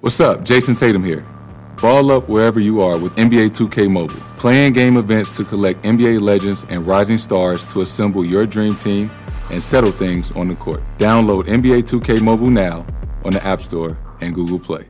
What's up? Jason Tatum here. Ball up wherever you are with NBA 2K Mobile. Playing game events to collect NBA legends and rising stars to assemble your dream team and settle things on the court. Download NBA 2K Mobile now on the App Store and Google Play.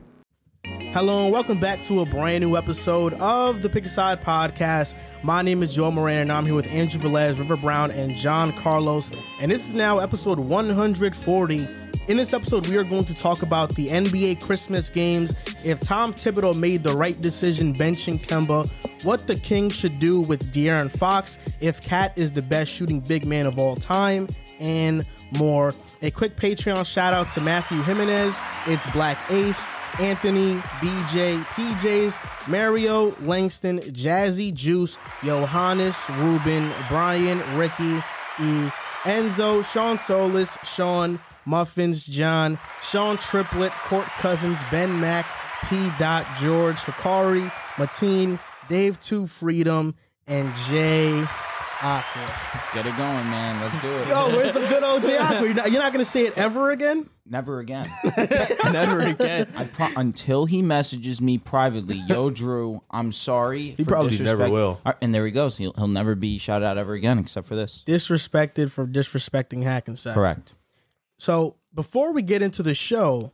Hello and welcome back to a brand new episode of the Pick a Side podcast. My name is Joel Moran and I'm here with Andrew Velez, River Brown, and John Carlos. And this is now episode 140. In this episode, we are going to talk about the NBA Christmas games, if Tom Thibodeau made the right decision benching Kemba, what the Kings should do with De'Aaron Fox, if Cat is the best shooting big man of all time, and more. A quick Patreon shout out to Matthew Jimenez, it's Black Ace, Anthony, BJ, PJs, Mario, Langston, Jazzy, Juice, Johannes, Ruben, Brian, Ricky, E, Enzo, Sean Solis, Sean, Muffins, John, Sean Triplett, Court Cousins, Ben Mack, P. Dot George, Hikari, Mateen, Dave Two Freedom, and Jay Aqua. Let's get it going, man. Let's do it. Yo, where's some good old Jay Aqua? You're not, you're not gonna say it ever again. Never again. Never again. I pro- until he messages me privately, yo, Drew, I'm sorry. He probably never will. And there he goes. He'll, he'll never be shouted out ever again except for this. Disrespected for disrespecting Hackensack. Correct. So before we get into the show,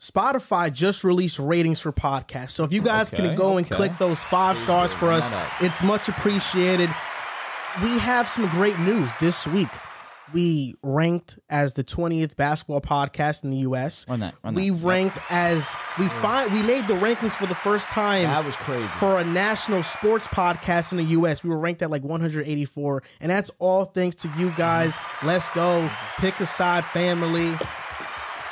Spotify just released ratings for podcasts. So if you guys can Okay, go and okay. click those five stars for bring us, that up. it's much appreciated. We have some great news this week. We ranked as the 20th basketball podcast in the US. Run that, run that. we ranked as we find we made the rankings for the first time That was crazy. for a national sports podcast in the U.S. We were ranked at like 184, and that's all thanks to you guys. Let's go, pick a side, family.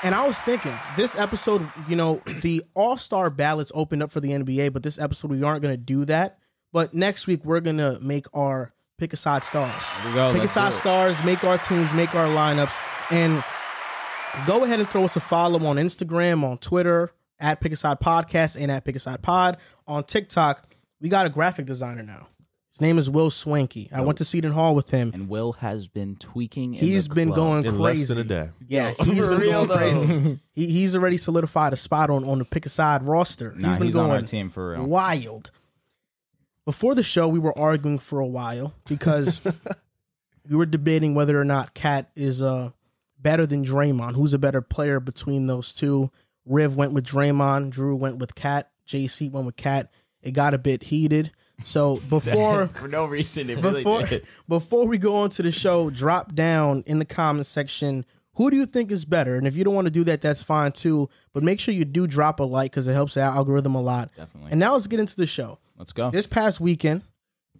And I was thinking, this episode, you know, the All Star ballots opened up for the NBA, but this episode we aren't going to do that. But next week we're going to make our pick a side stars. we go, Pick a let's side do it. stars, make our teams, make our lineups, and go ahead and throw us a follow on Instagram, on Twitter, at Pick a Side Podcast and at Pick a Side Pod. On TikTok, we got a graphic designer now. His name is Will Swanky. I went to Seton Hall with him. and Will has been tweaking. in He's the been club. going In crazy. less than a day. Yeah, he's been real, going crazy. he, he's already solidified a spot on, on the pick a side roster. Nah, he's he's, been on our going team for real. wild. Before the show, we were arguing for a while because we were debating whether or not Cat is uh, better than Draymond. Who's a better player between those two? Riv went with Draymond. Drew went with Cat. JC went with Cat. It got a bit heated. So before For no reason, it before, before we go on to the show, drop down in the comment section. Who do you think is better? And if you don't want to do that, that's fine too. But make sure you do drop a like because it helps the algorithm a lot. Definitely. And now let's get into the show. Let's go. This past weekend,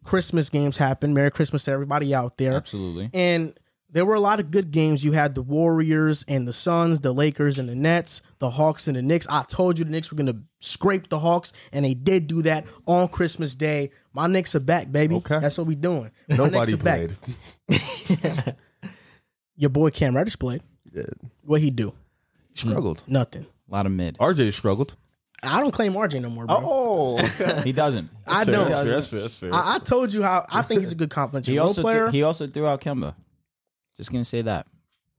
Christmas games happened. Merry Christmas to everybody out there. Absolutely. And there were a lot of good games. You had the Warriors and the Suns, the Lakers and the Nets, the Hawks and the Knicks. I told you the Knicks were going to scrape the Hawks, and they did do that on Christmas Day. My Knicks are back, baby. Okay. That's what we doing. My Knicks Nobody are back. played. Your boy Cam Reddish played. Yeah. What he do? Struggled. Nothing. A lot of mid. RJ struggled. I don't claim RJ no more, bro. Oh, He doesn't. I fair, don't. That's fair. That's fair. That's fair. I, I told you how I think he's a good complementary He role also player. threw, he also threw out Kemba. Just gonna say that.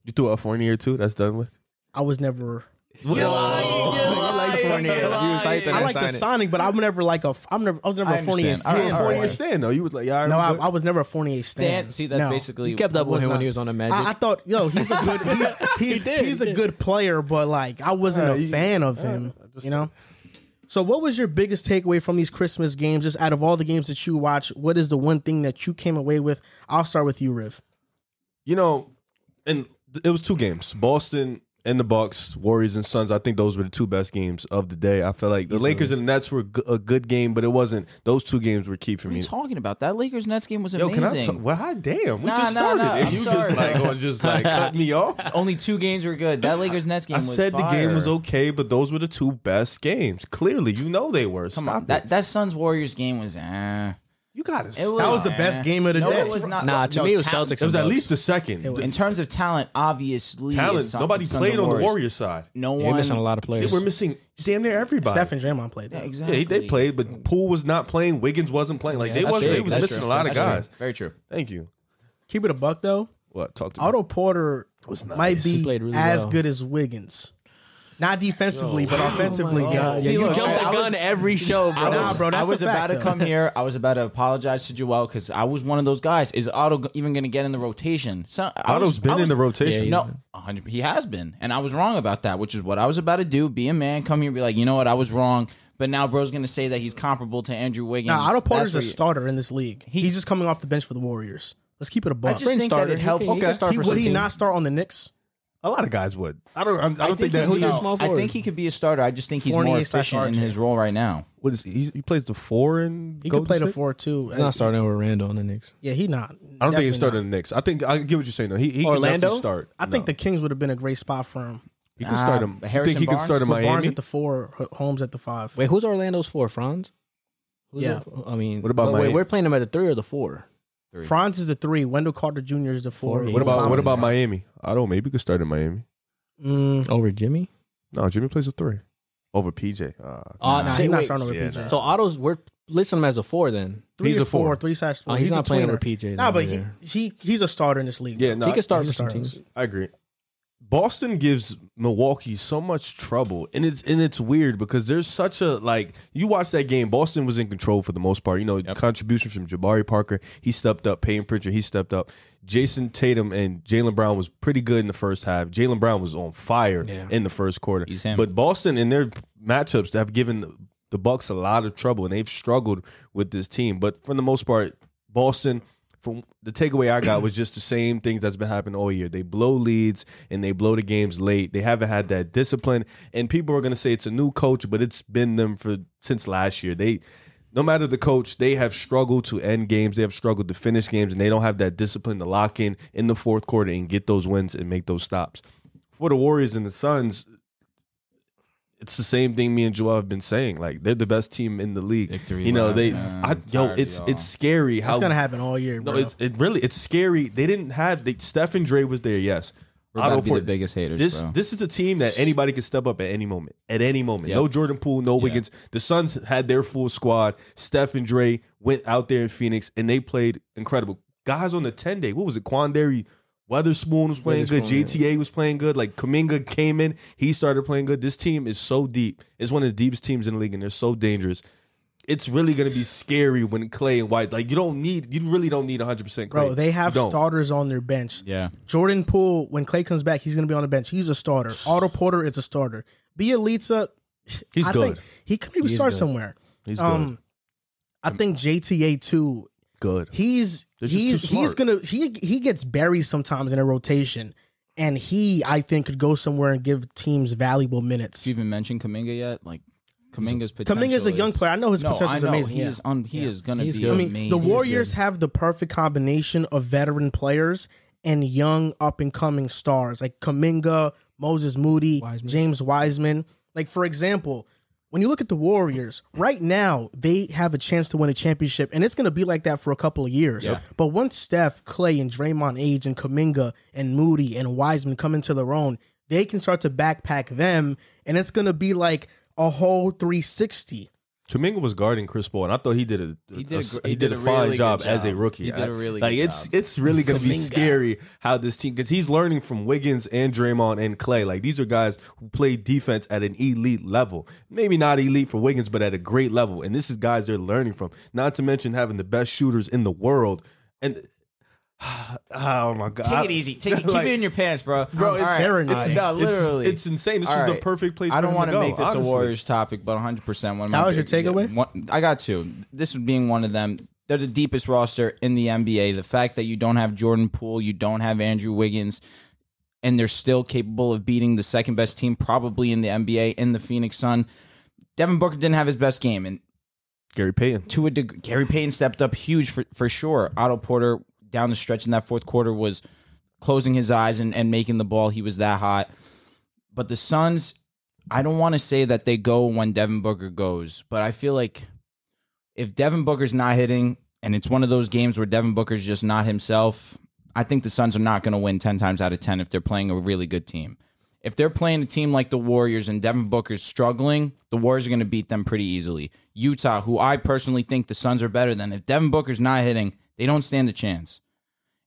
you threw out Fournier too. That's done with. I was never I like Fournier. He was hyped I and like the sign it. Sonic, but I'm never like a. f- I'm never. I was never a I Fournier. understand. All fan. right, all Fournier right. stand though. You was like, yeah, No, I, I was never a Fournier stan. Stan, see that's no. basically He kept up with him not. when he was on the Magic. I, I thought, yo, he's a good. He's, he's, he's a good player, but like I wasn't a Yeah, he- fan of him. just- You know. So, what was your biggest takeaway from these Christmas games? Just out of all the games that you watch, what is the one thing that you came away with? I'll start with you, Riv. you know, and th- it was two games: Boston and the Bucks, Warriors and Suns. I think those were the two best games of the day. I feel like the Lakers and the Nets were g- a good game, but it wasn't. Those two games were key for What are me. you talking about? That Lakers Nets game was Yo, amazing. can I talk? Well, hi, damn, we Nah, just nah, started, nah, and I'm you sorry. just like, oh, just like cut me off. Only two games were good. That Lakers Nets game I was said the game was fire. okay, but those were the two best games. Clearly, you know they were. Come Stop on, it. that that Suns Warriors game was. Eh. you got to. It That That was, was the best game of the no, day. It was not. Nah, to no, me it was talent- Celtics. it was at and least the second. was. The In terms of talent, obviously, talent. it's Sun- Nobody it's Suns played and on the Warriors side. No Bucks. They one. missing a lot of They players. were missing damn neir everybody. Steph and Draymond played. Yeah, that. exactly. Yeah, he- they played, but Poole was not playing. Wiggins wasn't playing. Like they that's was, they big. was That's missing true. a lot of That's true. guys. Very true. Thank you. Keep it a buck though. What talk to me. Otto Porter Was nice. might be played really as well. good as Wiggins. Not defensively, but offensively. yeah. See, you look, jump the I- I was- gun every show, bro. I Nah, was, bro, that's I was a about fact, to though. come here. I was about to apologize to Joel because I was one of those guys. Is Otto g- even going to get in the rotation? So, I Otto's was- been I in was- the rotation. No, 100, he has been, and I was wrong about that, which is what I was about to do. Be a man, come here, and be like, you know what, I was wrong. But now, bro's going to say that he's comparable to Andrew Wiggins. Now, Otto That's Porter's a what you- starter in this league. he's just coming off the bench for the Warriors. Let's keep it a I buck. just think that starter. it He helps. can- he can start He, for would he some not start on the Knicks? A lot of guys would. I don't. I'm, I don't think, think he that. would. No. He's small I forward. think he could be a starter. I just think he's more Fournier slash efficient in RJ. his role right now. What is he? He plays the four and He could play the four too. He's not starting over Randall on the Knicks. Yeah, he not. I don't think he Definitely started in the Knicks. I think I get what you're saying. though. He, he could Orlando? definitely start. not. I think the Kings would have been a great spot for him. he could start him. Ah, I think he could Harrison start in Barnes? Barnes Miami. at the four, H- Holmes at the five. Wait, who's Orlando's for? Franz? Who's Yeah. it- I mean, What about wait, Miami? we're playing him at the three or the four? Franz is the three. Wendell Carter Jr. is the four. Four. What about what Miami's about Miami? I don't. Maybe he could start in Miami. Mm, Over Jimmy? No, Jimmy plays a three over PJ. Uh, Uh, nah, say, he's not wait, starting over yeah, PJ. So Otto's we're listing him as a four then. three he's or a four. four, three size four. Oh, he's not a playing tweener. over PJ Nah, then, but he, yeah. he he's a starter in this league. yeah, no, he could start he's for a some starter. teams. I agree. Boston gives Milwaukee so much trouble, and it's and it's weird because there's such a like you watch that game. Boston was in control for the most part. You know, contributions from Jabari Parker, he stepped up. Peyton Pritchard, he stepped up. Jason Tatum and Jalen Brown was pretty good in the first half. Jalen Brown was on fire Yeah. in the first quarter. He's him. But Boston in their matchups have given the- the Bucks a lot of trouble, and they've struggled with this team. But for the most part, Boston. From the takeaway I got was just the same things that's been happening all year. They blow leads and they blow the games late. They haven't had that discipline, and people are going to say it's a new coach, but it's been them for since last year. They, no matter the coach, they have struggled to end games. They have struggled to finish games, and they don't have that discipline to lock in in the fourth quarter and get those wins and make those stops. For the Warriors and the Suns, it's the same thing me and Joel have been saying. Like they're the best team in the league. Victory you know lap, they. man. I, I'm yo, tired of it's y'all. it's scary how It's gonna happen all year, bro. no, it, it really it's scary. They didn't have they, Steph and Dre was there. Yes, We're about Otto to be the Porter- biggest haters, This bro. this is a team that anybody can step up at any moment. At any moment, no Jordan Poole, no Wiggins. The Suns had their full squad. Steph and Dre went out there in Phoenix and they played incredible. Guys on the ten day, what was it? Quandary Weatherspoon was playing good. JTA was playing good. Like Kaminga came in, he started playing good. This team is so deep. It's one of the deepest teams in the league, and they're so dangerous it's really gonna be scary when Clay and White like you don't need you really don't need 100 percent Clay. Bro, they have You don't. starters on their bench. Yeah. Jordan Poole, when Clay comes back, he's going to be on the bench. He's a starter. Otto Porter is a starter. Bielitsa, He's I good. think he could maybe start somewhere. He's Um, I think JTA too. good. Good. He's They're just he's too he's smart. gonna he he gets buried sometimes in a rotation, and he I think could go somewhere and give teams valuable minutes. Did you even mention Kaminga yet? Like Kaminga's potential. Kaminga's a young is- player. I know his no, potential's I know. amazing, He yeah. is un- he is gonna He's be good. I I mean, amazing. the Warriors have the perfect combination of veteran players and young up and coming stars like Kaminga, Moses Moody, James Wiseman. Like for example, when you look at the Warriors right now, they have a chance to win a championship, and it's going to be like that for a couple of years. But once Steph, Clay, and Draymond Age, and Kaminga, and Moody, and Wiseman come into their own, they can start to backpack them, and it's going to be like a whole 360. Kuminga was guarding Chris Paul, and I thought he did a, He he did did a a, gr- he he did did a a fine really job good as a job. rookie. He did a really like good it's job. it's really gonna be Kuminga. scary how this team because he's learning from Wiggins and Draymond and Clay. Like these are guys who play defense at an elite level, maybe not elite for Wiggins, but at a great level. And this is guys they're learning from. Not to mention having the best shooters in the world. And oh my god, Take it easy. Take it, keep Like- it in your pants, bro. Bro, it's- it's- no, literally, it's insane. This All was the perfect place I for don't him to wanna go, make this honestly. a Warriors topic, but 100. percent One. of That my was your big- yeah, takeaway? one- I got two. This being one of them. They're the deepest roster in the NBA. The fact that you don't have Jordan Poole, you don't have Andrew Wiggins, and they're still capable of beating the second best team probably in the NBA in the Phoenix Sun. Devin Booker didn't have his best game, and Gary Payton. to a degree, Gary Payton stepped up huge for, for sure. Otto Porter down the stretch in that fourth quarter was closing his eyes and, and making the ball. He was that hot. But the Suns, I don't want to say that they go when Devin Booker goes, but I feel like if Devin Booker's not hitting and it's one of those games where Devin Booker's just not himself, I think the Suns are not going to win 10 times out of 10 if they're playing a really good team. If they're playing a team like the Warriors and Devin Booker's struggling, the Warriors are going to beat them pretty easily. Utah, who I personally think the Suns are better than, if Devin Booker's not hitting, they don't stand a chance.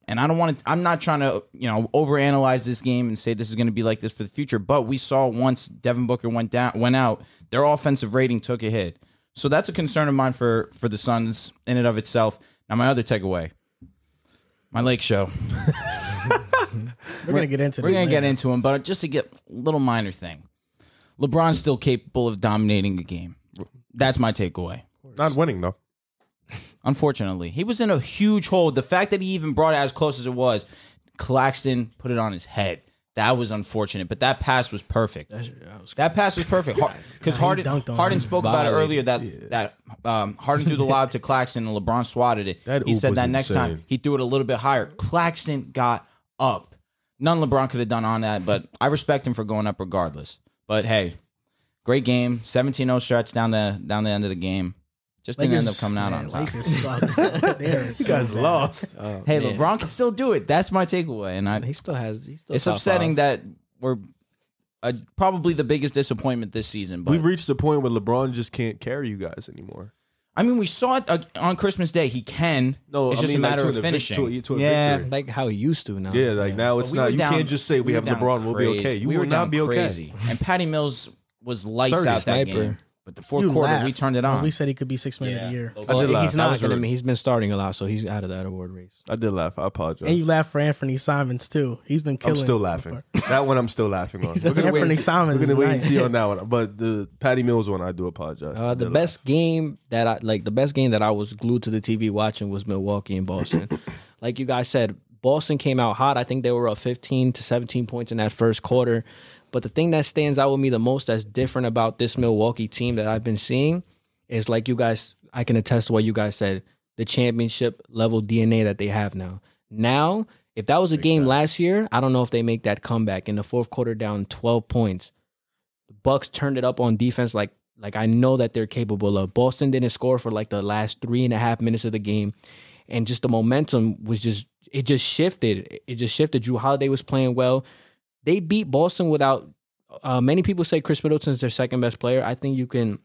And I don't want to. I'm not trying to, you know, overanalyze this game and say this is going to be like this for the future. But we saw once Devin Booker went down, went out, their offensive rating took a hit. So that's a concern of mine for for the Suns in and of itself. Now my other takeaway, my Lake Show. We're, gonna get into. We're this gonna get later. into him, but just to get a little minor thing, LeBron's still capable of dominating a game. That's my takeaway. Not winning though. Unfortunately, he was in a huge hole. The fact that he even brought it as close as it was, Claxton put it on his head. That was unfortunate, but that pass was perfect. That pass was perfect because Harden dunked on Harden him. spoke about it earlier. That that um, Harden threw the lob to Claxton and LeBron swatted it. That he oop said was that next time insane. he threw it a little bit higher. Claxton got up. None LeBron could have done on that, but I respect him for going up regardless. But hey, great game. 17-0 stretch down the down the end of the game. Just didn't end up Lakers- coming out man, on top. Lakers suck. They're so bad. lost. Hey, LeBron can still do it. That's my takeaway, and I, He still has. He still it's upsetting that we're uh, probably the biggest disappointment this season. But We've reached the point where LeBron just can't carry you guys anymore. I mean, we saw it uh, on Christmas Day. He can. No, it's I just mean, a like, matter to of the vic- finishing. to a- to a yeah, victory. like how he used to now. Yeah, like now it's But we not. were You down- can't just say we, were have down LeBron. We'll be crazy. okay. You We were will down not be okay. Crazy. And Patty Mills was lights 30. out that Sniper. game. But the fourth You quarter, laughed we turned it when on. We said he could be six man of Yeah. the year, I did Well, laugh. he's I not was gonna. hurt. He's been starting a lot, so he's out of that award race. I did laugh. I apologize. and you laugh for Anthony Simons too. He's been I'm killing. still laughing. that one I'm still laughing on. We're Anthony gonna wait. and see- Simons We're gonna is wait and nice. see on that one. But the Patty Mills one, I do apologize. Uh, I the did best game that I like, the best game that I was glued to the TV watching was Milwaukee and Boston. like you guys said, Boston came out hot. I think they were up 15 to 17 points in that first quarter. But the thing that stands out with me the most that's different about this Milwaukee team that I've been seeing is like you guys, I can attest to what you guys said, the championship level DNA that they have now. Now, if that was a game last year, I don't know if they make that comeback in the fourth quarter down 12 points. Bucks turned it up on defense like like I know that they're capable of. Boston didn't score for like the last three and a half minutes of the game. And just the momentum was just it just shifted. It just shifted. Drew Holiday was playing well. They beat Boston without uh, many people say Chris Middleton's their second best player. I think you can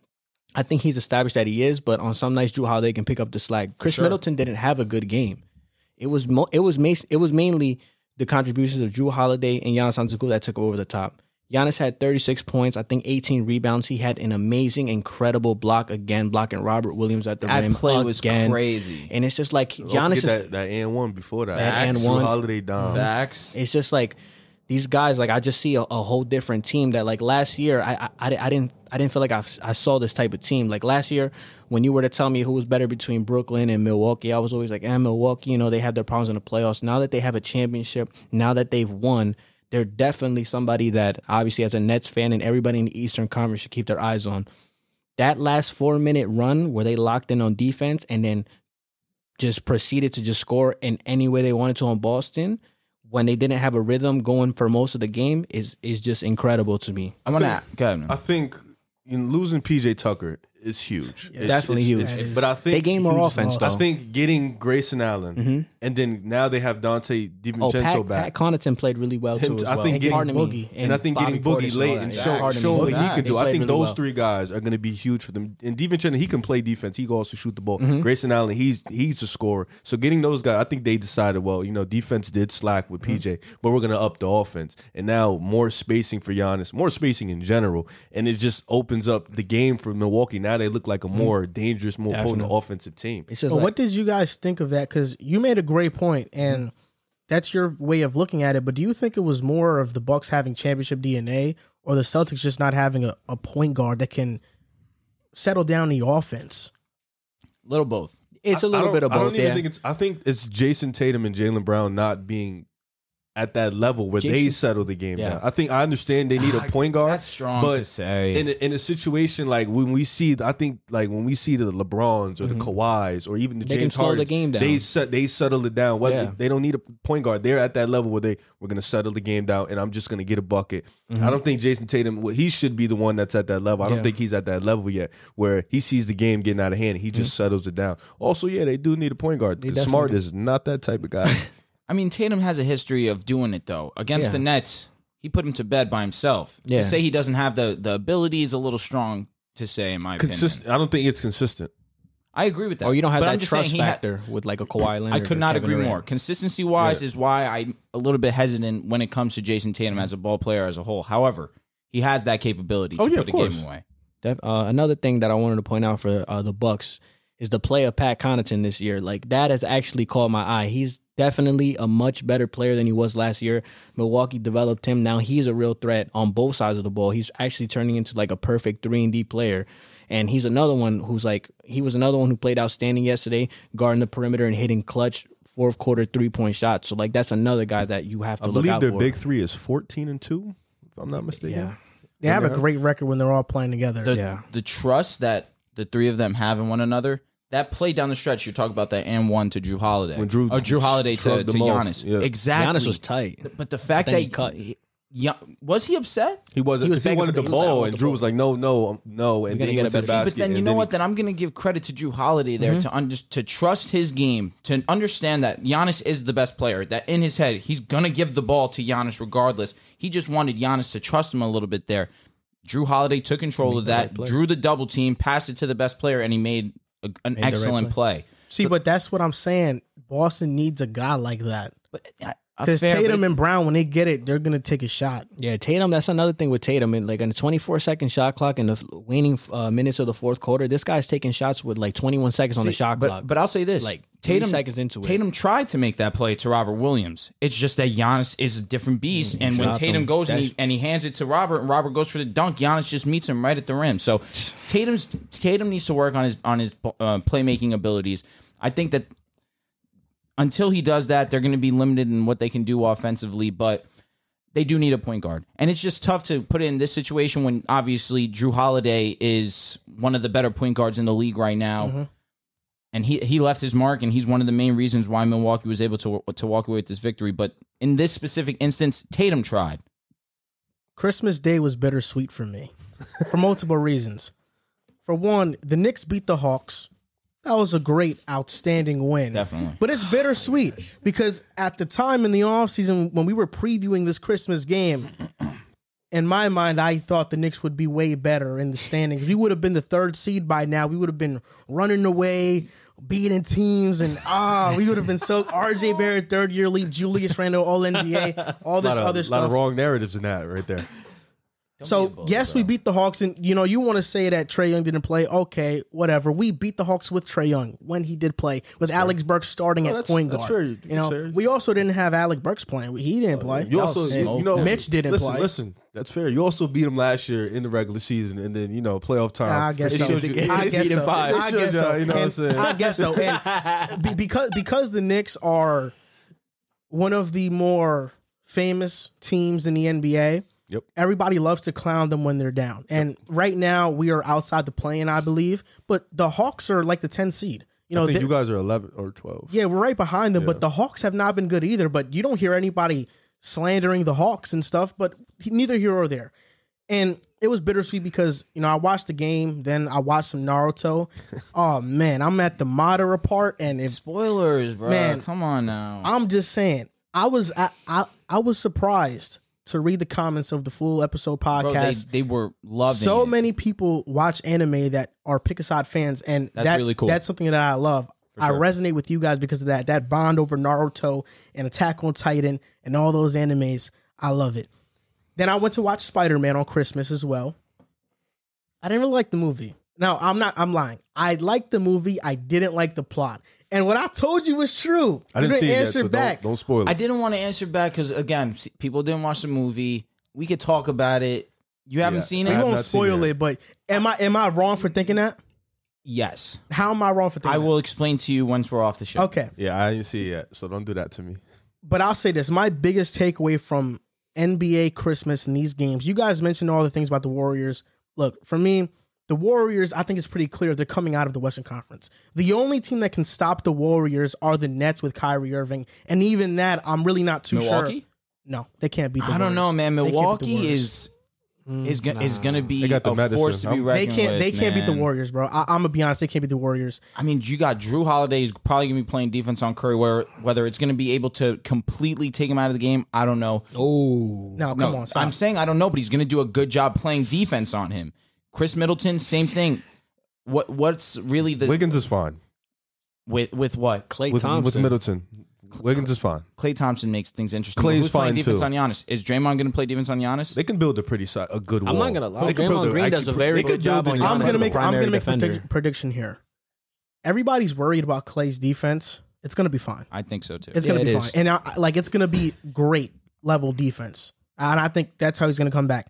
I think he's established that he is, but on some nights Drew Holiday can pick up the slack. Chris Middleton didn't have a good game. It was mo- it was mas- it was mainly the contributions of Drew Holiday and Giannis Antetokounmpo that took over the top. Giannis had 36 points, I think 18 rebounds. He had an amazing, incredible block again, blocking Robert Williams at the that rim. play was again. crazy. and it's just like Don't forget Giannis is that, that and one before that. That and one. Holiday Dom. Facts. it's just like these guys like i just see a, a whole different team that like last year i i, I di- I didn't i didn't feel like I, I saw this type of team like last year when you were to tell me who was better between brooklyn and milwaukee i was always like eh, milwaukee you know they have their problems in the playoffs now that they have a championship now that they've won they're definitely somebody that obviously as a nets fan and everybody in the eastern conference should keep their eyes on that last four minute run where they locked in on defense and then just proceeded to just score in any way they wanted to on Boston when they didn't have a rhythm going for most of the game is is just incredible to me. I'm gonna go ahead. I man. think in losing PJ Tucker is huge. It's- Definitely it's- huge. it's- That is- but I think They gained more huge offense loss. though. I think getting Grayson Allen, and then now they have Dante Mm-hmm. oh, DiVincenzo Pat, back. Pat Connaughton played really well Him too. As too. I well. think getting Pardon me, Boogie- and, I think getting Bobby Boogie Portis all late that. and Yeah, show, Pardon me. showing what Boogie. he can They do. I played think really those well. three guys are going to be huge for them. And DiVincenzo, he can play defense. He can also shoot the ball. Mm-hmm. Grayson Allen, he's he's a scorer. So getting those guys, I think they decided, well, you know, defense did slack Mm-hmm. with PJ, but we're going to up the offense. And now more spacing for Giannis, more spacing in general, and it just opens up the game for Milwaukee. Now they look like a more dangerous, more potent Mm-hmm. Definitely. offensive team. It's just But like, what did you guys think of that? Because you made a great point, and that's your way of looking at it. But do you think it was more of the Bucks having championship DNA, or the Celtics just not having a, a point guard that can settle down the offense? Little both. it's a I little don't- bit of I both. don't even yeah. think it's. I think it's Jason Tatum and Jalen Brown not being at that level where they Jason- settle the game. Yeah. Now. I think I understand they need a point guard. That's strong but to say. In a, in a situation like when we see, I think like when we see the LeBrons or the Kawhis or even the Mm-hmm. They can James slow the Harden, game down. they set they settle it down. Whether Yeah. they don't need a point guard, they're at that level where they we're gonna settle the game down, and I'm just gonna get a bucket. I don't think Jason Tatum, well, he should be the one that's at that level. I don't Mm-hmm. Yeah. think he's at that level yet, where he sees the game getting out of hand, and he just settles it down. Also, yeah, they do need a point guard. The Mm-hmm. definitely Smart do. is not that type of guy. I mean, Tatum has a history of doing it though. Against Yeah. the Nets, he put him to bed by himself. Yeah. To say he doesn't have the the ability is a little strong to say, in my opinion. Consistent. I don't think it's consistent. I agree with that. Or Oh, you don't have But I'm that just trust saying he ha- factor with like a Kawhi Leonard. I could or not Kevin agree Durant. more. Consistency wise is why I'm a little bit hesitant when it comes to Jason Tatum as a ball player as a whole. However, he has that capability to Oh, yeah, put of a game course. away. Def- uh, another thing that I wanted to point out for uh, the Bucks is the play of Pat Connaughton this year. Like that has actually caught my eye. He's definitely a much better player than he was last year. Milwaukee developed him. Now he's a real threat on both sides of the ball. He's actually turning into like a perfect three and D player. And he's another one who's like he was another one who played outstanding yesterday, guarding the perimeter and hitting clutch fourth quarter three point shots. So like that's another guy that you have to I look believe out their for. big three is fourteen and two, if I'm not mistaken. Yeah. They have a great record when they're all playing together. The, Yeah. the trust that the three of them have in one another. That play down the stretch, you talk about that and one to Drew Holiday. When Drew or Drew Holiday to, shrugged to them off. Giannis. Yeah. Exactly. Giannis was tight. but the fact then that he cut. Yeah, was he upset? He wasn't He was because he, begging wanted for- the he was like, I ball, want and the Drew ball. was like, "No, no, um, no," and then We're gonna he get went a to the better- See, basket. but then you and know he- Mm-hmm. what? Then I'm going to give credit to Drew Holiday there to under, to trust his game, to understand that Giannis is the best player. That in his head, he's going to give the ball to Giannis regardless. He just wanted Giannis to trust him a little bit there. Drew Holiday took control of that, drew the double team, passed it to the best player, and he made a, an right excellent play. See, but that's what I'm saying. Boston needs a guy like that. But I- I Because fair- but Tatum and Brown, when they get it, they're gonna take a shot. Yeah, Tatum. That's another thing with Tatum. And like in the 24 second shot clock and the f- waning uh, minutes of the fourth quarter, this guy's taking shots with like 21 seconds on the See, shot but, clock. But I'll say this: Like, three Tatum seconds into it. Tatum tried to make that play to Robert Williams. It's just that Giannis is a different beast, and when stopped Tatum him. goes and he, Mm, That's- and he hands it to Robert, and Robert goes for the dunk, Giannis just meets him right at the rim. So Tatum's Tatum needs to work on his on his uh, playmaking abilities. I think that until he does that, they're going to be limited in what they can do offensively, but they do need a point guard. And it's just tough to put it in this situation when obviously Drew Holiday is one of the better point guards in the league right now. Mm-hmm. And he, he left his mark, and he's one of the main reasons why Milwaukee was able to to walk away with this victory. But in this specific instance, Tatum tried. Christmas Day was bittersweet for me for multiple reasons. For one, the Knicks beat the Hawks. That was a great, outstanding win. Definitely. But it's bittersweet because at the time in the offseason, when we were previewing this Christmas game, in my mind, I thought the Knicks would be way better in the standings. We would have been the third seed by now. We would have been running away, beating teams, and ah, we would have been so RJ Barrett, third year leap, Julius Randle, all NBA, all this lot of, other lot stuff. of wrong narratives in that right there. So yes, we beat the Hawks, and you know you want to say that Trey Young didn't play. Okay, whatever. We beat the Hawks with Trey Young when he did play, with Alex Burks starting at that's- point guard. that's fair. You know, Fair. Oh, we also didn't have Alec Burks playing. He didn't play. You also, And you, you know, Mitch didn't listen, play. Listen, that's fair. You also beat him last year in the regular season, and then you know playoff time. I guess It so. showed you- I it guess showed so. you- it I showed guess so. You know what I'm And I saying? guess so. And be- because because the Knicks are one of the more famous teams in the NBA. Yep. Everybody loves to clown them when they're down. And right now we are outside the play-in, I believe. But the Hawks are like the 10 seed. You know, I think they- you guys are 11 or 12. yeah, we're right behind them, but the Hawks have not been good either. But you don't hear anybody slandering the Hawks and stuff, but neither here or there. And it was bittersweet because, you know, I watched the game, then I watched some Naruto. oh, man, I'm at the Madara part, and if Spoilers, bro. Man. come on now. I'm just saying, I was I, I, I was surprised to read the comments of the full episode Bro, they, podcast. they were loving so it. many people watch anime that are pick aside fans, and That's that- really cool. That's something that I love. I resonate with you guys because of that. That bond over Naruto and Attack on Titan and all those animes. I love it. Then I went to watch Spider Man on Christmas as well. I didn't really like the movie. No, I'm not. I'm lying. I liked the movie. I didn't like the plot. And what I told you was true. I You didn't see it yet, answer so back. don't, don't spoil it. I didn't want to answer back because again, s- people didn't watch the movie. We could talk about it. You haven't Yeah, seen it? I we have won't not seen spoil it. it, but am I am I wrong for thinking that? yes. How am I wrong for thinking? I that? will explain to you once we're off the show. Okay. yeah, I didn't see it yet, so don't do that to me. but I'll say this: my biggest takeaway from NBA Christmas and these games. You guys mentioned all the things about the Warriors. Look, for me, the Warriors. I think it's pretty clear they're coming out of the Western Conference. The only team that can stop the Warriors are the Nets with Kyrie Irving, and even that, I'm really not too Milwaukee? sure. No, they can't beat. The I don't know, Warriors. man. They can't beat the Milwaukee Warriors. is is go- is gonna be They got the a medicine. force to be I'm- They reckoned can't. with, They can't beat the man. Warriors, bro. I, I'm gonna be honest. They can't beat the Warriors. I mean, you got Drew Holiday is probably gonna be playing defense on Curry. Where whether it's gonna be able to completely take him out of the game, I don't know. oh, No, come No, on. Stop. I'm saying I don't know, but he's gonna do a good job playing defense on him. Chris Middleton, same thing. What what's really the Wiggins is fine with with what Clay with, Thompson. with Middleton. Wiggins is fine. Clay Thompson makes things interesting. Klay Who's is playing fine, defense too. on Giannis? Is Draymond going to play defense on Giannis? They can build a pretty si- a good wall. I'm not gonna lie, They can Draymond build Green actually does a pre- very they could good job build on a- Giannis. I'm gonna the make I'm primary gonna make a defender. predict- prediction here. Everybody's worried about Clay's defense. It's gonna be fine. I think so too. It's Yeah, gonna be it fine, is. and I, I- like it's gonna be great level defense, and I think that's how he's gonna come back.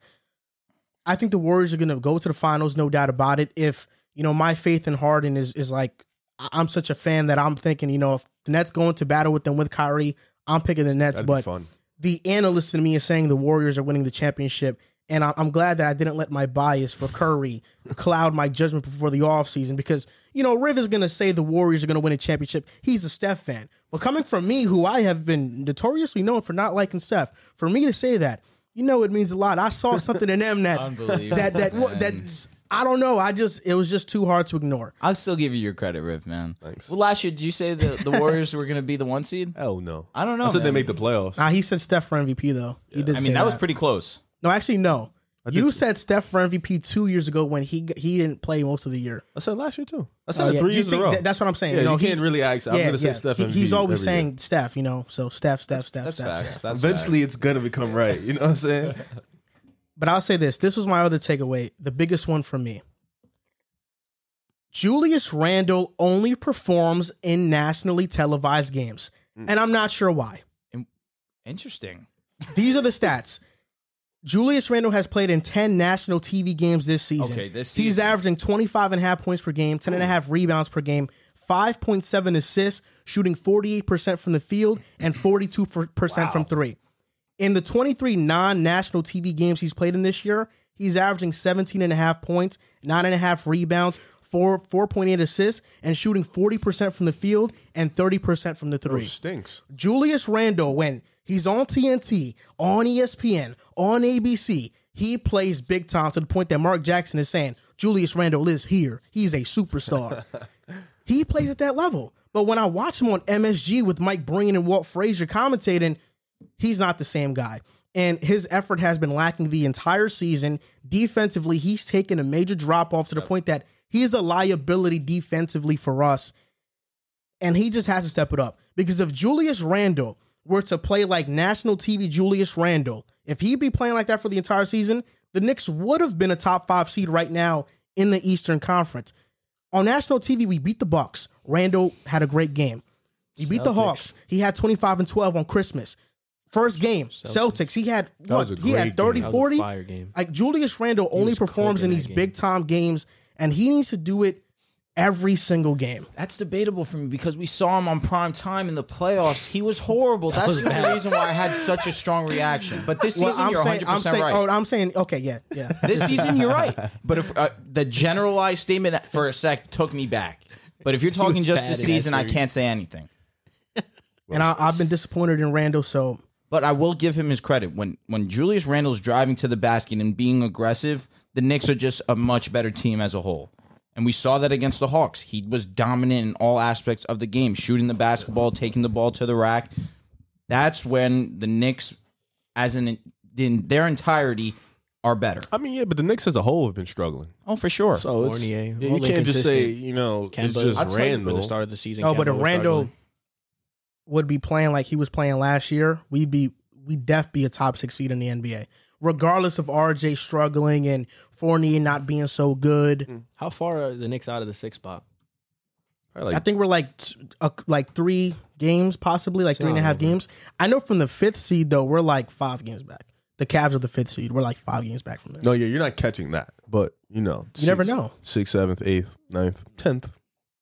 I think the Warriors are gonna go to the finals, no doubt about it. If you know my faith in Harden is is like I- I'm such a fan that I'm thinking, you know, if the Nets go into battle with them with Kyrie, I'm picking the Nets. That'd be but fun. the analyst in me is saying the Warriors are winning the championship. And I- I'm glad that I didn't let my bias for Curry cloud my judgment before the offseason because, you know, Riv is going to say the Warriors are going to win a championship. He's a Steph fan. But coming from me, who I have been notoriously known for not liking Steph, for me to say that, you know, it means a lot. I saw something in them that, Unbelievable, that, that, man. that, I don't know. I just, it was just too hard to ignore. I'll still give you your credit, Riff, man. Thanks. Well, last year, did you say the, the Warriors were going to be the one seed? Hell no. I don't know, I said they man. make the playoffs. Now, Uh, he said Steph for MVP, though. He did I say mean, that was pretty close. No, actually, no. You so. said Steph for MVP two years ago when he he didn't play most of the year. I said last year too. I said Oh, it yeah. three You years in see, a row. that- that's what I'm saying. Yeah, You know, you he- can't really ask. I'm yeah, gonna say yeah. Steph. He- MVP he's always every saying year. Steph, you know. So Steph, Steph, Steph, Steph, Steph, Facts. Steph. That's Eventually, it's gonna become right. You know what I'm saying? But I'll say this: this was my other takeaway, the biggest one for me. Julius Randle only performs in nationally televised games, Mm. and I'm not sure why. Bad. Interesting. These are the stats. Julius Randle has played in 10 national TV games this season. Okay, this He's season. averaging 25 and a half points per game, 10 and a half rebounds per game, 5.7 assists, shooting 48% from the field and 42% from three. In the 23 non-national TV games he's played in this year, he's averaging 17 and a half points, nine and a half rebounds, four 4.8 assists, and shooting 40% from the field and 30% from the three. Stinks. Julius Randle, when he's on TNT, on E ESPN, on ABC, he plays big time to the point that Mark Jackson is saying, Julius Randle is here. He's a superstar. he plays at that level. But when I watch him on MSG with Mike Breen and Walt Frazier commentating, he's not the same guy. And his effort has been lacking the entire season. Defensively, he's taken a major drop off to the point that he is a liability defensively for us and he just has to step it up because if Julius Randle were to play like national TV Julius Randle, if he'd be playing like that for the entire season, the Knicks would have been a top five seed right now in the Eastern Conference. On national TV, we beat the Bucks. Randle had a great game. We beat the Hawks. He had 25 and 12 on Christmas. First game, Celtics. he had what, was a he great game. had 30, That was a 40. fire game. Like Julius Randle only performs in cooking that these game. big time games, and he needs to do it every single game. That's debatable for me because we saw him on prime time in the playoffs. He was horrible. That's the only reason why I had such a strong reaction. But this Well, season, I'm you're saying, 100 I'm percent saying, right. oh, I'm saying, okay, yeah, yeah. this season, you're right. But if uh, the generalized statement for a sec took me back. But if you're talking was just bad this in that season, I series. can't say anything. and I, I've been disappointed in Randall, so But I will give him his credit. When when Julius Randle's driving to the basket and being aggressive, the Knicks are just a much better team as a whole. And we saw that against the Hawks. He was dominant in all aspects of the game, shooting the basketball, taking the ball to the rack. That's when the Knicks, as in, in their entirety, are better. I mean, yeah, but the Knicks as a whole have been struggling. Oh, for sure. So it's, Fournier, yeah, you all can't just say inconsistent. you know it's Kemba, just I'd say for random. the start of the season. oh, but Kemba if was Randall struggling. would be playing like he was playing last year, we'd be we def be a top six seed in the NBA, regardless of RJ struggling and Fournier not being so good. how far are the Knicks out of the sixth spot? Probably I like- think we're like t- uh, like three games, possibly like three and a half games. I know from the fifth seed though, we're like five games back. The Cavs are the fifth seed. We're like five games back from them. no, yeah, you're not catching that, but you know, You never know. Sixth, seventh, eighth, ninth, tenth.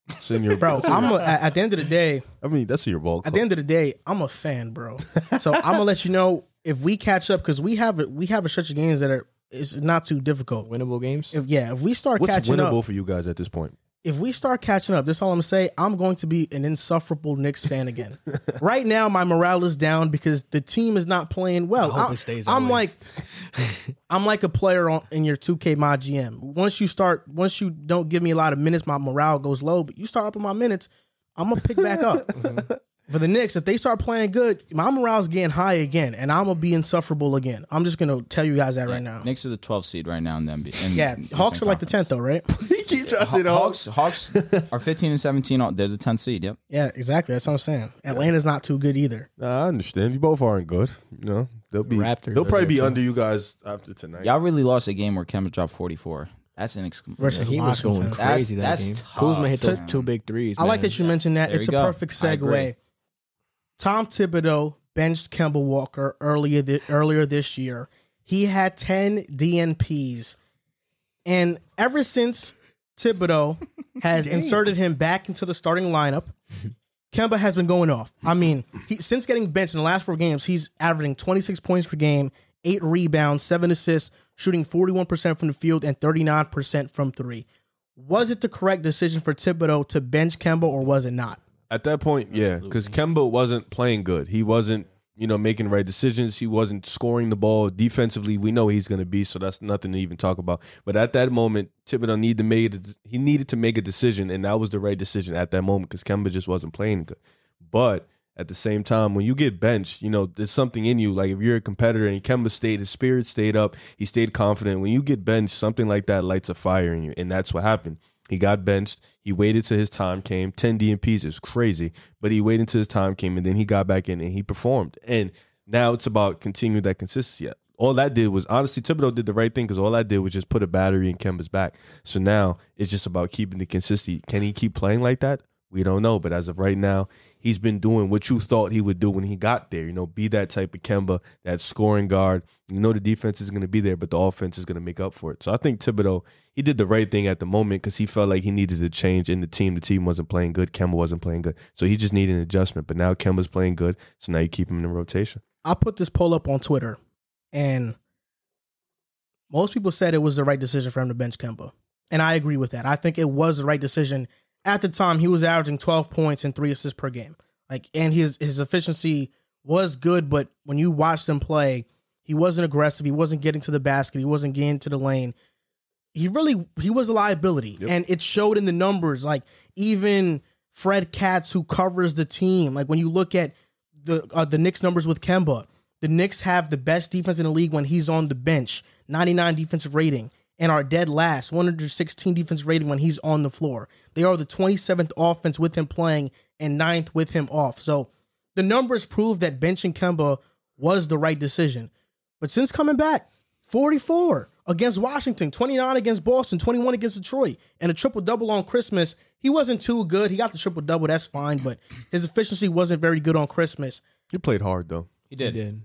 It's in your Bro, it's in I'm your- a, at at the end of the day. I mean, that's in your ball. at Club. the end of the day, I'm a fan, bro. So I'm gonna let you know if we catch up because we have a, we have a stretch of games that are it's not too difficult. Winnable games. If yeah, if we start What's catching winnable up, for you guys at this point? if we start catching up, that's all I'm gonna say. I'm going to be an insufferable Knicks fan again. right now, my morale is down because the team is not playing well. I hope I- it stays that I'm way. like, I'm like a player on, in your 2K my GM. Once you start, once you Mm-hmm. don't give me a lot of minutes, my morale goes low. But you start upping my minutes, I'm gonna pick back up. for the Knicks, if they start playing good, my morale's getting high again, and I'm gonna be insufferable again. I'm just gonna tell you guys that right now. Knicks are the 12th seed right now in the NBA. in yeah, the Hawks are Eastern like the tenth Conference. though, right? He keeps trying to say the Hawks. Hawks, Hawks are 15 and 17. all- They're the 10th seed. Yep. yeah, exactly. That's what I'm saying. Atlanta's not too good either. Nah, I understand. You both aren't good. You know, they'll be Raptors They'll are probably there, be too. under you guys after tonight. Y'all really lost a game where Kemba dropped 44. That's an ex- Versus He was Washington. going That's- crazy that that's game. tough, Kuzma hit those man. two big threes. I like man. that you mentioned that. There it's a you go. perfect I segue. agree. Tom Thibodeau benched Kemba Walker earlier th- earlier this year. He had ten DNPs, and ever since Thibodeau has inserted him back into the starting lineup, Kemba has been going off. I mean, he, since getting benched in the last four games, he's averaging twenty six points per game, eight rebounds, seven assists, shooting forty one percent from the field and thirty nine percent from three. Was it the correct decision for Thibodeau to bench Kemba, or was it not? At that point, yeah, because Kemba wasn't playing good. He wasn't, you know, making the right decisions. He wasn't scoring the ball defensively. We know he's going to be, so that's nothing to even talk about. But at that moment, Thibodeau needed to make a, he needed to make a decision, and that was the right decision at that moment because Kemba just wasn't playing good. But at the same time, when you get benched, you know there's something in you. Like if you're a competitor and Kemba stayed, his spirit stayed up. He stayed confident. When you get benched, something like that lights a fire in you, and that's what happened. He got benched. He waited till his time came. Ten DMPs is crazy, but he waited till his time came, and then he got back in and he performed. And now it's about continuing that consistency. All that did was honestly, Thibodeau did the right thing because all I did was just put a battery in Kemba's back. So now it's just about keeping the consistency. Can he keep playing like that? We don't know, but as of right now, he's been doing what you thought he would do when he got there. You know, be that type of Kemba, that scoring guard. You know, the defense is going to be there, but the offense is going to make up for it. So I think Thibodeau, he did the right thing at the moment because he felt like he needed to change in the team. The team wasn't playing good. Kemba wasn't playing good. So he just needed an adjustment. But now Kemba's playing good. So now you keep him in the rotation. I put this poll up on Twitter, and most people said it was the right decision for him to bench Kemba, and I agree with that. I think it was the right decision. At the time, he was averaging 12 points and three assists per game, like, and his his efficiency was good. But when you watched him play, he wasn't aggressive. He wasn't getting to the basket. He wasn't getting to the lane. He really he was a liability, Yep. and it showed in the numbers. Like even Fred Katz, who covers the team, like when you look at the uh, the Knicks numbers with Kemba. The Knicks have the best defense in the league when he's on the bench, 99 defensive rating, and are dead last, 116 defense rating when he's on the floor. They are the 27th offense with him playing and ninth with him off. So the numbers prove that benching Kemba was the right decision. But since coming back, 44 against Washington, 29 against Boston, 21 against Detroit, and a triple double on Christmas. He wasn't too good. He got the triple double, that's fine, but his efficiency wasn't very good on Christmas. You played hard though. He He did. did.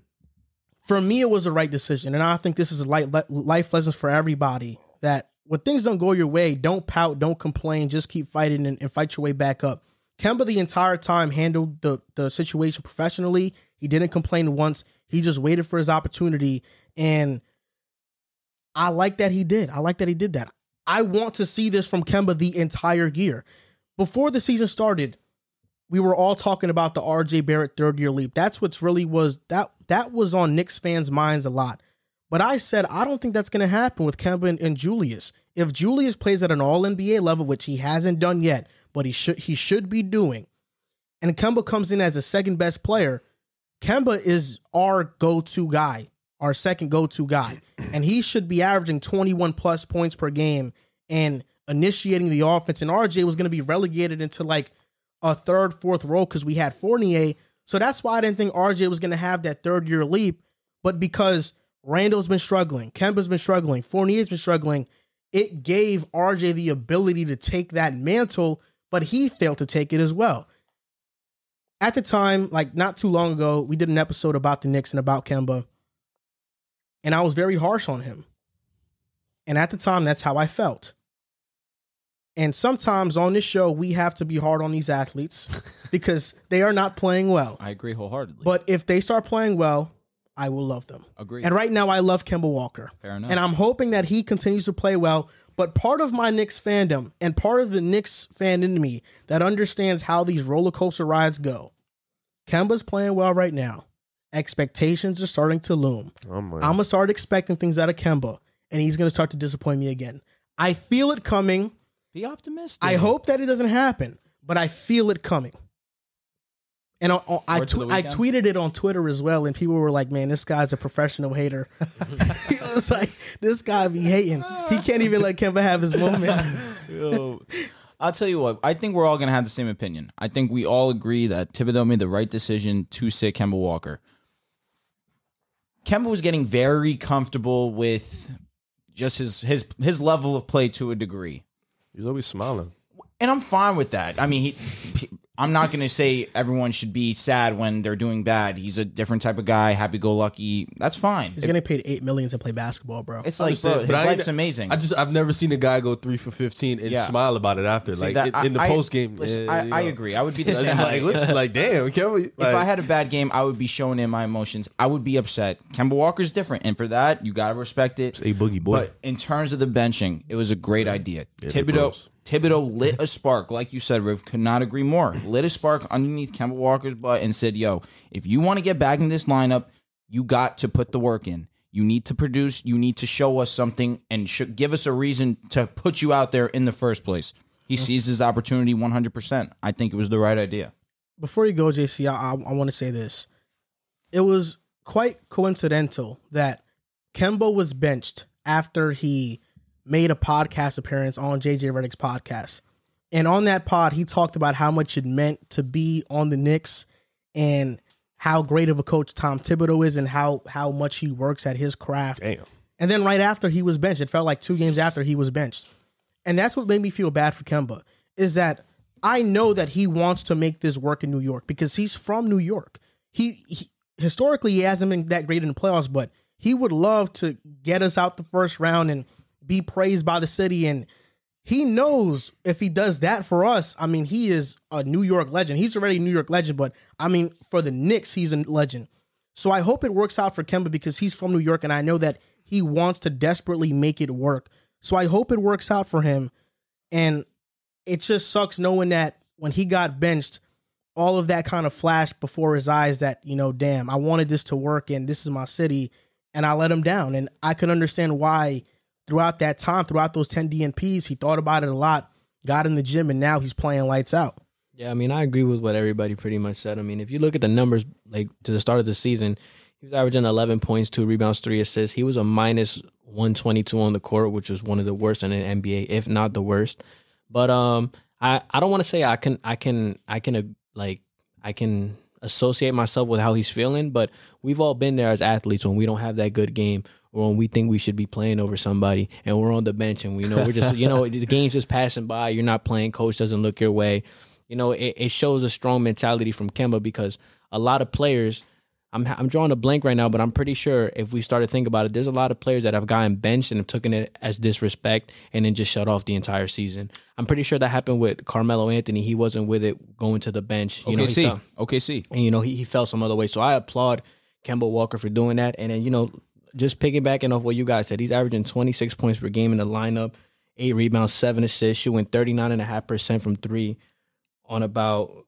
For me, it was the right decision, and I think this is light le- life lessons for everybody that when things don't go your way, don't pout, don't complain, just keep fighting and, and fight your way back up. Kemba the entire time handled the the situation professionally. He didn't complain once. He just waited for his opportunity, and I like that he did. I like that he did that. I want to see this from Kemba the entire year. Before the season started, we were all talking about the RJ Barrett third year leap. That's what's really was that that was on Knicks fans' minds a lot. But I said I don't think that's going to happen with Kemba and, and Julius. If Julius plays at an All NBA level, which he hasn't done yet, but he should he should be doing, and Kemba comes in as the second best player, Kemba is our go to guy, our second go to guy. And he should be averaging 21 plus points per game and initiating the offense. And RJ was going to be relegated into like a third, fourth role because we had Fournier. So that's why I didn't think RJ was going to have that third year leap. But because Randall's been struggling, Kemba's been struggling, Fournier's been struggling, it gave RJ the ability to take that mantle, but he failed to take it as well at the time, like not too long ago, we did an episode about the Knicks and about Kemba, and I was very harsh on him. And at the time, that's how I felt. And sometimes on this show, we have to be hard on these athletes because they are not playing well. I agree wholeheartedly. But if they start playing well, I will love them. agree. And right now, I love Kemba Walker. Fair enough. And I'm hoping that he continues to play well. But part of my Knicks fandom and part of the Knicks fan in me that understands how these roller coaster rides go, Kemba's playing well right now. Expectations are starting to loom. I'm uh, like, I'm gonna start expecting things out of Kemba, and he's gonna start to disappoint me again. I feel it coming. Be optimistic. I hope that it doesn't happen, but I feel it coming. And on, on, I, Word to the tw- I tweeted it on Twitter as well, and people were like, "Man, this guy's a professional hater." he was like, "This guy be hating. He can't even let Kemba have his moment." I'll tell you what. I think we're all going to have the same opinion. I think we all agree that Thibodeau made the right decision to sit Kemba Walker. Kemba was getting very comfortable with just his his his level of play to a degree, He's always smiling. and I'm fine with that. I mean, he, I'm not going to say everyone should be sad when they're doing bad. He's a different type of guy, happy-go-lucky. That's fine. He's getting paid eight million to play basketball, bro. It's like, bro, his But I- life's amazing. I just I've never seen a guy go three for fifteen and Yeah. smile about it after, See like that- in, I- in the I- post game. listen, I, I agree. I would be the same. like, way. look, like damn, can we? if I had a bad game, I would be showing in my emotions. I would be upset. Kemba Walker's different, and for that, you gotta respect it. a boogie boy. But in terms of the benching, it was a great idea. they're Thibodeau bros. Thibodeau lit a spark, like you said, Riv. Could not agree more. lit a spark underneath Kemba Walker's butt and said, "Yo, if you want to get back in this lineup, you got to put the work in." You need to produce. You need to show us something and sh- give us a reason to put you out there in the first place. He seized his opportunity 100%. I think it was the right idea. before you go, JC, I, I, want to say this. It was quite coincidental that Kemba was benched after he made a podcast appearance on JJ Reddick's podcast. And on that pod, he talked about how much it meant to be on the Knicks and how great of a coach Tom Thibodeau is and how, how much he works at his craft. damn. And then right after he was benched, it felt like two games after he was benched. And that's what made me feel bad for Kemba is that I know that he wants to make this work in New York because he's from New York. He, he historically he hasn't been that great in the playoffs, but he would love to get us out the first round and be praised by the city and he knows if he does that for us, I mean, he is a New York legend. He's already a New York legend, but I mean, for the Knicks, he's a legend. So I hope it works out for Kemba because he's from New York and I know that he wants to desperately make it work. So I hope it works out for him. And it just sucks knowing that when he got benched, all of that kind of flashed before his eyes that, you know, damn, I wanted this to work and this is my city. And I let him down. And I could understand why throughout that time, throughout those 10 DNPs, he thought about it a lot, got in the gym, and now he's playing lights out. Yeah, I mean, I agree with what everybody pretty much said. I mean, if you look at the numbers, like to the start of the season, he was averaging 11 points, two rebounds, three assists. He was a minus 122 on the court, which was one of the worst in the NBA, if not the worst. But um, I I don't want to say I can I can I can uh, like I can associate myself with how he's feeling, but we've all been there as athletes when we don't have that good game or when we think we should be playing over somebody and we're on the bench and we know we're just you know the game's just passing by, you're not playing, coach doesn't look your way. You know, it, it shows a strong mentality from Kemba because a lot of players I'm I'm drawing a blank right now, but I'm pretty sure if we started thinking about it, there's a lot of players that have gotten benched and have taken it as disrespect and then just shut off the entire season. I'm pretty sure that happened with Carmelo Anthony. He wasn't with it going to the bench. You know, he felt- OKC. and you know he, he fell some other way. So I applaud Kemba Walker for doing that. And then you know just piggybacking off what you guys said, he's averaging 26 points per game in the lineup, eight rebounds, seven assists, shooting 39.5 percent from three on about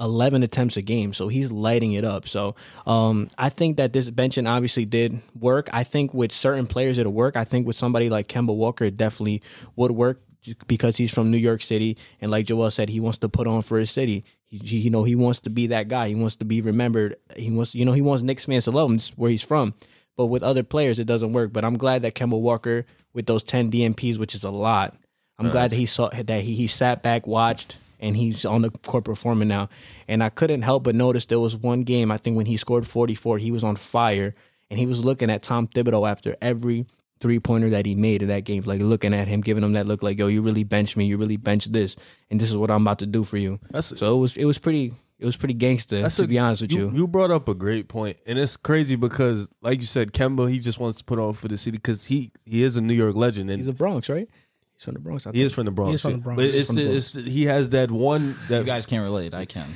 11 attempts a game. So he's lighting it up. So um, I think that this benching obviously did work. I think with certain players it'll work. I think with somebody like Kemba Walker, it definitely would work j- because he's from New York City. And like Joel said, he wants to put on for his city. He, he- you know, he wants to be that guy. He wants to be remembered. He wants, you know, he wants Knicks fans to love him. It's where he's from. But with other players, it doesn't work. But I'm glad that Kemba Walker, with those 10 DMPs, which is a lot, I'm glad that he saw that he, he sat back, watched, and he's on the court performing now. And I couldn't help but notice there was one game I think when he scored 44, he was on fire, and he was looking at Tom Thibodeau after every three pointer that he made in that game, like looking at him, giving him that look, like yo, you really bench me, you really bench this, and this is what I'm about to do for you. so it was it was pretty it was pretty gangster to a- be honest with you. You brought up a great point, and it's crazy because, like you said, Kemba he just wants to put on for the city because he he is a New York legend and He's a Bronx, right? He's from the Bronx. I he think. is from the Bronx. He is from the yeah. Bronx. But it's, From the- the it's the- he has that one that You guys can't relate. I can.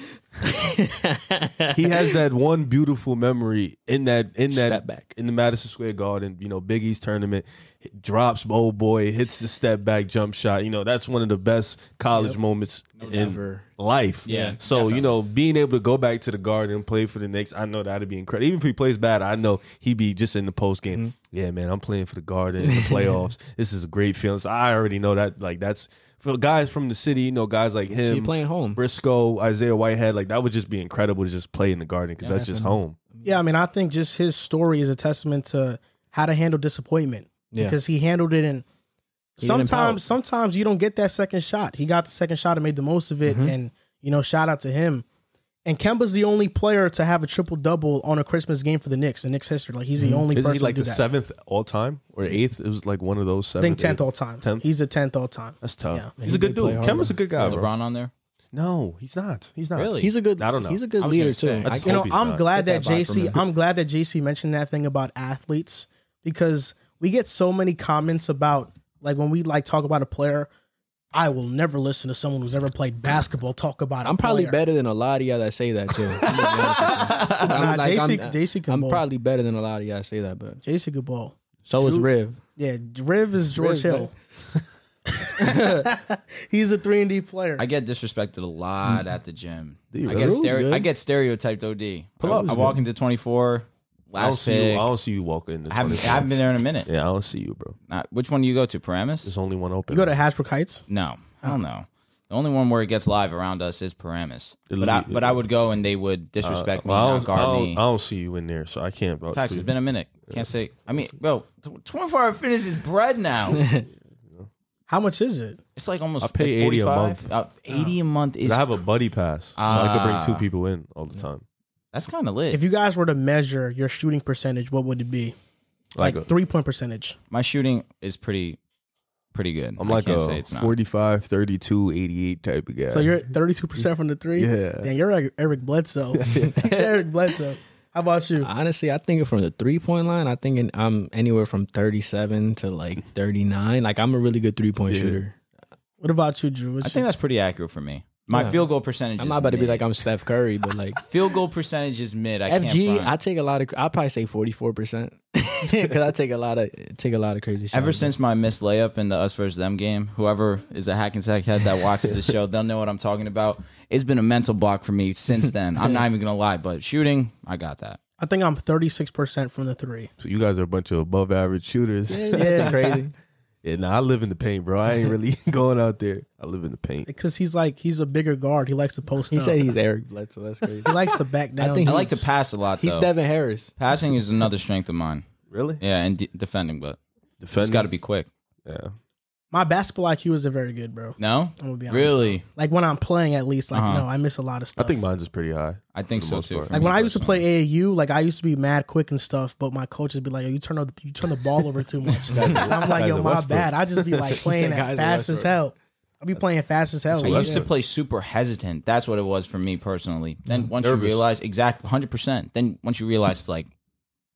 he has that one beautiful memory in that in that Step back. in the Madison Square Garden. You know, Biggie's tournament H- drops old boy, hits the step back jump shot. You know, that's one of the best college moments in ever. life. Yeah, So you know, being able to go back Mm-hmm. to the Garden and play for the Knicks, I know that'd be incredible. Even if he plays bad, I know he'd be just in the post game. yeah, man, I'm playing for the Garden, the playoffs. this is a great feeling. So I already know that. Like that's for guys from the city. You know, guys like So him, you're playing home. Briscoe, Isaiah Whitehead. Like that would just be incredible to just play in the Garden because that's just home. Yeah, I mean, I think just his story is a testament to how to handle disappointment Yeah. because he handled it and He didn't pout. sometimes sometimes you don't get that second shot. He got the second shot and made the most of it Mm-hmm. and you know, shout out to him. And Kemba's the only player to have a triple double on a Christmas game for the Knicks in Knicks history. Like he's the only Isn't person Mm-hmm. he like to the do that. seventh all time or eighth? It was like one of those I seven. think tenth all time. Tenth? He's a tenth all time. That's tough. Yeah. He's a good did play dude. hard, Kemba's a good guy, bro. LeBron on there. No, he's not. He's not. Really? He's a good. I don't know. He's a good I was gonna leader say, too. I I just can, you know, hope he's I'm not. glad that, Get that vibe from JC. him. I'm glad that JC mentioned that thing about athletes because we get so many comments about like when we like talk about a player. I will never listen to someone who's ever played basketball talk about. a I'm probably player. better than a lot of y'all that say that too. I'm gonna be honest with you. I'm Nah, like- JC I'm- JC can I'm ball. probably better than a lot of y'all that say that, but JC can ball. so is Shoot. Riv. Yeah, Riv is George Riv, Hill. He's a three and D player. I get disrespected a Mm. lot at the gym. Dude, I that get was stere- good. I get stereotyped. OD. Pull up. I walk into twenty four. I don't Last see you. pick. I I don't see you walking. Into haven't, I 24. haven't been there in a minute. Yeah, I don't see you, bro. Not- which one do you go to? Paramus? There's only one open. you go to Hasbrook Heights. No, hell no. The only one where it gets live around us is Paramus. It'll But I, be- but I would go and they would disrespect Uh, me, Well, I not don't, I, guard don't, me. I don't see you in there, so I can't. Bro. Facts, it's been a minute. Can't say. I mean, bro, tw- 24 hour fitness is bread now. How much is it? It's like almost I pay like 80 a 45. month. Uh, 80 a month is. Ah. I have a buddy pass, so I could bring two people in all the time. that's kind of lit. If you guys were to measure your shooting percentage, what would it be? Like, Like a- three point percentage. My shooting is pretty pretty good. I'm I like can't say a it's not. 45, 32, 88 type of guy. So you're at thirty two percent from the three. Yeah. Damn, you're like Eric Bledsoe. Eric Bledsoe. How about you? Honestly, I think from the three point line, I think in- I'm anywhere from 37 to like 39. Like I'm a really good three point shooter. What about you, Drew? What's I think your- that's pretty accurate for me. My field goal percentage I'm is not about to be mid. like I'm Steph Curry, but like Field goal percentage is mid. I FG, can't I front. take a lot of. I probably say 44 percent because I take a lot of take a lot of crazy shots. Ever since my missed layup in the us versus them game, whoever is a hack and sack head that watches the show, they'll know what I'm talking about. It's been a mental block for me since then. I'm not even gonna lie, but shooting, I got that. I think I'm thirty six percent from the three. so you guys are a bunch of above average shooters. Yeah, yeah, crazy. nah, I live in the paint, bro. I ain't really going out there. I live in the paint. Because he's like he's a bigger guard. He likes to post He up. Oh. said he's Eric Bledsoe. That's crazy. he likes to back down. think I he- like to pass a lot. He's though. Devin Harris. Passing is another strength of mine. Really? Yeah, and de- defending, but Defending? it's got to be quick. Yeah. My basketball IQ isn't very good, bro. No, I'm gonna be honest. really, Like when I'm playing, at least, like Uh-huh. no, I miss a lot of I stuff. think mine's is pretty high. I think For the so most too. part. for like me when I used to personally. play AAU, like I used to be mad quick and stuff, but my coaches be like, "Yo, you turn the you turn the ball over too much." And I'm like, Guys "Yo, at my Westbrook. bad." I just be like playing said guys at at fast as Westbrook. hell. I be playing fast as hell. I Well, used to that's play super hesitant. That's what it was for me personally. Then once Nervous. you realize exactly 100%, then once you realize it's like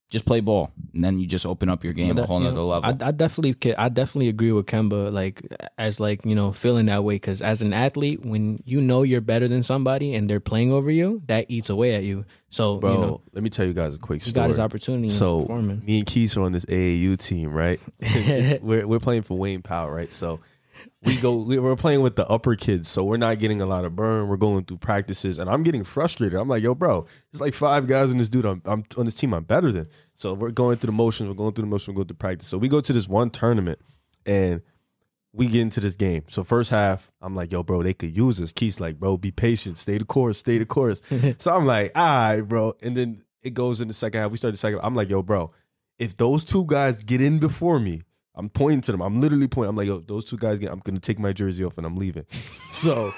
just play ball and then you just open up your game But a that- whole you nother know, level. I, I definitely, ca- I definitely agree with Kemba, like as like you know feeling that way because as an athlete, when you know you're better than somebody and they're playing over you, that eats away at you. So Bro, you know, let me tell you guys a quick he story. got his opportunity. So So performing. me and Keith are on this AAU team, right? It's- we're we're playing for Wayne Powell, right? So we go we- we're playing with the upper kids, so we're not getting a lot of burn. We're going through practices, and I'm getting frustrated. I'm like, yo, bro, it's like five guys on this dude. I'm, I'm on this team. I'm better than. So we're going through the motions. We're going through the motions. We're going through practice. So we go to this one tournament, and we get into this game. So first half, I'm like, yo, bro, they could use us. Keith's like, bro, be patient, stay the course, stay the course. so I'm like, all right, bro. And then it goes in the second half. We start the second half. I'm like, yo, bro, if those two guys get in before me, I'm pointing to them. I'm literally pointing. I'm like, yo, those two guys get, I'm gonna take my jersey off and I'm leaving. So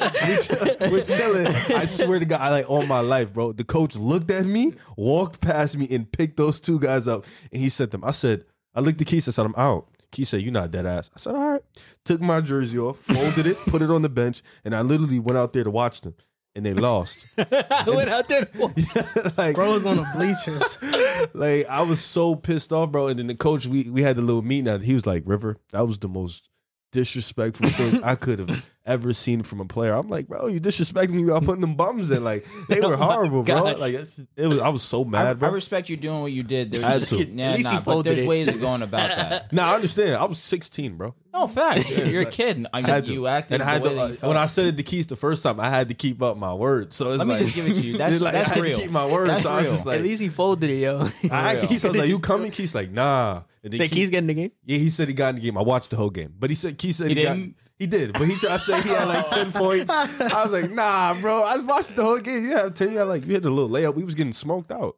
we're chilling. I swear to God, I like all my life, bro. The coach looked at me, walked past me, and picked those two guys up, and he sent them. I said, I looked at Keith. I said, I'm out. Keith said, You're not dead ass. I said, All right. Took my jersey off, folded it, put it on the bench, and I literally went out there to watch them, and they lost. I went out there. like, Bro was on the bleachers. like I was so pissed off, bro. And then the coach, we we had the little meeting. and He was like, "River, that was the most disrespectful thing I could have ever seen from a player. I'm like, bro, you disrespecting me by putting them bums in. Like they were horrible, bro. gosh. Like it's, it was. I was so Oh I, mad, I bro. respect you doing what you did. There's, Had to. Yeah, At least nah, he but folded there's it. ways of going about that. nah, I understand. I was 16, bro. No facts. You're, you're a kid. I I mean, had to. you acted and I had the way to, that you uh, felt. when I said it the keys the first time, I had to keep up my word. So it's Let me like, just give it to you. That's- it's like, that's I had real. To keep my word. That's so I was real. just like, At least he folded it, yo. I asked Keith, I was like, "You coming?" Keith's like, "Nah." And then Think he's getting the game? yeah, he said he got in the game. I watched the whole game, but he said Keith said He he, got- didn't? he did, but he tried to say he had like ten points. I was like, "Nah, bro." I was watching the whole game. You have ten. You had like you had a little layup. We was getting smoked out.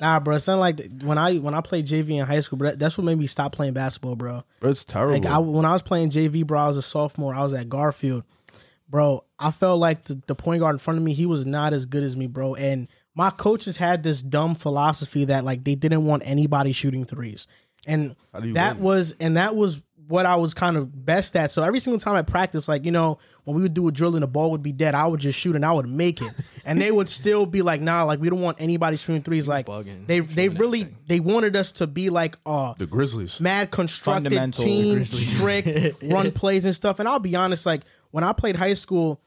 Nah, bro. It sounded like th- when I when I played JV in high school, bro, that- that's what made me stop playing basketball, bro. It's terrible. Like I, when I was playing JV, bro, I was a sophomore. I was at Garfield, bro. I felt like the, the point guard in front of me, he was not as good as me, bro. And my coaches had this dumb philosophy that like they didn't want anybody shooting threes, and do you that win? was and that was what I was kind of best at. So every single time I practiced, like you know, when we would do a drill and the ball would be dead, I would just shoot and I would make it, and they would still be like, nah, like we don't want anybody shooting threes. Like bugging. they they really they wanted us to be like, uh, the Grizzlies. mad constructed Fundamental. team, strict run plays and stuff. And I'll be honest, like when I played high school,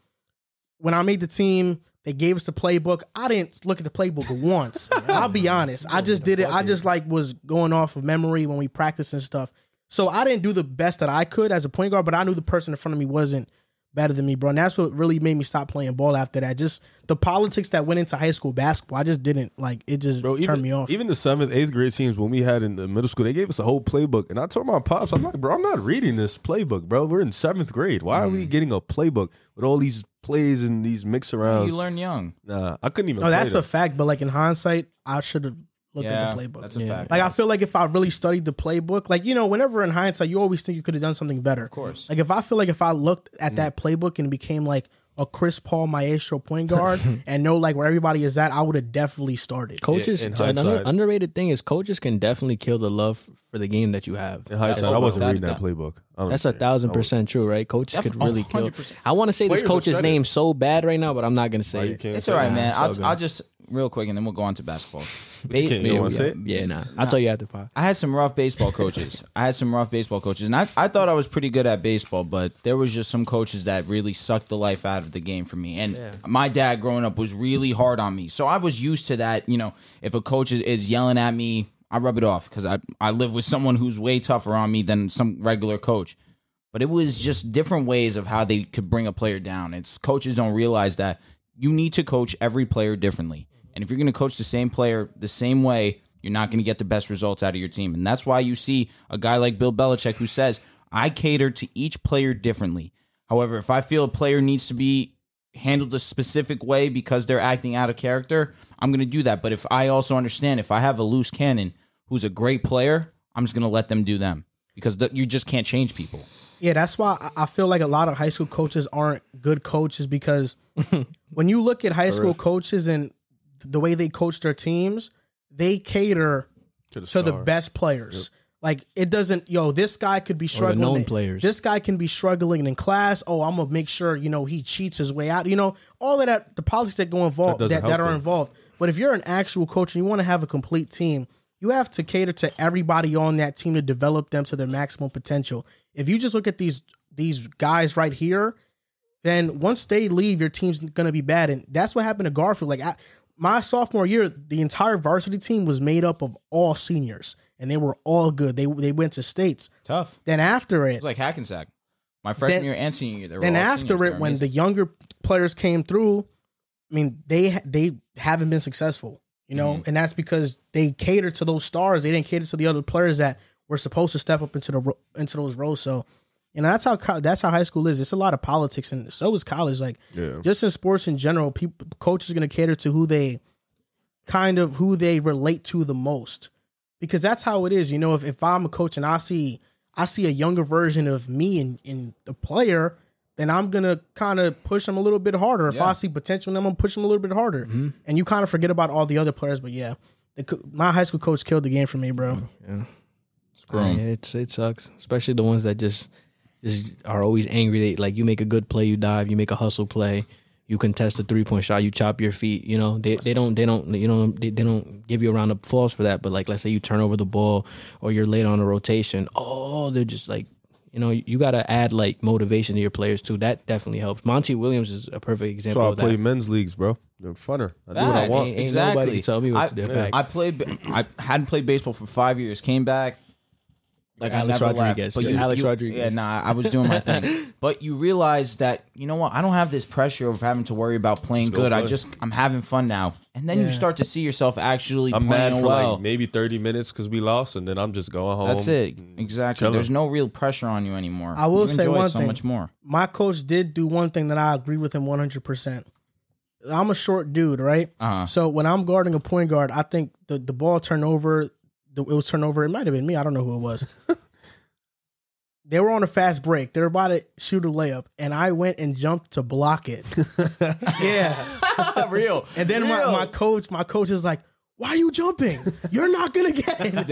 when I made the team, they gave us the playbook. I didn't look at the playbook once. I'll be honest. I just did it. I just like was going off of memory when we practiced and stuff. So I didn't do the best that I could as a point guard, but I knew the person in front of me wasn't better than me, bro. And that's what really made me stop playing ball after that. Just the politics that went into high school basketball. I just didn't like it just Bro, even, turned me off. Even the seventh, eighth grade teams when we had in the middle school, they gave us a whole playbook, and I told my pops, "I'm like, bro, I'm not reading this playbook, bro. We're in seventh grade. Why are Mm. we getting a playbook with all these plays and these mix you arounds? learn young. Nah, I couldn't even. No, play that's that. a fact. But like in hindsight, I should have looked Yeah, at the playbook. that's a fact. Like I feel like if I really studied the playbook, like you know, whenever in hindsight, you always think you could have done something better. Of course. Mm. Like if I feel like if I looked at that playbook and became like a Chris Paul maestro point guard and know like where everybody is at, I would have definitely started. Coaches, in an under, hindsight. underrated thing is coaches can definitely kill the love for the game that you have. In hindsight, Oh, I wasn't without reading a that doubt. playbook. I don't That's a care. thousand percent true, right? Coaches could Definitely. really kill. 100%. I want to say Players this have coach's said name it. so bad right now, but I'm not gonna Why say you it. can't It's say all right, that? man. it's all I'll, good. I'll just real quick, and then we'll go on to basketball. you can't- Ba- you Yeah, wanna yeah, say it? yeah, nah. I'll tell you after five. I had some rough baseball coaches. I had some rough baseball coaches, and I, I thought I was pretty good at baseball, but there was just some coaches that really sucked the life out of the game for me. And my dad growing up was really hard on me, so I was used to that. You know, if a coach is, is yelling at me, I rub it off because I I live with someone who's way tougher on me than some regular coach. But it was just different ways of how they could bring a player down. It's coaches don't realize that you need to coach every player differently. And if you're going to coach the same player the same way, you're not going to get the best results out of your team. And that's why you see a guy like Bill Belichick who says, I cater to each player differently. However, if I feel a player needs to be handled a specific way because they're acting out of character, I'm going to do that. But if I also understand, if I have a loose cannon who's a great player, I'm just going to let them do them because th- you just can't change people. Yeah, that's why I- I feel like a lot of high school coaches aren't good coaches because when you look at high school coaches and the way they coach their teams, they cater To the, to the star. best players. Like it doesn't, yo. This guy could be struggling. known players. This guy can be struggling in class. Oh, I'm gonna make sure you know he cheats his way out. You know all of that. The politics that go involved doesn't that, that help are them. involved. But if you're an actual coach and you want to have a complete team, you have to cater to everybody on that team to develop them to their maximum potential. If you just look at these these guys right here, then once they leave, your team's gonna be bad, and that's what happened to Garfield. Like I, my sophomore year, the entire varsity team was made up of all seniors, and they were all good. They they went to states. Tough. Then after it, It's like Hackensack. My freshman Then- year and senior year. They were then all after seniors. They were it, when amazing. the younger players came through, I mean they ha- they haven't been successful, you know, Mm-hmm. and that's because they catered to those stars. They didn't cater to the other players that were supposed to step up into the ro- into those roles. So, you know, that's how co- that's how high school is. It's a lot of politics, and so is college. Like Yeah. just in sports in general, people coaches are going to cater to who they kind of who they relate to the most because that's how it is. You know, if, if I'm a coach and I see I see a younger version of me in in the player, then I'm gonna kind of push them a little bit harder. If I see potential, then I'm gonna push them a little bit harder. And you kind of forget about all the other players. But yeah, the, co- my high school coach killed the game for me, bro. Screw 'em. Yeah, it's it sucks, especially the ones that just just are always angry. They like you make a good play, you dive, you make a hustle play, you contest a three point shot, you chop your feet. You know they, they don't they don't you know they, they don't give you a round of applause for that. But like let's say you turn over the ball or you're late on a rotation, oh they're just like. You know, you got to add like motivation to your players too. That definitely helps. Monty Williams is a perfect So example I of play that. men's leagues, bro. They're funner. I do what I Facts. want. Ain't- ain't exactly. nobody tell me what I, to do. yeah. I Facts. played. I hadn't played baseball for five years. Came back. Like I Alex never Rodriguez. left. But Yeah. you, Alex you- Rodriguez. Yeah, nah. I was doing my thing. but you realize that you know what? I don't have this pressure of having to worry about playing go good. I play. just I'm having fun now. And then you Yeah. start to see yourself actually I'm mad playing for well. like maybe 30 minutes because we lost, and then I'm just going home. That's it. Exactly. Mm, chilling. There's no real pressure on you anymore. I will You say enjoy it one so thing. much more. My coach did do one thing that I agree with him 100%. I'm a short dude, right? Uh-huh. So when I'm guarding a point guard, I think the, the ball turnover, the, it was turnover. It might have been me. I don't know who it was. they were on a fast break. They were about to shoot a layup, and I went and jumped to block it. yeah. real. And then my, my coach, my coach is like, why are you jumping? You're not gonna get it. And I-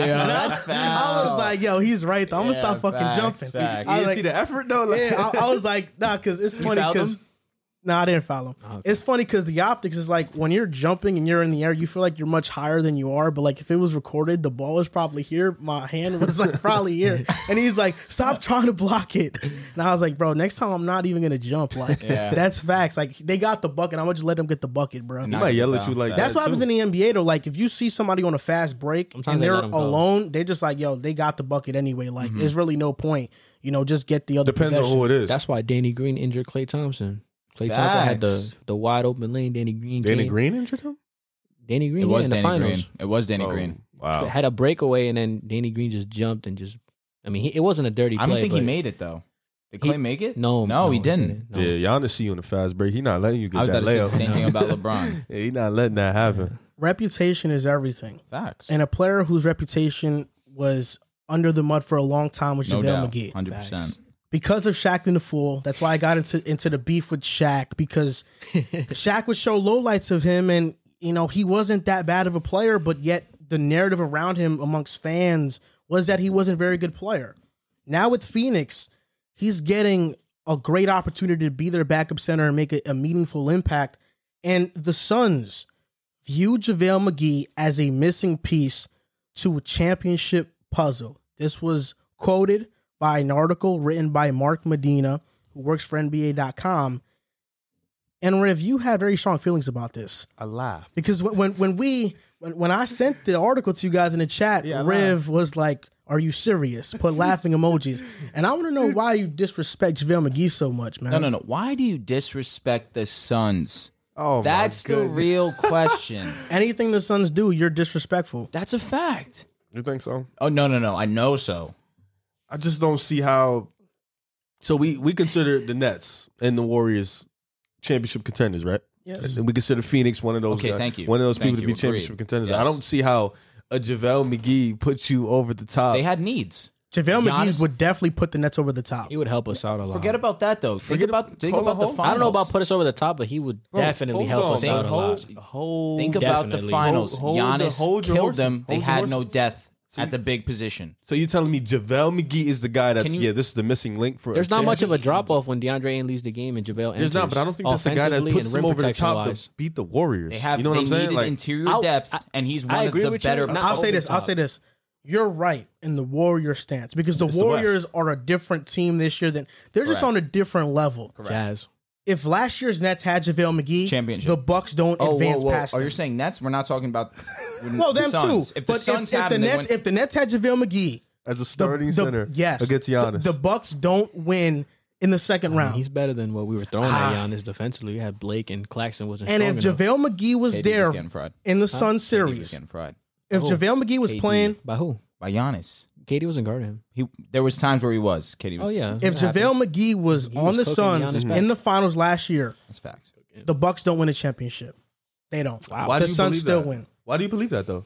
that's I was foul. like, yo, he's right. though. I'm gonna Yeah, stop fucking facts, jumping. facts. I was like, the effort though. Like, yeah, I, I was like, nah, because it's funny fouled because him? Oh, nah, I didn't foul him. It's funny because the optics is like when you're jumping and you're in the air, you feel like you're much higher than you are. But like if it was recorded, the ball was probably here. My hand was like probably here, and he's like, "Stop trying to block it." And I was like, "Bro, next time I'm not even gonna jump." Like Yeah. that's facts. Like they got the bucket. I'm gonna just let them get the bucket, bro. I might yell at you like That's that what happens too. in the NBA though. Like if you see somebody on a fast break Sometimes and they they're let 'em go. Mm-hmm. alone, they're just like, "Yo, they got the bucket anyway." Like there's really no point. You know, just get the other. Depends on possession. who it is. That's why Danny Green injured Clay Thompson. Clay Thompson had the Facts. the wide open lane. Danny Green. Danny came- Green injured him. Danny Green. It was yeah, Danny in the finals. Green. It was Danny Oh, Green. Wow. Had a breakaway and then Danny Green just jumped and just. I mean, he, it wasn't a dirty. I don't play, think he but- made it though. Did He- Clay make it? No, no, he didn't. No. Yeah, Giannis see you in the fast break. He not letting you get I was that about to layup. say the same thing about LeBron. yeah, he not letting that happen. reputation is everything. Facts. And a player whose reputation was under the mud for a long time was no JaVale doubt. McGee. Hundred percent. Because of Shaq and the Fool, that's why I got into into the beef with Shaq because Shaq would show lowlights of him and you know, he wasn't that bad of a player, but yet the narrative around him amongst fans was that he wasn't a very good player. Now with Phoenix, he's getting a great opportunity to be their backup center and make a, a meaningful impact. And the Suns view JaVale McGee as a missing piece to a championship puzzle. This was quoted by an article written by Mark Medina, who works for NBA.com. And Riv, you had very strong feelings about this I laugh. because when when, when we when, when I sent the article to you guys in the chat, Yeah, I Riv was like, "Are you serious?" Put laughing emojis, and I want to know why you disrespect JaVale McGee so much, man. No, no, no. Why do you disrespect the Suns? Oh, my That's the goodness. real question. Anything the Suns do, you're disrespectful. That's a fact. You think so? Oh no, no, no. I know so. I just don't see how. So we we consider the Nets and the Warriors championship contenders, right? Yes. And we consider Phoenix one of those. Okay, guys- thank you. One of those Thank people to you. be Agreed. championship contenders. Yes. I don't see how a JaVale McGee puts you over the top. They had needs. JaVale Giannis- McGee would definitely put the Nets over the top. He would help us out a lot. Forget about that though. Think Forget about think hold on, about the hold finals. on. I don't know about put us over the top, but he would definitely Hold help on, us bro. out a lot. Hold- hold- Think about the Definitely. finals. Hold- hold the- Giannis hold your killed horses. them. They Hold your had no horses. death See? at the big position. So you're telling me JaVale McGee is the guy that's Can you- yeah, this is the missing link for There's a not much chance? of a drop off when DeAndre Ayton leaves the game and JaVale enters. There's not, but I don't think that's the guy that Offensively puts and them rim over the top protection-wise. to beat the Warriors. They have you know what they I'm saying? needed Like, interior I'll- depth, I- and he's I one of agree the with you. better. Not I'll say over this. the I'll top. say this. You're right in the Warrior stance because the It's the West. Warriors are a different team this year than they're just Correct. on a different level. Jazz. If last year's Nets had JaVale McGee, Championship. the Bucks don't Oh, whoa, advance whoa. past Are you them. saying Nets? We're not talking about Well, the them Suns. too. If the but Suns if, if had the him, they Nets, win- if the Nets had JaVale McGee, as a the, starting the- center yes, against the- Giannis. the, Bucks don't win in the second round. He's better than what we were throwing Ah. at Giannis defensively. We had Blake and Claxton wasn't and if strong enough. JaVale McGee was KD there was getting fried. in the Sun He was series, getting fried if JaVale McGee was KD. playing, By who? by Giannis. Katie wasn't guarding him. He there was times where he was. KD was. Oh yeah. if it happened. JaVale McGee was He on was the cooking Suns Giannis back. in the finals last year, That's fact. the Bucks don't win a championship. They don't. Wow. Why the do you Suns believe still that? win Why do you believe that though?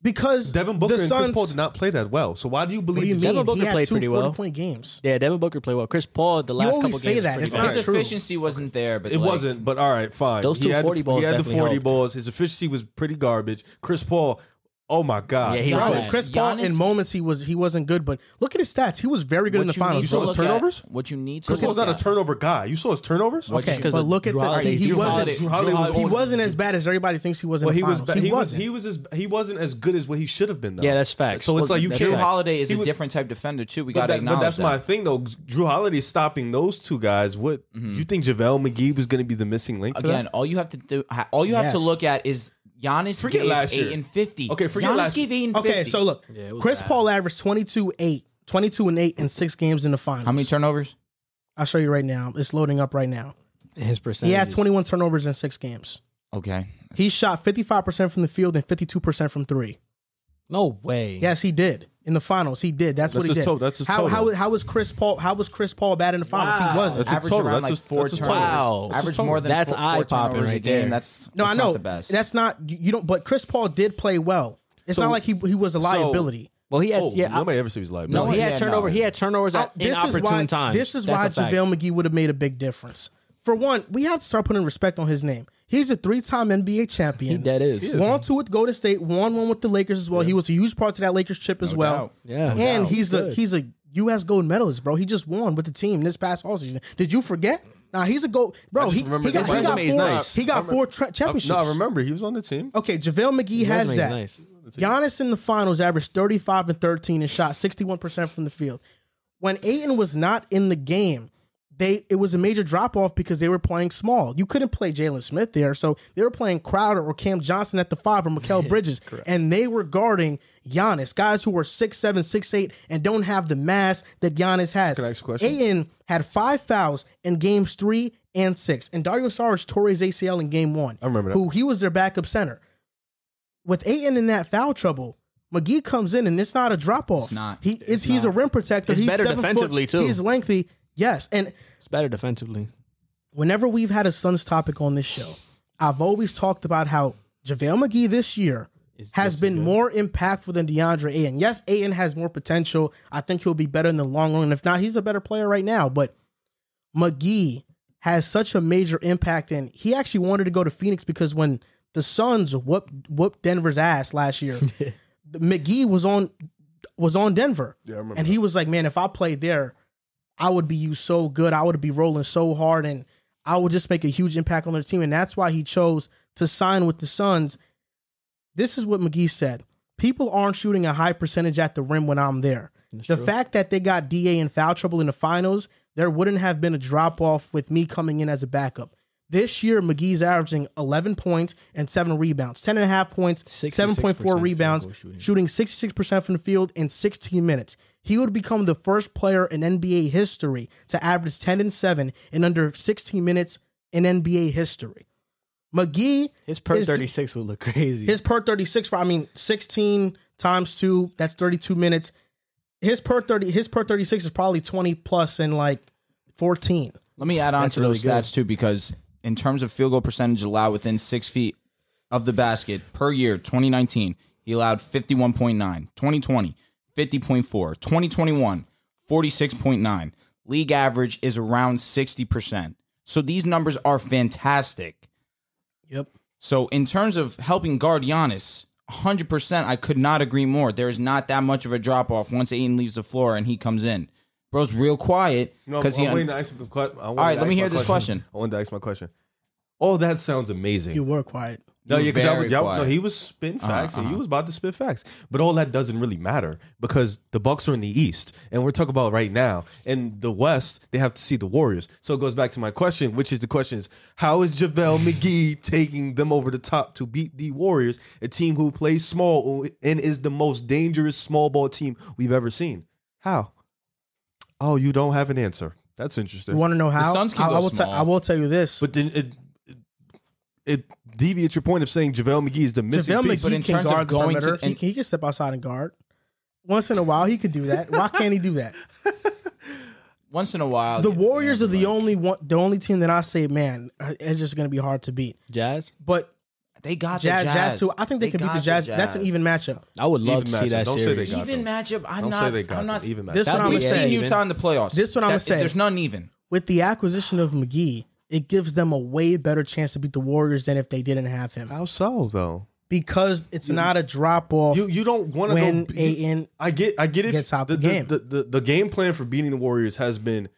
because Devin Booker the and Suns, Chris Paul did not play that well. So why do you What do believe you mean? Devin Booker he had played two pretty well. 40-point games. Yeah, Devin Booker played well. Chris Paul the last always couple say games. that. was It's pretty not bad. His true. efficiency wasn't there, but It like, wasn't, but all right, fine. Those two had the- 40 balls He had the definitely 40 helped. balls. His efficiency was pretty garbage. Chris Paul Oh my god. Yeah, he Bro, was. Chris Paul Giannis- in moments he was he wasn't good, but look at his stats. He was very good in the What you finals. need saw to his look at- turnovers? What you need to Chris Paul's look not a at- turnover guy. You saw his turnovers? What Okay, you- Because but of look at the Drew Holiday. like, he Drew wasn't Holiday- Drew Holiday Drew was he on- wasn't as bad as everybody thinks he was in But the he was finals. ba- he was wasn't. he was as he wasn't as good as what he should have been though. Yeah, that's facts. So it's Well, like you that's can't Drew Correct. Holiday is He a was- different type defender too. We But, got to that- but acknowledge that's that. my thing though. Drew Holiday stopping those two guys. What Mm-hmm. you think JaVale McGee was going to be the missing link? for that? Again, all you have to do, ha- all you have to Yes. look at is Giannis Forget gave last year. eight and fifty. Okay, forget Giannis last- gave eight and Okay, fifty. so look, it was Chris bad. Paul averaged 22 8, 22 and 8 in six games in the finals. how many turnovers? I'll show you right now. It's loading up right now. His percentage. He had 21 turnovers in six games. Okay, He shot 55% from the field and 52% from three. No way. Yes, he did. In the finals, he did. That's, what That's he his did. to- that's his how, total. how, how was Chris Paul how was Chris Paul bad in the finals? Wow. He wasn't. That's his average total. around That's like his- four that's his turnovers. total. Wow. That's average his more than total. That's four, four eye-popping turnovers a right game. there. That's No, that's I know. not the best. That's not you you don't but Chris Paul did play well. It's So- not like he he was a liability. Well, he had. Oh, yeah. I- nobody ever sees live. no, No, he had yeah, turnover. no. He had turnovers at Oh, this is inopportune why, times. This is That's a why fact. JaVale McGee would have made a big difference. For one, we have to start putting respect on his name. He's a three-time NBA champion. He dead is. He is. Won two with Golden State, won one with the Lakers as well. He was a huge part to that Lakers chip as well. doubt. Yeah. No and doubt. he's a he's a U.S. gold medalist, bro. He just won with the team this past all season. Did you forget? Nah, he's a gold bro. He, he got, remember he got this four. resume is nice. He got four tra- championships. No, I remember he was on the team. Oh, Okay, JaVale McGee has resume is that. nice. Giannis in the finals averaged 35 and 13 and shot 61% from the field. When Ayton was not in the game, they it was a major drop off because they were playing small. You couldn't play Jalen Smith there, so they were playing Crowder or Cam Johnson at the five or Mikel Bridges, and they were guarding Giannis, guys who are six seven, six eight, and don't have the mass that Giannis has. Can I ask a question? Ayton had five fouls in games three and six, and Dario Saric tore his ACL in game one. I remember that. Who he was their backup center with Aiton in that foul trouble, McGee comes in and it's not a drop off. It's not. He, it's, he's a rim protector. It's he's better seven foot. defensively, too. He's lengthy. Yes, and It's better defensively. whenever we've had a Suns topic on this show, I've always talked about how JaVale McGee this year has been more impactful than DeAndre Ayton. Yes, Ayton has more potential. I think he'll be better in the long run. If not, he's a better player right now. But McGee has such a major impact, and he actually wanted to go to Phoenix because when the Suns whooped whooped Denver's ass last year, McGee was on was on Denver, Yeah, I remember. and he was like, "Man, if I played there, I would be you so good. I would be rolling so hard, and I would just make a huge impact on their team." And that's why he chose to sign with the Suns. This is what McGee said: "People aren't shooting a high percentage at the rim when I'm there. the fact that they got Da in foul trouble in the finals, there wouldn't have been a drop off with me coming in as a backup." This year, McGee's averaging 11 points and seven rebounds, 10 and a half points, 7.4 66% rebounds, field goal shooting shooting. 66% from the field in 16 minutes. He would become the first player in NBA history to average 10 and 7 in under 16 minutes in NBA history. McGee His per is- 36 would look crazy. his per 36 for I mean 16 times 2, that's 32 minutes. His per 30 his per 36 is probably 20 plus and like 14. Let me add on to those really good. stats too, because in terms of field goal percentage allowed within six feet of the basket per year, 2019, he allowed 51.9, 2020, 50.4, 2021, 46.9. League average is around 60%. So these numbers are fantastic. Yep. So in terms of helping guard Giannis, 100%, I could not agree more. There is not that much of a drop off once Aiden leaves the floor and he comes in. Bro's real quiet No, because I'm, he I'm waiting to ask him a que- I wanted right, to let me ask hear my this question. I wanted to ask my question. Oh, that sounds amazing. You were quiet. no, were yeah, because I was, very y'all- no, quiet. he was spitting facts, and you was about to spit facts. But all that doesn't really matter because the Bucks are in the East, and we're talking about right now. In the West, they have to see the Warriors. So it goes back to my question, which is the question is how is JaVale McGee taking them over the top to beat the Warriors, a team who plays small and is the most dangerous small ball team we've ever seen? How? Oh, you don't have an answer. That's interesting. You want to know how? Suns can I, go I will tell- small. I will tell you this. But then it, it it deviates your point of saying JaVale McGee is the missing JaVale piece. But McGee in can terms of guard the going to- perimeter. he, and- can, he can step outside and guard. Once in a while, he could do that. Why can't he do that? once in a while. The Oh, yeah, Warriors are the like- only one, the only team that I say, man, uh, it's just going to be hard to beat. Jazz. But They got Jazz, the Jazz, Jazz. too. I think they, can beat got the jazz. That's an even matchup. I would love to Even see matchup. that Don't say series. they got Even matchup. I'm Don't not. say they got I'm not. them. Even This matchup. what That'd I'm be gonna We've insane. say. seen even. Utah in the playoffs. This what I'ma That- say. There's none even. With the acquisition of McGee, it gives them a way better chance to beat the Warriors than if they didn't have him. How so though? because it's not a drop off. You you don't want to When go. you- AN I get I get it. gets out the, the game. The, the, the game plan for beating the Warriors has been,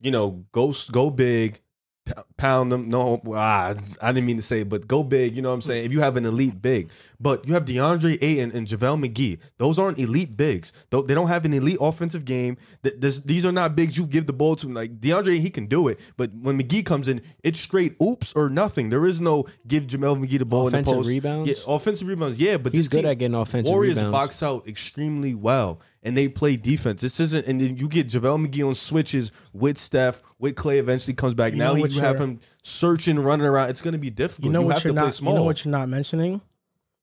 you know, go s- go big, p- pound them. No, ah, I didn't mean to say, but go big. You know what I'm saying? If you have an elite big, but you have DeAndre Ayton and JaVale McGee. Those aren't elite bigs. Tho- They don't have an elite offensive game. Th- this- These are not bigs you give the ball to. Like DeAndre, he can do it, but when McGee comes in, it's straight oops or nothing. There is no give JaVale McGee the ball Offensive in the post. rebounds? Yeah, offensive rebounds. Yeah, but He's this good team- at getting offensive Warriors rebounds. box out extremely well, and they play defense. This isn't, and then you get JaVale McGee on switches with Steph, with Clay. Eventually comes back. You know now what you have you're- him searching, running around. It's going to be difficult. You know what have you're to play not. small. You know what you're not mentioning.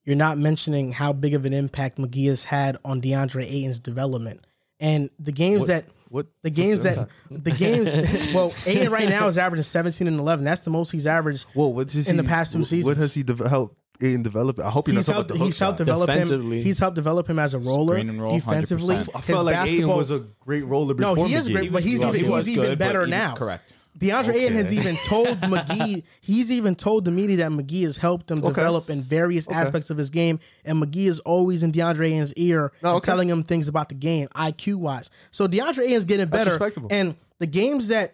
You're not mentioning how big of an impact McGee has had on DeAndre Ayton's development and the games What- that. what- the what's games the that the games well Aiden right now is averaging 17 and 11 that's the most he's averaged Whoa, what is in he- the past two what- seasons. What has he deve- helped in developing? I hope you're not he's talking helped about the hook he's shot. helped develop him Defensively. he's helped develop him as a roller Screen and roll, defensively 100%. I His felt like Aiden basketball- was a great roller No, before he is McGee. great, but he's He even was- he was he's even good, but better he- now. correct. DeAndre Ayton has even told McGee he's even told the media that McGee has helped him develop in various aspects of his game, and McGee is always in DeAndre Ayton's ear Oh, No, and okay. telling him things about the game, IQ wise. So DeAndre Ayton's getting better, respectable. and the games that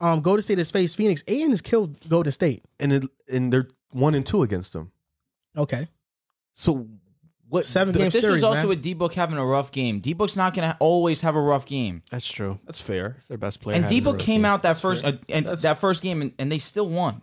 um Golden State has faced Phoenix, Ayton has killed Golden State. and it, and they're one and two against him. Okay, So what? Seven th- games. This series, is also man. with D Book having a rough game. D Book's not going to always have a rough game. That's true. That's fair. That's their best player. And D Book came out that first uh, and That's- that first game, and, and they still won.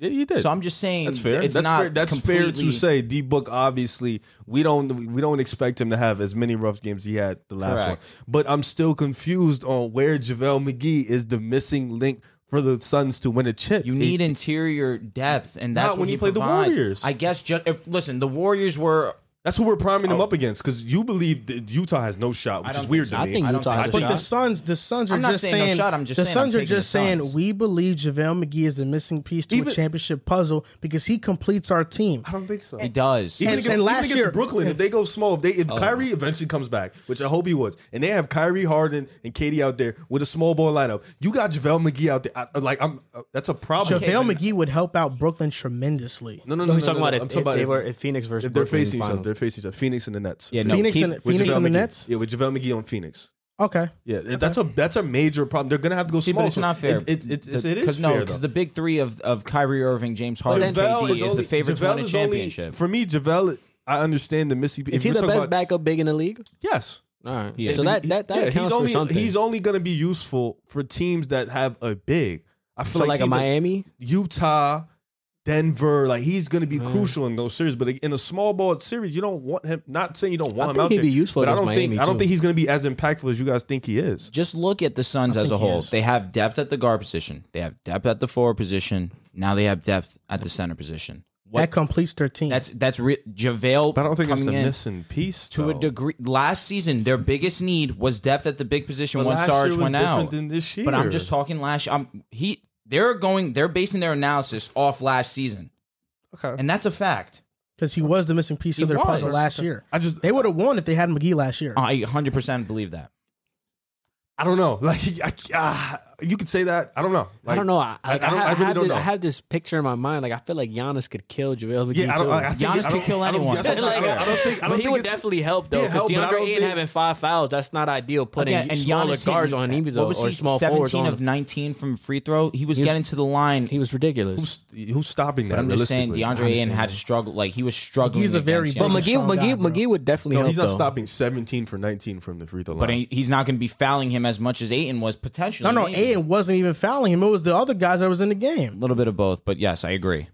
Yeah, you did. So I'm just saying That's fair. It's that's not fair. That's fair to completely- say. D Book obviously we don't we don't expect him to have as many rough games he had the last Correct. one. But I'm still confused on where JaVale McGee is the missing link for the Suns to win a chip. You Is- need interior depth, and that's Not what when he you play the provides. Warriors. I guess. Just if listen, the Warriors were. that's who we're priming him up against because you believe that Utah has no shot, which don't is weird think to so. I me. think Oh. I don't Utah think has so. a But the shot. Suns, the Suns are I'm not just saying no saying, shot, I'm just the saying I'm Suns are taking just the saying Suns. we believe JaVale McGee is the missing piece to a Even- championship puzzle because he completes our team. I don't think so. He does. Even And- against, and last even against year- Brooklyn, if they go small, if they Oh. if Kyrie eventually comes back, which I hope he was, and they have Kyrie Harden and Katie out there with a small ball lineup, you got JaVale McGee out there. I, like I'm, uh, that's a problem. JaVale McGee would help out Brooklyn tremendously. No, no, No, no. he's no, talking no, about no. if- I'm talking if about they if, were- if Phoenix versus if they're Brooklyn in facing each other. finals. They're facing each other. Phoenix and the Nets. Yeah, With no, Phoenix keep- and Phoenix JaVale and the McGee. Nets. Yeah, with JaVale McGee on Phoenix. Okay, Yeah, that's a that's a major problem. They're gonna have to go See, small. but it's so not fair. It, it, it, it's- The- it is no, fair, though. the big three of, of Kyrie Irving, James Harden, and JaVale KD is, only- the favorite to JaVale win a is only- championship. for me, JaVale, I understand the missing. Is he the best backup big in the league? Yes. All right. Yeah. So that that that Yeah, counts he's only for something. he's only gonna be useful for teams that have a big. I feel so like a teams that- Miami. Utah, Denver, like he's going to be Mm-hmm. crucial in those series. But in a small ball series, you don't want him. Not saying you don't want I him think out he'd there, be useful but I don't against think Miami, I don't too. think he's going to be as impactful as you guys think he is. Just look at the Suns as a think he whole. is. They have depth at the guard position. They have depth at the forward position. Now they have depth at the center position. What that completes their team. that's that's re- Javale But I don't think it's coming the in missing piece to a though. degree. Last season, their biggest need was depth at the big position But once last Sarge year was went different out. than this year. But I'm just talking last. I'm he. They're going. They're basing their analysis off last season, Okay. and that's a fact. because he was the missing piece He of their puzzle was. Oh, last year. I just They would have won if they had McGee last year. I 100 percent believe that. I don't know. Like I, ah, you could say that. I don't know. Like, I don't know. I, I- like, I I, don't- ha- I really have don't this, know. I have this picture in my mind. Like I feel like Giannis could kill JaVale McGee Yeah, I don't. too. I, I think Giannis it- I could don't- kill I don't- anyone. that's what I'm That's saying. I like- don't, I don't think. I but don't he think would it's- definitely help though. Yeah, help, Because but I DeAndre don't Ayton think- having five fouls, that's not ideal. Putting Again, and smaller Giannis guards hitting- on him what either, was or he, small 17 forwards on of him. 19 from free throw. He was, He was- getting to the line. He was ridiculous. Who's, who's stopping that? but I'm just saying, realistically? DeAndre Ayton had to struggle. Like he was struggling. He's a very against big- But him. McGee, strong guy, McGee, bro. McGee would definitely No, help he's not though. stopping 17 for 19 from the free throw line. But he- he's not going to be fouling him as much as Ayton was no, potentially. no, maybe. Aiden wasn't even fouling him. It was the other guys that was in the A game. little bit of both, but yes, I agree.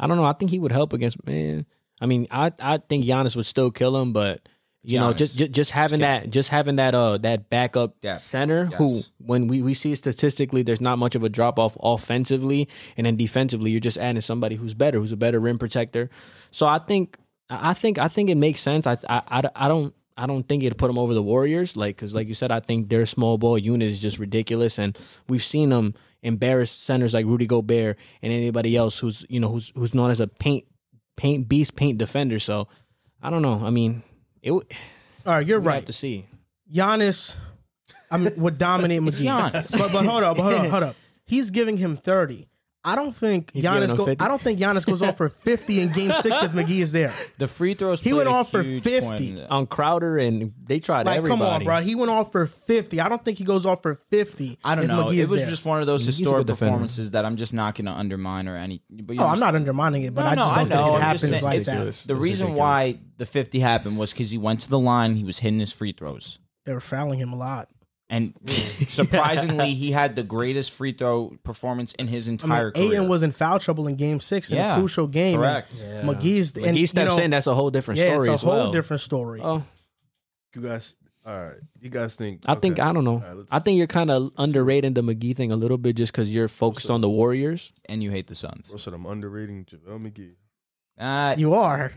I don't know. I think he would help against man. I mean, I I think Giannis would still kill him, but you know, Giannis. just just, just having that just having that uh that backup Depth. center who Yes. when we we see statistically there's not much of a drop off offensively and then defensively you're just adding somebody who's better, who's a better rim protector. So I think I I think I think it makes sense. I I I, I don't I don't think it'd put them over the Warriors, like because like you said, I think their small ball unit is just ridiculous, and we've seen them embarrass centers like Rudy Gobert and anybody else who's you know who's who's known as a paint paint beast, paint defender. So I don't know. I mean, it w- All right, you're we have right. to see. Giannis, I mean, would dominate McGee. Giannis. But but hold up, hold up, hold up. He's giving him thirty. I don't think giving Giannis. him Go, 50? I don't think Giannis goes off for fifty in Game Six if McGee is there. The free throws. He went played a on for huge point 50. in that. on Crowder and they tried Like, everybody. come on, bro. He went off for fifty. I don't think he goes off for fifty. I don't if know. McGee It is was there. just one of those He's a good historic defender. performances that I'm just not going to undermine or any. But Oh, I'm not undermining it, but No, I just no, I don't think know. it I'm just happens saying like it's that. The reason why the 50 happened was because he went to the line. He was hitting his free throws. They were fouling him a lot. And surprisingly, he had the greatest free throw performance in his I mean, entire career. Aiton was in foul trouble in Game Six in a Yeah. crucial game. and Correct. McGee's McGee and, you steps know, in. That's a whole different yeah, story. it's a as whole well. different story. Oh, You guys, all right. You guys think? I think okay. I don't know. All right, let's- I think you're kind of underrating the McGee thing a little bit just because you're focused on the Warriors. and you hate the Suns. Bro said I'm underrating JaVale McGee. Uh, You are.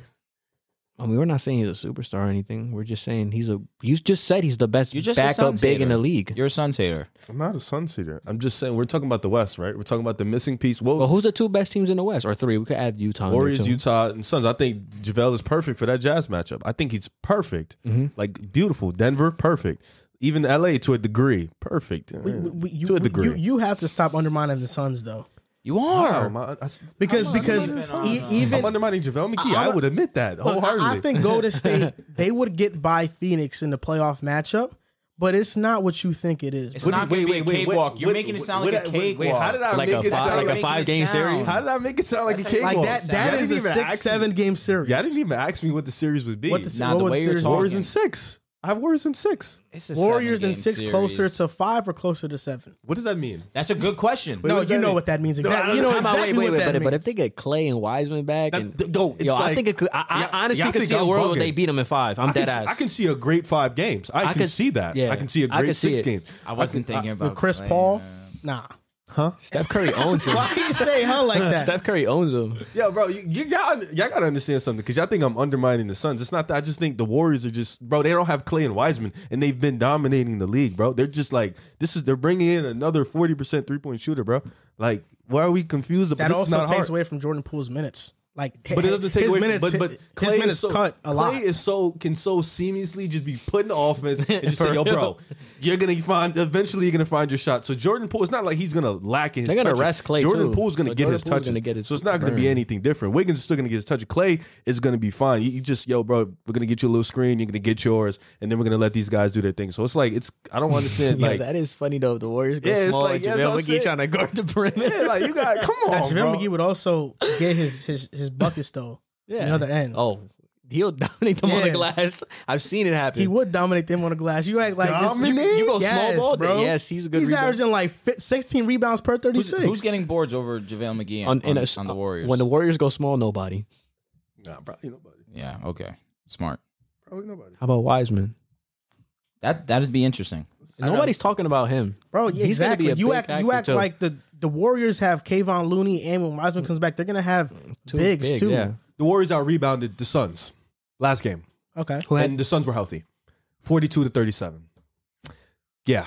I mean, we're not saying he's a superstar or anything. We're just saying he's a. You just said he's the best You're just a backup Suns big hater. in the league. you're a Suns hater. I'm not a Suns hater. I'm just saying we're talking about the West, right? We're talking about the missing piece. Well, But who's the two best teams in the West or three? We could add Utah. in there, Warriors, too. Utah, and Suns. I think JaVale is perfect for that Jazz matchup. I think he's perfect. Mm-hmm. Like, beautiful. Denver, perfect. Even LA to a degree, perfect. We- we- we- you- to a we- degree. you- you have to stop undermining the Suns though. You are. Am I- I- because I'm because undermining- e- I'm even undermining JaVale McGee. I, I'm- would admit that look, wholeheartedly. I, I think Golden State they would get by Phoenix in the playoff matchup, but it's not what you think it is. It's bro. What- not wait, going to be wait, a wait, cakewalk. what- You're what- making it sound what- like a wait, wait, cakewalk. how did I make Like a it fi- sound like a like five-game series? How did I make it sound like a That's like- cakewalk? like that. Y'all That didn't is a even six ask seven me- game series. Y'all didn't even ask me what the series would be. What the- Nah, the what way the you're series talking- Warriors in six. I have Warriors in six. It's a Warriors in seven-game six closer series. to five or closer to seven. What does that mean? That's a good question. no, does you that know mean? what that means No, exactly. I- you know time Time out, exactly wait, wait, what wait, that but, means. but if they get Clay and Wiseman back, That- and th- no, it's yo, I like- think it could, I, I y'all- honestly y'all could think see a I'm world where they bugging. beat him in five. I'm I dead can, ass. I can see a great five games. I, I can could- see that. yeah. I can see a I great could see six it. game. I wasn't thinking about uh, With Chris Clay, Paul, man. nah. Steph Curry owns him. Oh, Why you say huh like that? Steph Curry owns him. Yo, bro, you, you got y'all gotta understand something because y'all think I'm undermining the Suns. It's not that. I just think the Warriors are just, bro. They don't have Clay and Wiseman, and they've been dominating the league, bro. They're just like this is. They're bringing in another forty percent three point shooter, bro. Like, why are we confused about That this? is also not takes hard. away from Jordan Poole's minutes. Like, But it doesn't take his away. minutes. but but his Clay minutes is so, cut a lot. Clay is so can so seamlessly just be put in the offense and just say, "Yo, bro, you're gonna find eventually you're gonna find your shot." So Jordan Poole, it's not like he's gonna lack in. His They're gonna touches. rest Clay, Jordan too. Poole's gonna But get Jordan his Poole's touches. gonna get his Mm. so it's not gonna be burn. anything different. Wiggins is still gonna get his touch. Clay is gonna be fine. You, you just yo, bro, we're gonna get you a little screen. You're gonna get yours, and then we're gonna let these guys do their thing. So it's like it's I don't understand Yo, like. that is funny though. The Warriors go Yeah, it's small. like, yeah, that's JaVale what I'm McGee saying. trying to guard the perimeter. Yeah, like you got come Now, on, JaVale bro. McGee would also get his his his buckets though. Yeah. Another end. Oh, he'll dominate them on the Yeah. glass. I've seen it happen. He would dominate them on the glass. You act like this- Dominate? You, You go small yes, ball, bro. yes, he's a good He's rebound. averaging like fi- 16 rebounds per 36. Who's, who's getting boards over JaVale McGee on, on, in on- a, uh, on the Warriors? When the Warriors go small, nobody. Nah, probably nobody. yeah, okay. Smart. Probably nobody. How about Wiseman? That that'd be interesting. Nobody's talking about him. Bro, yeah, He's gonna be exactly. You a big act you factor, act too. like the the Warriors have Kayvon Looney and when Wiseman comes back, they're gonna have Too bigs big, too. Yeah. The Warriors out rebounded the Suns last game. Okay. Who had- and the Suns were healthy, forty-two to thirty-seven. Yeah,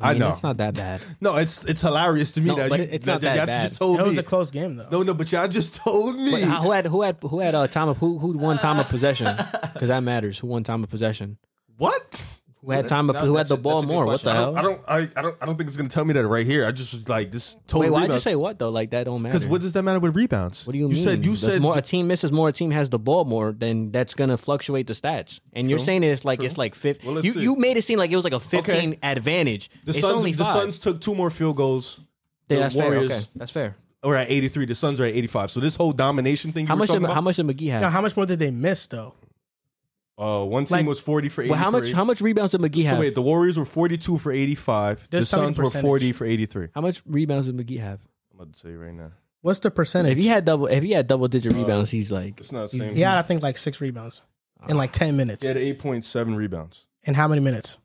I, I mean, know. It's not that bad. no, it's it's hilarious to me No, that but you, it's that, not that y'all bad. just told That me. was a close game though. no, no, but y'all just told me. But how- who had who had who had uh, time of who who won time of possession? Because that matters. Who won time of possession? what? Who had time of, who had that's the a- ball that's a good more? What question. I the hell? I don't, I, I don't, I don't think it's gonna tell me that right here. I just was like this Wait, total. why'd you say what though? Like that don't matter. Because what does that matter with rebounds? What do you, mean? said you The said more a j- team misses more, a team has the ball more, then that's gonna fluctuate the stats. And you're saying it's like it's like fifty. Well, let's you, see. you made it seem like it was like a fifteen advantage. the it's Suns. only The five. Suns took two more field goals. Yeah, the that's Warriors fair. Okay, that's fair. were at eighty-three. The Suns are at eighty-five. So this whole domination thing. You How were much? talking Did, how about, much did McGee have? Now, how much more did they miss though? Uh, one team like- was forty for. 83. well, how much? How much rebounds did McGee have? So wait, the Warriors were forty-two for eighty-five. The There's something Suns were percentage. forty for eighty-three. how much rebounds did McGee have? I'm about to tell you right now. What's the percentage? If he had double, if he had double digit Uh, rebounds, he's like It's not the same. he had I think like six rebounds in like ten minutes. He had 8.7 rebounds. in how many minutes?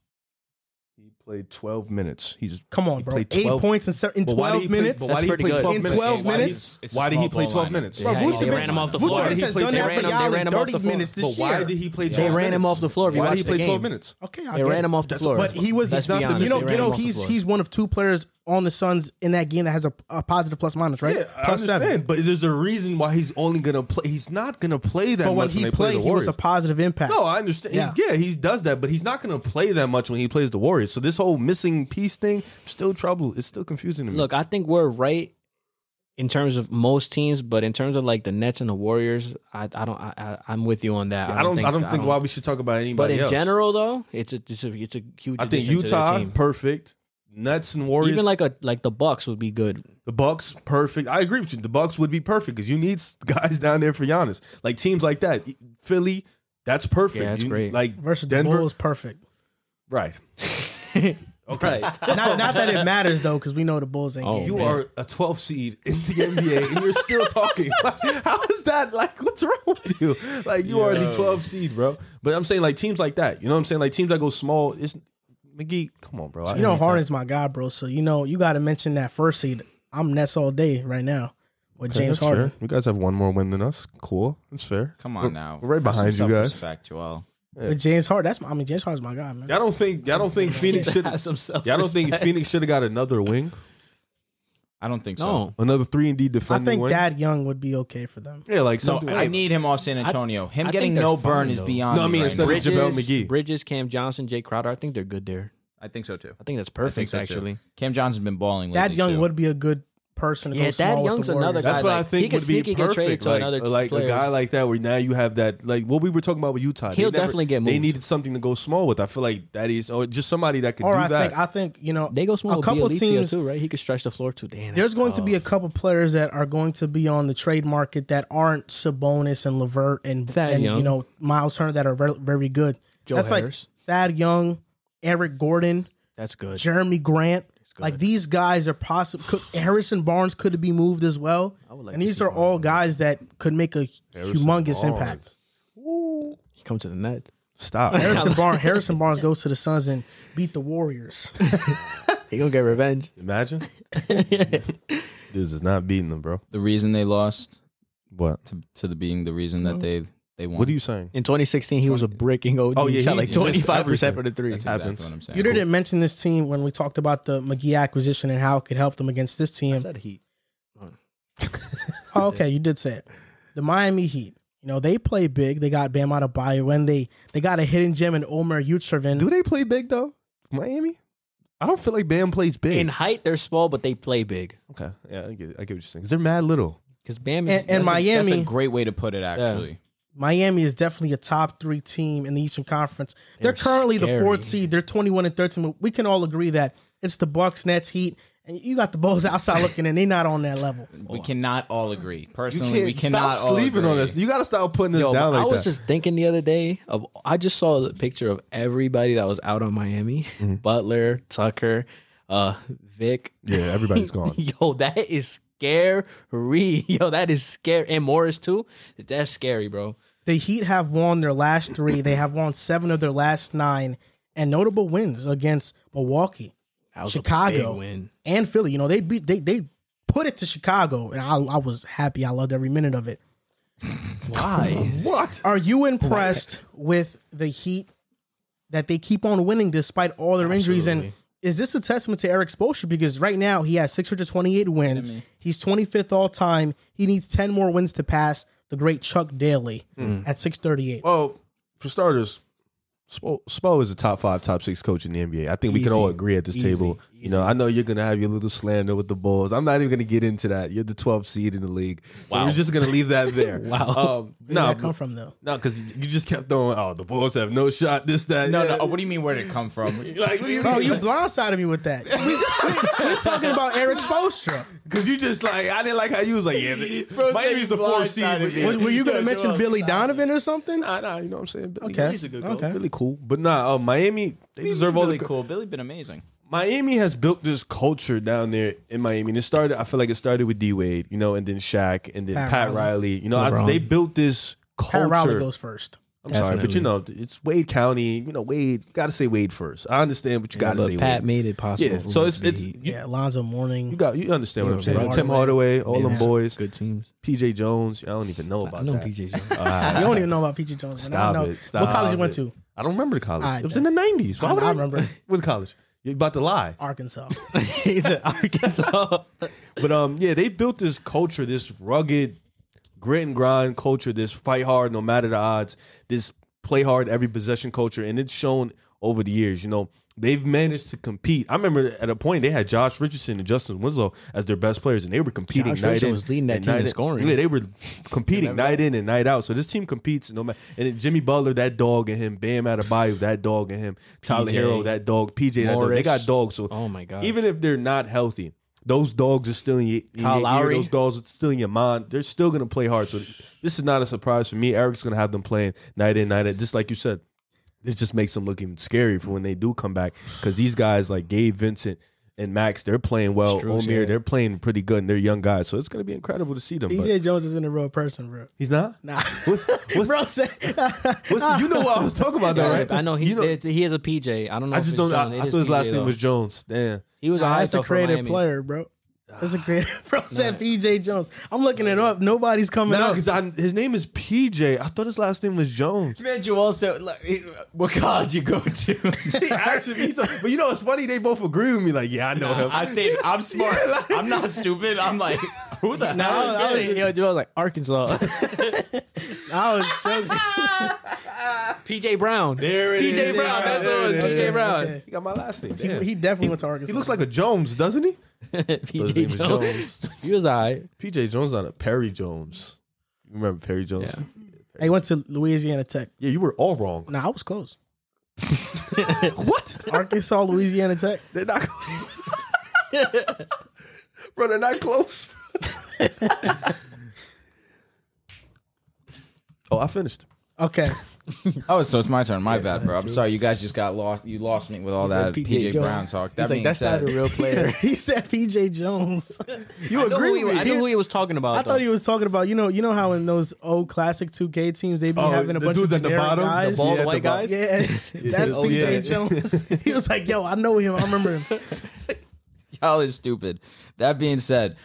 He played 12 minutes. He's Come on, bro. played Eight 12 points in, se- in But why did twelve he play- minutes. but That's why did he pretty play good. 12 In minutes? 12 Why did he- minutes? it's a Why did he small play ball 12 lineup. minutes? Bro, Yeah, Vucevic- they ran him off the Vucevic floor. Why did he has play done ten- that They for ran him- y'all they ran in him off dirty the floor. minutes this year. But why did he play They 12 ran minutes? him off the floor if you Why watch did he the play 12 game. minutes? Okay, I they get ran it. him off the floor. But he was, Let's he's be not the honest, you know, they you ran know, him off the he's floor. he's one of two players on the Suns in that game that has a, a positive plus minus, right? Yeah, I Plus understand, seven. but there's a reason why he's only gonna play. He's not gonna play that But when much he they play played, the he was Warriors. a positive impact. no, I understand. Yeah. Yeah. yeah, he does that, but he's not gonna play that much when he plays the Warriors. So this whole missing piece thing, still trouble. It's still confusing to me. Look, I think we're right in terms of most teams, but in terms of like the Nets and the Warriors, I, I don't I, I, I'm with you on that. I don't. I don't think why we should talk about anybody. But in else. general, though, it's a it's a, it's a huge. I think addition to their Utah team. perfect. Nets and Warriors, even like a like the Bucks would be good. the Bucks, perfect. I agree with you. The Bucks would be perfect because you need s- guys down there for Giannis, like teams like that. E, Philly, that's perfect. Yeah, that's You- great. Like versus Denver, the Bulls, perfect. right? Okay, Not, not that it matters though, because we know the Bulls ain't. Oh, getting You it. are a 12 seed in the NBA and you're still talking. Like, how is that? Like, what's wrong with you? Like, you are the 12 seed, bro. But I'm saying, like, teams like that. You know what I'm saying? Like, teams that go small. It's McGee. Come on, bro. I- You know Harden's my guy, bro. So you know you got to mention that first seed. I'm Nets all day right now with Okay, James that's Harden. fair. You guys have one more win than us. Cool. That's fair. Come We're- on now. We're right Have some behind you guys. self-respect, Joel. With James Harden, that's my, I mean James Harden's my guy, man. Y'all don't think? Y'all don't think Phoenix should? have some self. Y'all don't think Phoenix should have got another wing, I don't think so. No, another three and D I defending think wing? that Young would be okay for them. yeah, like No, something. I need him off San Antonio. Him I getting think they're no burn fine, is though. beyond. No, I me mean, right instead now. of- JaVale McGee. Bridges, Cam Johnson, Jay Crowder. I think they're good there. I think so too. I think that's I think perfect so, too. actually. Cam Johnson's been balling. That lately, Young too. would be a good person. To Yeah, go Thad small with the Young's another Warriors. guy. That's what like, I he think could would be sneaky get perfect. traded to like, another like a player. guy like that, where now you have that, like what we were talking about with Utah. They He'll never- definitely get They moved. needed something to go small with. I feel like that is, or just somebody that could Or do I that. think I think you know They go small. A couple with Bielitsa teams- too, right? He could stretch the floor too. Damn, There's that's going to be a tough. couple players that are going to be on the trade market that aren't Sabonis and Levert and, Thad and Young. you know Miles Turner that are very, very good. Joe That's Harris. like Thad Young, Eric Gordon, that's good. Jeremy Grant. good. Like these guys are possible. Could, Harrison Barnes could be moved as well, would like and to these see are all guys that could make a humongous Barnes. impact. Ooh, He come to the net. stop. Harrison Barnes, Harrison Barnes goes to the Suns and beat the Warriors. He gonna get revenge. Imagine. Dudes is not beating them, bro. the reason they lost What? to, to the being the reason that they they won. What are you saying? In 2016, he was a breaking OD. Oh, yeah, he shot he- like he missed 25 percent for the everything. three. That's exactly happens. what I'm saying. you didn't mention this team when we talked about the McGee acquisition and how it could help them against this team. Is that heat? Oh, okay, you did say it. The Miami Heat. You know, they play big. They got Bam Adebayo, and they they got a hidden gem in Omer Yurchevin. Do they play big though? Miami? I don't feel like Bam plays big. In height, they're small, but they play big. okay, yeah, I get, it. I get what you're saying. 'Cause they're mad little. Because Bam And- is and that's my- a- That's Miami- a great way to put it. Actually, Miami is definitely a top three team in the Eastern Conference. They're, They're currently the fourth scary. seed. They're twenty one and thirteen. But we can all agree that it's the Bucks, Nets, Heat, and you got the Bulls outside looking, and they're not on that level. we cannot all agree. Personally, we cannot stop all sleeping agree. on us. You gotta stop putting us Yo, down like I was that. just thinking the other day of I just saw the picture of everybody that was out on Miami. Butler, Tucker, uh, Vic. Mm-hmm. yeah, everybody's gone. Yo, that is scary. Yo, that is scary. And Morris too. That's scary, bro. The Heat have won their last three. They have won seven of their last nine, and notable wins against Milwaukee, That was a Chicago, big win. and Philly. You know, they beat they they put it to Chicago, and I, I was happy. I loved every minute of it. Why? what? Are you impressed with the Heat that they keep on winning despite all their injuries? And is this a testament to Eric Spoelstra? Because right now he has 628 wins. He's 25th all time. He needs 10 more wins to pass the great Chuck Daly at 638. Well, for starters, Spo, Spo is a top five, top six coach in the NBA. I think we can all agree at this table. You know, I know you're gonna have your little slander with the Bulls. I'm not even gonna get into that. You're the 12th seed in the league, so we're just gonna leave that there. wow. Um, Where no, did that come from though? no, because you just kept throwing. Oh, the Bulls have no shot. This, that. No, no. yeah." oh, What do you mean? Where did it come from? Like, what do you Oh, mean? you blindsided me with that. We, are talking about Eric Spoelstra. Because you just like I didn't like how you was like, yeah, the- Bro said Miami's he the fourth seed. blindsided but- me. Were, were you going to Yeah, mention Joel, Billy stop Donovan or something? Nah, nah, you know what I'm saying. Billy, Okay. He's a good okay. Billy cool, but nah, uh, Miami they deserve all Billy the. cool. Billy been amazing. Miami has built this culture down there in Miami, and it started. I feel like it started with D Wade, you know, and then Shaq, and then Pat Pat, Riley. Riley. You know, I, LeBron. they built this culture. Pat Riley goes first. I'm sorry, but you know, it's Wade County. You know, Wade. You got to say Wade first. I understand, but you got to say But Pat Wade. made it possible. yeah, for so him it's to be it's Heat. you, Yeah, Alonzo Mourning. you got you understand what I'm saying. Hardaway. Tim Hardaway, all Yeah. them boys, good teams. PJ Jones. I don't even know about I know that. PJ. Jones. you don't even know about PG Jones. man. I Stop don't know. it. Stop what college you went it. to? I don't remember the college. I it was in the nineties. Why I- would I I remember. With college, you're about to lie. Arkansas. He's at Arkansas. But um, yeah, they built this culture, this rugged, grit and grind culture, this fight hard no matter the odds, this play hard every possession culture, and it's shown over the years. You know, they've managed to compete. I remember at a point they had Josh Richardson and Justin Winslow as their best players, and they were competing Josh night Richardson in. was leading that and team night in in. scoring. Yeah, they were competing night in and night out. So this team competes no matter. And then Jimmy Butler, that dog in him. Bam Adebayo, that dog in him. Tyler PJ, Hero, that dog. PJ, that dog. They Morris. got dogs. So Oh my God. even if they're not healthy, those dogs are still in your, in Kyle your Lowry. ear. Those dogs are still in your mind. They're still gonna play hard. So this is not a surprise for me. Eric's gonna have them playing night in, night out. Just like you said, it just makes them look even scary for when they do come back. Because these guys like Gabe Vincent and Max, they're playing well. Struz, Omir, yeah. they're playing pretty good, and they're young guys. So it's gonna be incredible to see them. but- DJ Jones isn't a real person, bro. he's not. Nah. What's, what's, bro, say- what's- you know what I was talking about, though, right? I know he You know, he is a PJ. I don't know. I if just it's don't. John. I, It I is thought his last PJ name though. was Jones. Damn. He was Nah, alright that's a though for creative Miami. player, bro. That's a Ah. creative. Bro said PJ Jones. I'm looking it up. Nobody's coming No, up. because his name is PJ. I thought his last name was Jones. Man, you also like, what college you go to? He asked me, he told- but you know, it's funny. They both agree with me. Like, yeah, I know him. I stayed. I'm smart. I'm not stupid. I'm like, who the I hell? was, I was, yo, dude, I was like Arkansas. I was joking. PJ Brown. There it PJ is. Brown. Yeah, That's there what it it is. was. PJ Brown. Okay. he got my last name. Damn. He definitely went to Arkansas. He looks like a Jones, doesn't he? Those PJ names Jones. Jones. He was alright. PJ Jones on a Perry Jones. You remember Perry Jones? Yeah. He went to Louisiana Tech. you were all wrong. Nah, I was close. what? Arkansas, Louisiana Tech. They're not. Bro, they're not close. oh, I finished. Okay. Oh, so it's my turn. My bad, bro. I'm sorry. You guys just got lost. You lost me with all that said PJ, PJ Jones. Brown talk. That He's like, being that's said, not a real player. he said PJ Jones. You I know who agree he- with I me? knew who he was talking about. I thought he was talking about you know you know how in those old classic 2K teams they be Oh, having a the bunch dudes of at the generic bottom? The guys. all ball- Yeah, the white the ball- guys. Yeah, that's Oh, PJ yeah. Jones. he was like, "Yo, I know him. I remember him." y'all are stupid. That being said,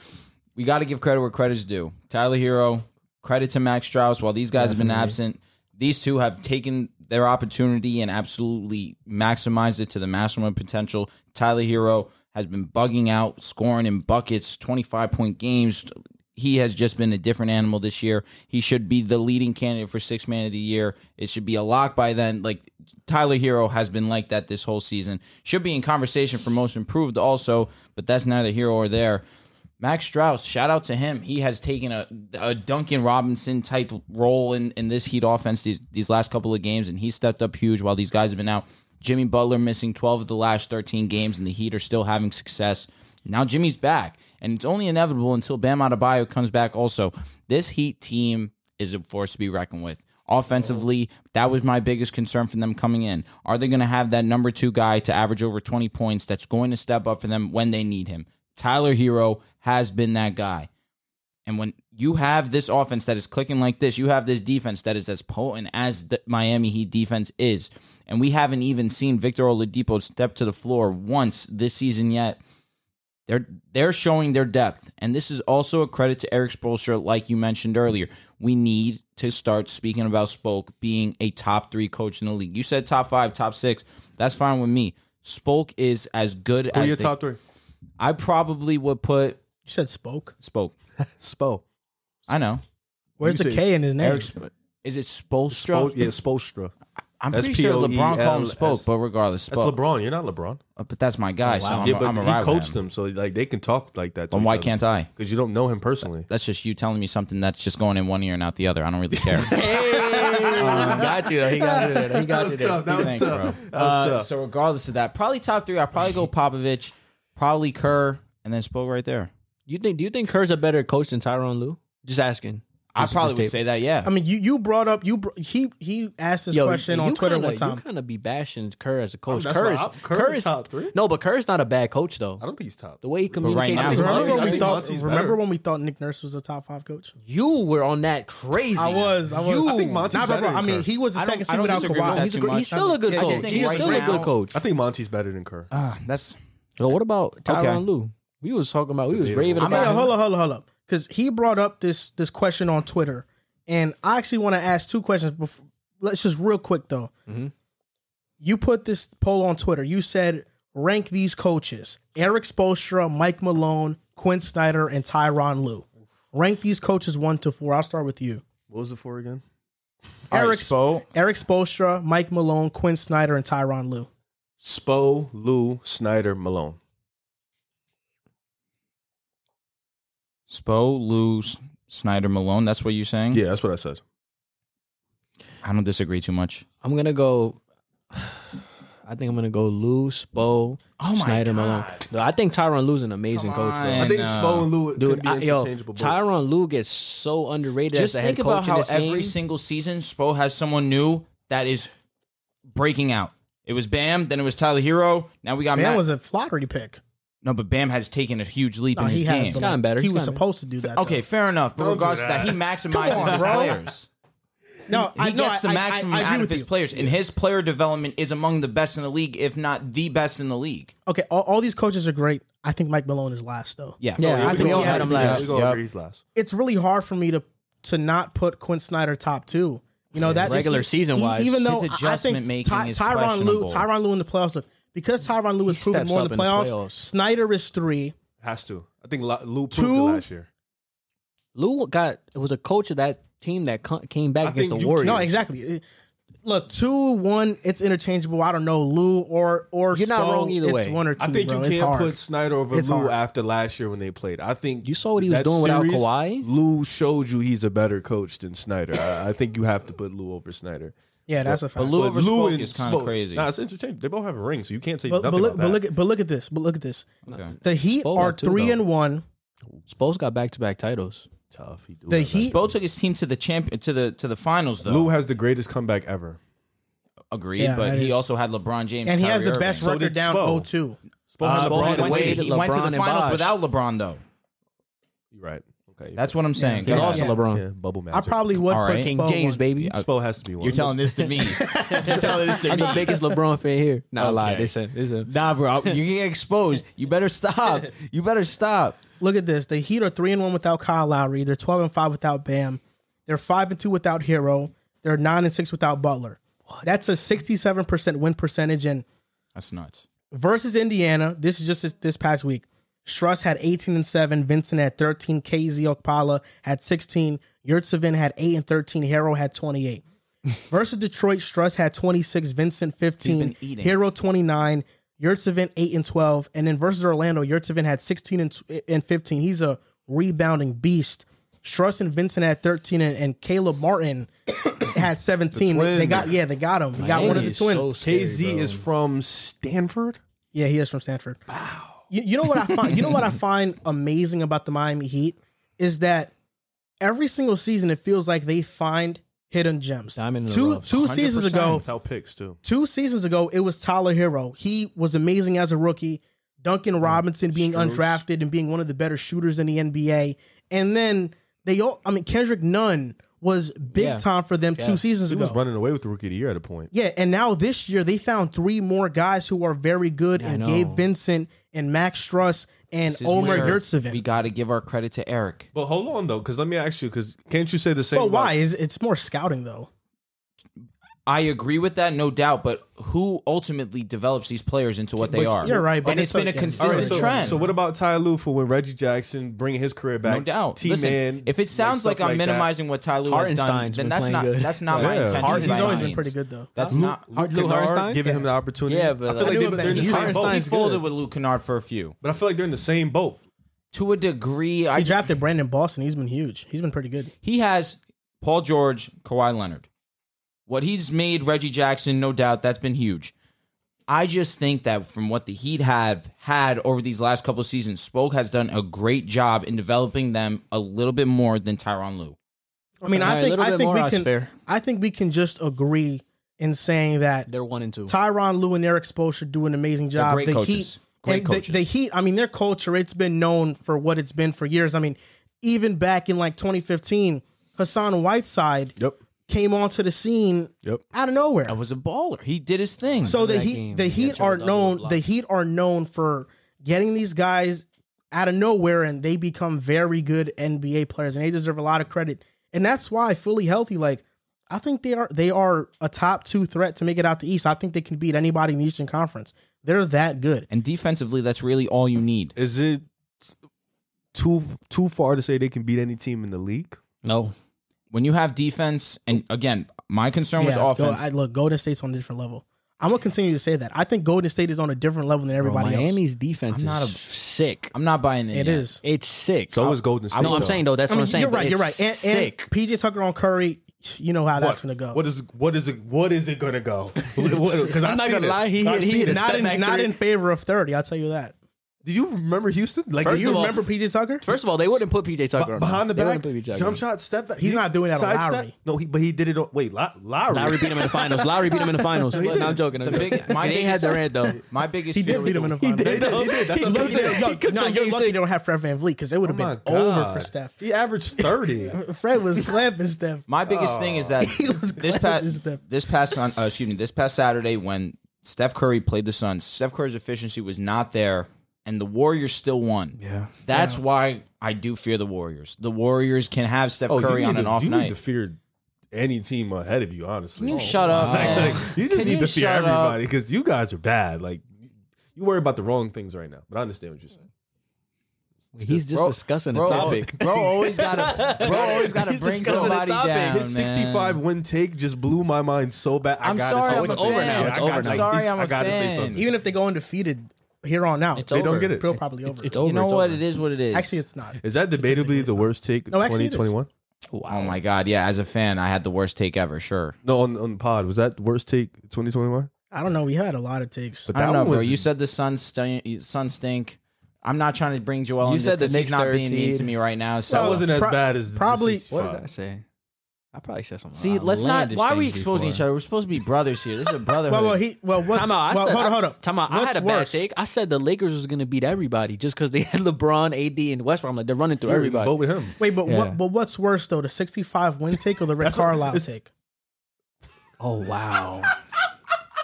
we got to give credit where credit's due. Tyler Hero, credit to Max Strauss. While these guys have been absent, these two have taken their opportunity and absolutely maximized it to the maximum potential. Tyler Hero has been bugging out, scoring in buckets, 25 point games. He has just been a different animal this year. He should be the leading candidate for sixth man of the year. It should be a lock by then. Like Tyler Hero has been like that this whole season. Should be in conversation for most improved also, but that's neither here or there. Max Strauss, shout out to him. He has taken a, a Duncan Robinson type role in, in this Heat offense these, these last couple of games, and he stepped up huge while these guys have been out. Jimmy Butler missing 12 of the last 13 games, and the Heat are still having success. Now Jimmy's back, and it's only inevitable until Bam Adebayo comes back also. This Heat team is a force to be reckoned with. Offensively, that was my biggest concern for them coming in. Are they going to have that number two guy to average over 20 points that's going to step up for them when they need him? Tyler Hero has been that guy. And when you have this offense that is clicking like this, you have this defense that is as potent as the Miami Heat defense is. And we haven't even seen Victor Oladipo step to the floor once this season yet. They're they're showing their depth, and this is also a credit to Eric Spoelstra, like you mentioned earlier. We need to start speaking about Spoke being a top three coach in the league. You said top five, top six. That's fine with me. Spoke is as good Who are as your they- top three? I probably would put You said spoke. Spoke. Spo. I know. Where's You the said K in his name? Eric, Sp- is it Spolstra? Spo Oh, yeah, Spostra. I'm pretty sure LeBron called him Spoke, S-P-O-E-L-S. but regardless, E That's Spoke. LeBron. You're not LeBron. Uh, But that's my guy, so I'm, yeah, but I'm a he ride with coached him. them, so like they can talk like that. Then why can't I? Because you don't know him personally. That's just you telling me something that's just going in one ear and out the other. I don't really care. Um, got you. though. He got you. Though. He got you. Though. That Thanks, bro. Uh, so regardless of that, probably top three. I'll probably go Popovich, probably Kerr, and then Spoke right there. You think? Do you think Kerr's a better coach than Tyronn Lue? Just asking. I Just- probably just would tape. say that, yeah. I mean, you you brought up you br- he he asked this Yo, question you on Twitter kinda, one time. You kind of be bashing Kerr as a coach. that's Kerr, why is, I'm- Kerr's Kerr is top three. No, but Kerr's not a bad coach though. I don't think he's top. The way he right communicates. now- with his remember Monty's- team- when I we think thought Monty's remember better. when we thought Nick Nurse was a top five coach? you were on that crazy. I was. I was. You- I think Monty's Nah, bro, better bro, than I mean, Kerr. he was the I don't- second I seed don't without disagree with Kawhi. that Oh, He's, a too gr- he's much. still a good I just coach. think He's right still now- a good coach. I think Monty's better than Kerr. Ah, that's Yo, what about Tyronn Okay. Lue? We was talking about. We was Debatable. raving I'm about. Hey, him. hold up, hold up, hold up. Because he brought up this this question on Twitter, and I actually want to ask two questions. Before, let's just real quick though. Mm-hmm. You put this poll on Twitter. You said rank these coaches: Eric Spoelstra, Mike Malone, Quinn Snyder, and Tyron Lue. Rank these coaches one to four. I'll start with you. What was it for again? All right, Eric Spo. Eric Spolstra, Mike Malone, Quinn Snyder, and Tyron Lue. Spo, Lou, Snyder, Malone. Spo, Lou, S- Snyder, Malone. That's what you're saying. Yeah, that's what I said. I don't disagree too much. I'm gonna go. I think I'm gonna go Lou, Spo, Oh my Snyder, Malone. God. Dude, I think Tyron Lue's an amazing Come coach, bro. on. I think And, uh, Spo and Lou can Dude, be I, yo, interchangeable. but- Tyron Lue gets so underrated Just as a head think about coach in how this every game. single season Spo has someone new that is breaking out. It was Bam, then it was Tyler Hero. Now we got Man Matt. was a lottery pick. no, but Bam has taken a huge leap No, in his he has. game. but, gotten like, better. He He's was gotten supposed to do that. Okay, fair enough. But Don't do regards to that, he maximizes on, his bro. though. players. no, He I, no, gets I- the I- maximum I, I, agree out of with his you. players, and his player development is among the best in the league, if not the best in the league. Okay, all, all these coaches are great. I think Mike Malone is last though. Yeah, yeah, We I think all he had had to him be- last. we all Yep. agree he's last. It's really hard for me to to not put Quinn Snyder top two. You know that regular just, e- season-wise, even though his I- I adjustment think making Ty, is Tyron Lue, questionable. Tyron Lue in the playoffs, look, because Tyron Lue has proven steps more in up the, in the playoffs, playoffs. Snyder is three. Has to. I think La- Lou proved Two- it last year. Lou got it was a coach of that team that co- came back I against the think you Warriors. No, exactly. It- Look, two, one, it's interchangeable. I don't know, Lou or or You're not Spo, wrong either it's way. One or two, I think bro. you It's can't hard. put Snyder over It's Lou hard. after last year when they played. I think You saw what he was that doing without series, Kawhi? Lou showed you he's a better coach than Snyder. I, I think you have to put Lou over Snyder. Yeah, that's a fact. Lou over Spoke and is kinda Spoke- crazy. Nah, it's interchangeable. They both have a ring, so you can't say But, but nothing look, about but that. look at but look at this. But look at this. Okay. The Heat Spo are got two, three though. and one. Spo's got back to back titles. Tough. He do The have that. Heat. Spo took his team to the champion to the to the finals though. Lou has the greatest comeback ever. agreed, Yeah, but that he is- also had LeBron James, and he has Kyrie the best Irving. record did down Spo. 0-2. Spoke Uh, has a Spoke He brand had went of the to, way weight. that he went to LeBron the and finals Bosh. without LeBron though. You're right. Okay. That's what I'm saying. He Yeah. lost to LeBron. yeah, bubble I magic. probably would All put right. King Spo James, one. baby. Spo has to be one. You're telling this to me. You're telling this to I'm the me. biggest LeBron fan here. Nah, I lie. Okay. They said, they said Nah, bro, you get exposed. You better stop. You better stop. Look at this. The Heat are three and one without Kyle Lowry. They're twelve and five without Bam. They're five and two without Hero. They're nine and six without Butler. That's a sixty-seven percent win percentage. And That's nuts. versus Indiana, this is just this, this past week. Struss had eighteen and seven. Vincent had thirteen. KZ Okpala had sixteen. Yurtsevin had eight and thirteen. Hero had twenty-eight. Versus Detroit, Struss had twenty-six. Vincent fifteen. He's been eating. Hero twenty-nine. Yurtsevin eight and twelve. And then versus Orlando, Yurtsevin had sixteen and, tw- and fifteen. He's a rebounding beast. Struss and Vincent had thirteen, and, and Caleb Martin had seventeen. they, they twin. got yeah, they got him. They got one of the He's twins. so scary, KZ bro. is from Stanford. Yeah, he is from Stanford. Wow. You, you know what I find? You know what I find amazing about the Miami Heat is that every single season it feels like they find hidden gems. Diamond in the two rough. two seasons ago, Without picks too. two seasons ago, it was Tyler Hero. He was amazing as a rookie. Duncan Robinson being undrafted and being one of the better shooters in the NBA, and then they all. I mean, Kendrick Nunn was big Yeah. time for them two seasons He ago. was running away with the rookie of the year at a point. Yeah, and now this year they found three more guys who are very good and know. Gabe Vincent and Max Struss and This is Omer where We Yurtsevin. got to give our credit to Eric. But hold on though, because let me ask you, because can't you say the same? But about- why? Is it's more scouting though. I agree with that, no doubt. But who ultimately develops these players into what they But are? you're right, but and it's it's been a- a yeah. All consistent right, so, trend. so what about Ty Lue for when Reggie Jackson bringing his career back? no doubt. T Listen, man. if it sounds like, I'm minimizing what Ty Lue has done, Hartenstein's then been that's playing not good. that's not my Yeah. intention. Hartenstein's by He's always any been pretty means. good though. That's Luke, not. Luke Lou Kennard Hartenstein? giving him the opportunity. Yeah, but I feel I like knew they, it, they're in the but same Hartenstein's boat. good. folded with Luke Kennard for a few But I feel like they're in the same boat. to a degree. I I drafted Brandon Boston. He's been huge. He's been pretty good. he has Paul George, Kawhi Leonard. What he's made Reggie Jackson, no doubt, that's been huge. I just think that from what the Heat have had over these last couple of seasons, Spoke has done a great job in developing them a little bit more than Tyron Lue. I mean, All I right, a think little I bit think more, we that's can fair. I think we can just agree in saying that They're one and two. Tyron Lue and Eric Spoelstra do an amazing job. great the coaches. Heat, Great and the- coaches. The, Heat, I mean, their culture, it's been known for what it's been for years. I mean, even back in like 2015, Hassan Whiteside Yep. came onto the scene Yep. out of nowhere. That was a baller. He did his thing. So the that Heat, game, the he Heat got are triple-double with known. The blocks. Heat are known for getting these guys out of nowhere, and they become very good NBA players, and they deserve a lot of credit. And that's why fully healthy, like I think they are, they are a top two threat to make it out the East. I think they can beat anybody in the Eastern Conference. They're that good. and defensively, that's really all you need. Is it too too far to say they can beat any team in the league? No, when you have defense, and again, my concern was Yeah, go- offense. I, look, Golden State's on a different level. I'm gonna continue to say that. I think Golden State is on a different level than everybody Bro, else. Miami's defense I'm not is a- sick. I'm not buying it. It yet. is. It's sick. So is Golden State. I know I'm though. saying though. That's I what mean, I'm saying. you're but right. You're right. it's And, and sick. PJ Tucker on Curry, you know how that's What? gonna go. What is what is it? What is it gonna go? Because I'm not gonna lie, he hit- he hit a not step in back not three. in favor of thirty. I'll tell you that. Do you remember Houston? Like, First do You you of all- remember PJ Tucker? First of all, they wouldn't put PJ Tucker b- on behind the They back wouldn't put PJ Tucker on. jump shot, step back? He's You- not doing that on side Lowry. step? No, he but he did it on. Wait, Lo- Lowry. Lowry beat him in the finals. Lowry beat him in the finals. he No, I'm joking. I'm The joking. big- my they ain't had biggest- Durant though. My biggest He fear did with beat him the- in the finals. He did. He did. That's what I'm looked saying. at- Yo, he cooked No, on you're game lucky six. they don't have Fred Van Vliet because it would Oh have my been over for God. Steph. He averaged thirty. Fred was clapping Steph. My biggest thing is that was this glad past this step. this past on uh, excuse me this past Saturday when Steph Curry played the Suns, Steph Curry's efficiency was not there, and the Warriors still won. Yeah. that's why I do fear the Warriors. The Warriors can have Steph Oh, you Curry need on to- an off you night. need to fear any team ahead of you. Honestly, Oh. Can you shut up, man? Like, you just Can need you to fear shut up? everybody because you guys are bad. Like you worry about the wrong things right now. But I understand what you're saying. He's just Bro- discussing the Bro, topic. bro always gotta, bro always gotta He's bring discussing the somebody topic. down. His man. 65 win take just blew my mind so bad. I I'm gotta sorry, say I'm it's a something. over fan. now. I It's gotta- over like, now. these- Sorry, I'm I a gotta say fan. something. Even if they go undefeated here on out, It's they over. don't get it. Bill probably over. It's over. You know It's what? over. It is what it is. Actually, it's not. Is that Statistically, debatically it's the not. worst take of No, actually, it is. 2021? Oh my god, yeah. As a fan, I had the worst take ever. Sure. No, on, on the pod. Was that worst take 2021? I don't know. We had a lot of takes. But I don't that know, one bro. was- You said the Suns stink. Suns stink. I'm not trying to bring Joel. You in said the this 'cause he's Knicks not third being mean seed. to me right now. So That wasn't as Pro- bad as the probably- 65. What did I say? I probably said something. see. Let's not. Why are we exposing each other? We're supposed to be brothers here. This is a brotherhood. Well, well, he well, what's Time out. I well, said, hold I, up, hold up. Time out. I What's had a worse? bad take. I said the Lakers was going to beat everybody just because they had LeBron, AD, and Westbrook. I'm like, they're running through You were in the everybody. boat with him. Wait, but Yeah. what? But what's worse though, the sixty-five win take or the Rick Carlisle take? Oh wow.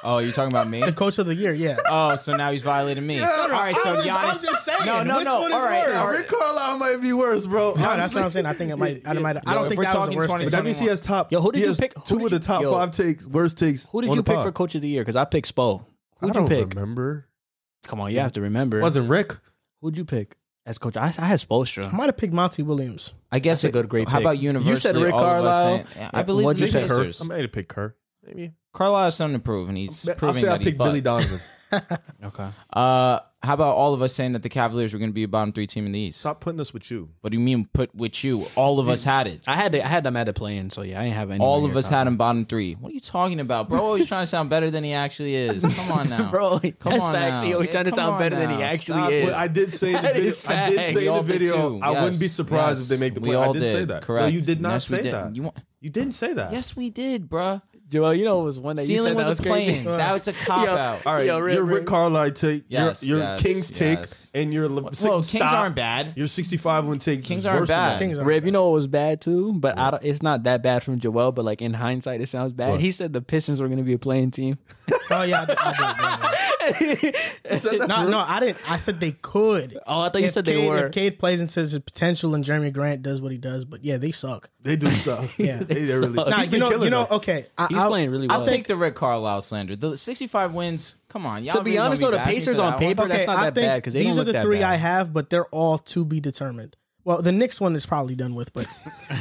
oh, you're talking about me. The coach of the year, yeah. Oh, so now he's violating me. all right, so I'm just- Giannis. I'm just saying, No, no, which no. one is all right, worse? all right. Rick Carlisle might be worse, bro. No, that's what I'm saying. I think it might. I, might, I Yo, don't if think we're that was the talking worst. 20 take. But that means he has top. Yo, who did he you has pick- who Two did of the you- top yo. five takes, worst takes. Who did on you the pick pod. for coach of the year? Because I picked Spo. I Who'd you don't pick? remember. Come on, you have to remember. Wasn't Rick? Who'd you pick as coach? I, I had I Spolstra. might have picked Monty Williams. I guess That's a good, great How pick. about You said universally? Rick all of us Carlisle. saying- Yeah, I Yeah, believe what'd the you say? Kerr. Pacers. I might have picked Kerr. Maybe. Carlisle has something to prove, and he's I'll proving say I that he's picked Billy butt. Donovan. Okay. Uh, how about all of us saying that the Cavaliers were going to be a bottom three team in the East? Stop putting us with you. What do you mean put with you? All of us had it. I had to, I had them at the play in, so yeah, I didn't have any. All of us had him bottom three. What are you talking about, bro? Always trying to sound better than he actually is. Come on now, Bro, Come that's on facts. now. He always trying to Come sound on better than he now. actually Stop is. it. But I did say in the That video. is I did facts. say We in the all did video. too. I Yes. wouldn't be surprised Yes. if they make the We play. I all did, did. say that. No, Correct. you did not Yes, we say did. that. You You, want- didn't say that. Yes, we did, bruh. Joel, you know it was one that Ceiling you said was a that was plane. That was a cop out. All right. Yo, Rick, your Rick Rick. Carlisle take. Yes, your your yes, Kings take. yes. And your well, Well, Kings aren't bad. Your sixty-five one take. Kings was aren't worse than bad. that. Kings are- Rib, you know it was bad too, but I don't, it's not that bad from Joel. But like in hindsight, it sounds bad. What? He said the Pistons were going to be a playing team. Oh yeah, I did, I did, yeah, yeah. no, no, I didn't. I said they could. Oh, I thought you If said Cade- they were. If Cade plays into his potential and Jeremy Grant does what he does, but yeah, they suck. They do suck. Yeah. they, they really. Nah, Nah, He's you been know, killing you know. them. Okay, I, He's I'll- playing really well. I'll take the Rick Carlisle slander. The 65 wins. Come on, y'all. To be really gonna honest, though, the bad at me for Pacers on that paper- one? that's not that bad 'cause they don't these are look the that three bad. I have, but they're all to be determined. Well, the next one is probably done with, but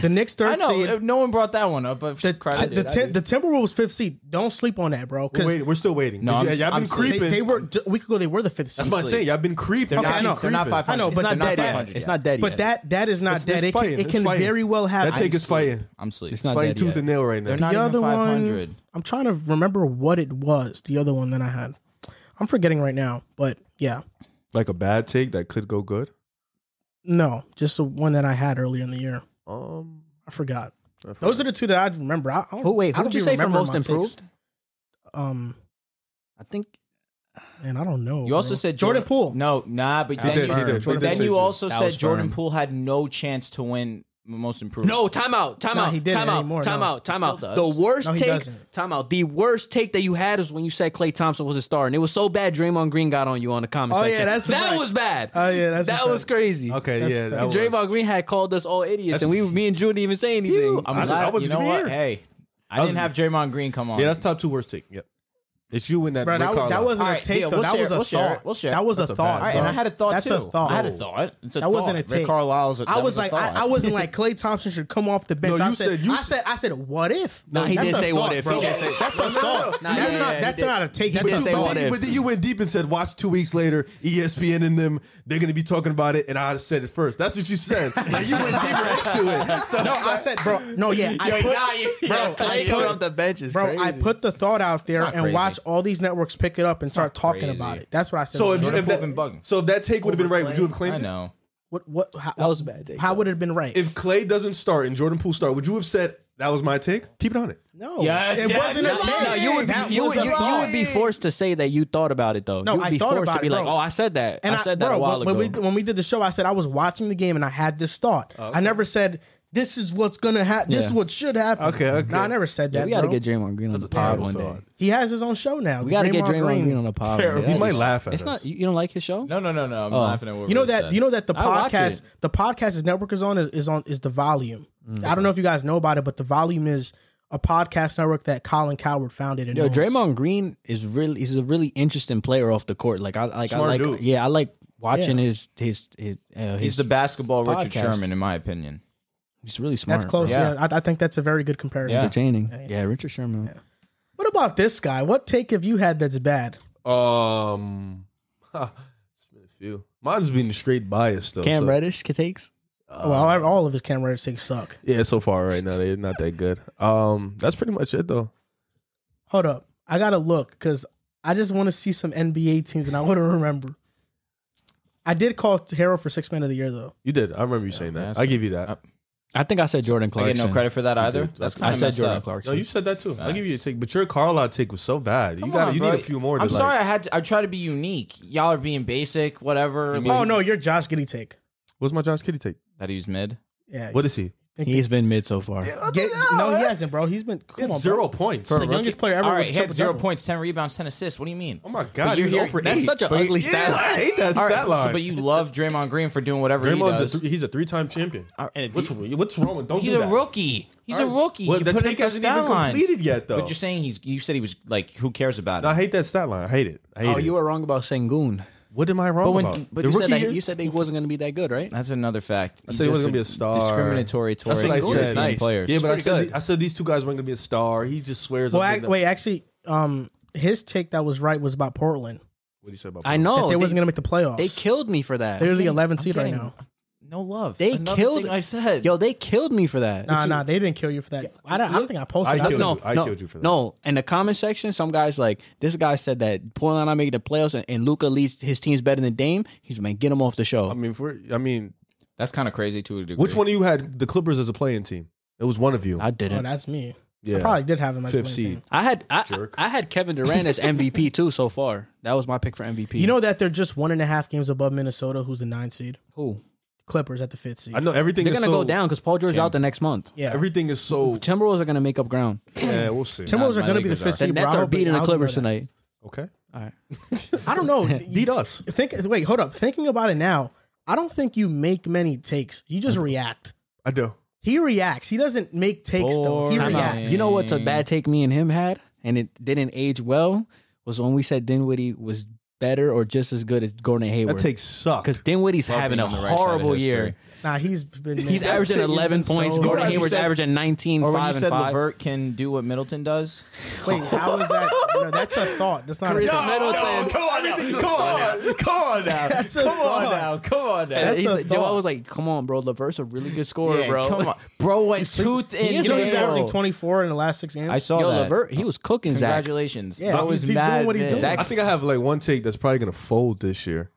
the next I third know uh, seed, no one brought that one up, but the, credit. the, Tim- the Timberwolves fifth seed. Don't sleep on that, bro. Because Wait, we're still waiting. No, No, I'm- y'all been I'm- they, creeping. they were a week ago. They were the fifth seed. That's what I'm saying. Y'all been creeping. They're Okay, I know. not, they're not Creeping. 500. I know, It's but It's they're not not dead yet. 500 It's yet. not dead but yet. that that is not It's- dead. it's It can, fighting. it It's can fighting. very well happen. That take is fighting. I'm sleep. It's It's not fighting dead tooth yet. and nail right now. They're not the even other 500. one, I'm trying to remember what it was. The other one that I had, I'm forgetting right now. But yeah, like a bad take that could go good. no, just the one that I had earlier in the year. Um, I forgot. I forgot. Those are the two that I remember. I, I don't, Who wait? I Who don't did you be say for remembering most my takes. improved? Um, I think and I don't know. You also bro. said Jordan, Poole. No, nah, but That then was you, firm. They did, they but did then say you so. also That said was Jordan firm. Poole had no chance to win most improved. No, timeout, timeout, No, he didn't timeout, anymore, timeout, no. He timeout. still does. The worst No, he take, doesn't. timeout. The worst take that you had is when you said Clay Thompson was a star, and it was so bad. Draymond Green got on you on the comment Oh, section. yeah, that's a that fact. was bad. Oh, yeah, that's a that fact. was crazy. okay. That's- yeah, that That's- was. Draymond Green had called us all idiots, and we, me and Drew didn't even say anything. I'm I- glad. I was you know here. what? Hey, I was- didn't have Draymond Green come on. Yeah, that's top two worst take. Yep. It's you in that. Bro, red that, collar. that wasn't All a right, take. yeah, though. we'll that share was it, a we'll share thought. it, we'll share it. That was a a thought. fact. All right, and I had a thought That's too. a thought. I had a thought. It's a That thought. wasn't a take. Rick Carlisle's. I was like, a thought. I, I wasn't like Clay Thompson should come off the bench. No, I you said, said- you I s- said, I said, what if? No, he That's didn't a say what thought, if. bro. He didn't say- That's a thought. Nah, That's yeah, yeah, not. he That's did. not a take. He That's did a say But what then, if. thought. but then you went deep and said, "Watch two weeks later, E ESPN and them, they're gonna be talking about it." And I said it first. That's what you said. Like you went deeper into it. So No, I said, bro. No, yeah, I put, bro, I Coming put, off the bench is bro, crazy. I put the thought out there not and crazy. watch all these networks pick it up and start talking crazy. about it. That's what I said. so if, Jordan if Poole- been that, bugging. so if that take would have been right, would you have claimed I it? know. what, what, how, That was a bad take, How though. would it have been ranked? If Clay doesn't start and Jordan Poole start, would you have said that was my take? Keep it on it. no, Yes, it yes, wasn't yes. a take. No, you would be, That you, was would, a you, you thought. would be forced to say that you thought about it though. No, you would I be thought forced about to be it, like, bro. "Oh, I said that. And I, said that bro, a while when, when ago." Oh, we when we did the show, I said I was watching the game and I had this thought. I never said this is what's gonna happen. This is Yeah. what should happen. Okay, okay. No, I never said that. we gotta bro. get Draymond Green on the a pod terrible one day. thought. he has his own show now. We gotta get Draymond Green on the pod. Terrible. one day. He That might is- laugh at It's us. not. You you don't like his show? No, no, no, no. I'm laughing at what You know Rick that said. you know that the I watch podcast it. the podcast network is on is, is on is the volume. Mm. I don't know if you guys know about it, but the volume is a podcast network that Colin Coward founded. And Yo, owns. Draymond Green is really he's a really interesting player off the court. Like I like Smart I like dude. yeah I like watching his his his, uh, his He's the basketball Richard podcast. Sherman, in my opinion. he's really smart. that's close. bro. Yeah, Yeah. I, I think that's a very good comparison. entertaining. Yeah, Richard Sherman. What about this guy? What take have you had that's bad? Um, it's been a few. Mine's been straight bias though. Cam so- Reddish takes. well, all of his camera takes suck. Yeah, so far right now they're not that good. Um, that's pretty much it though. Hold up. I gotta look because I just want to see some NBA teams and I want to remember. I did call Harrow for six man of the year though. You did. I remember you saying that. that's- I give you that. I think I said I Jordan get Clarkson. no credit for that either. That's I kind of said messed Jordan up. Clarkson. No, you said that too. I give you a take, but your Carlisle take was so bad. you Come got. on, You bro. need a few more. To I'm like, sorry. I had. To, I try to be unique. Y'all are being basic. Whatever. like, Oh no, you're Josh Giddy take. What's my Josh Kitty take? That he was mid. Yeah. What is he? He's been mid so far. Get- no, he hasn't, bro. He's been come on, zero bro. points. The youngest player ever. All with right, he had triple zero double. points, ten rebounds, ten assists. What do you mean? oh my god, you're you're here hearing- for that's eight. such an But you- ugly yeah, stat. I hate that All right, stat line. so, but you love Draymond Green for doing whatever he Draymond's does. a th- he's a three-time champion. All right, and What's, what's wrong with? Don't he's do a that. rookie. He's All a right. rookie. Well, You the put take in those hasn't even stat lines. completed yet, though. But you're saying he's. You said he was like, who cares about No, I it? hate that stat line. I hate it. I hate Oh, it. you were wrong about Sengun. What am I wrong But when- about? but The You rookie said that year? you said that he wasn't going to be that good, right? That's another fact. I said he wasn't gonna be a star. Discriminatory towards That's what I said. European players. Yeah, but I Pretty said, good. the- I said these two guys weren't gonna be a star. He just swears. Well, up ac- and down. wait, actually, um, his take that was right was about Portland. What do you say about? I Portland? know that they, wasn't Oh, they, gonna make the playoffs. they killed me for that. They're the 11th seed right getting- now. No love. They Another killed. thing I said. Yo, they killed me for that. Nah, nah, they didn't kill you for that. I don't, I don't think I posted. I that. killed no, you. I no, killed you for that. No, in the comment section, some guys like this guy said that Portland not making the playoffs and, and Luca leads his team's better than Dame. He's like, man, get him off the show. I mean, for I mean, That's kind of crazy to a degree. which one of you had the Clippers as a playing team? It was one of you. I Oh, didn't. that's me. yeah, I probably did have him as a fifth winning seed. team. I had I, Jerk. I had Kevin Durant as MVP too so far. That was my pick for MVP. You know that they're just one and a half games above Minnesota, who's the nine seed. who? Clippers at the fifth seed. I know everything. They're is gonna so, go down because Paul George out the next month. yeah, Everything is so. Timberwolves are gonna make up ground. yeah, we'll see. Timberwolves are my going to be the Lakers fifth The seed. bro. Nets I are hope they- beating I the hope they Clippers know that. tonight. Okay, All right. I don't know. beat us. Think. Wait, hold up. Thinking about it now, I don't think you make many takes. You just react. I do. He reacts. He doesn't make takes though. He Boring. Time out. reacts. You know what's a bad take me and him had, and it didn't age well, was when we said Dinwiddie was better or just as good as Gordon That Hayward. take sucked. because Dinwiddie's Love having a being on the right side of horrible history. year. Nah, he's been. He's man, averaging that team has 11 been points. so- Gordon You Hayward's said- averaging 19, Or when 5 you and said 5. Levert can do what Middleton does. Wait, how is that? No, that's a thought. That's not. A Chris thought. Middleton. come on, now. come on, come on now, That's a thought. come on now. And That's he's a like- Joel thought. was like, "Come on, bro. Levert's a really good scorer, bro. Come on, bro. Went tooth he in. is You know he's Yeah. nail. averaging 24 in the last six games. I saw Yo, that. Levert, he was cooking Zach. Congratulations. Yeah, Bro he's- is he's doing mad what he's mad. doing. Zach- I think I have like one take that's probably gonna fold this year.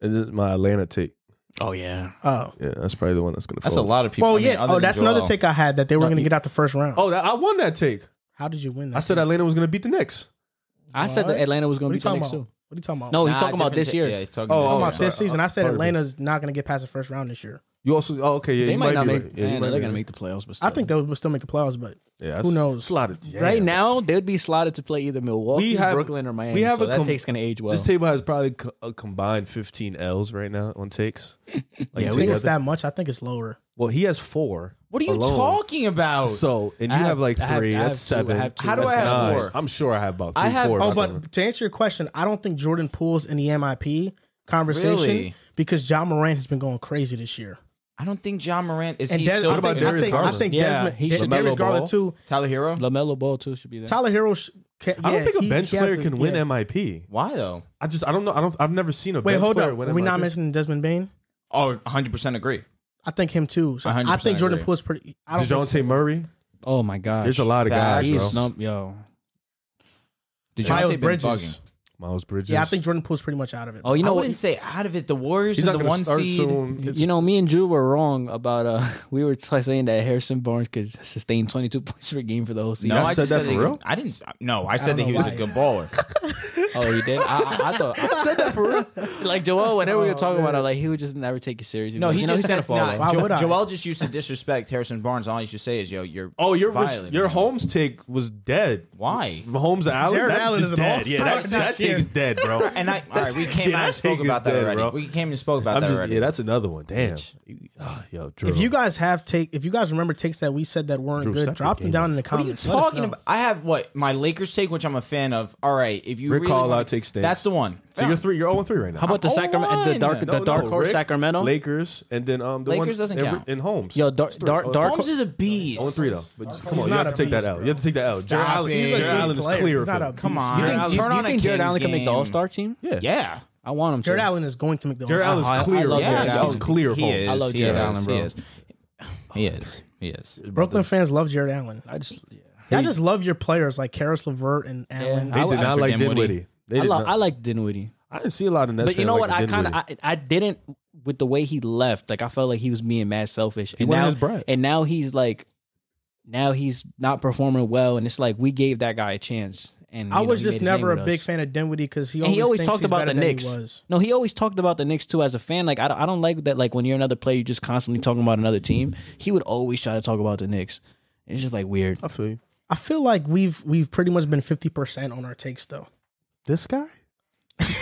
And this is my Atlanta take. Oh yeah. Oh, Yeah, that's probably the one that's gonna. That's a fold. lot of people. well, I mean, yeah. other Oh, than that's Joel. another take I had that they were No, going to you- get out the first round. Oh, that, I won that take. how did you win that? I said Atlanta was gonna beat the Knicks. I said that Atlanta was What going are to you be talking the next about? two. What are you talking about? No, Nah, he's talking about different this ta- year. Yeah, he's talking Oh, I'm oh, about talking this about year. this season. I said Pardon me. Atlanta's not going to get past the first round this year. You also oh, okay. Yeah, they you might, not be make. right. Yeah, Yeah, you might they're be gonna right. make the playoffs, but I still. think they would still make the playoffs, but Yeah, who that's knows? Slotted yeah. Right now, they'd be slotted to play either Milwaukee, We have- Brooklyn, or Miami. we have so a that com- take's going to age well. This table has probably co- a combined 15 L's right now on takes. Like I think it's that much. I think it's lower. Well, he has four. What are you alone. talking about? So, and I you Oh, have, have- like I have- three. I have that's two. I seven. have two. How do that's I have nine. four? I'm sure I have about three, I have- four. Oh, Oh, or something. but to answer your question, I don't think Jordan Poole's in the MIP conversation Really? because John Moran has been going crazy this year. I don't think John Morant is And he Des- still I think, about Darius I think, I Garland? think Yeah, Desmond, he Da- should- Darius LaMelo Garland Ball. too. Tyler Hero? LaMelo Ball, too, should be there. Tyler Hero. Sh- can, I don't yeah, think a he- bench he has player to- can win yeah. MIP. Why though? I just, I don't know. I don't, I've never seen a Wait, bench hold player up. win Are we MIP. not mentioning Desmond Bain? Oh, 100 percent agree. I think him too. So I 100% think Jordan agree. Poole's pretty. I don't think, DeJounte Murray. Oh, my gosh. There's a lot of Facts. guys, He's bro. no, yo. DeJounte Miles been Bridges. bugging. Miles Bridges. Yeah, I think Jordan Poole's pretty much out of it. Oh, you I know wouldn't what? say out of it. The Warriors he's are not the going to one start seed. soon. It's- You know, me and Drew were wrong about uh we were t- saying that Harrison Barnes could sustain 22 points per game for the whole season. No, Y'all I said just that said for he- real? I didn't. No, I don't said that he know was why. a good baller. Oh, he did. I, I, I thought I said that for real. Like Joel, whenever we were talking about it, like he would just never take it seriously. No, Like, he you know, just he's gonna said. Nah, fall. Why Jo- would I? Joel just used to disrespect Harrison Barnes. All he used to say is, "Yo, you're Oh, your violent, your man." Holmes take was dead. Why? Mahomes Allen. Jared that's Allen just is an dead. Yeah, all-star that, that next take year. is dead, bro. And I, all right, we came Yeah, out that and spoke take is about that dead, already. bro. We came and spoke about I'm that just, already. yeah, that's another one. Damn. Ah, yo, Drew. If you guys have take, if you guys remember takes that we said that weren't Drew, good, stop drop your them game down in the What are you comments. Let us talking know. about? I have what my Lakers take, which I'm a fan of. All right, if you Rick really Carlisle wanna- takes stinks. that's the one. so you're three. You're zero and three right now. How about the Oh, Sacramento, the one. dark, No, the dark horse Rick, Sacramento? Lakers, and then um, the Lakers one, doesn't and, count. And Holmes. Yo, dark, It's three. dark, Oh, dark. Holmes is a beast. Oh, and three though, but just, come He's on, you not have to a take that beast, out. bro. You have to take that out. Jared Stop Allen, it. Jared He's a Allen is player. clear. He's not for a him. beast. Come on, You Jared think, Allen- do turn you on think a Jared Kings Allen can make the game. All Star team? Yeah, Yeah. I want him. Jared to. Allen is going to make the Jared All-Star. Allen's I- I clear. love of Jared Holmes. Allen. He's clear. of He Holmes. is. I love he Jared is, Allen, bro. He is. He is. He is. Brooklyn fans love Jared Allen. I just, yeah. I just love your players like Karis LeVert and Allen. I They did would- not like Dinwiddie. Dinwiddie. They I, did lo- not- I like Dinwiddie, I didn't see a lot of Nets. but you know what? I kind of, I, I didn't with the way he left. Like I felt like he was being mad selfish, and wanted now, his bread. and now he's like, now he's not performing well, and it's like we gave that guy a chance, and I you know, was he just made his name never with a big us. fan of Dinwiddie because he And always, he always thinks talked he's about better the than he Knicks. was. No, he always talked about the Knicks too as a fan. Like I don't, I don't like that. Like when you're another player, you're just constantly talking about another team. He would always try to talk about the Knicks. It's just like weird. I feel you. I feel like we've we've pretty much been fifty percent on our takes though. This guy,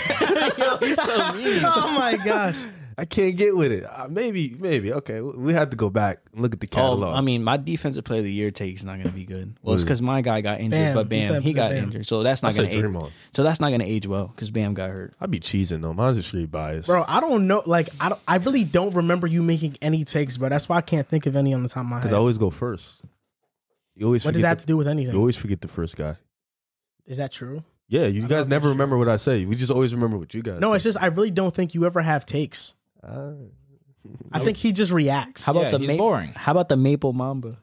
oh my gosh! I can't get with it. Uh, maybe, maybe. Okay, we- we have to go back and look at the Oh, catalog. I mean, my defensive player of the year take is not going to be good. Well, it's because my guy got injured, Bam. but You Bam said- he got said Bam. injured, so that's I not said going to age. Draymond. So that's not going to age well because Bam got hurt. I'd be cheesing though. Mine's just street bias. Bro, I don't know. Like, I don't. I really don't remember you making any takes, bro. That's why I can't think of any on the top of my head. Because I always go first. You always what does forget that have to the, do with You anything? always forget the first guy. Is that true? Yeah, you guys not never sure. remember what I say. We just always remember what you guys. No, say. it's just I really don't think you ever have takes. Uh, I think he just reacts. How about Yeah, the he's Ma- boring. How about the Maple Mamba?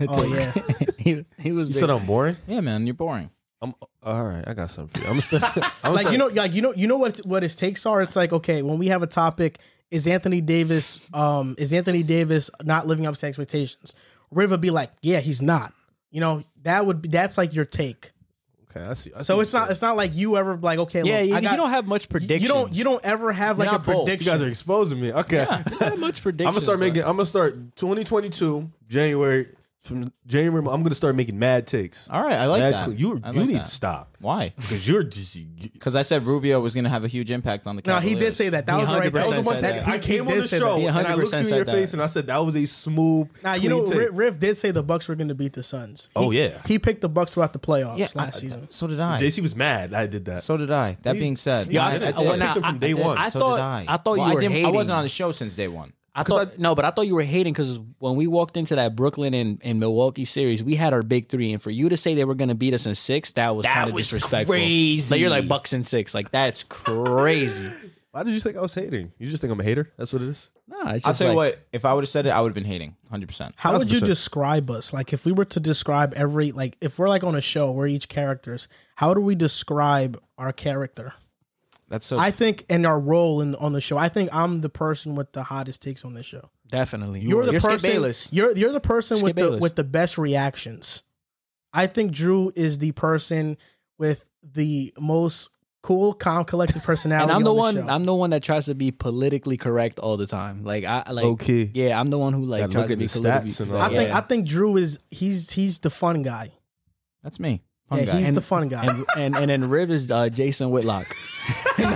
Oh yeah, he, he was. you big. said I'm boring. Yeah, man, you're boring. I'm all right. I got something for you. I'm still. I'm like still- you know, like you know, you know what it's- what his takes are. It's like okay, when we have a topic, is Anthony Davis, um, is Anthony Davis not living up to expectations? River be like, yeah, he's not. You know, that would be that's like your take. Okay, I see. I see So what it's not you're it's not like you ever like okay, yeah, look, you, I got- you don't have much prediction. You don't you don't ever have like You're a not bold. saying. You prediction. guys are exposing me. Okay. have much prediction. I'm gonna start making. I'm gonna start 2022 January from January. I'm gonna start making mad takes. All right, I like mad that. cl- You I you like need that. to stop Why? because you're just. You, Because I said Rubio was going to have a huge impact on the. no, he Cavaliers. did say that. That He was the right. 100% that take. was the one said that that. I came He on did the say show that. He and I looked 100% you in your said face that. and I said that was a smooth. Now you know clean take. Riff, Riff did say the Bucks were going to beat the Suns. He- Oh, yeah. he picked the Bucks throughout the playoffs Yeah, last I- season. So did I. JC was mad. I did that. So did I. That being said, yeah, Yeah, I I, did- I, I did. went I picked him from day did. one. I So thought did I. I thought Well, you I, were didn't- hating. I wasn't on the show since day one. I thought no, but I thought you were hating because when we walked into that Brooklyn and, and Milwaukee series, we had our big three, and for you to say they were going to beat us in six, that was That kind of was disrespectful. crazy. Like you're like Bucks in six, like that's crazy. Why did you think I was hating? You just think I'm a hater? That's what it is. nah, it's just I'll tell you like- what. If I would have said it, I would have been hating 100. percent How would you describe us? Like if we were to describe every like if we're like on a show, we're each characters. How do we describe our character? That's so. I think and our role in on the show. I think I'm the person with the hottest takes on this show. Definitely, You're the Skip person. Bayless. You're you're the person Skip with the Bayless. with the best reactions. I think Drew is the person with the most cool, calm, collected personality. And I'm the on one. the show. I'm the one that tries to be politically correct all the time. Like I like. Low-key. Yeah, I'm the one who like Gotta tries look to at be the politically stats and correct. all I think Oh, Yeah. I think Drew is he's he's the fun guy. That's me. Fun yeah, guy. he's And- the fun guy. and, and and then Riv is uh, Jason Whitlock. Riv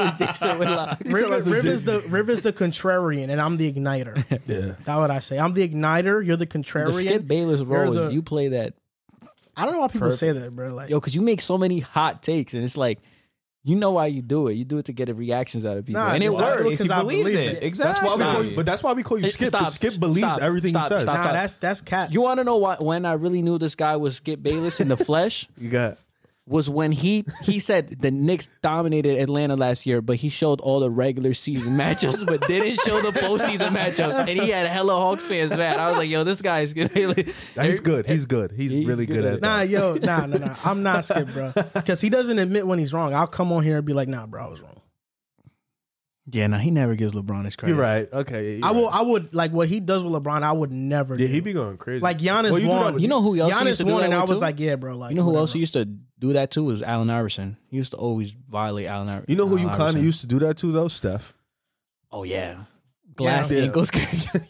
is Jason Whitlock. Riv, Riv is the Riv is the contrarian, and I'm the igniter. yeah, that what I say. I'm the igniter. You're the The contrarian. Skip Bayless role the- is you play that I don't know why people say that, bro. Like, yo because you make so many hot takes and it's like you know why you do it. You do it to get the reactions out of people, Nah, and it just- I do works. it He 'cause I believes believe it. it. That's Exactly. why we call you, but that's why we call you It- Skip. 'cause stop, Skip believes stop, everything stop, he says. stop. nah, that's that's cat. You want to know why, when I really knew this guy was Skip Bayless in the flesh? You got was when he he said the Knicks dominated Atlanta last year, but he showed all the regular season matchups, but didn't show the postseason matchups, and he had hella Hawks fans mad. I was like, yo, this guy is good. he's good. He's good. He's, He's really good, good. at nah, that. yo, nah, nah, nah. I'm not Skip, bro, because he doesn't admit when he's wrong. I'll come on here and be like, nah, bro, I was wrong. yeah, no, he never gives LeBron his credit. You're right. Okay. yeah, I you're will. right. I would like what he does with LeBron. I would never. Yeah, do. he be going crazy. like Giannis Well, do that won. with- You know who else? he used to Giannis do won, that and I with, was too? like, yeah, bro. Like, you know who whatever. else he used to do that to was Allen Iverson. He used to always violate Allen Iverson. You know who you kind of used to do that to though, Steph. Oh yeah, glass Yeah. ankles.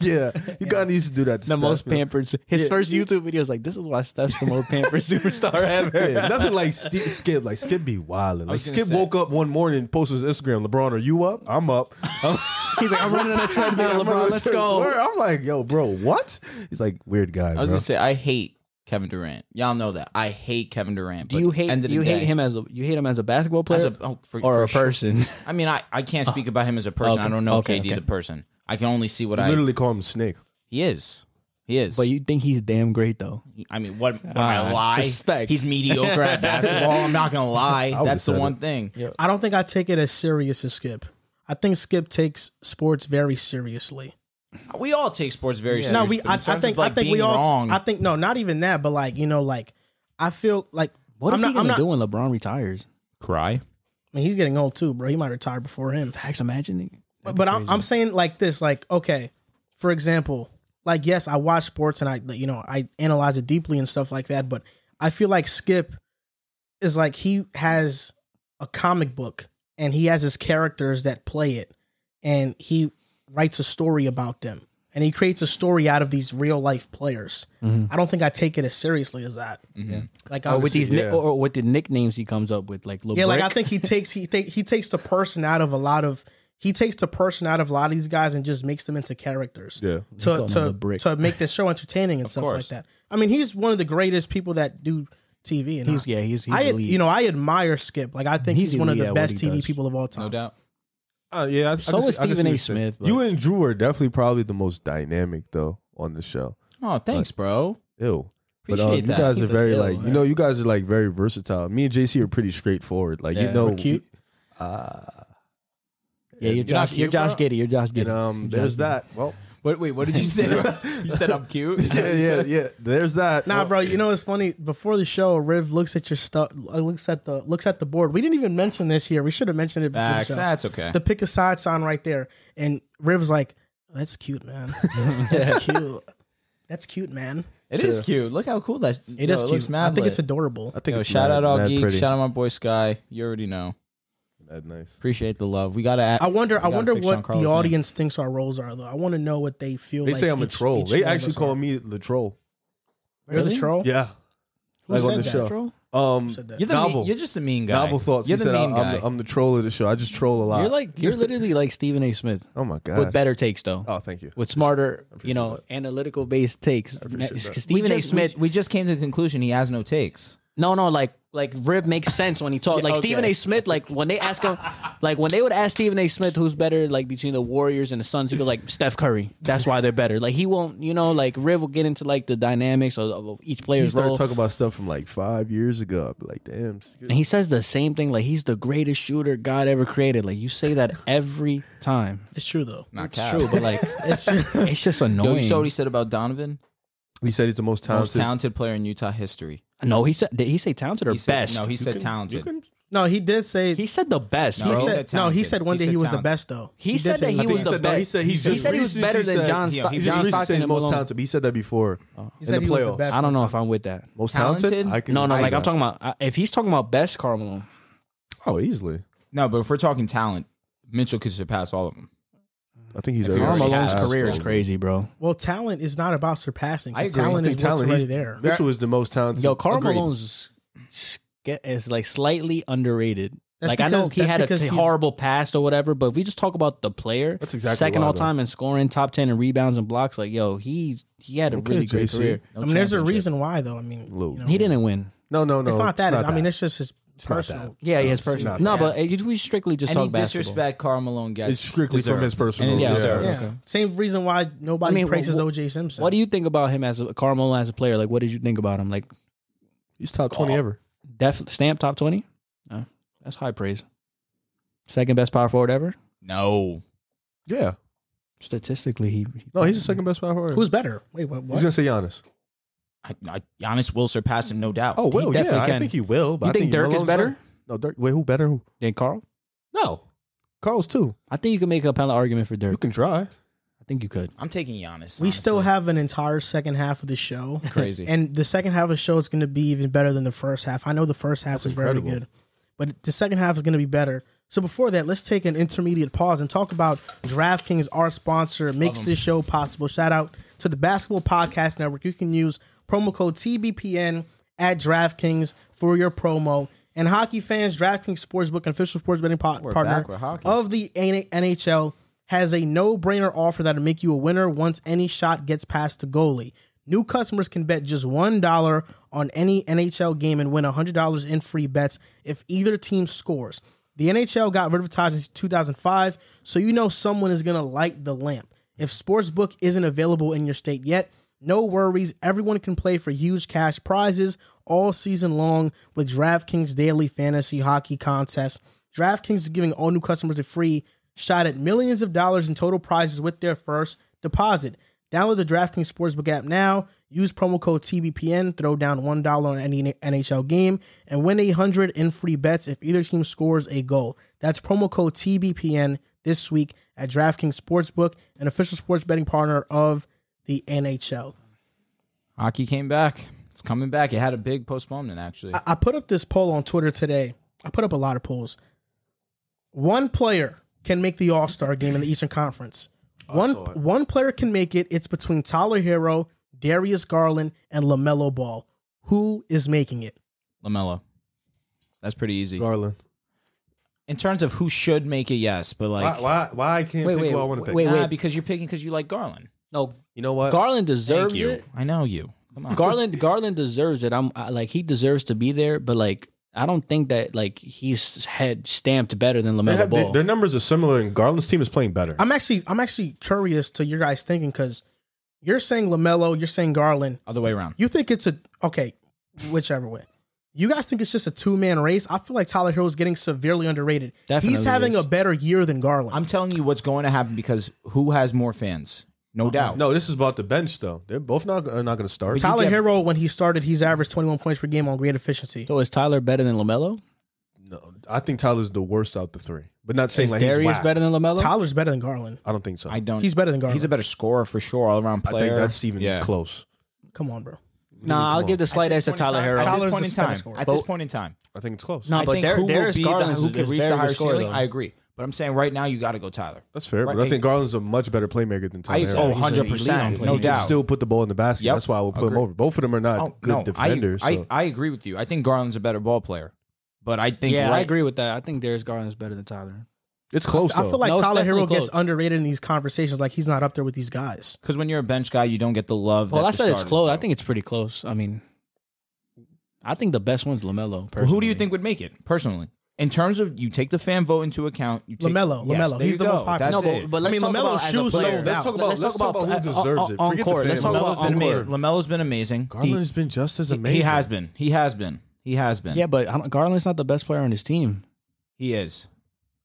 yeah, you kind of used to do that. To The Steph, most you know. pampered. His first YouTube video is like, "This is why Steph's the most pampered superstar ever." Yeah, nothing like Sti- Skip. Like Skip be wildin'. Like was gonna Skip say- woke up one morning, and posted his Instagram. LeBron, are you up? I'm up. I'm, He's like, "I'm running on a I'm treadmill, LeBron. running Let's to go." work." I'm like, yo, bro, what? He's like, weird guy. I was bro. gonna say I hate Kevin Durant. Y'all know that I hate Kevin Durant. Do but you hate end of the you hate day- him as a you hate him as a basketball as player a oh, for, or for a sure. person? I mean, I, I can't speak about him as a person. I okay. don't know Okay, KD okay. the person. I can only see what You I literally call him a snake. he is. He is. but you think he's damn great though. I mean, what? Am I Ah, lie? respect. He's mediocre at basketball. I'm not gonna lie. would've That's the said one it. thing. I don't think I take it as serious as Skip. I think Skip takes sports very seriously. We all take sports very No, seriously. we. but I, in terms I think. of, like, I think we being all. Wrong, I think no, not even that. But like you know, like I feel like What is I'm not. he I'm gonna not. do when LeBron retires? cry. I mean, he's getting old too, bro. He might retire before him. Facts imagining. But, but I'm, I'm saying like this. Like okay, for example, like yes, I watch sports and I you know I analyze it deeply and stuff like that. But I feel like Skip is like he has a comic book and he has his characters that play it and he writes a story about them and he creates a story out of these real life players. I don't think I take it as seriously as that. Like Or I'm with just- these ni- or, or with the nicknames he comes up with, like LeBron. yeah, like I think he takes he think he takes the person out of a lot of he takes the person out of a lot of these guys and just makes them into characters Yeah. to call him the to brick. to make this show entertaining and stuff like course. that. I mean, he's one of the greatest people that do TV. And he's I, yeah he's he's I elite. you know I admire Skip. Like I think he's, He's one of elite the at what best he TV does. people of all time. No doubt. Uh, yeah, I, So I can is see- I can Stephen see A. what you're saying. Smith, but- You and Drew are definitely probably the most dynamic though on the show. Oh, thanks, bro. Ew. but uh, Appreciate you that. guys are He's a very ill, like you man. know you guys are like very versatile. Me and JC are pretty straightforward. Like you Yeah. know, uh, We're cute. yeah you're You're not Josh you're cute, Josh bro. Giddy you're Josh And Giddy. um, there's that. Well, What? Wait, what did you say? you said I'm cute. yeah, yeah, yeah. There's that. Nah, Well, bro. You know it's funny. Before the show, Riv looks at your stuff. Looks at the looks at the board. We didn't even mention this here. We should have mentioned it. Before Facts. the Ah, show. That's okay. the pick a side sign right there. And Riv's like, "Oh, that's cute, man. That's cute. That's cute, man. It is cute. Look how cool that. It yo, is looks cute. mad I think lit. it's adorable. I think Yo, it's shout mad- out all mad geeks. pretty. Shout out my boy Sky. You already know. Mad nice. Appreciate the love. We gotta. Add, I wonder. we I gotta wonder fix what Sean the Carlos' name. audience thinks our roles are, though. I want to know what they feel. They like say I'm each- a troll. each They one of actually us call are. me the troll. You're the Really? troll. Yeah, Who like said on the that? show. Um, said that? You're the mean- novel. you're just a mean guy. novel thoughts. You're he the said I- mean I'm, guy. the, I'm the troll of the show. I just troll a lot. You're like you're literally like Stephen A. Smith Uh, oh my god. with better takes though. oh, thank you. With smarter, you know, analytical based takes. we Stephen A. just, Smith We, we just came to the conclusion he has no takes. No, no, like like Rib makes sense when he talks. Like okay. Stephen A. Smith, like when they ask him, like when they would ask Stephen A. Smith who's better, like between the Warriors and the Suns, he'd be like Steph Curry. That's why they're better. Like he won't, you know, like Rib will get into like the dynamics of, of each He player's started role. talking about stuff from like five years ago. I'd be like, damn. it's good. and he says the same thing, like he's the greatest shooter God ever created. Like you say that every time. It's true though. Not It's true, but like It's true. it's just Yo, annoying. you saw what he said about Donovan, He said he's the most talented. most talented player in Utah history. no, he said did he say talented or He said, best? No, he said talented. You can No, he did say. He said the best. he bro. he said- said no, he talented. said one He day said he was the talented. best though. He did said say that I he think was he the said that. best. He said he just said he was recently better than said- John. Yeah, Stock- he- He John just recently Stockton said and Oh. most Malone. talented, but he said that before. He in said the he was the playoffs. best. I don't one know time. if I'm with that. Most Talented? talented? I can No, no. see Like I'm that. talking about I- if he's talking about best Karl Malone. Oh, easily. No, but if we're talking talent, Mitchell could surpass all of them. I think he's If you're Karl already Malone's has career is to. crazy, bro. Well, talent is not about surpassing. 'cause I agree. Talent I is think what's talent, already he's- there. Mitchell is the most talented. Yo, Karl Agreed. Malone's sca- is like slightly underrated. That's like I know because- he that's had a because he's- horrible past or whatever, but if we just talk about the player, That's exactly second why, all though. time in scoring, top ten in rebounds and blocks. Like yo, he's he had a Okay, really great JC. career. No I mean, there's a championship. reason why though. I mean, Lou. He didn't win. No, no, no. It's not that. I mean, it's it's just his not personal. that. Yeah, he has It's not personal. that. No, but it, we strically just Any talk basketball. disrespect Carl Malone gets It's strictly from deserved. his personal- And it's Yeah. deserved. Yeah. Same reason why nobody I mean, praises wh- OJ Simpson. What do you think about him as a Karl Malone as a player? Like, what did you think about him? Like, he's top Oh. 20 ever. def stamp top twenty. Uh, that's high praise. Second best power forward ever. No, Yeah. Statistically, he, he No, he's the second best power forward. Who's better? Wait, what? He's what? going to say Giannis. I, I, Giannis will surpass him, no doubt. Oh, will. definitely yeah, I can. think he will. But You I think Dirk is Malone's better? No, Dirk. Wait, who better? Who? than Carl. No. Carl's too. I think you could make a compelling argument for You Dirk. can try. I think you could. I'm taking Giannis. We still honestly. have an entire second half of the show. crazy. And the second half of the show is going to be even better than the first half. I know the first half That's is incredible. very good, but the second half is going to be better. So before that, let's take an intermediate pause and talk about DraftKings, our sponsor, makes this show possible. Shout out to the Basketball Podcast Network. You can use promo code TBPN at DraftKings for your promo. And hockey fans, DraftKings Sportsbook, an official sports betting po- partner back with hockey. of the N- NHL has a no-brainer offer that'll make you a winner once any shot gets past the goalie. New customers can bet just $1 on any NHL game and win $100 in free bets if either team scores. The NHL got rid of ties in 2005, so you know someone is going to light the lamp. If Sportsbook isn't available in your state yet, no worries. Everyone can play for huge cash prizes all season long with DraftKings Daily Fantasy Hockey Contest. DraftKings is giving all new customers a free shot at millions of dollars in total prizes with their first deposit. Download the DraftKings Sportsbook app now. Use promo code TBPN. Throw down $1 on any NHL game and win 100 in free bets if either team scores a goal. That's promo code TBPN this week at DraftKings Sportsbook, an official sports betting partner of the NHL. Hockey came back. It's coming back. It had a big postponement actually. I, I put up this poll on Twitter today. I put up a lot of polls. One player can make the All Star game in the Eastern Conference. One one player can make it. It's between Tyler Hero, Darius Garland, and Lamelo Ball. Who is making it? Lamelo. That's pretty easy. Garland. In terms of who should make it, yes, but like why, why, why I can't Wait, pick wait, who I want to pick? wait. Nah, because you're picking because you like Garland. No, You know what? Garland deserves Thank you. it. I know you. Come on. Garland Garland deserves it. I'm I, like he deserves to be there, but like I don't think that like he's had stamped better than They Lamelo have- Ball. their numbers are similar, and Garland's team is playing better. I'm actually I'm actually curious to your guys thinking because you're saying Lamelo, you're saying Garland. Other way around. You think it's a okay, whichever way. You guys think it's just a two man race? I feel like Tyler Hero is getting severely underrated. Definitely He's having is. a better year than Garland. I'm telling you what's going to happen because who has more fans? No doubt. No, this is about the bench though. They're both not are not going to start. Tyler get- Hero, when he started, he's averaged 21 points per game on great efficiency. so is Tyler better than Lamelo? No, I think Tyler's the worst out the three, but not saying Is like he's Darius whack. better than Lamelo? Tyler's better than Garland. I don't think so. I I, um, don't. He's better than Garland. He's a better scorer for sure, all around player. think that's even Yeah. close. Come on, bro. nah, I'll give the slight At this edge to point in Tyler time- Hero. At Tyler's this point the in time. better At scorer. this point in time. I think it's close. No, I but think Dar- who Darius will be the, Garland who is- can is reach the very higher good scorer, ceiling? though. I agree. But I'm saying right now you got to go Tyler. That's fair, but Right, I hey. think Garland's a much better playmaker than I Tyler. oh Hero. 100 elite percent, on no he can doubt. still put the ball in the basket. Yep. That's why I will put him Agree. over. Both of them are not Oh, good no, defenders. I, so. I, I agree with you. I think Garland's a better ball player, but I think yeah, right, I agree with that. I think Darius Garland is better than Tyler. it's close. I though. feel like No, it's Tyler Hero definitely gets close. underrated in these conversations. Like he's not up there with these guys. Because when you're a bench guy, you don't get the love. Well, that I the said it's starters close. I do. think it's pretty close. I mean, I think the best one's Lamelo. Well, who do you personally. think would make it personally? In terms of you take the fan vote into account, you take, LaMelo, LaMelo. there He's you the go. most popular. That's No, it. but, but let's I mean, talk LaMelo's about as a shoes player. sold out. Let's talk about- let's talk about who uh, deserves on- it. on Forget the court. Let's fan talk Lamelo's about been on amazing. court. Lamelo's been amazing. Garland's been just as He- amazing. He has been. He has been. He has been. Yeah, but I don't- Garland's not the best player on his team. he is.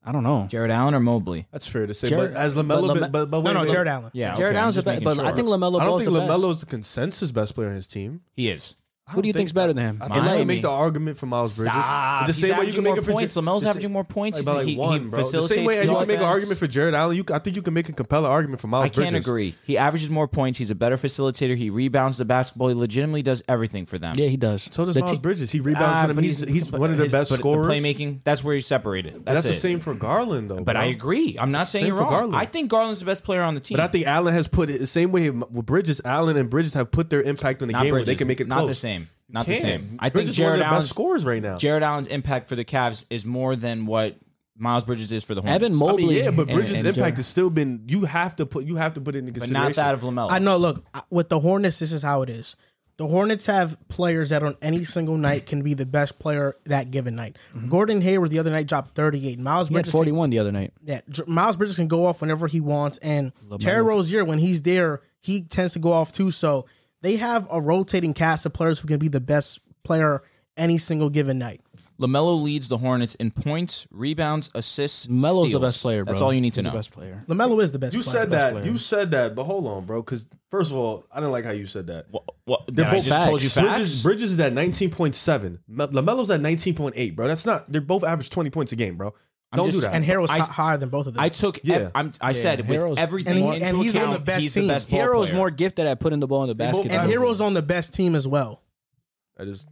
I don't know. Jared Allen or Mobley? That's fair to say. Jared- but as but Lamelo, Lame- been- but, No, but wait, no, but- Jared Allen. Yeah, okay, Jared I'm Allen's the just best, making but I sure. think Lamelo. I don't Ball's think the best. Lamelo's the consensus best player on his team. he is. Who do you think's better than him? I think you Miami. can make the argument for Miles Bridges. Stop. The He's same way you averaging can make more it for Ja- points. LaMelo's the sa- averaging more points. Like, He's, by like he, one, he bro. The facilitates same way the as you can make an offense. argument for Jared Allen, you, I think you can make a compelling argument for Miles I can't Bridges. agree. He averages more points. He's a better facilitator. He rebounds the basketball. He legitimately does everything for them. Yeah, he does. So does The Miles te- Bridges. He rebounds Ah, for them. but He's, he's one of their his- best but the scorers. playmaking, that's where he's separated. That's, That's, the it. same for Garland, though. But I bro. agree. I'm not saying Same you're for wrong. Garland. I think Garland's the best player on the team. But I think Allen has put it the same way with Bridges. Allen and Bridges have put their impact on the not game Bridges. where they can make it not close. the same. Not the Can. same. I think Bridges is one of Jared their best Allen's scorers right now. Jared Allen's impact for the Cavs is more than what Miles Bridges is for the Hornets. I Evan Mobley. mean, yeah, but and- Bridges' and impact Jared- has still been. You have to put. You have to put it into but consideration. not that of Lamelo. I know. Look, I- with the Hornets, this is how it is. The Hornets have players that on any single night can be the best player that given night. Gordon Hayward the other night dropped 38. Miles Mm-hmm. He had Bridges, can, 41 the other night. yeah, Dr- Miles Bridges can go off whenever he wants, and Terry Rozier when he's there, he tends to go off too. So they have a rotating cast of players who can be the best player any single given night. Lamelo leads the Hornets in points, rebounds, assists. Melo's the steals. best player, bro. That's all you need to He's know. The best player. Lamelo is the best. You player. said that. You said that. But hold on, bro. Because first of all, I didn't like how you said that. What? They're that I both just told you facts. Bridges, Bridges is at nineteen point seven. Lamelo's at nineteen point eight, bro. That's not. They're both average twenty points a game, bro. Don't just- do that. and Harold was I- hi- higher than both of them. I took. Yeah. ev- I'm, I said with Hero's- everything And he- into and he's on account, the best he's team. the best. ball Hero's player. more gifted at putting the ball in the both- basket. and than- Hero's on the best team as well. I just.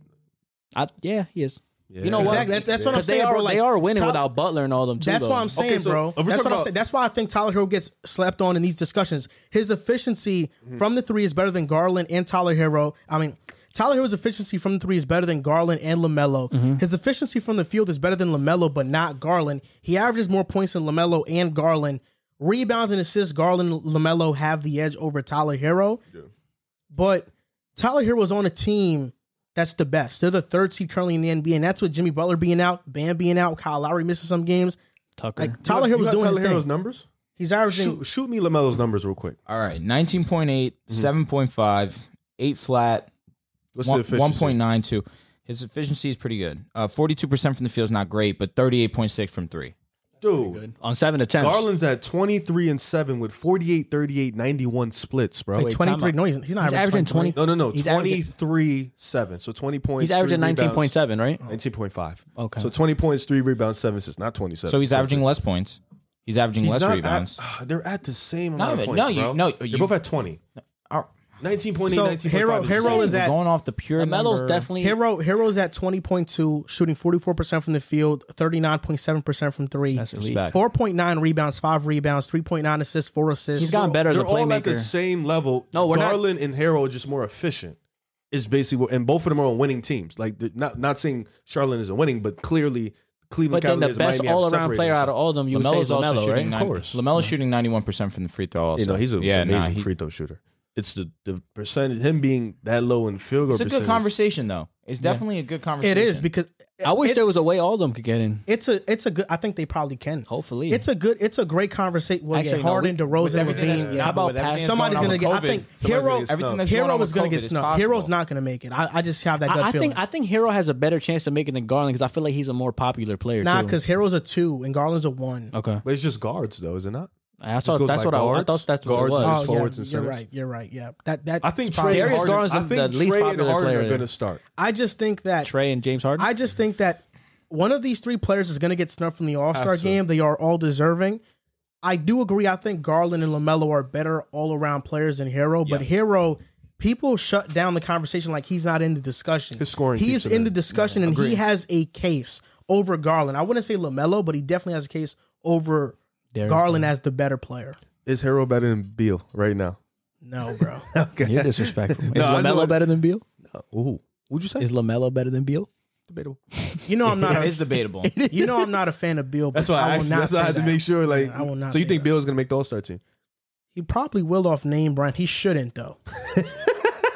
I, yeah, he is. Yeah. You know what? Exactly. That's, that's what I'm Because saying, they are bro. Like, they are winning Tyler- without Butler and all them too. That's though. what I'm saying, so bro. if we're That's what talking I'm about- saying. That's why I think Tyler Hero gets slept on in these discussions. His efficiency from the three is better than Garland and Tyler Hero. I mean, Tyler Hero's efficiency from the three is better than Garland and Lamelo. Mm-hmm. His efficiency from the field is better than Lamelo, but not Garland. He averages more points than Lamelo and Garland. Rebounds and assists, Garland and Lamelo have the edge over Tyler Hero. But Tyler Hero's on a team that's the best. They're the third seed currently in the NBA, and that's with Jimmy Butler being out, Bam being out, Kyle Lowry missing some games. Tucker. Like Tyler You Hero's got doing Tyler his Hero's thing. numbers. He's averaging. Shoot, shoot me Lamelo's numbers real quick. All right, 19.8, 7.5, 8 flat, What's the one- efficiency? 1.92. His efficiency is pretty good. Uh, 42% from the field is not great, but 38.6 from three. Dude, on seven attempts. Garland's at 23 and 7 with 48, 38, 91 splits, bro. Like Wait, 23. timeout. No, he's, he's not He's averaging averaging 23. 20. no, no, no. He's 23 7. So 20 points. He's three averaging nineteen rebounds, point seven, right? 19.5. Okay. So 20 points, 3 rebounds, 7 assists, not 27. So he's averaging less points. He's averaging He's less not at- rebounds. ah, they're at the same No, amount of but- points. no, you- bro. no, They're you- both at 20. Our- 19.8, So, 19.5. Hero- is Hero insane. is we're at- going off the pure Melo's number. definitely Hero Hero's at 20.2, shooting 44% from the field, 39.7% from three. That's elite. Respect. 4.9 rebounds, 5 rebounds, 3.9 assists, 4 assists. He's gotten better as a They're all at the playmaker. same level. No, we're not- Garland and Harrell are just more efficient. Is basically what, and both of them are on winning teams. Like they're not not saying Charlotte isn't winning, but clearly But Cleveland then the Cavaliers and best Miami have all around separated player out of themselves. all of them, you would say is LaMelo's also Lamelo, shooting right? nine, course. LaMelo's shooting 91% from the free throw also. You know, he's an yeah, amazing nah, he- free throw shooter. It's the the percentage him being that low in field goal. It's a good percentage. conversation, though. It's definitely a it good conversation. is because I wish it- there was a way all of them could get in. it's a it's a good I think they probably can. Hopefully, It's a good it's a great conversation. Well, Actually, yeah, no, Harden, we- with DeRozan, everything that's- Levine. Yeah, how about With everything that's somebody's going on gonna get. with I COVID, think Somebody's Hero gonna get everything snubbed. that's going Hero on was with gonna COVID get is snubbed. possible. Hero's not gonna make it. I, I just have that gut I, I feeling. think I think Hero has a better chance of making than Garland because I feel like he's a more popular player. Nah, too. because Hero's a two and Garland's a one. okay, But it's just guards though, is it not? I just thought goes that's by what I, I guards. thought that's what it Guards is was. just forwards and Oh, you're centers. right. You're right. Yeah, that that I think it's probably- Trey and Darius Harden. Garland's I the- think the least Trey and popular Harden player are there. going to start. I just think that Trey and James Harden. I just think that one of these three players is going to get snubbed from the All Star Has to. game. They are all deserving. I do agree. I think Garland and Lamelo are better all around players than Hero, but Hero. People shut down the conversation like he's not in the discussion. His scoring he keeps is him in in. the discussion, and he has a case over Garland. I wouldn't say Lamelo, but he definitely has a case over Darius Garland as the better player. Is Hero better than Beal right now? No, bro. You're disrespectful. Is I just Lamelo want- better than Beal? Ooh, would you say? Is Lamelo better than Beal? debatable. you know I'm not. It's A, debatable. you know I'm not a fan of Bill. But That's why I, I, will asked you. not That's why I say had to that. make sure. Like, I will not so you say think that. Bill's going to make the All Star team? He probably will off name brand. He shouldn't though.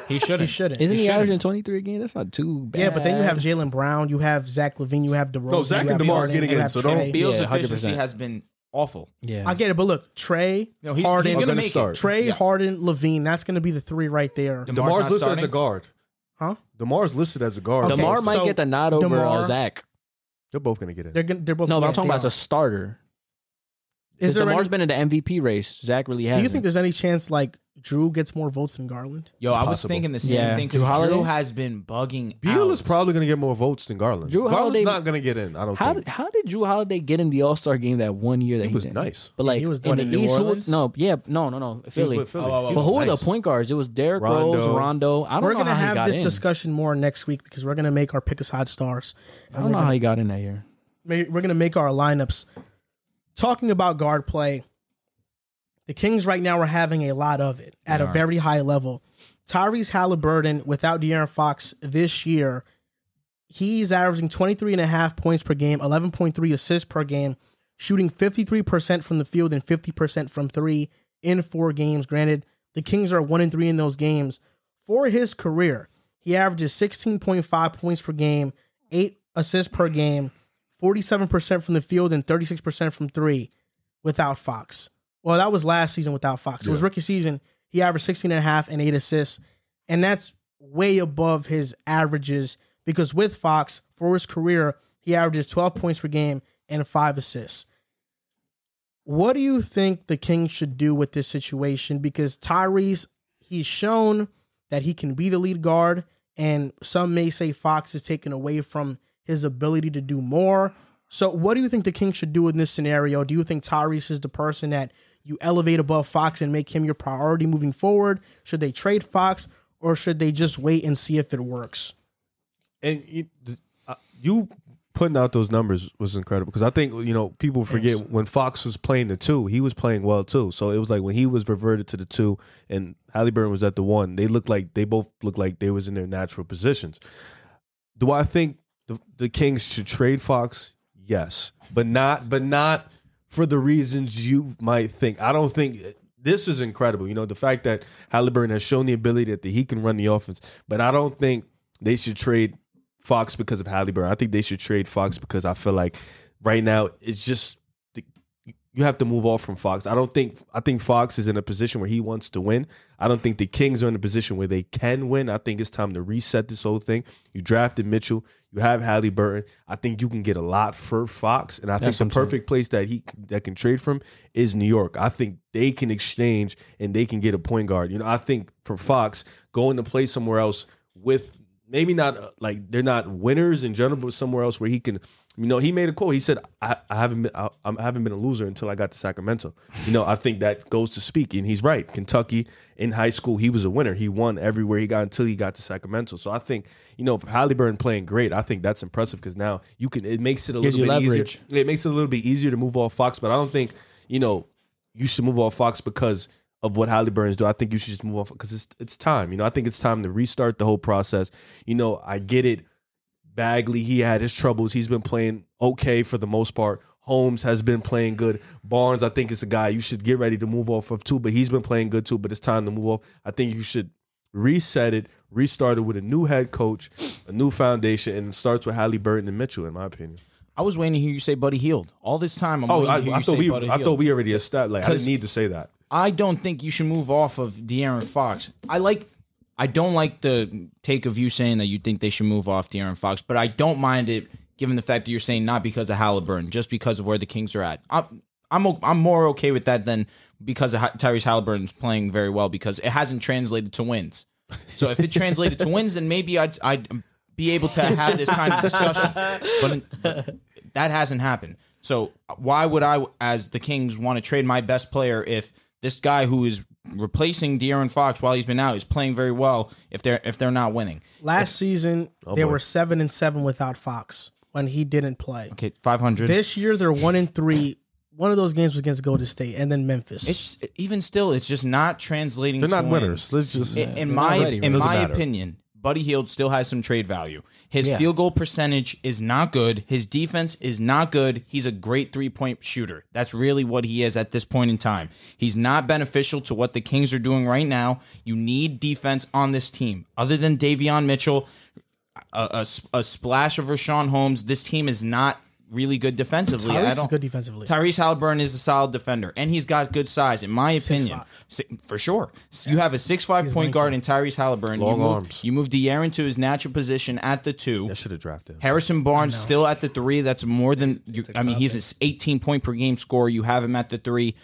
He shouldn't. He shouldn't. Isn't he averaging 23 a game? That's not too bad. Yeah, but then you have Jalen Brown, you have Zach Levine, you have DeRozan. No, Zach you and have DeMar are Harden, getting you in, have so don't- Trey. Beal's Yeah, 100%. efficiency has been awful. Yeah. I get it, but look, Trey, No, he's, Harden, he's going to gonna make start. it. Trey, Yes. Harden, Levine. That's going to be the three right there. DeMar's, Demar's not listed starting. as a guard. Huh? Demar's listed as a guard. Okay, DeMar might so get the nod over DeMar- uh, Zach. They're both going to get in. They're gonna, they're both. No, but yeah, I'm talking they about as are. a starter. Is Is there DeMar's any, been in the MVP race. Zach really Do hasn't. you think there's any chance like Drew gets more votes than Garland? Yo, I was possible. thinking the same Yeah. thing because Drew Holiday? Drew has been bugging. Beal out. is probably going to get more votes than Garland. Drew Garland's Holiday- not going to get in. I don't How think. did, how did Drew Holiday get in the All Star game that one year that he, was didn't? nice. But like he was in what, the in New East, who Orleans? was, no, yeah, no, no, no, He was Philly. with Philly. Oh, oh, oh. He But was who were the nice. point guards? It was Derrick Rondo. Rose, Rondo. I don't We're know gonna how he have got this in. discussion more next week because we're gonna make our pick aside stars. I don't know how he got in that year. ma- we're gonna make our lineups. Talking about guard play, the Kings right now are having a lot of it at a very high level. Tyrese Halliburton without De'Aaron Fox this year, he's averaging 23 and a half points per game, 11.3 assists per game, shooting 53% from the field and 50% from three in four games. Granted, the Kings are one and three in those games. For his career, he averages 16.5 points per game, eight assists per game, 47% from the field and 36% from three without Fox. Well, that was last season without Fox. It was rookie season. He averaged 16 and a half and eight assists. And that's way above his averages because with Fox, for his career, he averages 12 points per game and five assists. What do you think the Kings should do with this situation? Because Tyrese, he's shown that he can be the lead guard, and some may say Fox is taken away from his ability to do more. So, what do you think the Kings should do in this scenario? Do you think Tyrese is the person that you elevate above Fox and make him your priority moving forward? Should they trade Fox, or should they just wait and see if it works? and you, th- uh, you putting out those numbers was incredible because I think you know people forget when Fox was playing the two, he was playing well too. So it was like when he was reverted to the two and Halliburton was at the one, they looked like they both looked like they was in their natural positions. Do I think the, the Kings should trade Fox? Yes, but not but not for the reasons you might think. I don't think this is incredible. You know the fact that Halliburton has shown the ability that he can run the offense, but I don't think they should trade Fox because of Halliburton. I think they should trade Fox because I feel like right now it's just the, you have to move off from Fox. I don't think I think Fox is in a position where he wants to win. I don't think the Kings are in a position where they can win. I think it's time to reset this whole thing. You drafted Mitchell. You have Halliburton. I think you can get a lot for Fox, and I That's what think I'm the saying. perfect place that he that can trade from is New York. I think they can exchange and they can get a point guard. You know, I think for Fox going to play somewhere else with maybe not uh, like they're not winners in general, but somewhere else where he can. You know, he made a quote. He said, "I, I haven't been I, I haven't been a loser until I got to Sacramento." You know, I think that goes to speak, and he's right. Kentucky in high school, he was a winner. He won everywhere he got until he got to Sacramento. So I think you know, for Halliburton playing great, I think that's impressive because now you can it makes it a Gives little bit you easier. leverage. It makes it a little bit easier to move off Fox, but I don't think you know you should move off Fox because of what Halliburton's do. I think you should just move off because it's it's time. You know, I think it's time to restart the whole process. You know, I get it. Bagley, he had his troubles. He's been playing okay for the most part. Holmes has been playing good. Barnes, I think, is a guy you should get ready to move off of too, but he's been playing good too. But it's time to move off. I think you should reset it, restart it with a new head coach, a new foundation, and it starts with Halliburton and Mitchell, in my opinion. I was waiting to hear you say Buddy Healed. All this time, I'm Oh, waiting I, to hear I you thought say we, Buddy I Hield. thought we already established. Like, I 'Cause- didn't need to say that. I don't think you should move off of De'Aaron Fox. I like. I don't like the take of you saying that you think they should move off De'Aaron Fox, but I don't mind it given the fact that you're saying not because of Halliburton, just because of where the Kings are at. I'm I'm, o- I'm more okay with that than because of Ha- Tyrese Halliburton's playing very well because it hasn't translated to wins. So if it translated to wins, then maybe I'd I'd be able to have this kind of discussion. But, but that hasn't happened. So uh, why would I, as the Kings, want to trade my best player if this guy who is replacing De'Aaron Fox while he's been out is playing very well? If they're if they're not winning, Last season, they boy. were seven and seven without Fox when he didn't play. okay, five hundred. This year, they're one and three. One of those games was against Golden State and then Memphis. it's just- even still, it's just not translating. They're to not wins. winners. Let's just In, in they're my not ready, man. in Doesn't my matter. opinion, Buddy Hield still has some trade value. His Yeah. field goal percentage is not good. His defense is not good. He's a great three point shooter. That's really what he is at this point in time. He's not beneficial to what the Kings are doing right now. You need defense on this team. Other than Davion Mitchell, a, a s- a splash of Rashawn Holmes, this team is not really good defensively. I Tyrese is don't- good defensively. Tyrese Halliburton is a solid defender, and he's got good size, in my opinion, Si- for sure. You have a six five point guard in Tyrese Halliburton. Long you moved, arms. You moved De'Aaron to his natural position at the two. I should have drafted him. Harrison Barnes still at the three. That's more than you, I mean. He's an 18 point per game scorer. You have him at the three.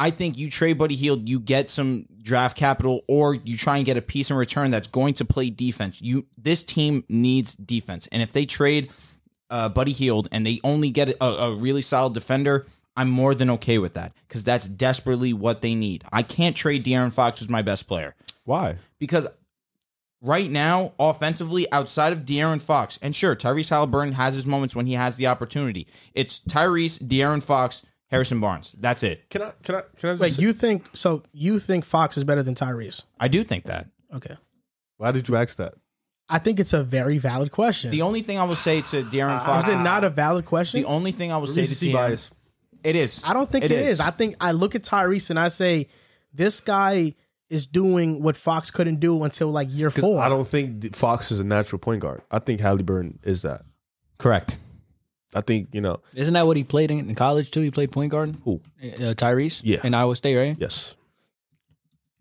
I think you trade Buddy Heald, you get some draft capital, or you try and get a piece in return that's going to play defense. You this team needs defense, and if they trade uh, Buddy Heald and they only get a, a really solid defender, I'm more than okay with that because that's desperately what they need. I can't trade De'Aaron Fox, who's my best player Why? because right now, offensively, outside of De'Aaron Fox, and sure, Tyrese Halliburton has his moments when he has the opportunity. It's Tyrese, De'Aaron Fox, Harrison Barnes. That's it. Can I? Can I? Can I just? Wait, you think so? You think Fox is better than Tyrese? I do think that. Okay, why did you ask that? I think it's a very valid question. The only thing I will say to De'Aaron Fox is it not a valid the question? only thing I will say to Recency De'Aaron, bias. It is. I don't think it is. I think I look at Tyrese and I say, this guy is doing what Fox couldn't do until like year 'Cause four. I don't think Fox is a natural point guard. I think Halliburton is that. Correct. I think you know. Isn't that what he played in, in college too? He played point guard. Who? Uh, Tyrese. Yeah. In Iowa State, right? Yes.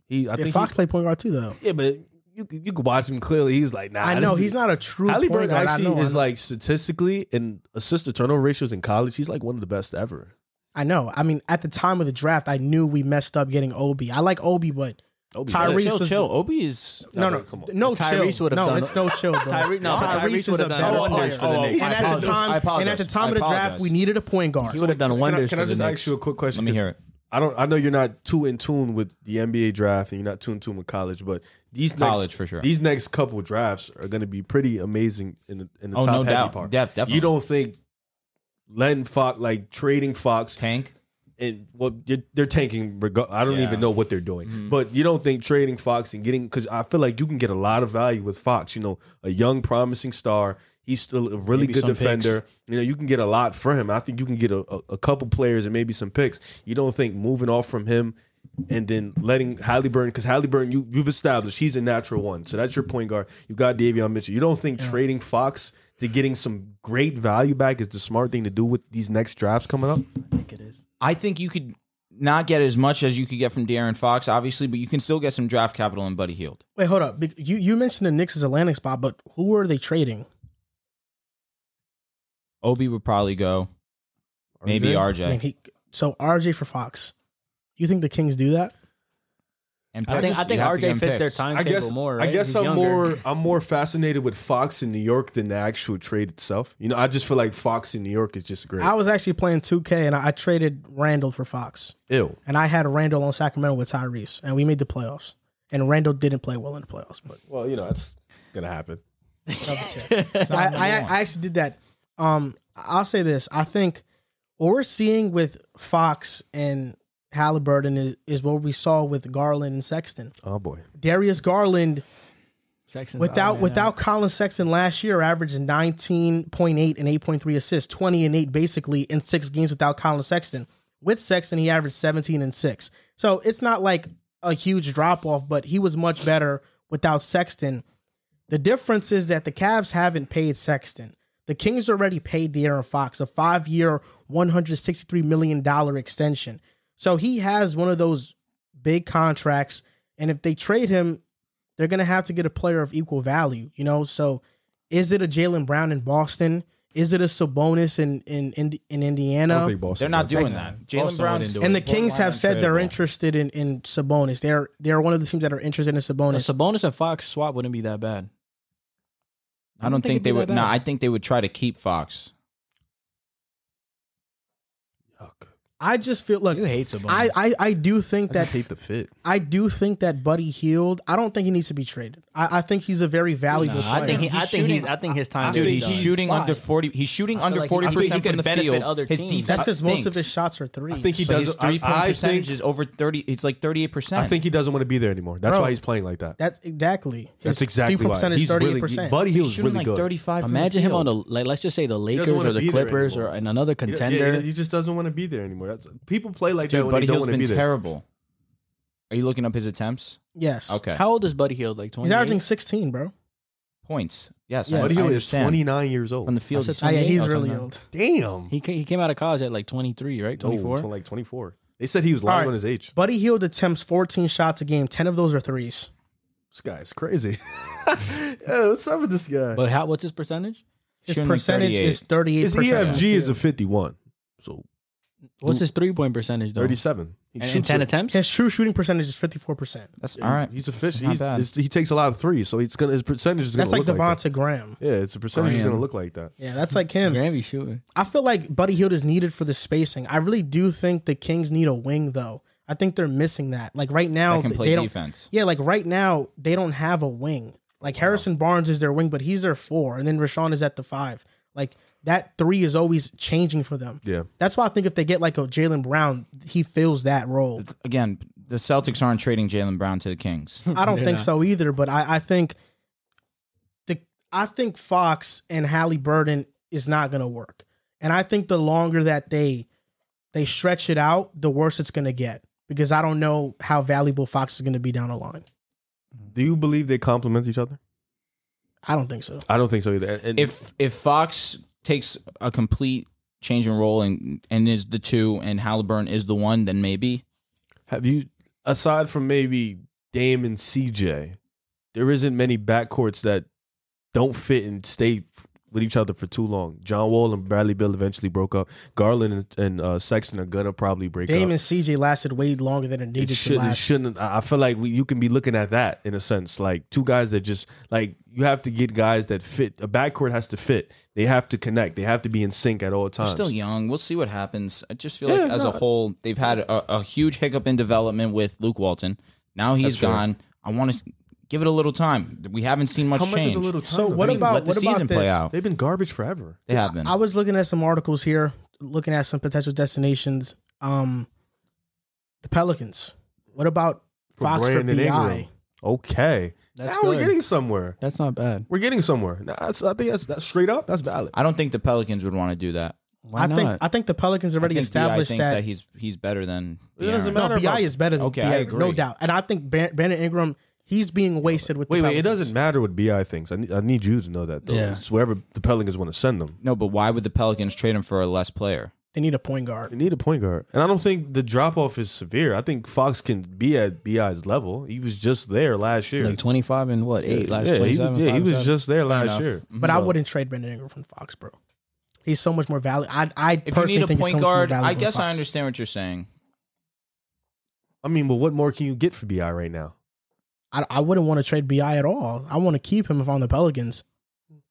He. I yeah, think Fox he- played point guard too, though. yeah, but you could- you could watch him clearly. He's like, nah. I this know is- he's not a true point Halliburton guard. I actually know. I is know. like statistically and assist to turnover ratios in college. He's like one of the best ever. I know. I mean, at the time of the draft, I knew we messed up getting Obi. I like Obi, but Obi, Tyrese Chill, is- chill. Obi is. no, bro, no, come on. no Tyrese chill. would've No, done- it's no chill, bro. Tyre- no, Tyrese is would've a done better wonders player. for the Knicks. And I at the apologize. I time, and at apologize. the time of I the draft, apologize. we needed a point guard. He would have done wonders. Can I, for the just Knicks. ask you a quick question? Let me hear it. I don't. I know you're not too in tune with the NBA draft, and you're not too in tune with college. But these College, next, for sure. These next couple drafts are going to be pretty amazing in the in the Oh, top no heavy doubt. part. Def- definitely. You don't think letting Fox like trading Fox Tank. and well, you're- they're tanking. Reg- I don't Yeah. even know what they're doing. Mm-hmm. But you don't think trading Fox and getting because I feel like you can get a lot of value with Fox. You know, a young, promising star. He's still a really Maybe good some picks. defender. You know, you can get a lot for him. I think you can get a, a, a couple players and maybe some picks. You don't think moving off from him and then letting Halliburton because Halliburton you you've established he's a natural one. So that's your point guard. You got Davion Mitchell. You don't think trading Fox to getting some great value back is the smart thing to do with these next drafts coming up? I think you could not get as much as you could get from De'Aaron Fox, obviously, but you can still get some draft capital in Buddy Heald. Wait, hold up. Be- You you mentioned the Knicks as a landing spot, but who are they trading? Obi would probably go. Maybe RJ. I mean, he, so RJ for Fox. You think the Kings do that? And I think I picks. think You have to get RJ him fits their picks. I timetable guess more. Right? I guess He's I'm younger. more I'm more fascinated with Fox in New York than the actual trade itself. You know, I just feel like Fox in New York is just great. I was actually playing 2K and I, I traded Randall for Fox. Ew. And I had Randall on Sacramento with Tyrese, and we made the playoffs. And Randall didn't play well in the playoffs, but Well, you know, that's gonna happen. I, I, I actually did that. Um, I'll say this: I think what we're seeing with Fox and Halliburton is, is what we saw with Garland and Sexton. Oh boy. Darius Garland Sexton's out, without man. without Colin Sexton last year averaged 19.8 and 8.3 assists, 20 and 8 basically in 6 games without Colin Sexton. With Sexton he averaged 17 and 6. So it's not like a huge drop off, but he was much better without Sexton. The difference is that the Cavs haven't paid Sexton. The Kings already paid De'Aaron Fox a five year, $163 million extension. So he has one of those big contracts. And if they trade him, they're going to have to get a player of equal value, you know? So is it a Jalen Brown in Boston? Is it a Sabonis in, in, in, in I Indiana? don't think Boston. They're not does doing that. Jalen Boston Brown wouldn't do and the it. Kings have said they're interested in, in Sabonis. They're they're one of the teams that are interested in A Sabonis. Sabonis and Fox swap wouldn't be that bad. I don't think it'd they be would. that No, bad. I think they would try to keep Fox. Yuck. I just feel look, You hate Sabonis. I, I I do think I that just hate the fit. I do think that Buddy Healed. I don't think he needs to be traded. I, I think he's a very valuable Nah, player. I think he, I He's think he's shooting- I think his time. Dude, is he's done. shooting Why? under forty. He's shooting I feel under like he- I forty think he percent could from the benefit field. other His teams. defense that's because most of stinks. his shots are threes. I think he But his does. I, three point I percentage think. is over thirty. It's like thirty eight percent. I think he doesn't want to be there anymore. That's Bro. why he's playing like that. That's exactly. That's His exactly three-point why percentage he's really. 38%. Buddy he's Hill's shooting really like good. thirty five. Imagine him on the like. Let's just say the Lakers wanna or the be there Clippers or anymore. in another Yeah, contender. yeah, he just doesn't want to be there anymore. That's, people play like that Dude, when Buddy they Hill's don't want to be been there. terrible. Are you looking up his attempts? Yes. Okay. How old is Buddy Hield? Like twenty. He's averaging 16, bro. points? Yes, Yeah. I, Buddy I Hill is understand. 29 years from old. the field. I he's said Oh, yeah, 28? he's Oh, really 29. old. Damn. He ca- he came out of college at like twenty three, right? Twenty four. No, like 24. They said he was All lying right. on his age. Buddy Healed attempts 14 shots a game. 10 of those are threes. This guy is crazy. yeah, what's up with this guy? But how? What's his percentage? His shooting like percentage 38. is 38. His EFG E is a 51, so What's his three point percentage though? 37. And in ten attempts. His true shooting percentage is 54%. That's all right. He's efficient. not He's, bad. it's- he takes a lot of threes, so he's gonna his percentage is gonna That's like look like Devonta Graham. that. Yeah, it's a percentage is Graham. gonna look like that. Yeah, that's like him. Grammy shooting. I feel like Buddy Hield is needed for the spacing. I really do think the Kings need a wing though. I think they're missing that. Like right now, That can they- play they don't. defense. Yeah, like right now they don't have a wing. Like Harrison Barnes is their wing, but he's their four, and then Rashawn is at the five. Like that three is always changing for them. Yeah. that's why I think if they get like a Jalen Brown, he fills that role. Again, the Celtics aren't trading Jalen Brown to the Kings. I don't They're think not. so either, but I, I think the I think Fox and Halliburton is not gonna work. And I think the longer that they they stretch it out, the worse it's gonna get. Because I don't know how valuable Fox is gonna be down the line. Do you believe they complement each other? I don't think so. I don't think so either. And if if Fox takes a complete change in role and and is the two and Halliburton is the one, then maybe have you aside from maybe Dame and CJ, there isn't many backcourts that don't fit and stay f- with each other for too long. John Wall and Bradley Bill eventually broke up. Garland and, and uh, Sexton are gonna probably break Dame up. and CJ lasted way longer than it it needed to shouldn't, it last. shouldn't. I I feel like we, you can be looking at that in a sense, like two guys that just like you have to get guys that fit. A backcourt has to fit. They have to connect. They have to be in sync at all they're times. still young. We'll see what happens. I just feel Yeah, like as a no. whole, they've had a, a huge hiccup in development with Luke Walton. Now he's That's fair. gone. I want to give it a little time. We haven't seen much How much change. is a little time? So though? what I mean, about Let the what about season play this? out. They've been garbage forever. They have been. I was looking at some articles here, looking at some potential destinations. Um the Pelicans. What about For Fox for Brandon Ingram. BI? Okay, That's now good. we're getting somewhere. That's not bad. We're getting somewhere. Now, that's, I think that's, that's straight up. That's valid. I don't think the Pelicans would want to do that. Why I not? think I think the Pelicans I already think DI established thinks that, he's he's better than. It doesn't De'Aaron. matter. No, Bi about- is better than Okay, De'Aaron, no I agree. doubt, and I think Ban- Brandon Ingram he's being wasted with. Wait, the wait. It Pelicans. doesn't matter what Bi thinks. I need, I need you to know that though. Yeah. It's wherever the Pelicans want to send them. No, but why would the Pelicans trade him for a less player? They need a point They guard. need a point guard, and I don't think the drop off is severe. I think Fox can be at Bi's level. He was just there last year. Like twenty five and what eight last yeah, twenty he was, seven. yeah, he was just there last enough. year. But I wouldn't trade Brandon Ingram from Fox, bro. He's so much more valuable. I, I If you personally need a think he's point so much more guard, valuable I than guess I Fox. understand what you're saying. I mean, but what more can you get for Bi right now? I, I wouldn't want to trade Bi at all. I want to keep him if I'm the Pelicans.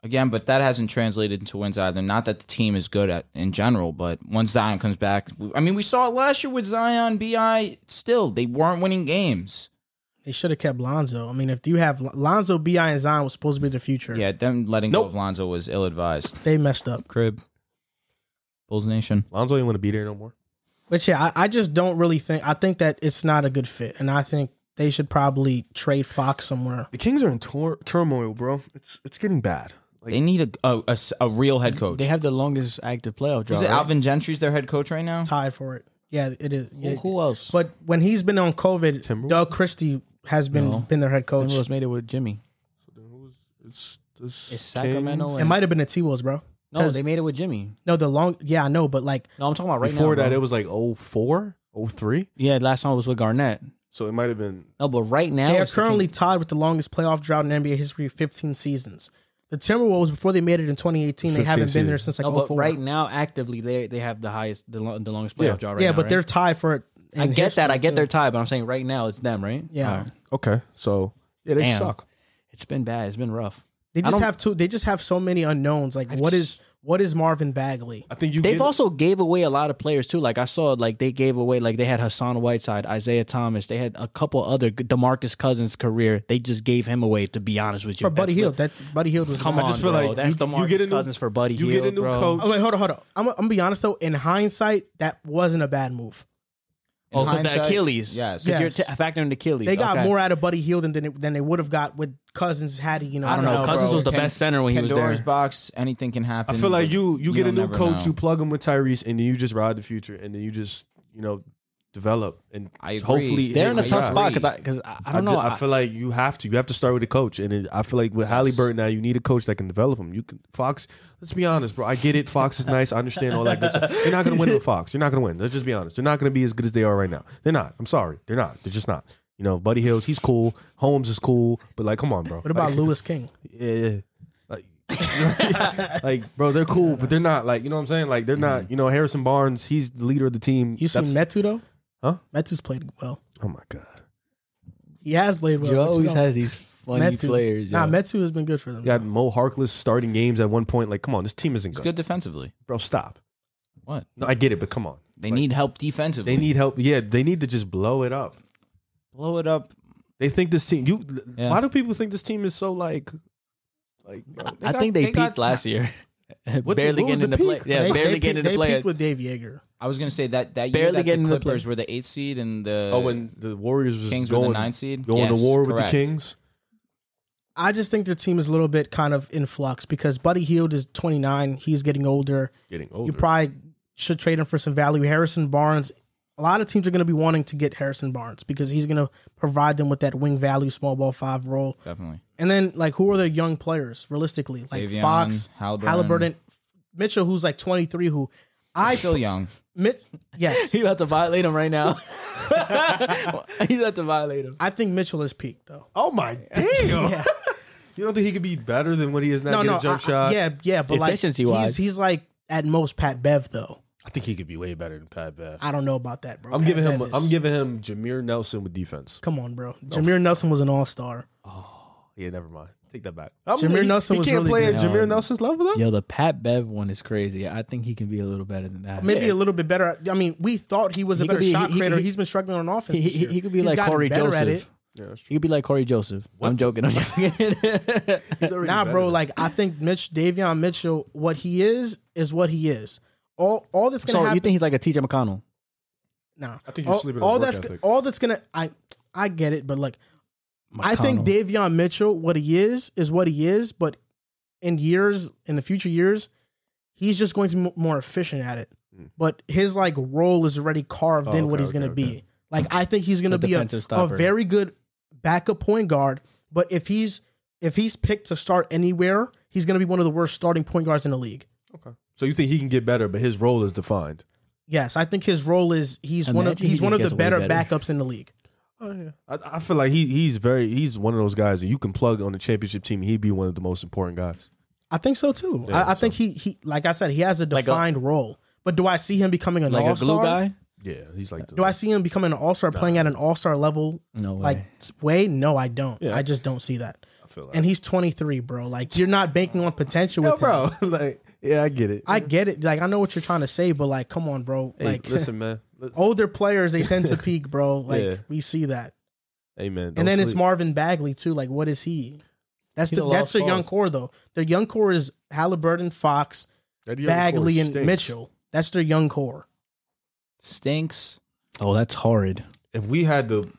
Again, but that hasn't translated into wins either. Not that the team is good at in general, but once Zion comes back, I mean, we saw it last year with Zion, Bi. Still, they weren't winning games. They should have kept Lonzo. I mean, if you have Lon- Lonzo, Bi, and Zion was supposed to be the future. Yeah, them letting Nope. go of Lonzo was ill advised. they messed up. Crib, Bulls Nation. Lonzo didn't want to be there no more. But yeah, I, I just don't really think. I think that it's not a good fit, and I think they should probably trade Fox somewhere. The Kings are in tor- turmoil, bro. It's it's getting bad. Like, They need a a- a s- a real head coach. They have the longest active playoff is drought. it right? Alvin Gentry's their head coach right now? Tied for it. Yeah, it is. Who, Yeah. who else? But when he's been on COVID, Timberwolves? Doug Christie has been No. been their head coach. Timberwolves made it with Jimmy. it's, it's, It's Sacramento Kings. It might have been the T Wolves, bro. No, 'Cause- they made it with Jimmy. No, the long. Yeah, I know, but like No, I'm talking about right Before now. that, bro. it was like 04, 03. yeah. Last time was with Garnett. So it might have been. No, but right now they are it's the King- currently tied with the longest playoff drought in NBA history, fifteen seasons. The Timberwolves, before they made it in 2018, they 15 haven't been there seasons. since like No, but 04. right now actively they they have the highest the, lo- the longest playoff Yeah. drought right yeah, now, but right? they're tied for it. in I get that. history, I get too. their tie, but I'm saying right now it's them, right? Yeah. All right. Okay. So, yeah, they Damn. suck. It's been bad. It's been rough. They I just don't- have two. They just have so many unknowns. Like, what is what is Marvin Bagley? I think you They've get- also gave away a lot of players too. Like I saw, like they gave away, like they had Hassan Whiteside, Isaiah Thomas. They had a couple other Demarcus Cousins' career. They just gave him away. To be honest with you, For Buddy That's Hield, that Buddy Hield was what- Come gone. on, just feel bro. like that's you- Demarcus you get a new- Cousins for Buddy you Hield. get a new bro. coach. Oh wait, hold on, hold on. I'm, I'm gonna be honest though. In hindsight, that wasn't a bad move. In Oh, 'cause the hindsight, Achilles. Yes. Yeah. Because you're t- factoring the Achilles. They got Okay. more out of Buddy Hield than they, than they would have got with Cousins had he, you know. I don't No, know. Cousins bro. was the Pen- best center when he was Pandora's there. box. Anything can I happen. feel like but you you get a don't new never coach, know. you plug him with Tyrese, and then you just ride the future, and then you just you know develop and I agree. hopefully They're in a hit tough the spot draft. because I, cause I, I I, don't ju- know. I feel like you have to. You have to start with a coach, and it, I feel like with Halliburton now, you need a coach that can develop him. You can Fox. Let's be honest, bro. I get it. Fox is nice. I understand all that good stuff. You're not gonna win with Fox. You're not gonna win. Let's just be honest. They're not gonna be as good as they are right now. They're not. I'm sorry. They're not. They're just not. You know, Buddy Hills, he's cool. Holmes is cool, but like, come on, bro. What about Like, Lewis King? yeah, yeah. Like, like, bro, they're cool, but they're not like you know what I'm saying. Like, they're not. You know, Harrison Barnes, he's the leader of the team. You seen That's- Metu though? Huh? Mets has played well. Oh my god. He has played well. Joe but you always don't- has these funny Metsu. players. Nah, yo. Metsu has been good for them. You had Mo Harkless starting games at one point. Like, come on, this team isn't It's good. good defensively. Bro, stop. What? No, I get it, but come on. They Like, need help defensively. they need help. Yeah, they need to just blow it up. blow it up. They think this team you Yeah. why do people think this team is so like like I got- think they, they got peaked last year. What the- barely what was getting in the the play. peak? Yeah, they, barely they getting in peaked- the They play. peaked with Dave Yeager. I was gonna say that that year Barely that getting in the the play. Clippers were the eighth seed and the Oh, when the Warriors was Kings going, were the ninth seed. going Yes, to war with correct. the Kings. I just think their team is a little bit kind of in flux because Buddy Heald is 29. He's getting older. Getting You older. probably should trade him for some value. Harrison Barnes. A lot of teams are going to be wanting to get Harrison Barnes because he's going to provide them with that wing value small ball five role. definitely And then, like, who are their young players realistically? Like Davion, Fox, Halliburton. Halliburton, Mitchell, who's like 23, who I still young. Mit- yes, He's about to violate him right now. He's about to violate him. I think Mitchell is peaked though. oh my damn. You don't think he could be better than what he is No, now? get no, a jump I- I- shot. yeah, yeah, but like he's, Efficiency-wise. he's like at most Pat Bev though. I think he could be way better than Pat Bev. I don't know about that, bro. I'm Pat giving him. Bev is- I'm giving him Jameer Nelson with defense. Come on, bro. Jameer Nelson was an all star. Yeah, never mind. Take that back. I'm, Jameer he, Nelson he was can't really play good. at Jameer Nelson's level though. Yo, the Pat Bev one is crazy. I think he can be a little better than that. Maybe a little bit better. I mean, we thought he was a He could better be- shot he- he- creator. he- He's been struggling on offense. he, he, this year. he could be He's like gotten Corey better Joseph. at it. Yeah, that's true. He could be like Corey Joseph. I'm joking. I'm joking. He's already Nah, better bro. than- Like I think Mitch Davion Mitchell, what he is is what he is. All all that's gonna so happen. you think he's like a TJ McConnell? nah. I think he's all, sleeping on all work that's ethic. all that's gonna. I I get it, but like I McConnell. think Davion Mitchell, what he is, is what he is, but in years, in the future years, he's just going to be m- more efficient at it. But his like role is already carved Hmm. Oh, in what okay, he's going to okay, be. Like I think he's going to The be a, defensive a stopper. very good backup point guard. But if he's if he's picked to start anywhere, he's going to be one of the worst starting point guards in the league. so you think he can get better, but his role is defined. Yes, I think his role is he's one of Imagine he he's just one of the gets way better, better. backups in the league. Oh yeah. I, I feel like he he's very he's one of those guys that you can plug on the championship team. He'd be one of the most important guys. I think so too. Yeah, I, I so- think he he like I said he has a Like a- defined role. But do I see him becoming an like a all-star? glue guy? Yeah, he's like. The, Do I see him becoming an all star, playing at an all star level No way. like s- way? No, I don't. Yeah. I just don't see that. I feel like. And he's 23, bro. Like you're not banking on potential Yo, with him. bro. Like, yeah, I get it. I get it. Like I know what you're trying to say, but like, come on, bro. Hey, like Oh, listen, man. Li- older players, they tend to peak, bro. Like Yeah. we see that. Hey, man. don't and then it's sleep. Marvin Bagley too. Like what is he? That's He the, the that's lost their young cause. core though. Their young core is Halliburton, Fox, That young Bagley, core and stinks. Mitchell. That's their young core. Stinks. Oh, that's horrid. If we had to,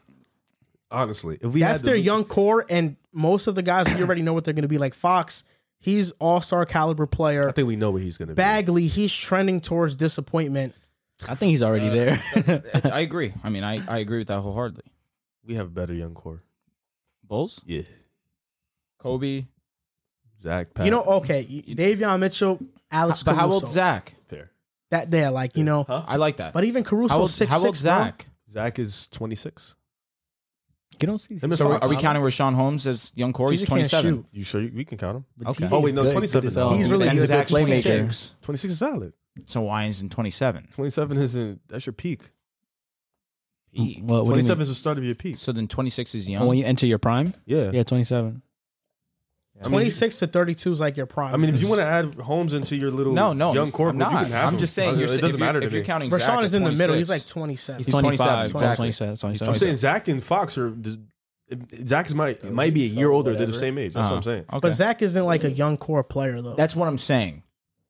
honestly, if we That's had their to, young core, and most of the guys we already know what they're going to be. Like Fox, he's all star caliber I player. think we know what he's gonna Bagley, he's trending towards disappointment. I think he's already there. It's- I agree. I mean, I, I agree with that wholeheartedly. be. We have better young core. Bulls, Yeah, Kobe. Zach. Pat, You know, okay, Davion Mitchell, Alex but Caruso. how old Zach? fair. That there, like you know, I like that. but even Caruso, how old, six how old six, bro. Zach? Zach is twenty six. you don't see. Him and So Fox. are we counting Rashawn Holmes as young Corey? TJ He's can't twenty seven. shoot. You sure you, we can count him? But Okay. TJ Oh, wait, is no, good- 27 good as now. hell. He's really And good. he's a good Zach's playmaker. 26. Twenty six is valid. So why isn't twenty seven? Twenty seven isn't. That's your peak. Well, what do Twenty you seven mean? is the start of your peak. So then twenty six is When young. you enter your prime? Yeah. Yeah, 27. I mean, Twenty six to thirty two is like your prime. I mean, if you want to add Holmes into your little No, no, young core, I'm group, you not. can have I'm him. just saying. I- You're, it doesn't if matter you're, to if me. you're counting. Zach Rashawn at is in the middle. He's 26. like twenty seven. He's 25, 25. exactly. 27, 27. I'm saying Zach and Fox are. Zach is my might be a year older. They're the same age. That's what I'm saying. Oh, Okay. But Zach isn't like a young core player though. That's what I'm saying.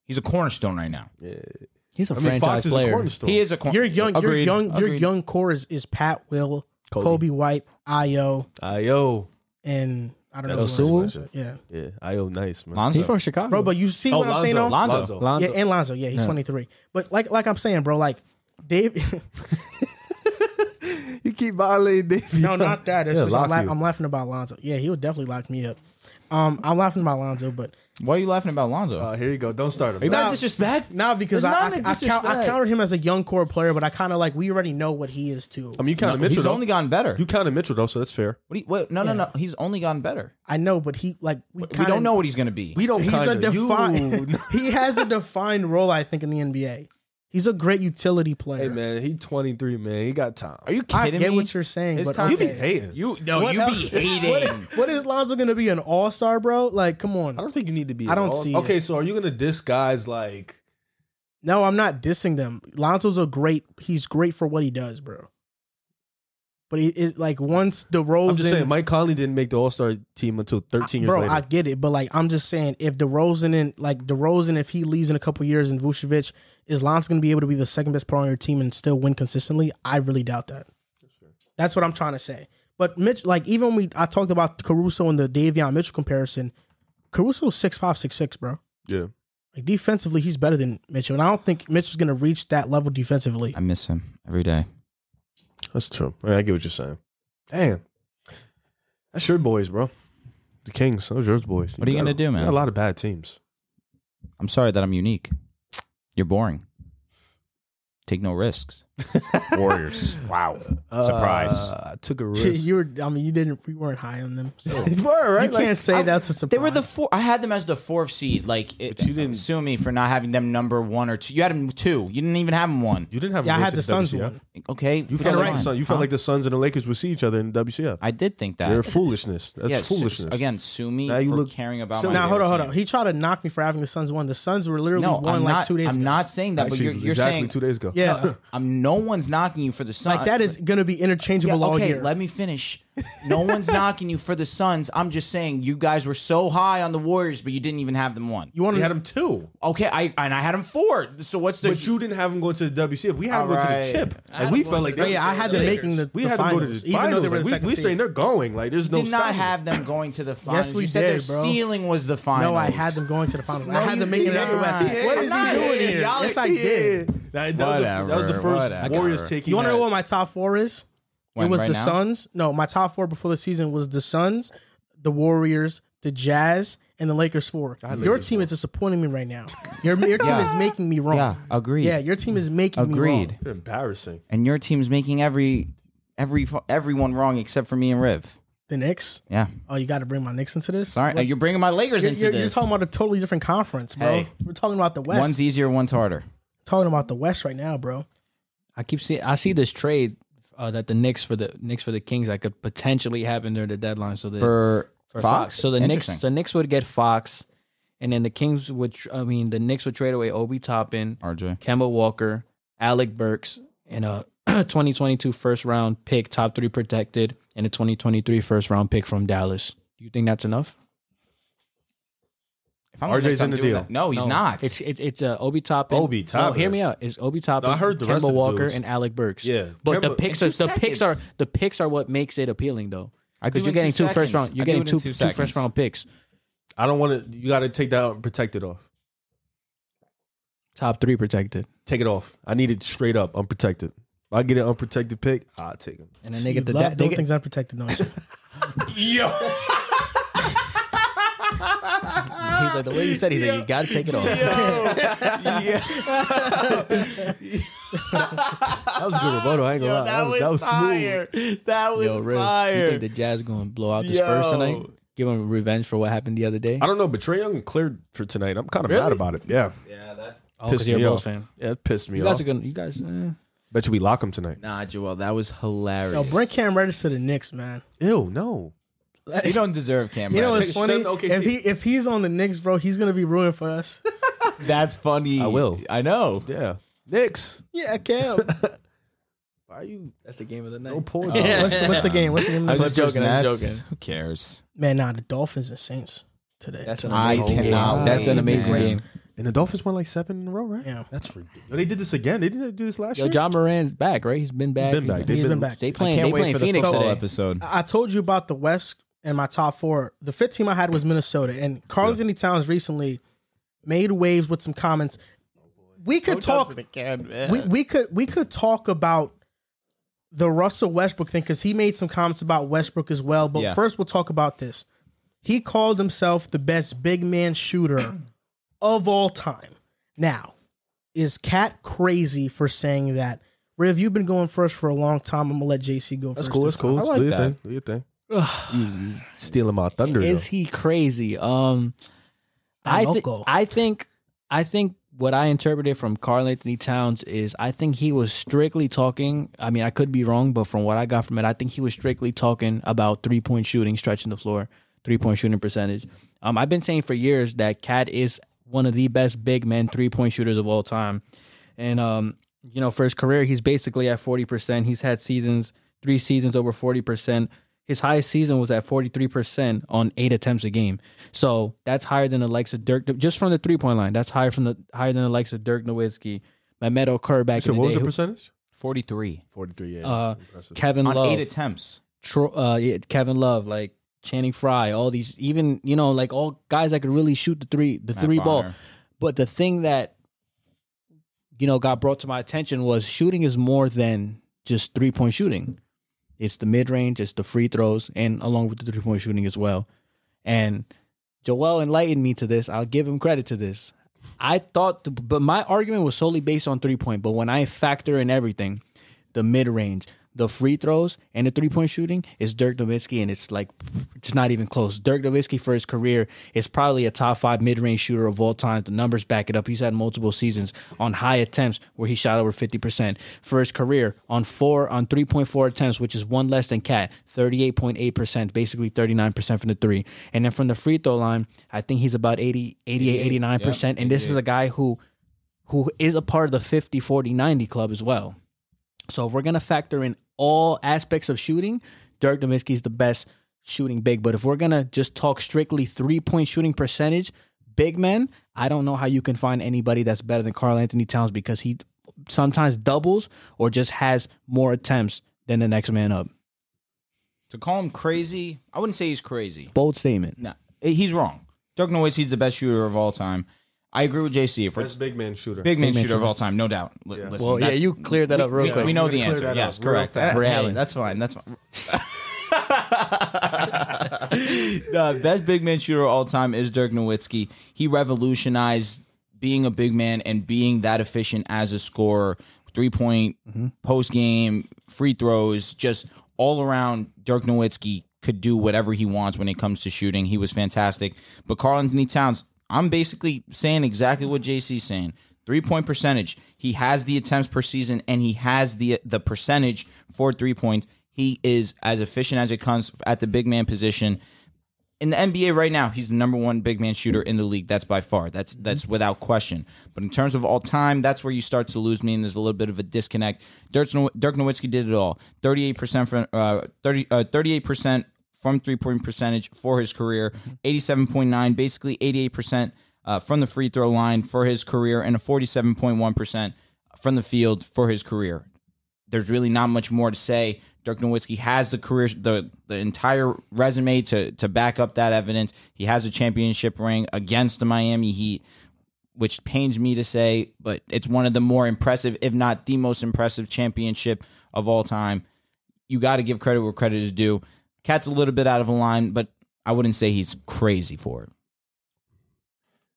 He's a cornerstone right now. He's a I mean, franchise Fox is a player. cornerstone. He is a cornerstone. your young, your Agreed. young, your Agreed. young core is, is Pat, Will, Kobe, Kobe. White, Io, Io. and I don't know. That's who Sewell? else. Yeah, Yeah, Io. Nice man. He's Lonzo. from Chicago. bro. But you see Oh, what I'm saying? though? Lonzo. Lonzo. Yeah, and Lonzo. Yeah, he's 23. But like like I'm saying, bro, like Dave. You keep violating Davion. no, not that. That's Yeah, just, I'm, lock la- you. I'm laughing about Lonzo. Yeah, he would definitely lock me up. Um, I'm laughing about Lonzo, but Why are you laughing about Lonzo? Uh, here you go. Don't start him. Not disrespect. now because It's I I, not I, a count, I disrespect. counted him as a young core player, but I kind of like we already know what he is too. Um, I mean, you counted Mitchell. He's though. only gotten better. you counted Mitchell though, so that's fair. What do you, wait, no, no, no. He's only gotten better. I know, but he like we, we kinda- don't know what he's going to be. We don't. He's a kinda, defined. Oh, You, he has a defined role, I think, in the NBA. He's a great utility player. Hey man, he 23, man. He got time. Are you I kidding get me? what you're saying, His but time- You be okay. hating. You no, What you else- be hating. What is Lonzo gonna be an all star, bro? Like, come I on. don't think you need to be. I don't all- see Okay, so are you gonna diss guys like? No, I'm not dissing them. Lonzo's a great. He's great for what he does, bro. But he is like once the I'm roles just saying, Mike Conley didn't make the All Star team until 13 years bro, later. I get it, but like I'm just saying, if DeRozan and like DeRozan, if he leaves in a couple years and Vucevic, is Lonzo gonna be able to be the second best player on your team and still win consistently? I really doubt that. That's what I'm trying to say. But Mitch, like even when we I talked about Caruso and the Davion Mitchell comparison, Caruso's six five, six six, bro. yeah, Like defensively, he's better than Mitchell, and I don't think Mitchell's gonna reach that level defensively. I miss him every day. that's true. I, mean, I get what you're saying. Damn, that's your boys, bro. The Kings, those yours boys. What are you got gonna a- do, man? got A lot of bad teams. I'm sorry that I'm unique. You're boring. Take no risks. Warriors. Wow. Surprise. Uh, I took a risk. you were, I mean, you didn't, you weren't high on them. So. It's word, right? You can't say that's a surprise. They were the four. I had them as the fourth seed. Like, it, But you didn't- sue me for not having them number one or two. You had them two. You didn't even have them one. You didn't have. Yeah, I a had the Lakers Suns WCF. one. Okay, You but felt, that's like, the fine. Sun, you felt Huh? like the Suns and the Lakers would see each other in the WCF. I did think that. They're foolishness. That's Yeah, su- foolishness. again, sue me Now you for look caring about silly. my. Now hold on, favorite hold on. team. He tried to knock me for having the Suns won. The Suns were literally No, won I'm like not. two days I'm ago. not saying that, but Actually, you're, it was you're exactly saying two days ago. Yeah, I'm. No one's knocking you for the Suns. like that is going to be Yeah, interchangeable all okay, year. let me finish. No one's knocking you for the Suns. I'm just saying you guys were so high on the Warriors, but you didn't even have them one. you want we had to? them two, Okay, I and I had them four. So what's the but you didn't have them going to the WCF. We had them going to the Alright. chip, I and we had them felt like going they to the Yeah, I had the them Lakers. making the, We the had them finals, go to the even though finals. they were like, the we second we seed. saying they're going. Like there's no. did not stopping. have them going to the finals. we you said did, their bro. ceiling was the finals. No, I had them going to the finals. I No, had them you making it out the West. did not. What I'm is not he doing hating. here? Y'all Yes, are- I did. That, that, was the, that was the Whatever, first whatever. Warriors taking. You want to that. know what my top four is? it When, was right the now? Suns. No, my top four before the season was the Suns, the Warriors, the Jazz, and the Lakers four. Your team is disappointing me right now. Your your team Yeah. is making me wrong. Yeah, agreed. Yeah, your team is making me wrong. agreed. They're embarrassing. And your team's making every every fu- everyone wrong except for me and Riv. The Knicks. Yeah, Oh, you got to bring my Knicks into this. sorry, What- you're bringing my Lakers you're, into you're- you're this. talking about a totally different conference, bro. Hey. We're talking about the West. one's easier, one's harder. talking about the West right now, bro. I keep seeing I see this trade uh, that the Knicks for the Knicks for the Kings that could potentially happen during the deadline. So the For, for Fox, So the Knicks, Interesting. the Knicks would get Fox, and then the Kings would. tr- I mean, the Knicks would trade away Obi Toppin, RJ. Kemba Walker, Alec Burks, and a 2022 first round pick, top three protected, and a 2023 first round pick from Dallas. Do you think that's enough? If I'm RJ's the Knicks, I'm in the doing deal. that. No, he's not. It's it, it's uh, Obi Toppin. Obi Toppin. No, hear me out. It's Obi Toppin. No, I heard the Kemba rest of the Walker dudes. and Alec Burks. Yeah, but the Kemba- picks In are two the picks are seconds. the picks are what makes it appealing though. I do Because in you're getting two two first seconds. round. You're I do getting it in two two two seconds. first round picks. I don't want to. You got to take that out and protect it off. Top three protected. Take it off. I need it straight up unprotected. If I get an unprotected pick, I'll take him. And then they You get the love da- doing they get, things unprotected, don't you? Yo, he's like the way you said he's like you got to take it off. that was a good rebuttal. I ain't gonna lie. That, was, that was smooth. That was Yo, real. You think the Jazz going to blow out the Spurs tonight? Give them revenge for what happened the other day? I don't know, but Trae Young cleared for tonight. I'm kind of mad about it. Yeah, Oh, pissed because you're a me Bulls off. fan. Yeah, it pissed me You off. guys are gonna. You guys. Eh. Bet you we lock him tonight. Nah, Joel, that was hilarious. Yo, bring Cam Reddish to the Knicks, man. Ew, no. You don't deserve Cam. You know Reddish. what's Take- funny? send OKC. If he if he's on the Knicks, bro, he's gonna be ruined for us. That's funny. I will. I know. Yeah, Knicks. yeah, Cam. Why are you That's the game of the night. no point? what's, the, what's the game? What's the game? I was Clippers? just joking. I was Nets, joking. Who cares? Man, nah, the Dolphins and Saints today. That's an I amazing game. cannot That's an wait, amazing man. game. And the Dolphins won like seven in a row, right? Yeah. that's ridiculous. They did this again. They didn't do this last Yo, year. John Moran's back, right? He's been back. been back. He's been back. They I playing. can't They wait playing for the Phoenix football today. episode. I I told you about the West and my top four. The fifth team I had was Minnesota, and Carl Anthony Towns recently made waves with some comments. We could talk. We, we could we could talk about the Russell Westbrook thing because he made some comments about Westbrook as well. But Yeah. first, we'll talk about this. He called himself the best big man shooter of all time. Now, is Cat crazy for saying that? Riv, you've been going first for a long time. I'm gonna let JC go That's first. cool. this That's cool. I like do your that. thing. Do your thing. You- you stealing my thunder. Is Is he crazy? Um, I, thi- loco. I think I think what I interpreted from Carl Anthony Towns is I think he was strictly talking. I mean, I could be wrong, but from what I got from it, I think he was strictly talking about three point shooting, stretching the floor, three point shooting percentage. Um, I've been saying for years that Cat is one of the best big men three point shooters of all time, and um, you know, for his career, he's basically at forty percent. He's had seasons, three seasons over forty percent. His highest season was at 43% on eight attempts a game. So that's higher than the likes of Dirk, just from the three point line. That's higher from the higher than the likes of Dirk Nowitzki, Mehmet Okur back So in the what was day. the percentage? 43 43, yeah. Uh, Impressive. Kevin on Love, eight attempts. Tro- uh, yeah, Kevin Love, like Channing Frye, all these, even you know, like all guys that could really shoot the three, the Matt three ball. Bonner. But the thing that you know got brought to my attention was shooting is more than just three point shooting. It's the mid range, it's the free throws, and along with the three point shooting as well. And Joel enlightened me to this. I'll give him credit to this. I thought, but my argument was solely based on three point. But when I factor in everything, the mid range, the free throws, and the three point shooting is Dirk Nowitzki, and it's like it's not even close. Dirk Nowitzki for his career is probably a top five mid range shooter of all time. The numbers back it up. He's had multiple seasons on high attempts where he shot over fifty percent for his career on four on three point four attempts, which is one less than Cat, thirty eight point eight percent, basically thirty nine percent from the three, and then from the free throw line, I think he's about 80, 88, 89 percent, and this is a guy who who is a part of the 50 40 90 club as well. So if we're gonna factor in all aspects of shooting, Dirk Nowitzki is the best shooting big. But if we're gonna just talk strictly three point shooting percentage, big men, I don't know how you can find anybody that's better than Carl Anthony Towns because he sometimes doubles or just has more attempts than the next man up. To call him crazy, I wouldn't say he's crazy. Bold statement. No, eh, he's wrong. Dirk Nowitzki's the best shooter of all time. I agree with JC. If we're Best big man shooter. big man Big man shooter of all time, no doubt. L- listen, Well, yeah, that's- you cleared that up real we, quick. We know the Clear answer. that Yes, up real correct. fast. That- Ray hey, Allen. that's fine. That's fine. the best big man shooter of all time is Dirk Nowitzki. He revolutionized being a big man and being that efficient as a scorer. Three point, post game, free throws, just all around. Dirk Nowitzki could do whatever he wants when it comes to shooting. He was fantastic. But Carl Anthony Towns, I'm basically saying exactly what JC's saying. Three point percentage. He has the attempts per season and he has the the percentage for three points. He is as efficient as it comes at the big man position in the NBA right now, he's the number one big man shooter in the league. That's by far. That's that's without question. But in terms of all time, that's where you start to lose me, and there's a little bit of a disconnect. Dirk, Now- Dirk Nowitzki did it all. Thirty eight percent from uh, thirty thirty eight percent from three point percentage for his career. Eighty seven point nine, basically eighty eight percent uh, from the free throw line for his career, and a forty seven point one percent from the field for his career there's really not much more to say. Dirk Nowitzki has the career, the the entire resume to to back up that evidence. He has a championship ring against the Miami Heat, which pains me to say, but it's one of the more impressive, if not the most impressive, championship of all time. You got to give credit where credit is due. Cat's a little bit out of line, but I wouldn't say he's crazy for it.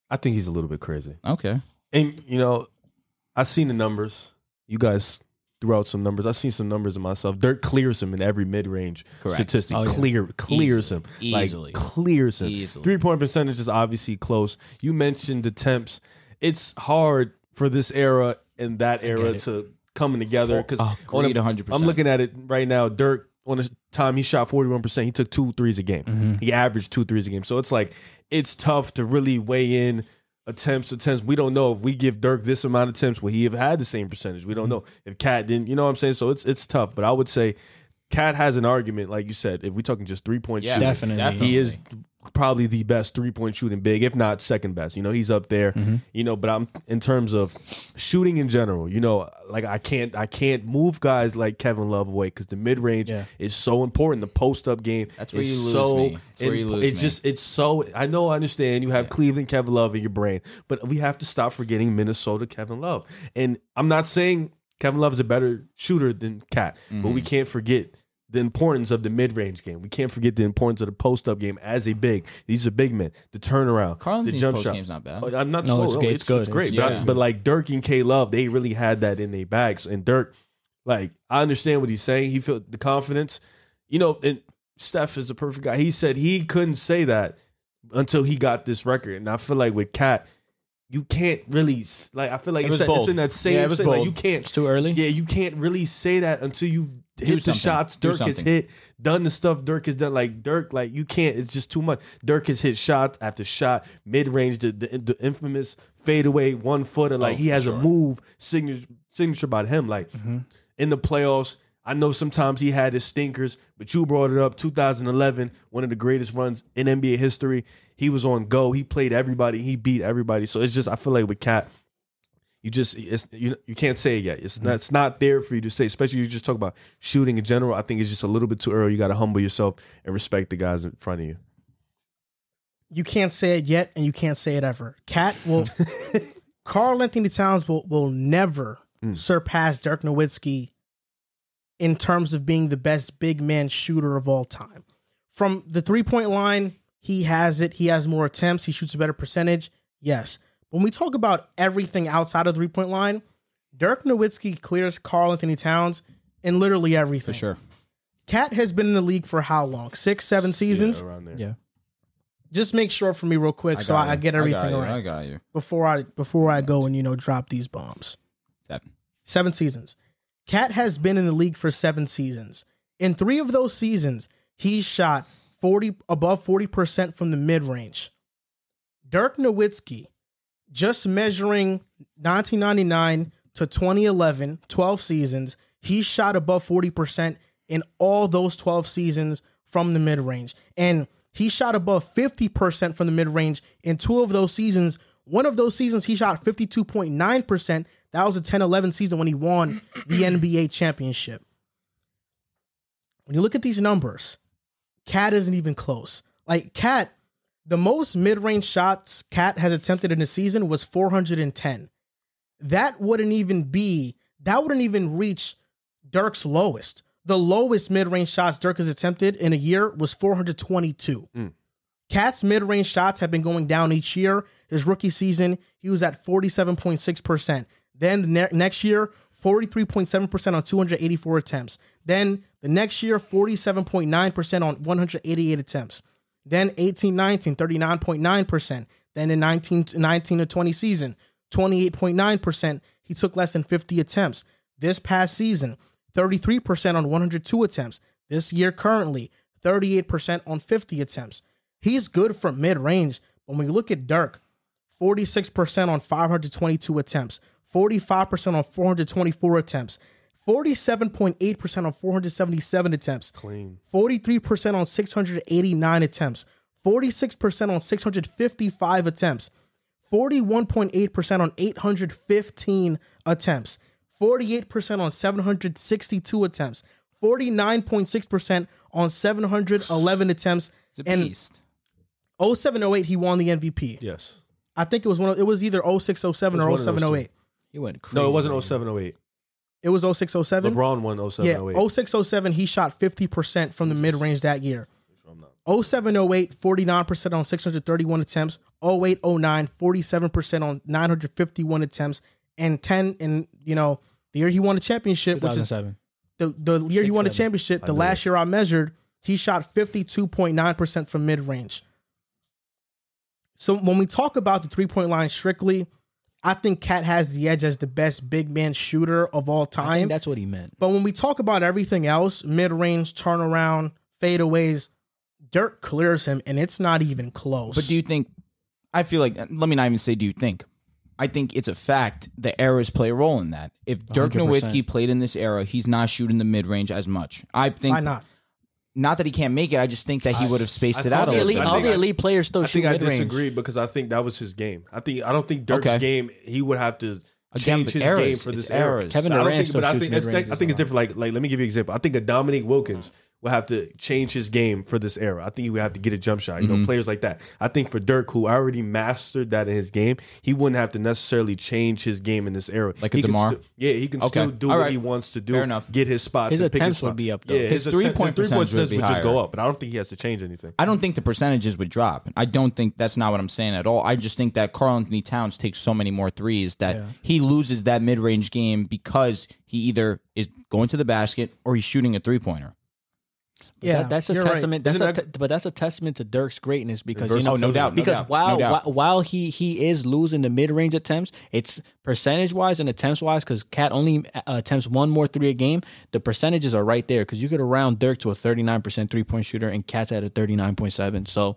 I think he's a little bit crazy. Okay, And you know, I seen the numbers. You guys threw out some numbers. I seen some numbers of myself. Dirk clears him in every mid range Correct. statistic. Oh, yeah. Clear clears Easily. him. Like, Easily. clears him. Easily. Three point percentage is obviously close. You mentioned attempts. It's hard for this era and that era to coming together because agreed 100%. Oh, I'm looking at it right now. Dirk on his time he shot 41 percent. He took two threes a game. He averaged two threes a game. So it's like it's tough to really weigh in attempts, attempts. We don't know if we give Dirk this amount of attempts, will he have had the same percentage? We don't know if Cat didn't. You know what I'm saying? So it's it's tough. But I would say Cat has an argument, like you said. If we're talking just three point shooting, definitely. he is probably the best three point shooting big, if not second best. You know, he's up there. Mm-hmm. You know, but I'm in terms of shooting in general. You know, like I can't I can't move guys like Kevin Love away because the mid range Yeah. is so important. The post up game. That's where is you lose so me. That's where you imp- lose It's me. just it's so. I know I understand you have Cleveland Kevin Love in your brain, but we have to stop forgetting Minnesota Kevin Love. And I'm not saying Kevin Love is a better shooter than Cat, but Mm-hmm. we can't forget the importance of the mid-range game. We can't forget the importance of the post-up game as a big. These are big men. The turnaround, Carl the Anthony's jump post shot. game's not bad. Oh, I'm not No, slow. it's no, good. It's, It's good. it's great. It's- but, I- yeah. but like Dirk and K Love, they really had that in their bags. And Dirk, like, I understand what he's saying. He felt the confidence. You know, and Steph is a perfect guy. He said he couldn't say that until he got this record. And I feel like with Cat, you can't really s- like. I feel like It it's, was that, it's bold. in that same. Yeah, it was thing, like bold. you can't. It's too early? Yeah, you can't really say that until you hit the something. shots Do Dirk has something. hit, done the stuff Dirk has done. Like Dirk, like you can't. It's just too much. Dirk has hit shots after shot, mid range, the, the the infamous fadeaway one footer. Like Oh, he has a move signature signature about him. Like Mm-hmm. in the playoffs. I know sometimes he had his stinkers, but you brought it up. 2011, one of the greatest runs in NBA history. He was on go. He played everybody. He beat everybody. So it's just I feel like with Cat, you just it's, you you can't say it yet. Mm. It's not it's not there for you to say. Especially you just talk about shooting in general. I think it's just a little bit too early. You got to humble yourself and respect the guys in front of you. you can't say it yet and you can't say it ever. Cat will Carl Anthony Towns will will never Hmm. surpass Dirk Nowitzki in terms of being the best big man shooter of all time. From the three point line, he has it. He has more attempts. He shoots a better percentage. Yes. When we talk about everything outside of the three point line, Dirk Nowitzki clears Carl Anthony Towns in literally everything. for sure. Cat has been in the league for how long? Six, seven seasons? Yeah, around there. Yeah. Just make sure for me real quick so got I, I you. get got everything you. right I got you. before I before I go and you know drop these bombs. That- Seven seasons. Cat has been in the league for seven seasons. In three of those seasons, he's shot forty above forty percent from the mid range. Dirk Nowitzki, just measuring 1999 to 2011, 12 seasons, he shot above 40 percent in all those 12 seasons from the mid range, and he shot above 50 percent from the mid range in two of those seasons. One of those seasons, he shot 52.9 percent. That was a 10-11 season when he won the NBA championship. When you look at these numbers, Cat isn't even close. Like Cat, the most mid-range shots Cat has attempted in a season was 410. That wouldn't even be that wouldn't even reach Dirk's lowest. The lowest mid-range shots Dirk has attempted in a year was 422. Cat's mid-range shots have been going down each year. His rookie season, he was at 47.6%. Then the ne- next year, 43.7% on 284 attempts. Then the next year, 47.9% on 188 attempts. Then 18 19, 39.9%. Then in 19, 19 to 20 season, 28.9%. He took less than 50 attempts. This past season, 33% on 102 attempts. This year, currently, 38% on 50 attempts. He's good from mid range, but when you look at Dirk, 46% on 522 attempts, 45% on 424 attempts, 47.8% on 477 attempts, Clean. 43% on 689 attempts, 46% on 655 attempts, 41.8% on 815 attempts, 48% on 762 attempts, 49.6% on 711 attempts, It's a and beast. 0708 he won the MVP. Yes. I think it was one of it was either 0607 It or was one of those 0708. He went crazy. No, it wasn't 07 08. It was 0607. LeBron won 07 yeah, 0607 he shot 50% from the mid-range that year. I'm not- 0708 49% on 631 attempts, 0809 47% on 951 attempts and 10 and you know the year he won the championship which is 2007. the, the year you won the seven. championship, the last year I measured, he shot 52.9% from mid range. So when we talk about the three point line strictly, I think Cat has the edge as the best big man shooter of all I think time. that's what he meant. But when we talk about everything else, mid range, turnaround, fadeaways, Dirk clears him and it's not even close. But do you think? I feel like. Let me not even say. Do you think? I think it's a fact the eras play a role in that. If Dirk 100%. Nowitzki played in this era, he's not shooting the mid range as much. I think why not? not that he can't make it. I just think that he would have spaced I it out a All the little elite, bit. all think the I- elite players still I shoot think I mid range. disagree because I think that was his game. I think I don't think Dirk's Okay. game he would have to Again, change but his eras, game for it's this era. eras. Kevin I don't Durant think, still but I shoots think it's, I mid-ranges think it's a lot. different. Like like let me give you an example. I think a Dominique Wilkins will have to change his game for this era. I think he would have to get a jump shot. You Mm-hmm. know, players like that. I think for Dirk, who already mastered that in his game, he wouldn't have to necessarily change his game in this era. Like a He can DeMar? still- yeah, he can Okay. still do All what right. he wants to do. Fair enough. Get his spots. His and pick attempts would spot. be up, though. Yeah, His his attempt- three-point his three-point percentage would be would just higher. go up. But I don't think he has to change anything. I don't think the percentages would drop. I don't think that's not what I'm saying at all. I just think that Carl Anthony Towns takes so many more threes that he loses that mid range game because he either is going to the basket or he's shooting a three pointer. Yeah, that, that's a you're right. testament. That's Isn't a te- but that's a testament to Dirk's greatness because you Dirk's know, Oh, no doubt, no because doubt, while no doubt. whi- while he he is losing the mid range attempts, it's percentage wise and attempts wise because Cat only uh, attempts one more three a game. The percentages are right there because you could round Dirk to a thirty nine percent three point shooter and Cat's at a thirty nine point seven. So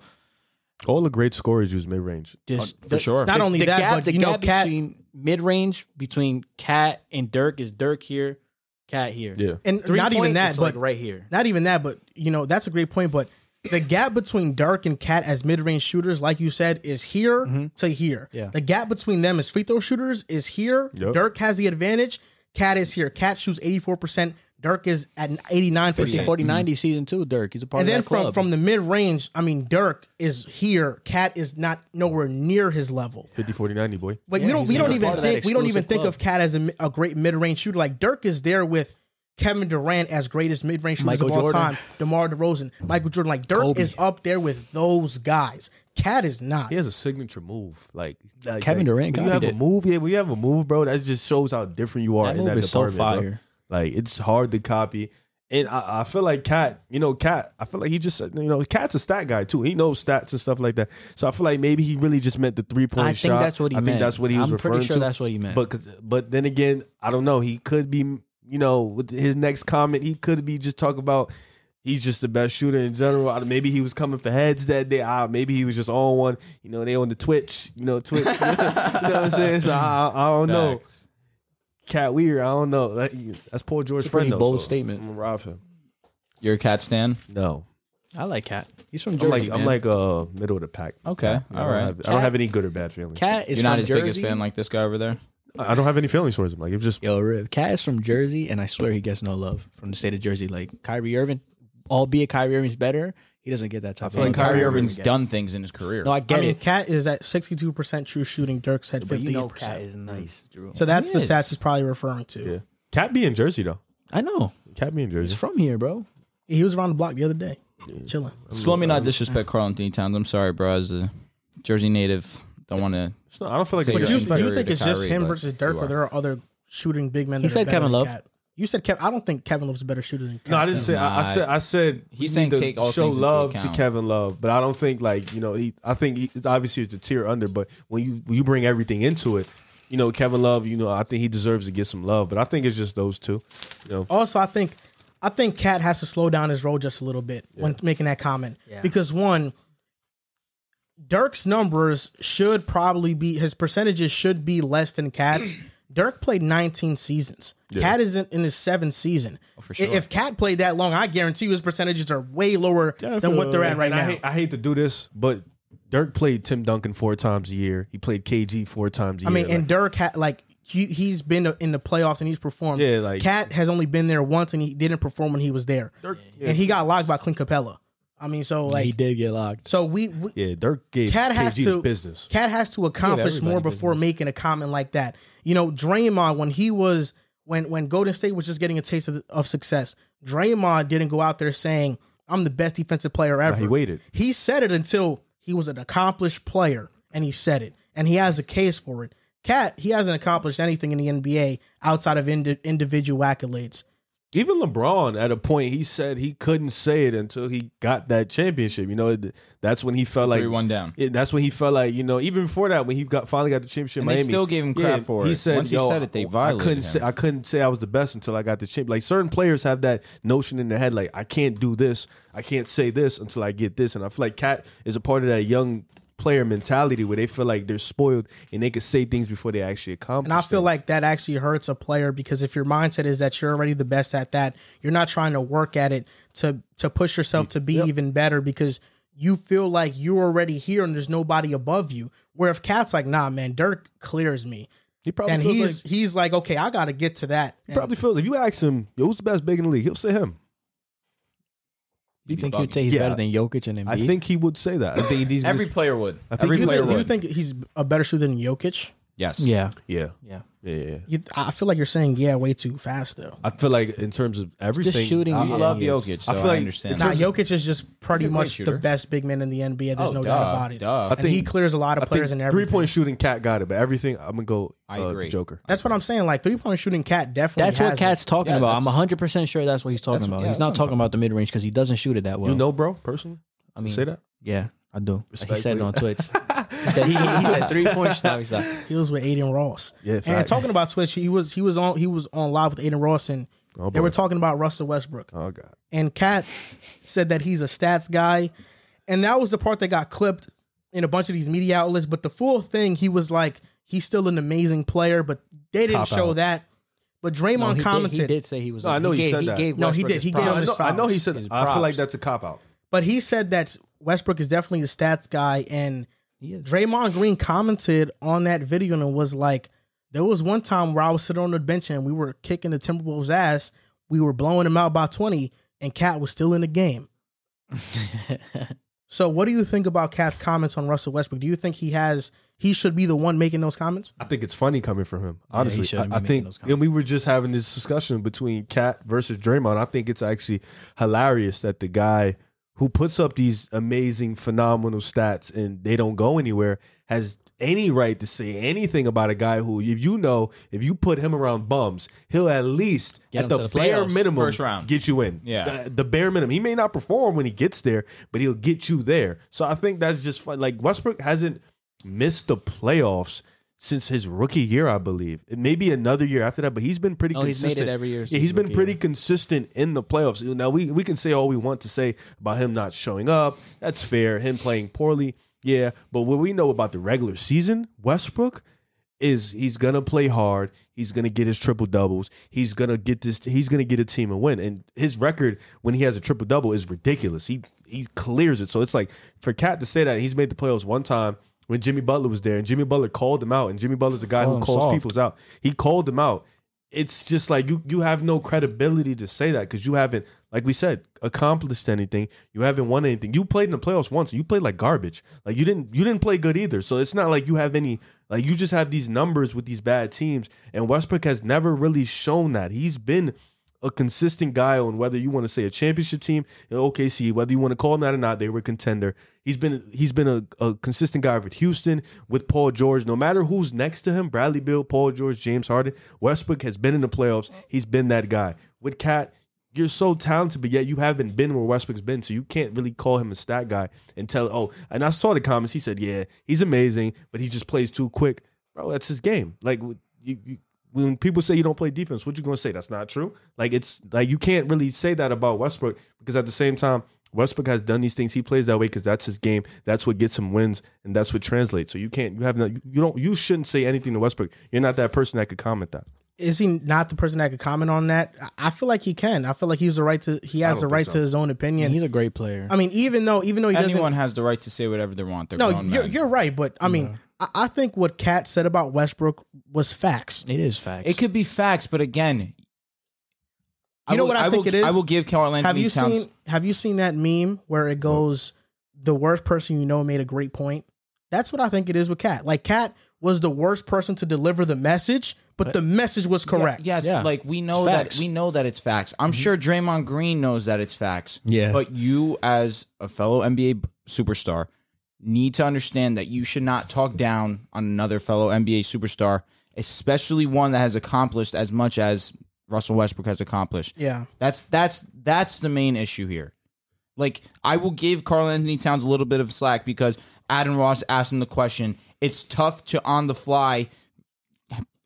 uh, All the great scorers use mid range. just for sure. Not only that, but you know, Cat between mid range between Cat and Dirk is Dirk here, Cat here. Yeah. and Three not even point, that, it's, but like right here. not even that, but you know, that's a great point. But the gap between Dirk and Cat as mid range shooters, like you said, is here to here. Mm-hmm. Yeah. The gap between them as free throw shooters is here. Yep. Dirk has the advantage. Cat is here. Cat shoots 84%. Dirk is at 89%. 40 90 season two, Dirk. He's a part and of then that club. from, from the mid range, I mean, Dirk is here. Cat is not nowhere near his level. 50, 40, 90, boy. Like we Yeah, don't he's we like don't a part even of that think we don't even exclusive think club. of Cat as a, mi- a great mid range shooter. Like Dirk is there with Kevin Durant as greatest mid range shooters Michael of all Jordan. time. DeMar DeRozan, Michael Jordan. Like Dirk Kobe. is up there with those guys. Cat is not. He has a signature move. Like like- Kevin like, Durant When you have copied a it. move, yeah. When you have a move, bro, that just shows how different you are That in move that is so department. bro. fire. Like it's hard to copy. And I, I feel like Cat, you know, Cat, I feel like he just, you know, Cat's a stat guy too. He knows stats and stuff like that. So I feel like maybe he really just meant the three point I think shot. that's what he I meant. think that's what he was I'm referring pretty sure to. that's what he meant. But cause, but then again, I don't know. He could be, you know, with his next comment, he could be just talking about he's just the best shooter in general. I- Maybe he was coming for heads that day. Ah, maybe he was just on one. You know, they on the Twitch. You know, Twitch. you know what I'm saying? So I, I- I don't know. Cat weird. I don't know. That- that's Paul George's It's a friend. pretty Though, bold so statement. I'm gonna rob him. You're a cat stan. No, I like Cat. He's from Jersey. I'm like I'm man. like uh middle of the pack. Okay, I don't all right. have- I don't have any good or bad feelings. Cat is You're not from his Jersey. biggest fan like this guy over there. I don't have any feelings towards him. Like it's just Yo, Riv. Cat is from Jersey, and I swear he gets no love from the state of Jersey. Like Kyrie Irving, albeit Kyrie Irving's better, he doesn't get that type of Like love. Kyrie Irving's done things in his career. No, I get I mean, it. Cat is at sixty two percent true shooting. Dirk's at But Mm. fifty you know, Cat percent. is nice, Drew. So that's the He is. stats he's probably referring to. yeah. Cat be in Jersey though. I know. Cat be in He's Jersey. from here, bro. He was around the block the other day, chilling. Just let me not disrespect Carl Anthony Towns. I'm sorry, bro. As a Jersey native, don't want to. It's not- I don't feel like But it's But Yeah, you, he's do you better think than it's just Kyrie, him but versus Dirk, you or are. there are other shooting big men? That He are said better Kevin than Love. Cat? You said Kevin. I don't think Kevin Love's a better shooter than. Cat. No, I didn't say. I, I not. said. I said. we saying need to take all show things into love to account. Kevin Love, but I don't think like you know. He, I think he, it's obviously it's a tier under, but when you when you bring everything into it, you know, Kevin Love, you know, I think he deserves to get some love, but I think it's just those two. You know, also I think I think Cat has to slow down his role just a little bit when making that comment. Because one, Dirk's numbers should probably be his percentages should be less than Cat's. Dirk played 19 seasons. Cat isn't in his seventh season. Oh, for sure. If Cat played that long, I guarantee you his percentages are way lower than what they're at And right now. I hate, I hate to do this, but Dirk played Tim Duncan four times a year. He played KG four times a I year. mean, and Dirk had like he he's been in the playoffs and he's performed. Yeah, like- Cat has only been there once and he didn't perform when he was there, Dirk, and he got locked by Clint Capella. I mean, so like he did get locked. So we, we yeah, Dirk gave Cat KG has the to business. Cat has to accomplish everybody more does before making a comment like that. You know, Draymond when he was when when Golden State was just getting a taste of, of success, Draymond didn't go out there saying I'm the best defensive player ever. he waited. He said it until he was an accomplished player, and he said it, and he has a case for it. Cat, he hasn't accomplished anything in the NBA outside of indi- individual accolades. Even LeBron, at a point, he said he couldn't say it until he got that championship. You know, it- that's when he felt like Three one down. Yeah, that's when he felt like you know. Even before that, when he got finally got the championship, And in they Miami still gave him crap for He it. said, Once he "Yo, said it, they I couldn't violated say him." I couldn't say I was the best until I got the champ. Like certain players have that notion in their head, like I can't do this, I can't say this until I get this. And I feel like Cat is a part of that young player mentality where they feel like they're spoiled and they can say things before they actually accomplish. And I feel things. like that actually hurts a player because if your mindset is that you're already the best at that, you're not trying to work at it to to push yourself to be even better because you feel like you're already here and there's nobody above you. Where if Cat's like, nah, man, Dirk clears me. he probably And feels he's like, he's like, okay, I gotta get to that. he probably feels if you ask him, Yo, who's the best big in the league? He'll say him. You think he'd say he's Yeah. better than Jokic and Embiid? I think he would say that. I think he's Every player would. I think Every you do, you player think, do you would. think he's a better shooter than Jokic? Yes. Yeah. yeah. Yeah. Yeah, yeah. yeah. You, I feel like you're saying yeah way too fast though. I feel like in terms of everything, shooting, I Yeah, love he is. Jokic. So I, I feel like understand. the that. Nah, Jokic is just pretty He's a great much the shooter. best big man in the NBA. There's Oh, no duh, doubt about it. duh. I And he think- clears a lot of I players in think everything. three point shooting, cat got it, but everything I'm gonna go. I uh, agree. The Joker. That's what I'm saying. Like three point shooting, Cat definitely. That's what has Cat's it. talking Yeah, about. I'm that's- 100 percent sure that's what he's talking That's- about. yeah, he's that's what not I'm talking talking about the mid range because he doesn't shoot it that well. You know, bro, personally. I To mean, say that. yeah, I do. He said Respectfully. it on Twitch. he, said, he, he said three points. No, he's not. He was with Aiden Ross. Yeah, and fact. talking about Twitch, he was he was on he was on live with Aiden Ross, and Oh, they boy. were talking about Russell Westbrook. Oh god. and Kat said that he's a stats guy, and that was the part that got clipped in a bunch of these media outlets. But the full thing, he was like, he's still an amazing player, but they didn't Cop show out. that. But No, Draymond he, did, commented, he did say he was. No, I know he you gave, said he that. Gave No, he Westbrook did. his He gave him props. I his know, I know he said. His I props. feel like that's a cop out. but he said that Westbrook is definitely a stats guy, and He is. Draymond Green commented on that video and was like, there was one time where I was sitting on the bench and we were kicking the Timberwolves' ass. We were blowing them out by 20, and Cat was still in the game. so, what do you think about Cat's comments on Russell Westbrook? Do you think he has he should be the one making those comments? I think it's funny coming from him. he Honestly, shouldn't be I, I making those think, comments. and we were just having this discussion between Cat versus Draymond. I think it's actually hilarious that the guy who puts up these amazing, phenomenal stats and they don't go anywhere has any right to say anything about a guy who, if you know, if you put him around bums, he'll at least Get at him the, to the bare playoffs, minimum first round. get you in. Yeah. the, the bare minimum. He may not perform when he gets there, but he'll get you there. So I think that's just fun. Like Westbrook hasn't missed the playoffs since his rookie year, I believe. It may be another year after that, but he's been pretty No, Oh, he's made consistent. it every year Yeah, since he's his been rookie pretty year. consistent in the playoffs. Now we we can say all we want to say about him not showing up. That's fair. Him playing poorly. Yeah, but what we know about the regular season, Westbrook is he's gonna play hard. He's gonna get his triple doubles. He's gonna get this. He's gonna get a team and win. And his record when he has a triple double is ridiculous. He he clears it. So it's like for Cat to say that he's made the playoffs one time when Jimmy Butler was there, and Jimmy Butler called him out. And Jimmy Butler's a guy Called who him calls soft. people's out. He called him out. It's just like you you have no credibility to say that because you haven't, like we said, accomplished anything. You haven't won anything. You played in the playoffs once. And you played like garbage. Like you didn't you didn't play good either. So it's not like you have any like you just have these numbers with these bad teams, and Westbrook has never really shown that. He's been a consistent guy on whether you want to say a championship team in OKC, whether you want to call him that or not, they were a contender. He's been he's been a, a consistent guy with Houston, with Paul George. No matter who's next to him, Bradley Bill, Paul George, James Harden, Westbrook has been in the playoffs. He's been that guy. With Cat, you're so talented, but yet you haven't been where Westbrook's been, so you can't really call him a stat guy and tell. Oh, and I saw the comments. He said, "Yeah, he's amazing, but he just plays too quick." Bro, that's his game. Like you, you, when people say you don't play defense, what you gonna say? That's not true. Like it's like you can't really say that about Westbrook because at the same time, Westbrook has done these things. He plays that way because that's his game. That's what gets him wins, and that's what translates. So you can't. You have no. You don't. You shouldn't say anything to Westbrook. You're not that person that could comment that. Is he not the person that could comment on that? I- I feel like he can. I feel like he's the right to he has the right to his own opinion. He's a great player. I mean, even though even though he doesn't Anyone has the right to say whatever they want. They're No, grown you're, men. you're right, but I mean, I, I think what Kat said about Westbrook was facts. It is facts. It could be facts, but again, you You know what I think it will, is? I will give Carl Anthony Have you Towns. seen Have you seen that meme where it goes, "The worst person you know made a great point"? That's what I think it is with Kat. Like Kat was the worst person to deliver the message, but, the message was correct. Yes, Yeah. like we know It's that facts. Mm-hmm. we know that it's facts. I'm sure Draymond Green knows that it's facts. Yeah. But you as a fellow NBA b- superstar need to understand that you should not talk down on another fellow NBA superstar, especially one that has accomplished as much as Russell Westbrook has accomplished. Yeah. That's that's that's the main issue here. Like I will give Carl Anthony Towns a little bit of slack because Adam Ross asked him the question. It's tough to on the fly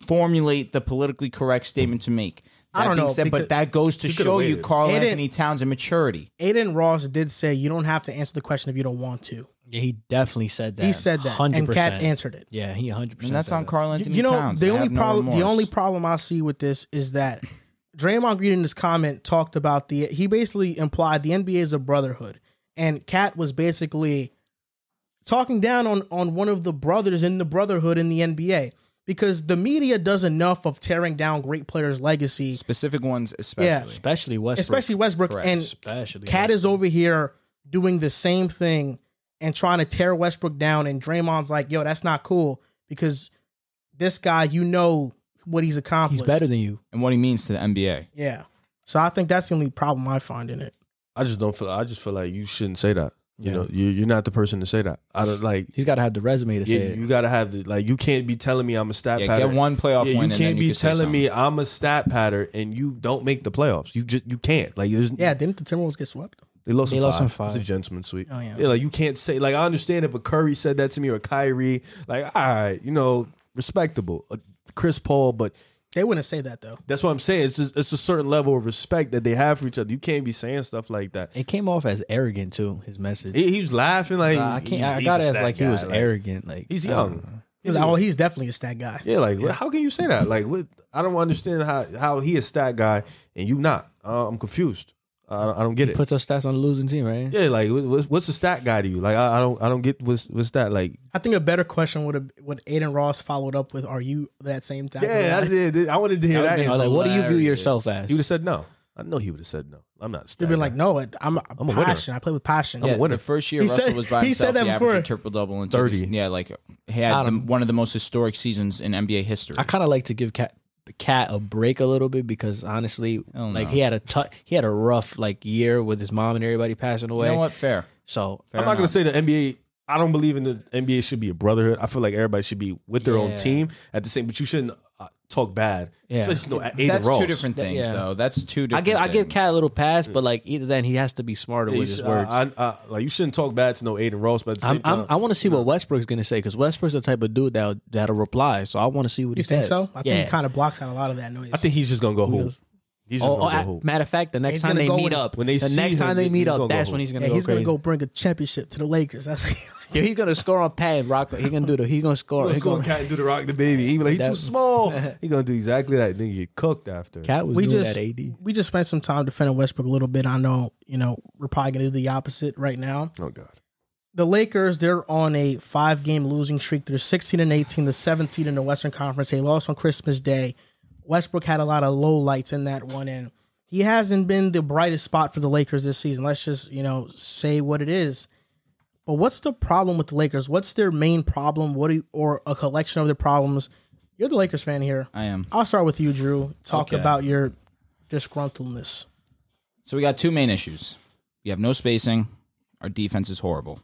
formulate the politically correct statement to make. That I don't being know, said, because- but that goes to You could've show you waited. Carl It didn't- Anthony Towns and maturity. Aiden Ross did say you don't have to answer the question if you don't want to. yeah, he definitely said that. He said that, and Kat answered it. Yeah, he 100. percent And that's on Carl Anthony you know, Towns. the I only have no problem the remorse. only problem I see with this is that Draymond Green in his comment talked about the he basically implied the NBA is a brotherhood, and Kat was basically talking down on on one of the brothers in the brotherhood in the NBA because the media does enough of tearing down great players' legacy, specific ones especially. especially Westbrook. especially Westbrook Correct. and especially Cat is over here doing the same thing and trying to tear Westbrook down, and Draymond's like, "Yo, that's not cool because this guy, you know, what he's accomplished. He's better than you. and what he means to the NBA. yeah. So I think that's the only problem I find in it. I just don't feel. I just feel like you shouldn't say that. You Yeah. know, you, you're not the person to say that. I don't like. He's got to have the resume to say Yeah, it. you gotta have the like. You can't be telling me I'm a stat Yeah, pattern. get one playoff Yeah, win. and you then can't be can say telling me something. I'm a stat pattern and you don't make the playoffs. You just you can't. Like there's Yeah, didn't the Timberwolves get swept? They lost. They in lost five. in It's a five. gentleman's sweep. Oh, yeah. Like you can't say. Like I understand if a Curry said that to me or a Kyrie. Like all right, you know, respectable. Uh, Chris Paul, but They wouldn't say that though. that's what I'm saying. It's just, it's a certain level of respect that they have for each other. You can't be saying stuff like that. It came off as arrogant too. His message. He, he was laughing like Nah, I can't. he's- I he's gotta a act stat like he guy, was arrogant. Like He's I don't know. young. He's like, oh, he's definitely a stat guy. Yeah, like how can you say that? Like, what? I don't understand how how he a stat guy and you not. Uh, I'm confused. I, I don't get it. Puts our stats on the losing team, right? yeah, like what- what's what's a stat guy to you? Like I, I don't I don't get what's what's that like. I think a better question would have what Aiden Ross followed up with, are you that same type of Yeah, guy?" I did. I wanted to hear that. I was answer. like, what do you view hilarious. yourself as? He would have said no. I know he would have said no. I'm not. a stat They've been guy. like, no, I- I'm, I'm a winner. passion. I play with passion. Yeah, winner. the first year He Russell said- was by he himself, said that he before. averaged a triple double and took his- 30. yeah, like he had the, Adam. one of the most historic seasons in NBA history. I kind of like to give Cat Cat a break a little bit because honestly, Hell like no. he had a tou- he had a rough like year with his mom and everybody passing you away. know what? Fair. So Fair I'm not gonna enough. say the NBA. I don't believe in the NBA should be a brotherhood. I feel like everybody should be with their own Yeah. team at the same. But you shouldn't uh, talk bad. Yeah. Especially no, Aiden That's Ross. two different things, yeah. though. That's two I different. give I give things. Cat a little pass, but like either then he has to be smarter Yeah, you with his should- words. I, uh, I, I, I- like you shouldn't talk bad to no Aiden Ross, but at the am same I'm, time, I want to see what Westbrook's gonna say because Westbrook's the type of dude that that'll reply. So I want to see what You he think says. so? I yeah. think he kind of blocks out a lot of that noise. I think he's just gonna go hoop. knows? He's just Oh, oh, gonna at- go hoop. matter of fact, the next He's time gonna they go meet in- up, when they the see next him, time he's they meet gonna go up, that's home. when he's gonna yeah, go he's crazy. gonna go bring a championship to the Lakers. That's Dude, he's gonna score on Pat and Rock. He's gonna do the. He's gonna score. Let's he go gonna- and cat and do the rock the baby. He be like, he too That- small. He gonna do exactly that. Then you get cooked after. Cat was we doing just that AD. we just spent some time defending Westbrook a little bit. I know you know we're probably gonna do the opposite right now. Oh god. The Lakers they're on a five game losing streak. They're sixteen and eighteen, the seventeenth in the Western Conference. They lost on Christmas Day. Westbrook had a lot of low lights in that one, and he hasn't been the brightest spot for the Lakers this season. Let's just you know say what it is. But what's the problem with the Lakers? What's their main problem? What do you, or a collection of their problems? You're the Lakers fan here. I am. I'll start with you, Drew. Talk Okay. about your disgruntledness. So we got two main issues. We have no spacing. Our defense is horrible.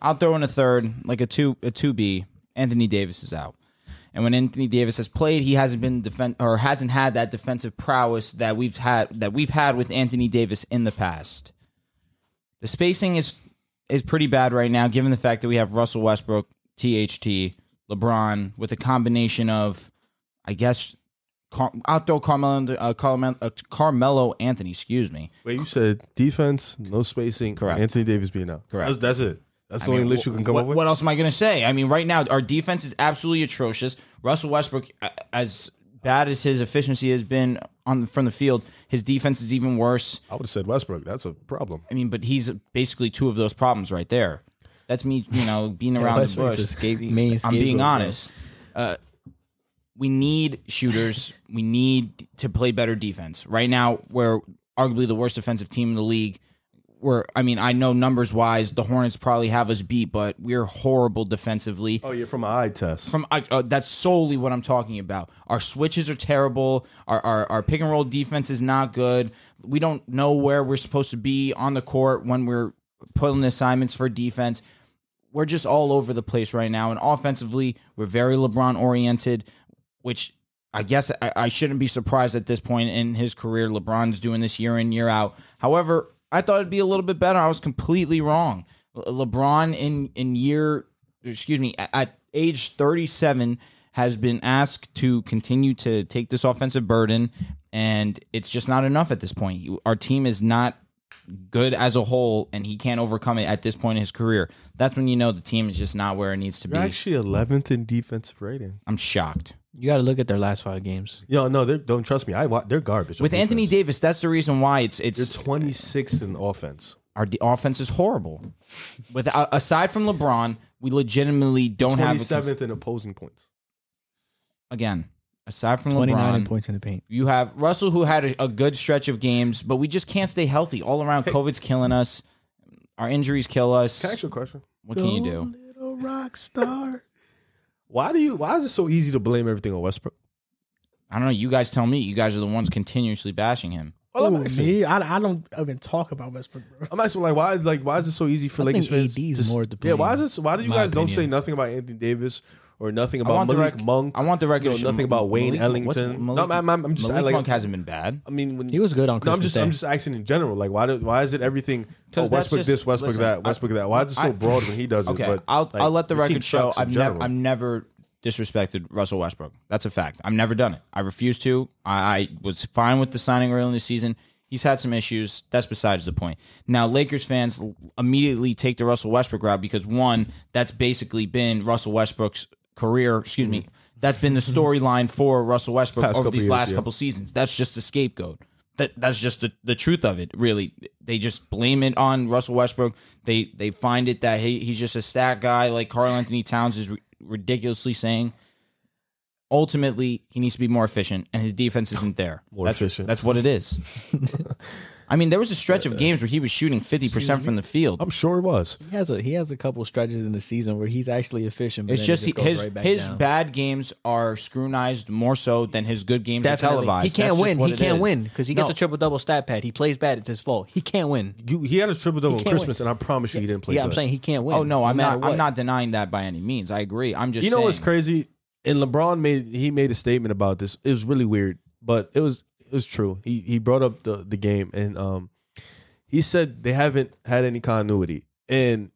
I'll throw in a third, like a two a two B. Anthony Davis is out. And when Anthony Davis has played, he hasn't been defend or hasn't had that defensive prowess that we've had that we've had with Anthony Davis in the past. The spacing is is pretty bad right now, given the fact that we have Russell Westbrook, THT, LeBron, with a combination of, I guess, Car- I'll throw Carmelo, under- uh, Carmelo, uh, Carmelo Anthony. Excuse me. Wait, you said defense, no spacing. Correct. Anthony Davis being out. Correct. That's, that's it. That's I the mean, only list you wh- can come what, up with. What else am I going to say? I mean, right now our defense is absolutely atrocious. Russell Westbrook, a- as bad as his efficiency has been on from the field, his defense is even worse. I would have said Westbrook. That's a problem. I mean, but he's basically two of those problems right there. That's me, you know, being around the Westbrook's bush. a scape- main I'm being scapegoat, bro. honest. Uh, we need shooters. we need to play better defense. Right now, we're arguably the worst defensive team in the league. We're, I mean, I know numbers wise, the Hornets probably have us beat, but we're horrible defensively Oh yeah, from an eye test. from I- uh, that's solely what I'm talking about. Our switches are terrible. Our, our our pick and roll defense is not good. We don't know where we're supposed to be on the court when we're pulling assignments for defense. We're just all over the place right now. And offensively, we're very LeBron oriented, which I guess I, I shouldn't be surprised at this point in his career. LeBron's doing this year in, year out. However, I thought it'd be a little bit better. I was completely wrong. Le- LeBron in in year, excuse me, at, at age thirty seven has been asked to continue to take this offensive burden, and it's just not enough at this point. You- Our team is not good as a whole, and he can't overcome it at this point in his career. That's when you know the team is just not where it needs to be. You're actually 11th in defensive rating. I'm shocked. You got to look at their last five games. Yo, no, they don't trust me. I wa- they're garbage on With Anthony defense. Davis, that's the reason why it's They're it's 26th in offense. our de- offense is horrible. Without aside from LeBron, we legitimately don't have a cons- 27th in opposing points. again. Aside from Twenty nine LeBron, in points in the paint. you have Russell who had a, a good stretch of games, but we just can't stay healthy all around. COVID's killing us. Our injuries kill Can I us. ask you a question? What can you do? Little rock star. Why do you? Why is it so easy to blame everything on Westbrook? I don't know. You guys tell me. You guys are the ones continuously bashing him. Well, I'm Ooh, asking- me, I, I don't even talk about Westbrook. Bro. I'm asking like why is like why is it so easy for I Lakers think fans? AD is to s- more yeah, debating, why is it? Why do you my guys don't opinion. say nothing about Anthony Davis or I nothing about want the Malik rec- Monk? I want the record. No, to- nothing about Wayne Malik- what's- Ellington. Malik, no, I'm, I'm I'm just Malik like Monk hasn't been bad. I mean when He was good on No, I'm Christmas just Day. I'm just asking in general. Like why do why is it everything? Oh, 'Cause that's Westbrook just- this, Westbrook listen, that, I- Westbrook that. Why is it so broad when he does it? Okay, But I'll like, I'll let the team record show. sucks in I've never general. I've never disrespected Russell Westbrook. That's a fact. I've never done it. I refuse to. I, I was fine with the signing early in the season. He's had some issues. That's besides the point. Now Lakers fans l- immediately take the Russell Westbrook route because one, that's basically been Russell Westbrook's career. Excuse me. That's been the storyline for Russell Westbrook Past over couple these years, last yeah. couple seasons. That's just a scapegoat. That that's just the, the truth of it. Really, they just blame it on Russell Westbrook. They they find it that he, he's just a stat guy, like Carl Anthony Towns is ri- ridiculously saying. Ultimately, he needs to be more efficient, and his defense isn't there. More that's, efficient. That's what it is. I mean, there was a stretch Uh, of games where he was shooting fifty percent from the field. Oh, I'm sure it was. He has a he has a couple stretches in the season where he's actually efficient. But It's then just, it just goes his right back his down. bad games are scrutinized more so than his good games are He televised. can't That's just win. what He it can't is. win because he No. gets a triple double stat pad. He plays bad. It's his fault. He can't win. You, he had a triple double on can't win. Christmas, and I promise you, he didn't play. Yeah, I'm good. saying he can't win. Oh no, I'm matter not. I'm what. not denying that by any means. I agree. I'm just. you know saying. what's crazy? And LeBron made he made a statement about this. It was really weird, but it was it was true. He he brought up the the game and um he said they haven't had any continuity. And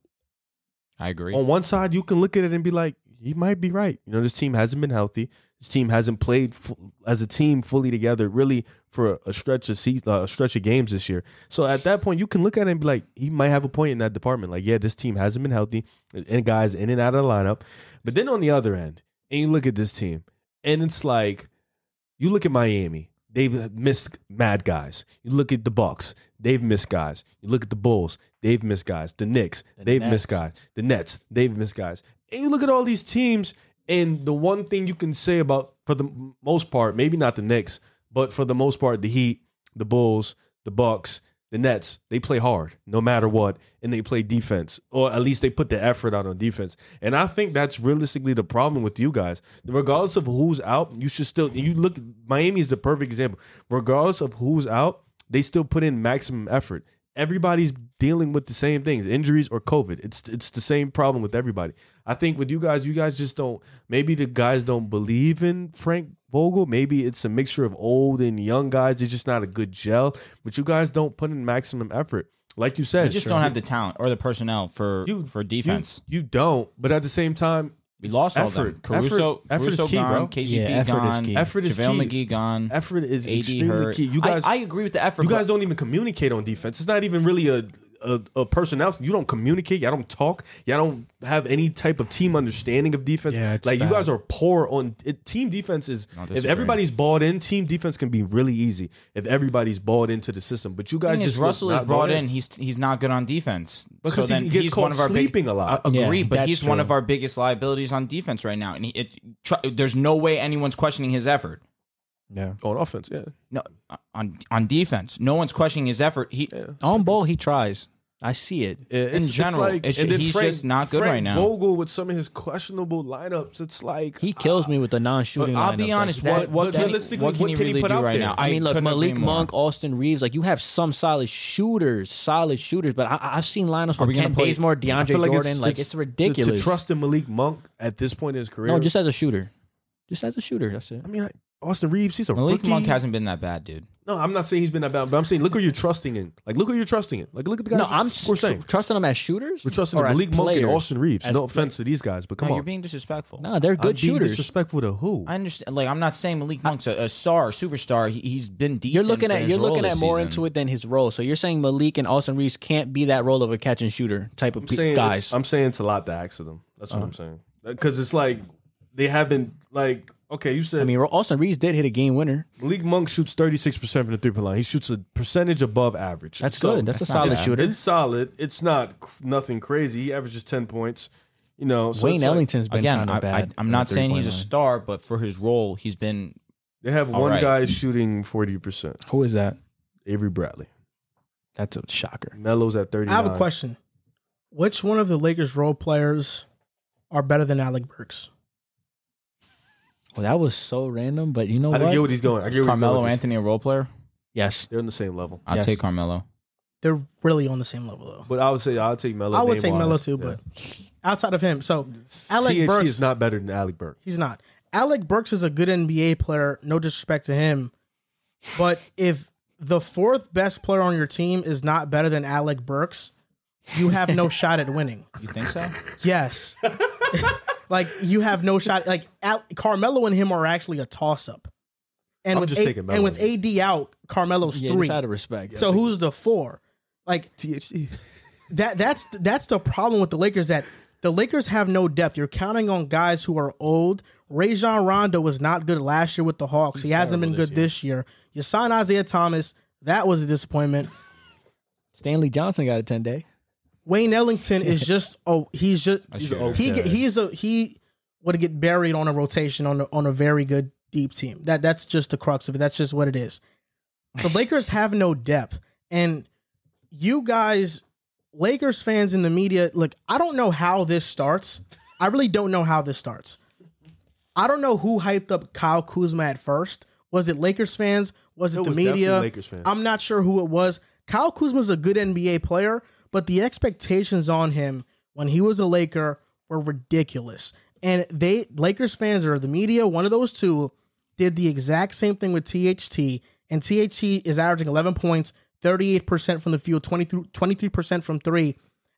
I agree. on one side, you can look at it and be like, you might be right. You know, this team hasn't been healthy. This team hasn't played fu- as a team fully together, really, for a, a stretch of se- uh, a stretch of games this year. So at that point, you can look at it and be like, he might have a point in that department. Like, yeah, this team hasn't been healthy, and guys in and out of the lineup. But then on the other end, and you look at this team, and it's like, you look at Miami. They've missed mad guys. You look at the Bucks. They've missed guys. You look at the Bulls. They've missed guys. The Knicks. they've missed guys. The Nets. They've missed guys. And you look at all these teams, and the one thing you can say about, for the m- most part, maybe not the Knicks, but for the most part, the Heat, the Bulls, the Bucks, the Nets, they play hard no matter what, and they play defense, or at least they put the effort out on defense. And I think that's realistically the problem with you guys. Regardless of who's out, you should still you look. Miami is the perfect example. Regardless of who's out, they still put in maximum effort. Everybody's dealing with the same things, injuries or COVID. It's it's the same problem with everybody. I think with you guys, you guys just don't. Maybe the guys don't believe in Frank Vogel. Maybe it's a mixture of old and young guys. It's just not a good gel. But you guys don't put in maximum effort, like you said. We just don't have the talent or the personnel for You- for You- defense. You, don't. But at the same time, we lost all them. Caruso, effort, effort Caruso is key, gone. bro. KCP Yeah, effort is gone. key. Effort is JaVale key. McGee gone. Effort is AD extremely hurt. key. You guys, I, I agree with the effort. you guys but don't even communicate on defense. It's not even really a a, a personnel. You don't communicate. Y'all don't talk. Y'all don't have any type of team understanding of defense. Yeah, it's like you bad. guys are poor on it, team defense. Is if disagree. everybody's balled in, team defense can be really easy if everybody's balled into the system. But you The guys thing just is, look Russell is not balled brought in. He's he's not good on defense. so because then he gets he's caught one of our big, sleeping a lot. I agree, Yeah, but that's he's one true. of our biggest liabilities on defense right now, and he, it, tr- there's no way anyone's questioning his effort. Yeah. on offense, yeah. No, on on defense, no one's questioning his effort. He On ball, he tries. I see it. It's- it's general, it's- and then he's just not good Frank right now. Vogel with some of his questionable lineups, it's like He kills me with the non-shooting. I'll be lineup, honest. like, what, But- what but can, he, realistically, what can he really put do out right there? now? I mean, look, couldn't agree Malik more. Monk, Austin Reeves, like you have some solid shooters, solid shooters, but I, I've seen lineups we with gonna Kent play- Bazemore, I DeAndre feel like Jordan, like it's, to- ridiculous. To, trust in Malik Monk at this point in his career. no, just as a shooter, just as a shooter. That's it. I mean, like, Austin Reeves, he's a Malik rookie. Monk hasn't been that bad, dude. no, I'm not saying he's been that bad, but I'm saying look who you're trusting in. Like look who you're trusting in. Like look at the guys. No, I'm we're tr- saying trusting them as shooters. we're trusting or in as Malik Monk and players? Austin Reeves. As no pla- offense to these guys, but come no, on, you're being disrespectful. No, they're I'm good being shooters. disrespectful to who? I understand. Like, I'm not saying Malik Monk's a, a star, superstar. He, he's been decent. You're looking for at his you're role looking this at more season. into it than his role. So you're saying Malik and Austin Reeves can't be that role of a catch and shooter type of I'm pe- saying it's- guys. Uh-huh. I'm saying it's a lot to ask of them. That's what I'm saying because it's like they haven't like okay. You said I mean, Austin Reeves did hit a game winner. Malik Monk shoots 36% from the three point line. He shoots a percentage above average. That's So, good. That's, that's a not solid bad. shooter. It's solid. It's not cr- nothing crazy. He averages 10 points. You know, so Wayne it's like Ellington's been Again, kind I, of I, bad. I'm on not the saying he's three-point a line. star, but for his role, he's been. they have All one right. guy shooting 40%, Who is that? Avery Bradley. That's a shocker. Melo's at 30. I have a question. Which one of the Lakers role players are better than Alec Burks? Well, that was so random, but you know I what? don't get what he's going. I Is get what he's going Carmelo with this. Anthony a role player? yes. They're on the same level. I'll Yes. take Carmelo. They're really on the same level though. But I would say I'll take Melo. I would name take wise. Melo too, Yeah. but outside of him, so Alec THC Burks is not better than Alec Burks. He's not. Alec Burks is a good NBA player. No disrespect to him, but if the fourth best player on your team is not better than Alec Burks, you have no shot at winning. You think so? Yes, like you have no shot. Like Al- Carmelo and him are actually a toss up. And I'm with just A- taking Melo. and with AD out, Carmelo's Yeah, three. just out of respect. so who's the four? Like THC. that that's that's the problem with the Lakers that the Lakers have no depth. You're counting on guys who are old. Rajon Rondo was not good last year with the Hawks. he hasn't been good this year. You sign Isaiah Thomas. That was a disappointment. Stanley Johnson got a 10 day. Wayne Ellington is just oh he's just He's an he get, he's a he would get buried on a rotation on a, on a very good deep team. That that's just the crux of it. That's just what it is. The Lakers have no depth, and you guys, Lakers fans in the media, look. I don't know how this starts. I really don't know how this starts. I don't know who hyped up Kyle Kuzma at first. Was it Lakers fans? Was it, It the was definitely media? Lakers fans. I'm not sure who it was. Kyle Kuzma's a good NBA player, but the expectations on him when he was a Laker were ridiculous. And they Lakers fans or the media, one of those two, did the exact same thing with THT. And THT is averaging 11 points, 38% from the field, 23, 23% from three.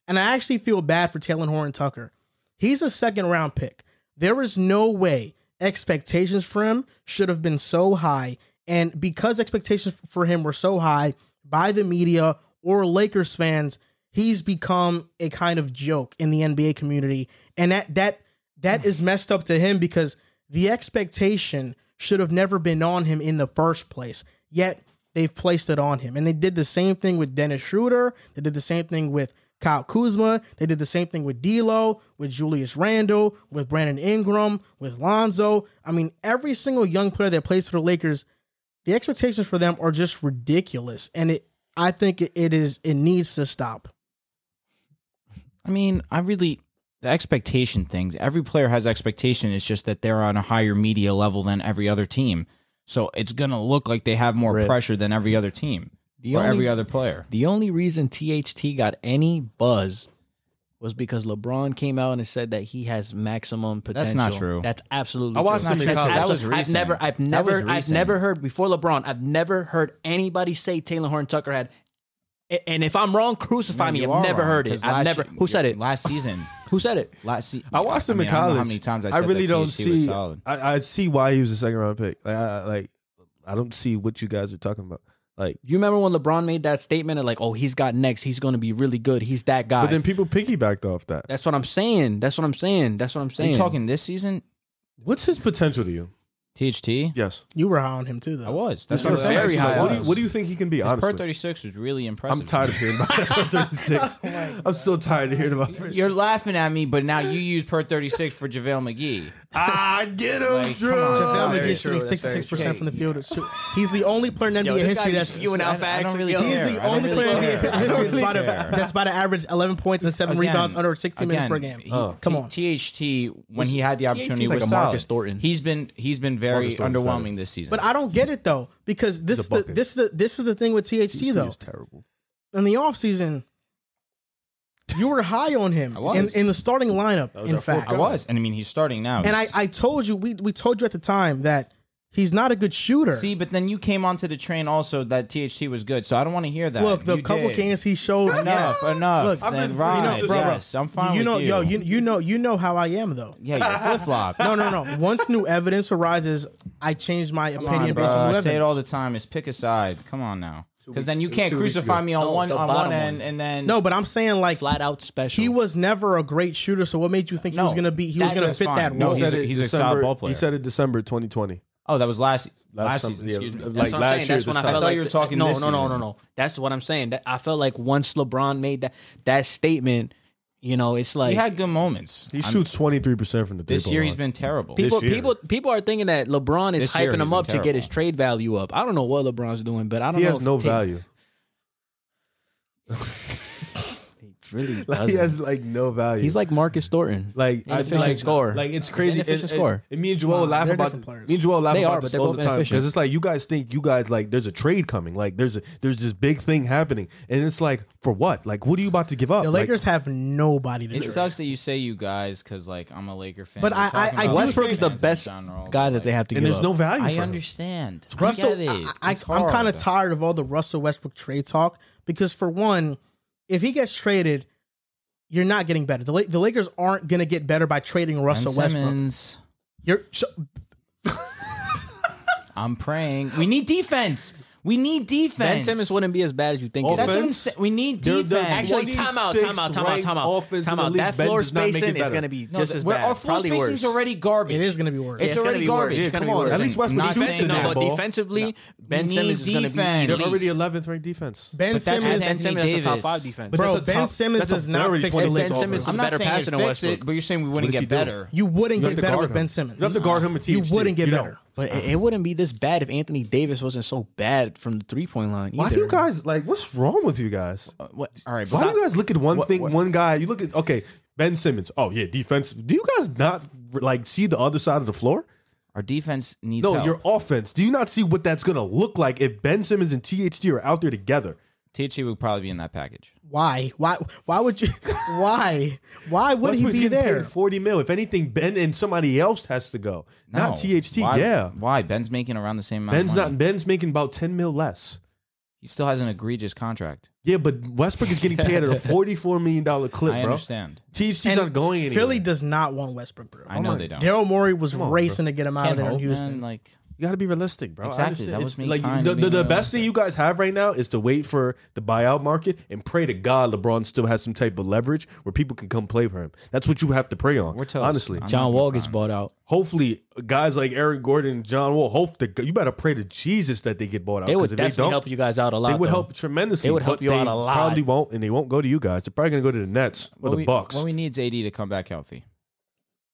And I actually feel bad for Taylor Horn Tucker. He's a second round pick. There is no way expectations for him should have been so high. And because expectations for him were so high by the media or Lakers fans, he's become a kind of joke in the NBA community. And that that that is messed up to him because the expectation should have never been on him in the first place. Yet they've placed it on him. And they did the same thing with Dennis Schroeder. They did the same thing with Kyle Kuzma. They did the same thing with D'Lo, with Julius Randle, with Brandon Ingram, with Lonzo. I mean, every single young player that plays for the Lakers, the expectations for them are just ridiculous. And it, I think it, it is, it needs to stop. I mean, I really the expectation things. Every player has expectation. It's just that they're on a higher media level than every other team, so it's gonna look like they have more Right. pressure than every other team The or only- every other player. The only reason THT got any buzz was because LeBron came out and said that he has maximum potential. That's not true. That's absolutely. I watched true. him in That's college. absolutely- That was I've recent. never, I've That never, was I've recent. never heard before LeBron. I've never heard anybody say Taylor Horn Tucker had. a- And if I'm wrong, crucify No, me. you I've are never wrong, heard 'cause it. I've last never. se- Who said it? Last season. Who said it? Last se- I watched him mean, in I don't college. know how many times I, said really that don't THC see. was solid. I, I see why he was a second round pick. Like I, I- like I don't see what you guys are talking about. Like, You remember when LeBron made that statement of like, "Oh, he's got next. He's going to be really good. He's that guy." but then people piggybacked off that. That's what I'm saying. That's what I'm saying. That's what I'm Are saying. you talking this season? What's his potential to you? THT? Yes, You were high on him too, though. I was. That's That's what I'm what I'm saying. saying. Very high What do, you, odds. what do you think he can be? His per Honestly, 36 was really impressive. I'm tired of hearing about per 36. I'm so tired of hearing about. Per- You're laughing at me, but now you use per 36 for JaVale McGee. ah, get him, Like, Drew. come on. Javale Oh, McGee very is shooting true. That's very 66% from the field. Shoot. He's the only player in NBA this guy history is that's. you and I- I don't Alphax, really yo. He's care. the I don't only really player in NBA care. I don't history that's really about, to, care. that's about to average 11 points and 7 Again, rebounds under 60 minutes per again, game. he- Come on. THT when he had the opportunity like was a solid. Marcus Thornton. He's been he's been very Marcus Thornton's underwhelming better. this season. But I don't get it though because this a is the bucket. this is the this is the thing with THC though. He's terrible. In the offseason, you were high on him I was. in, in the starting lineup. In our fourth fact, I was, and I mean he's starting now. and I, He's- I told you we we told you at the time that he's not a good shooter. see, but then you came onto the train also that THT was good, so I don't want to hear that. Look, the You couple did. games he showed yeah. Enough, enough. Look, I've then been- right, you know, bro, bro. yes, I'm fine you with know, you. yo, you you know you know how I am though. yeah, you flip flop. No, no, no. Once new evidence arises, I change my Come opinion on, based on bro. new I say it all evidence. the time. Is pick a side. Come on now, because then you weeks- can't two weeks crucify ago. me on No, one the on one bottom end, one. and then no, but I'm saying like flat out special. he was never a great shooter. So what made you think he was No, gonna be? He was that's- gonna that's fit fine. that No, role. he's a- he's a solid ball player. He said it December 2020. oh, that was last last, summer, season. yeah, excuse me. like what I'm last saying. year. That's this when I time. felt thought like you were the- talking No, this no, no, no, season. no. That's what I'm saying. That I felt like once LeBron made that that statement, you know, it's like He had good moments. He I'm- shoots 23 percent from the three this point year. line. He's been terrible. people, year. people, people are thinking that LeBron is This year hyping he's him up been to get his terrible. trade value up. I don't know what LeBron's doing, but I don't He know. has if no Tay- value. really Like, doesn't. he has like no value. He's like Marcus Thornton. Like An I efficient like, scorer. like it's An crazy. And, inefficient and, scorer. and me and Joel Wow, laugh they're about different players. me and Joel laugh They about are, but this they're all both the time inefficient. because it's like you guys think you guys like there's a trade coming, like there's a, there's this big thing happening, and it's like for what? Like what are you about to give up? The Like, Lakers have nobody to It trade. sucks that you say you guys because like I'm a Laker fan. But We're I- I- talking I about do Laker think- Westbrook's the fans in best general, guy like, that they have to give and there's up. no value. I for him. understand. Russell, I get it. I, It's am kind of hard. tired of all the Russell Westbrook trade talk because, for one, if he gets traded, you're not getting better. The, La- the Lakers aren't going to get better by trading Ben Russell Westbrook. Simmons. You're so, I'm praying. We need defense. We need defense. Ben Simmons wouldn't be as bad as you think. he That's what I'm Offense? saying. We need They're- defense. they're Actually, timeout, 26th timeout, timeout, ranked timeout, offense in the timeout. league. That Ben floor does not make it spacing is better. going to be No, just the- as well, bad. Our floor Probably spacing's worse. already garbage. it is going to be worse. It's gonna already be garbage. worse. It's gonna Yeah, come be on. worse. At least Westbrook Not defended saying Defense, that no, that. but ball. defensively, Ben We need Simmons is going to be defense. elite. They're already 11th ranked defense. Ben But that's Simmons, Ben Anthony Simmons is a top Davis. five defense. But bro. that's a Ben top- Simmons that's a does not very fix the 26th Lakers. Ben offense. Simmons is I'm a not better saying passer it than fixed Westbrook. it, but you're saying we What wouldn't does get he do? better. You wouldn't You get have to better guard with him. Ben Simmons. You have to guard him with You THT. wouldn't get You better. know. But it, it wouldn't be this bad if Anthony Davis wasn't so bad from the three point line. Why either. do you guys like? What's wrong with you guys? Uh, What? All right. Why do but you guys look at one thing, one guy? You look at okay, Ben Simmons. Oh yeah, defense. Do you guys not like see the other side of the floor? Our defense needs No, help. your offense. Do you not see what that's gonna look like if Ben Simmons and THT are out there together? THC would probably be in that package. Why? Why? Why would you? Why? Why would he Westbrook's be getting there? paid Forty mil. If anything, Ben and somebody else has to go. No. Not THT. Why- yeah, Why? Ben's making around the same amount. Ben's of money. not. Ben's making about ten mil less. He still has an egregious contract. Yeah, but Westbrook is getting paid at a forty-four million dollar clip, I bro. understand. THT's And not going anywhere. Philly does not want Westbrook, bro. I know they don't. Daryl Morey was on, bro. racing to get him out Can't of there in hope, Houston. man. Like You got to be realistic, bro. I Exactly. understand. That was It's me Like kind the, of the, being the best thing you guys have right now is to wait for the buyout market and pray to God LeBron still has some type of leverage where people can come play for him. That's what you have to pray on. we're toast. honestly. I'm John not Wall gonna gets front. bought out. Hopefully, guys like Aaron Gordon, and John Wall. Hope to, you better pray to Jesus that they get bought out. They would 'cause if definitely don't, help you guys out a lot. They would though. help tremendously. They would help but you out they a lot. Probably won't, and they won't go to you guys. They're probably gonna go to the Nets or What the we- Bucks. What we need is AD to come back healthy.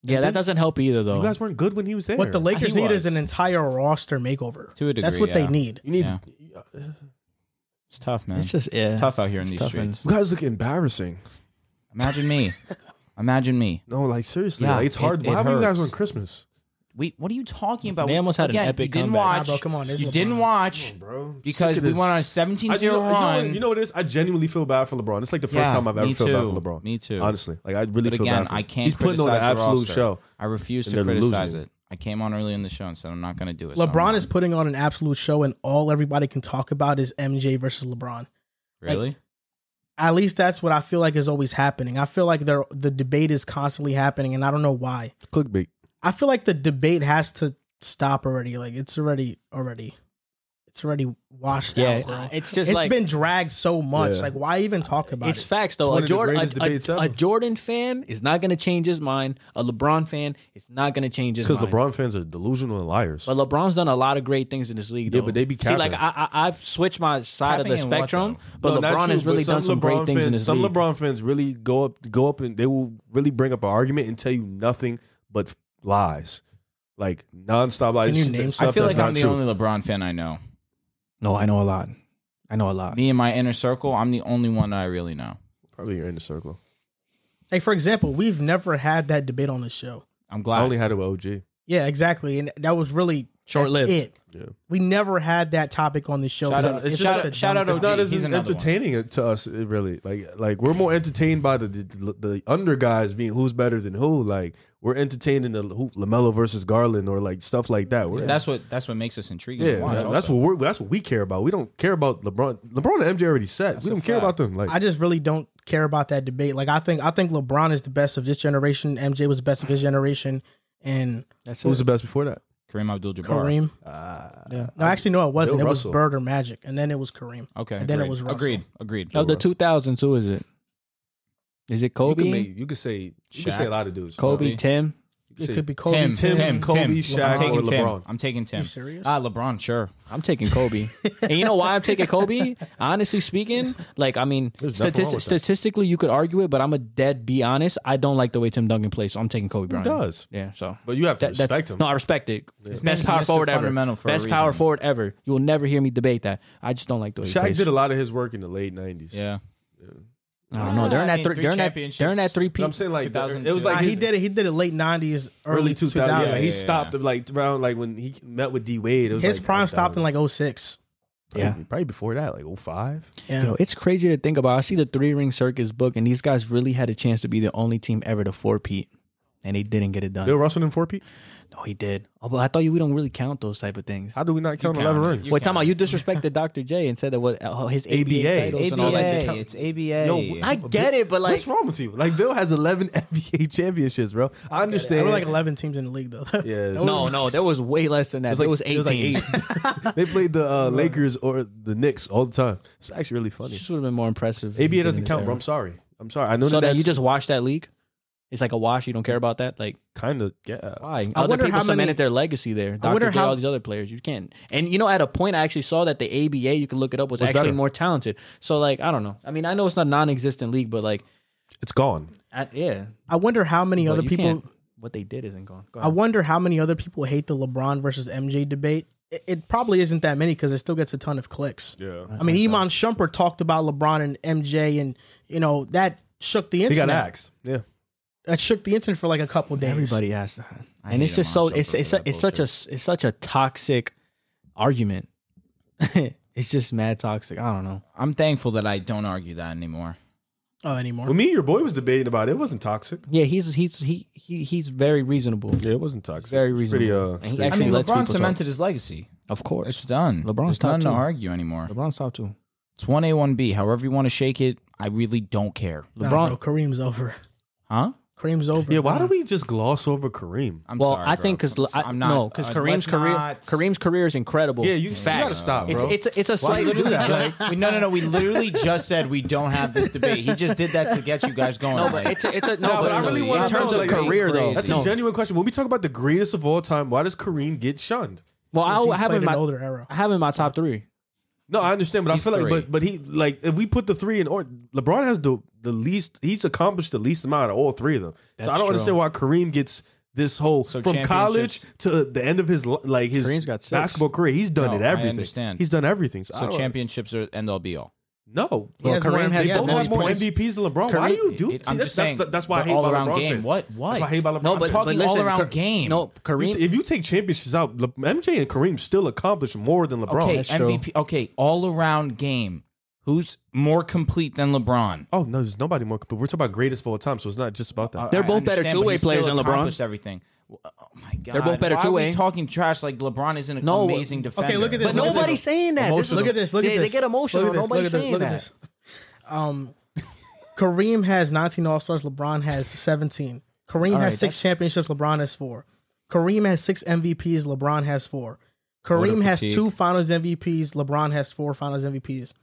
Yeah, that doesn't help either though. you guys weren't good when he was there. What the Lakers He need is was. an entire roster makeover. To a That's degree, what they yeah. need. you need. Yeah. It's tough, man. it's just yeah. It's tough out here in It's these tough, streets. You guys look embarrassing. Imagine me. Imagine me. No, like seriously, Yeah, like, it's it- hard. it Why were you guys hurts. on Christmas? We, what are you talking about? They almost had an Again, epic You didn't comeback. watch. Nah, bro, come on, this You LeBron. didn't watch bro. because Sick of we this. went on a 17 I- you 0 know- you know what- run. You know what it is? I genuinely feel bad for LeBron. It's like the first Yeah, time I've ever me felt bad too. for LeBron. Me too. Honestly, like I really but feel again, bad. For him. I can't He's criticize putting on an the absolute roster. show. I refuse and to they're criticize losing. it. I came on early in the show and said I'm not going to do it. so I'm LeBron not. is putting on an absolute show, and all everybody can talk about is MJ versus LeBron. really. At least that's what I feel like is always happening. I feel like there the debate is constantly happening, and I don't know why. Clickbait. I feel like the debate has to stop already. Like it's already already, it's already washed Yeah, out. Bro. it's just it's like been dragged so much. Yeah. Like why even talk about it's it? facts It's though. one of A the Jordan, greatest debates a, a, ever. a Jordan fan is not going to change his mind. A LeBron fan is not going to change his Because mind. LeBron fans are delusional and liars. But LeBron's done a lot of great things in this league. Yeah, though. but they be See, like capping. I, I, I've switched my side Capping of the in what, spectrum, though? but No, not LeBron you, has but really some done some LeBron great things fans, in this Some league. LeBron fans really go up, go up, and they will really bring up an argument and tell you nothing but f- lies, like nonstop lies. Can you shit name that- some? I stuff feel that's like I'm the not true. only LeBron fan I know. no, I know a lot. I know a lot. Me and my inner circle, I'm the only one that I really know. Probably you're in the circle. Like for example, we've never had that debate on the show. I'm I glad. only had it with OG. Yeah, exactly, and that was really Short-lived. that's It. Yeah. We never had that topic on the show. Shout 'cause out- it's shout such a out- shout dumb out topic. it's not OG, as he's another one. entertaining to us it really like like we're more entertained by the, the the under guys being who's better than who like we're entertained in the who, Lamelo versus Garland or like stuff like that we're, That's what that's what makes us intriguing. yeah to watch that- that's also. what we're that's what we care about we don't care about LeBron LeBron and MJ already set we a don't care fact. about them like I just really don't care about that debate. Like I think I think LeBron is the best of this generation. MJ was the best of his generation, and That's who's the it. best before that Kareem Abdul-Jabbar. Kareem. Yeah. No, actually, no, it wasn't. Uh, Bill it Russell. was Bird or Magic, and then it was Kareem. Okay. And then it agreed. was Russell. agreed. Agreed. Of the two thousands, who is it? Is it you Kobe? can make, you could say you could say a Shaq. lot of dudes Kobe, Kobe. Tim. It See, could be Kobe, Tim, Tim. Tim, Tim, Kobe, Shaq, I'm taking or Tim. LeBron. I'm taking Tim. You serious? Ah, LeBron, sure. I'm taking Kobe. and you know why I'm taking Kobe? Honestly speaking, like I mean, There's nothing wrong statistic, with that. statistically you could argue it, but I'm a dead. Be honest, I don't like the way Tim Duncan plays, so I'm taking Kobe who Bryant. does Yeah, so but you have to That- that's- respect him No, I respect it. name's Best power Mr. forward ever. Fundamental for a Best power reason. forward ever. You will never hear me debate that. I just don't like the way he Shaq plays. did a lot of his work in the late nineties Yeah. I don't know. During I that mean, three, three during that championships. during that three But P. I'm saying like it 2002. was Nah, like he his did it. He did it late '90s, early early 2000. 2000s. Yeah, he yeah, stopped like around like when he met with D Wade. it was, His like, prime 2000. stopped in like 06. Yeah. probably before that, like 05. Yeah. Yo, it's crazy to think about. I see the three ring circus book, and these guys really had a chance to be the only team ever to four peat, and they didn't get it done. Bill Russell and four Pete. No, he did. Oh, but I thought you we don't really count those type of things. How do we not count count 11 it. rings? You Wait, time out. You disrespected Dr. J and said that what oh, his ABA, ABA. titles and all that shit. ABA. It's ABA. I get it, but like, what's wrong with you? Like Bill has 11 NBA championships, bro. I There understand. were like 11 teams in the league, though. Yeah, That it's- was- no, no, there was way less than that. It was, it was like 18. eight. they played the uh, Lakers or the Knicks all the time. It's actually really funny. This would have been more impressive. ABA given doesn't this count, era. bro. I'm sorry. I'm sorry. I know So that then you that's just watch that league. It's like a wash. You don't care about that. Like kind of yeah. why? I Other wonder people how many- cemented their legacy there. Dr. wonder J, how- all these other players. You can't. And you know, at a point, I actually saw that the ABA. You can look it up. Was, Was actually better. more talented. So like, I don't know. I mean, I know it's not non-existent league, but like, It's gone. I, yeah. I wonder how many But other you people. can't- What they did isn't gone. Go I ahead. wonder how many other people hate the LeBron versus MJ debate. It, it probably isn't that many because it still gets a ton of clicks. Yeah. I mean, Iman Shumpert talked about LeBron and MJ, and you know that shook the He internet. got axed. Yeah. That shook the internet for like a couple days. Everybody has that. I and it's hate just him on so it's Shumpert it's for that it's such a it's such a toxic argument. it's just mad toxic. I don't know. I'm thankful that I don't argue that anymore. oh, anymore. Well, me and your boy was debating about it. It wasn't toxic. Yeah, he's he's he, he he's very reasonable. Yeah, it wasn't toxic. Very It's reasonable. Pretty, uh, And he straight. I Actually mean, lets LeBron people talk. cemented his legacy. Of course. It's done. LeBron's There's nothing top to two. argue anymore. LeBron's top two. It's one A, one B. However you want to shake it, I really don't care. Nah, LeBron. bro, Kareem's over. Huh? Kareem's over. yeah, why do we just gloss over Kareem? I'm well, sorry. I think bro. because I'm not. No, because uh, let's Kareem's career not- Kareem's career is incredible. Yeah, you, you gotta stop, bro. It's it's a, it's a Why slight. you do that? Like, We, no, no, no. We literally just said we don't have this debate. He just did that to get you guys going. No, but it's a, it's a no. Nah, but I really want in to terms know, of like, career though. that's That's no. a genuine question. When we talk about the greatest of all time, why does Kareem get shunned? well, I He's have played him in an my older era. I have him in my top three. No, I understand, but He's I feel three. like, but but he like if we put the three in order, LeBron has the the least. He's accomplished the least amount of all three of them. so I don't true. understand why Kareem gets this whole So from college championships- to the end of his li- like his Kareem's got six. basketball career. He's done No, it I everything. understand. He's done everything. So, I so don't- championships are end all be all. No, He has more Kareem has they MVPs. both than have more points. MVPs than LeBron. Why do Kareem- you do? It- See, I'm that's, just saying. that's, that's why I the hate about all-around LeBron game. fan. What? What? That's why I hate about LeBron. No, I'm talking- but, but talking listen, all-around Ka- game. No, You Kareem. t- if you take championships out, Le- MJ and Kareem still accomplish more than LeBron. Okay, That's true. MVP. Okay, all around game. Who's more complete than LeBron? Oh no, there's nobody more. But we're talking about greatest of all time, so it's not just about that. They're I both better understand, but two-way he still players than LeBron. accomplished Everything. Well, Oh my god. both better Why are we two-way. Talking trash like LeBron isn't an No, amazing defender. look at this. But Look at nobody's saying that. This is- Look at this. Look at they, this. They get emotional. Look at this, nobody's look at this, saying look at this. Um, that. Kareem has 19 All Stars. LeBron has 17. Kareem All right, has six championships. LeBron has four. Kareem has six MVPs. LeBron has four. Kareem has fatigue. two Finals MVPs. LeBron has four Finals MVPs.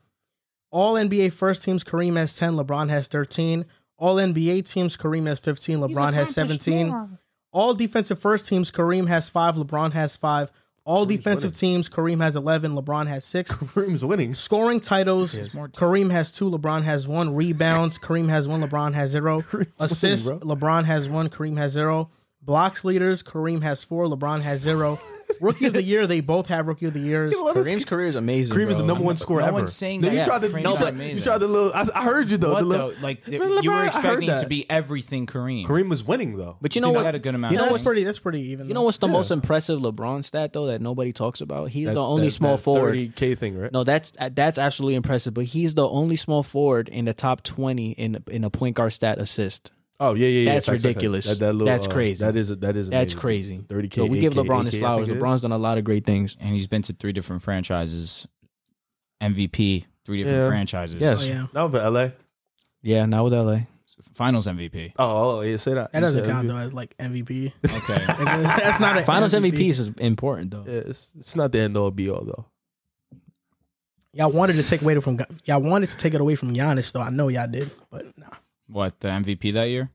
All NBA first teams. Kareem has 10. LeBron has 13. All NBA teams. Kareem has 15. LeBron has 17. All defensive first teams, Kareem has five, LeBron has five. All defensive teams, Kareem has 11, LeBron has six. Kareem's winning. Scoring titles, Kareem has two, LeBron has one. Rebounds, Kareem has one, LeBron has zero. Assists, LeBron has one, Kareem has zero. Blocks leaders, Kareem has four, LeBron has zero. Rookie of the year, they both have rookie of the years. Kareem's career is amazing. Kareem is the bro. number one scorer no ever. one's saying No, that. You Yeah, tried Kareem's to, no, not but you amazing. tried the little. I, I heard you though. What the little, though? Like Man, you LeBron, I were heard expecting that. to be everything Kareem. Kareem was winning though. But you So know he what? got a good amount You know of That's what's points. pretty. That's pretty even. You though. know what's the most impressive LeBron stat though that nobody talks about? He's That- the only that- small that forward. 30k thing, right? No, that's uh, that's absolutely impressive. But he's the only small forward in the top twenty in in a point guard stat assist. Oh yeah, yeah, yeah. That's Facts, facts, facts. ridiculous. That, that little, That's uh, crazy. That is that is That's amazing. crazy. 30K, So we give 8K, LeBron his 8K, I flowers. think it LeBron's done a lot of great things. and he's been to three different franchises, MVP, three different Yeah. franchises. Yes. Oh, yeah. No, but LA. Yeah, now with LA. Finals MVP. Oh, oh, yeah. Say that. That You doesn't said count MVP. though as like MVP. Okay. that's not a Finals MVP is important though. Yeah, it's, it's not the end all be all though. Y'all wanted to take away from y'all wanted to take it away from Giannis though. I know y'all did, but nah. what the MVP that year?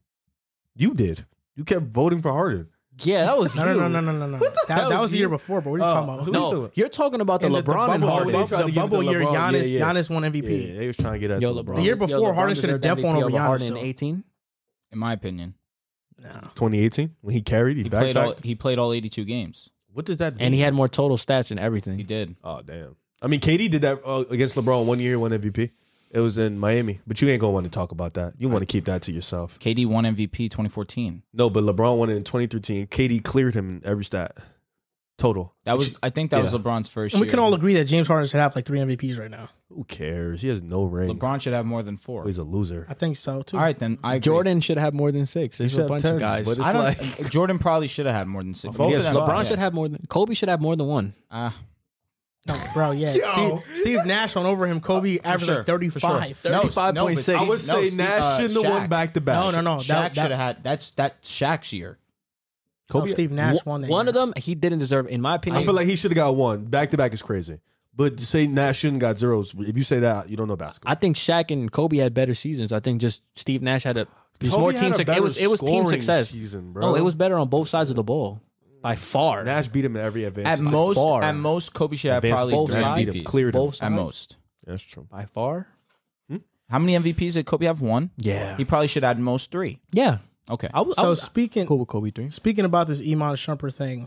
You did. You kept voting for Harden. Yeah, that was No, you. no, no, no, no, no. That, hell that was is the year you? before, but what are you Oh, talking about? who- No, So- you're talking about the In LeBron and bubble- Harden. they tried The to give it to bubble year, LeBron. Yeah, Giannis, yeah. Giannis won MVP. Yeah, they was trying to get at Yo, something. LeBron. The year Yo, before, Harden deserved should have def MVP one over over Giannis, Harden though. in 18. In my opinion, 2018 when he carried, he, he backpacked. played all. He played all 82 games. what does that? And mean? he had more total stats and He everything. did. Oh damn! I mean, KD did that uh, against LeBron one year, one MVP. It was in Miami, but you ain't gonna want to talk about that. You want to keep that to yourself. KD won MVP 2014. No, but LeBron won it in 2013. KD cleared him in every stat total. That was, I think, that was LeBron's first. And we year. can all agree that James Harden should have like three MVPs right now. Who cares? He has no ring. Oh, LeBron should have more than four. He's a loser. I think so too. All right, then I agree. Jordan should have more than six. There's should a have bunch 10, of guys. but it's I don't. like- Jordan probably should have had more than six. mean, Both he of has them. five. LeBron should have more than Kobe should have more than one. Uh, No, bro, yeah. Steve, Steve Nash on over him. Kobe averaged sure, like for sure. 35. No, no, but 35.6. Steve- I would no, Steve, uh, Shaq. to back. No, no, no. Shaq That, should have that, had. That's that Shaq's year. no, Steve Nash won that. One year. of them he didn't deserve, in my opinion. I feel like he should have got one. Back to back is crazy. But to say Nash shouldn't got zeros. If you say that, you don't know basketball. I think Shaq and Kobe had better seasons. I think just Steve Nash had a just Kobe more had team. a suc- better it was it was team scoring success. season, bro. No, it was better on both sides of the ball by far. Nash beat him in every advance. At statistic. most, far. at most, Kobe should have Advanced probably both three sides. MVPs. Cleared him. both at sides. most. that's true. by far. How many MVPs did Kobe have? One. Yeah, He probably should have at most three. yeah. Okay. I was I So was speaking cool with Kobe three. speaking about this Iman Shumpert thing,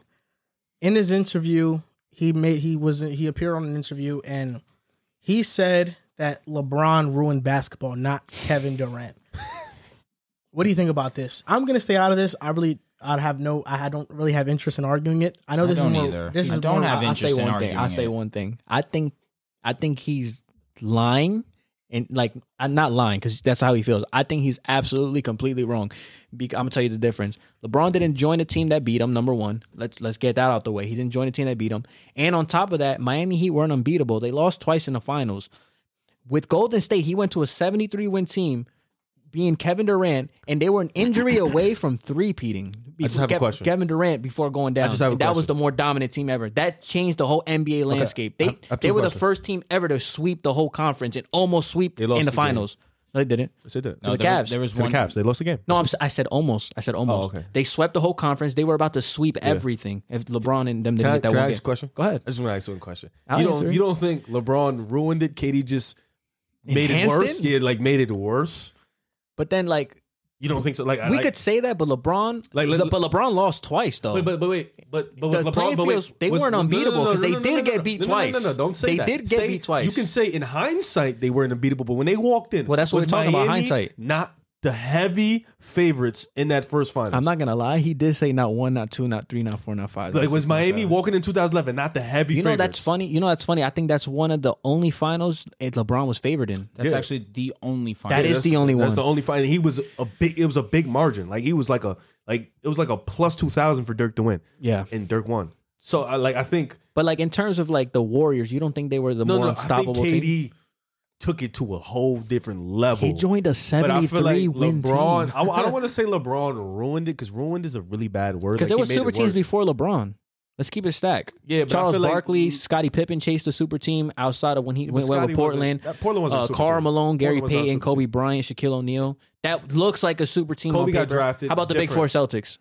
in his interview, he made he was he appeared on an interview and he said that LeBron ruined basketball, not Kevin Durant. what do you think about this? I'm gonna stay out of this. I really I have no I don't really have interest in arguing it. I know I this don't is more, either. this I is don't more- have I- I'll say interest in one thing. I arguing say it. one thing. I think I think he's lying and like I'm not lying because that's how he feels. I think he's absolutely completely wrong. Be- I'm gonna tell you the difference. LeBron didn't join the team that beat him. Number one, let's let's get that out the way. He didn't join the team that beat him. And on top of that, Miami Heat weren't unbeatable. They lost twice in the finals. With Golden State, he went to a 73 win team. Being Kevin Durant, and they were an injury away from three peating. I just have a question. Kevin Durant before going down. just have a And that was question. the more dominant team ever. That changed the whole NBA landscape. I- I They have two they were questions. the first team ever to sweep the whole conference and almost sweep They in lost the, the game. finals. No, they didn't. Say that. No, the there Cavs. was, there was to one. the Caps. They lost the game. No, I'm, si said almost. I said almost. Oh, okay. They swept the whole conference. They were about to sweep everything if LeBron and them Can didn't I, get that can I one ask game. a question? Go ahead. I just want to ask one question. I'll you don't answer. you don't think LeBron ruined it? Katie just made it Enhanced worse. it? Yeah, like made it worse. But then, like, You don't think so? Like I- we like- could say that, but LeBron, Like, let- but LeBron lost twice though. Wait, but, but wait, but, but The was LeBron, playing but wait, fields, they was- weren't no, no, no, unbeatable no, 'cause they no, no, did no, get no, beat no, no, twice. No, no, no, don't say They that. did get Say- beat twice. You can say in hindsight they weren't unbeatable, but when they walked in, Well, that's what was we're talking about, Miami hindsight. Not the heavy favorites in that first final. I'm not gonna lie. He did say not one, not two, not three, not four, not five. like not was six, not Miami seven. walking in 2011 not the heavy. You know favorites. that's funny. You know that's funny. I think that's one of the only finals it LeBron was favored in. That's Yeah. actually the only final. That is that's- the only That's one. the only final. He was a big. It was a big margin. Like he was like a like it was like a plus 2,000 for Dirk to win. Yeah. and Dirk won. So I like I think But like in terms of like the Warriors, you don't think they were the no more no unstoppable I think team? KD took it to a whole different level. He joined But a I seventy-three feel like win LeBron. team I, I don't want to say LeBron ruined it because ruined is a really bad word. Like, because there he were made super it teams worse. before LeBron. Let's keep it stacked. Yeah, but I Charles feel like- Barkley, Scottie Pippen chased the super team outside of when he went, went Scotty with wasn't- Portland. that Portland wasn't a uh, super Karl team. Malone, Gary Portland was not a Payton, super Kobe Bryant, Shaquille O'Neal. That looks like a super team. Kobe on got paper. drafted. How about It's the Big Four different. Celtics?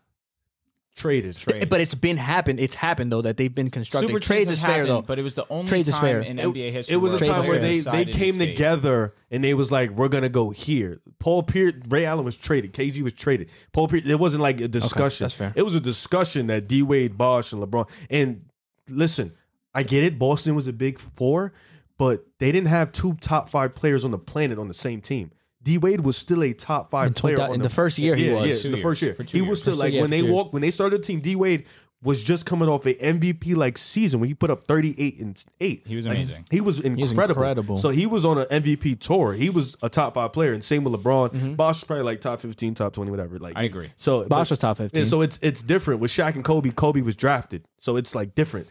traded. Trades. But it's been happened. It's happened though that they've been constructed. Super Trades teams is have fair happened, though. But it was the only Trades is time fair. in It- NBA history. It was a where time where Trade they, is they decided came his fate. together and they was like, we're gonna go here. Paul Pierce, Ray Allen was traded. KG was traded. Paul Pierce. It wasn't like a discussion. that's fair. It was a discussion that D Wade, Bosch, and LeBron. And listen, I get it. Boston was a big four, but they didn't have two top five players on the planet on the same team. D Wade was still a top five In player 2000 on in the first year he Yeah, was. yeah, Two in the first year. years. For two He years. was still For- like yeah, when for they two years. walked when they started the team. D Wade was just coming off a MVP like season when he put up thirty eight and eight. He was Like, amazing. he was incredible. incredible. So he was on an MVP tour. He was a top five player, and same with LeBron. Bosh was probably like top fifteen, top twenty, whatever. Like I agree. So Mm-hmm. Bosh but- was top 15. Yeah, so it's it's different with Shaq and Kobe. Kobe was drafted, so it's like different.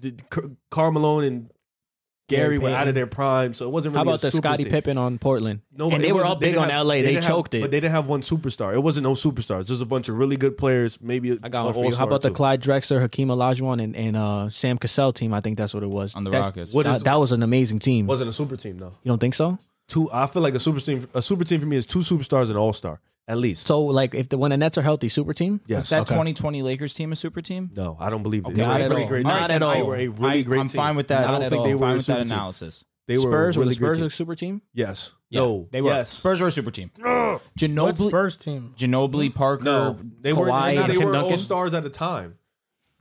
The- Car- Karl Malone and Gary Gary were out Payton. of their prime, so it wasn't How really. about a the super Scottie team. Pippen on Portland? No, and it they were wasn't- all big didn't on have- LA. They, didn't have- choked it. but they didn't have one superstar. It wasn't no superstars. There's a bunch of really good players. Maybe I got one for you. How about the Clyde Drexler, Hakeem Olajuwon, and, and uh, Sam Cassell team? I think that's what it was. on the That's- Rockets. What That, is that was an amazing team. wasn't a super team though. you don't think so? Two, I feel like a super team. A super team for me is two superstars and an all star at least. So, like, if the when the Nets are healthy, super team? yes, Is that 2020 Lakers team a super team? No, I don't believe that. Okay, they were not a at really all. great Not team. at They all. were a really I, great I'm team. fine with that. I don't Not at think all. they I'm were fine a with super that team. analysis. They were Spurs a were really the great Spurs team. a super team? Yes. Yeah, no. they were. Yes. Spurs were a super team. What Ginobili, Spurs team? Ginobili, Parker. No, they were. Kawhi They and Tim were Duncan. all stars at a time.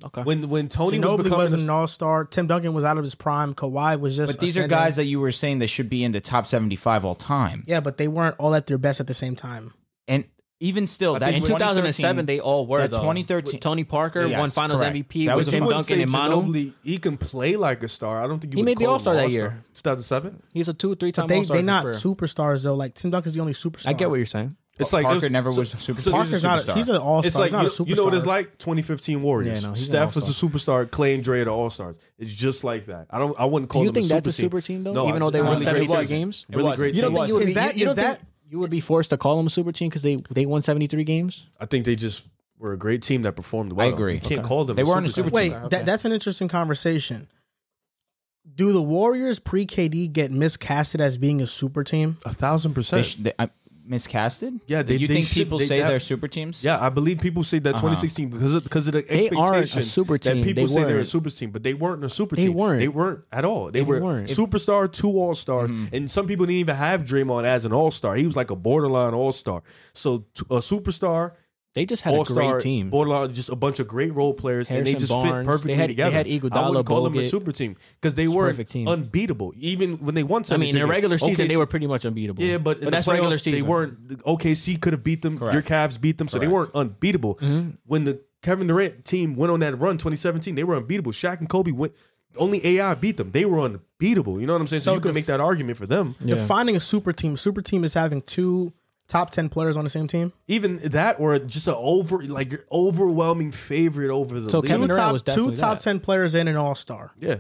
Okay. When when Tony was Ginobili becoming wasn't a- an all star. Tim Duncan was out of his prime. Kawhi was just. But these are ascending. guys that you were saying that should be in the top 75 all time. Yeah, but they weren't all at their best at the same time. And even still, that Oh, in 2007, they all were. that though. 2013 With Tony Parker Yes, won Finals correct. MVP. That That was was a Tim fun- Duncan and Manu. Ginobili, he can play like a star. I don't think you He would made the call him All-Star that All-Star. year. 2007. He's a two, three time. But they they not superstars though. Like Tim Duncan's the only superstar. I get what you're saying. It's Parker it's- never was a superstar. he's Parker's not. A, superstar. he's an all star. It's like not you, a superstar. you know what it's like. 2015 Warriors. Yeah, no, he's an Steph was a superstar. Clay and Dre are the All Stars. It's just like that. I don't. I wouldn't Do call you them a think that's super a super team though? No, Even I- though they I won really great 73 team. games. Really great. You don't team. think you would Is be? that- You don't is think that- you would be forced to call them a super team because they they won 73 games? I think they just were a great team that performed well. agree. You can't Okay. call them. They weren't a super Wait, team. that, that's an interesting conversation. Do the Warriors pre KD get miscasted as being a super team? A thousand They percent. sh- they- I- miscasted? Yeah, they- you they think should- people they- say they have- they're super teams? yeah, I believe people say that 2016 because of, because of the They expectation aren't a super team. that people They say they're a weren't. super team, but they weren't a super They team. weren't. They weren't at all. They, were weren't. superstar, two all stars, and some people didn't even have Draymond as an all star. He was like a borderline all star. So t- a superstar, They just had all a star great team. borderline, just a bunch of great role players, and Harrison they just fit Barnes. perfectly They had- they together. had I Iguodala, wouldn't call them a Bogut. super team because they a were perfect team. unbeatable. Even when they won, I mean, in 73. a regular season, OKC they were pretty much unbeatable. yeah, but, in the that's regular playoffs, They season. weren't the OKC could have beat them. Your Cavs beat them, so they weren't unbeatable. Mm-hmm. When the Kevin Durant team went on that run 2017, they were unbeatable. Shaq and Kobe went. Only AI beat them. They were unbeatable. You know what I'm saying? So, So you can def- make that argument for them. Defining a super team. Super team is having two top ten players on the same team. Even that, or just an over like your overwhelming favorite over the So league. Kevin Two Durant top was two definitely top that. ten players and an all star. Yeah,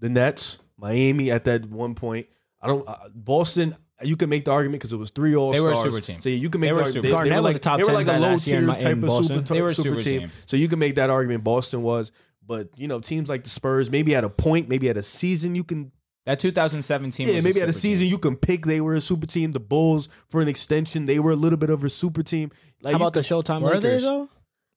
the Nets, Miami at that one point. I don't uh, Boston. You can make the argument because it was three All They Stars. were a super team. So you can make They the were argument. super They, team. they Garnett were was like a top they were 10 like a guy low last year tier in my- type in of super, Boston. type They of were a super super team. team. So you can make that argument. Boston was, but you know teams like the Spurs, maybe at a point, maybe at a season, you can That 2017 yeah, was maybe at a super team. season you can pick. They were a super team. The Bulls for an extension, they were a little bit of a super team. Like How you about the could- Showtime Were they Lakers? though?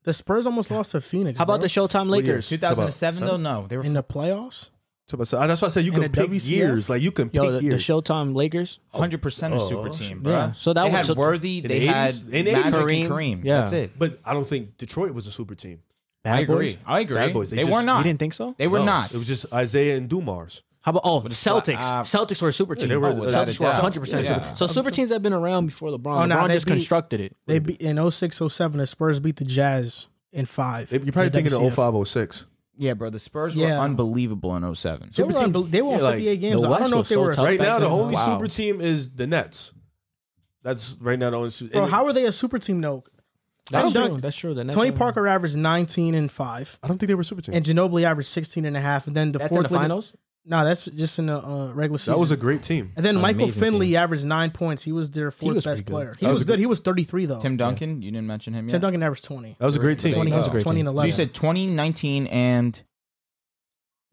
The Spurs almost lost to Phoenix. How about bro. the Showtime Lakers? 2007 though? No, they were in the playoffs? So- so that's why I said you And can the pick WCF? years. Like you can Yo, the, pick the years. Showtime Lakers. 100% a super team, bro. Oh, Yeah, so that they was- had so- Worthy, they the had 80s? In the 80s? Magic and Kareem. Kareem. Yeah. That's it. but I don't think Detroit was a super team. Bad I agree. Boys? I agree. Bad boys, they They, were just- You not. didn't think so? They were No, not. It was just Isaiah and Dumars. How about oh the not- Celtics? uh, Celtics were a super team. they were- Oh, without Celtics a were doubt. 100 percent. Yeah. So super teams that have been around before LeBron. Oh, nah, LeBron they just beat- constructed it. They beat in 06, 07, The Spurs beat the Jazz in five. You're probably in thinking WCF. of 05, 06. yeah, bro. The Spurs Yeah. were unbelievable in 07. They were, teams. unbe- they were on Yeah, like, 58 games. the I don't West know was if they so were. tough Right back now, the then. only Wow. super team is the Nets. That's right now the only. Super, Bro, and how are they a super team though? That's Tim true. Dun- That's true. The next Tony one- Parker averaged 19 and 5, I don't think they were a super team. and Ginobili averaged 16 and a half. And then the That's in fourth the league- finals. No, that's just in the uh, regular season. that was a great team. and then An Michael amazing Finley averaged nine points. He was their fourth was best pretty good. player. He That was, was a good. He was 33 though. Tim, Tim Duncan, you didn't mention him yet. Duncan averaged 20. That was a great team. There you 20, go. 20 and So So you 11. you said 2019 and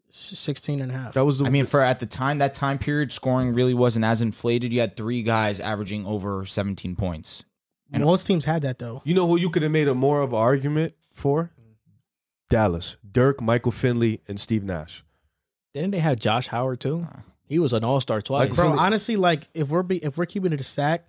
16 and a half. That was the. I mean, for at the time, that time period, scoring really wasn't as inflated. You had three guys averaging over 17 points. Most teams had that though. you know who you could have made a more of an argument for? Dallas, Dirk, Michael Finley, and Steve Nash. Didn't they have Josh Howard too? He was an All Star twice. Like, Bro, Philly- honestly, like if we're be, if we're keeping it a stack,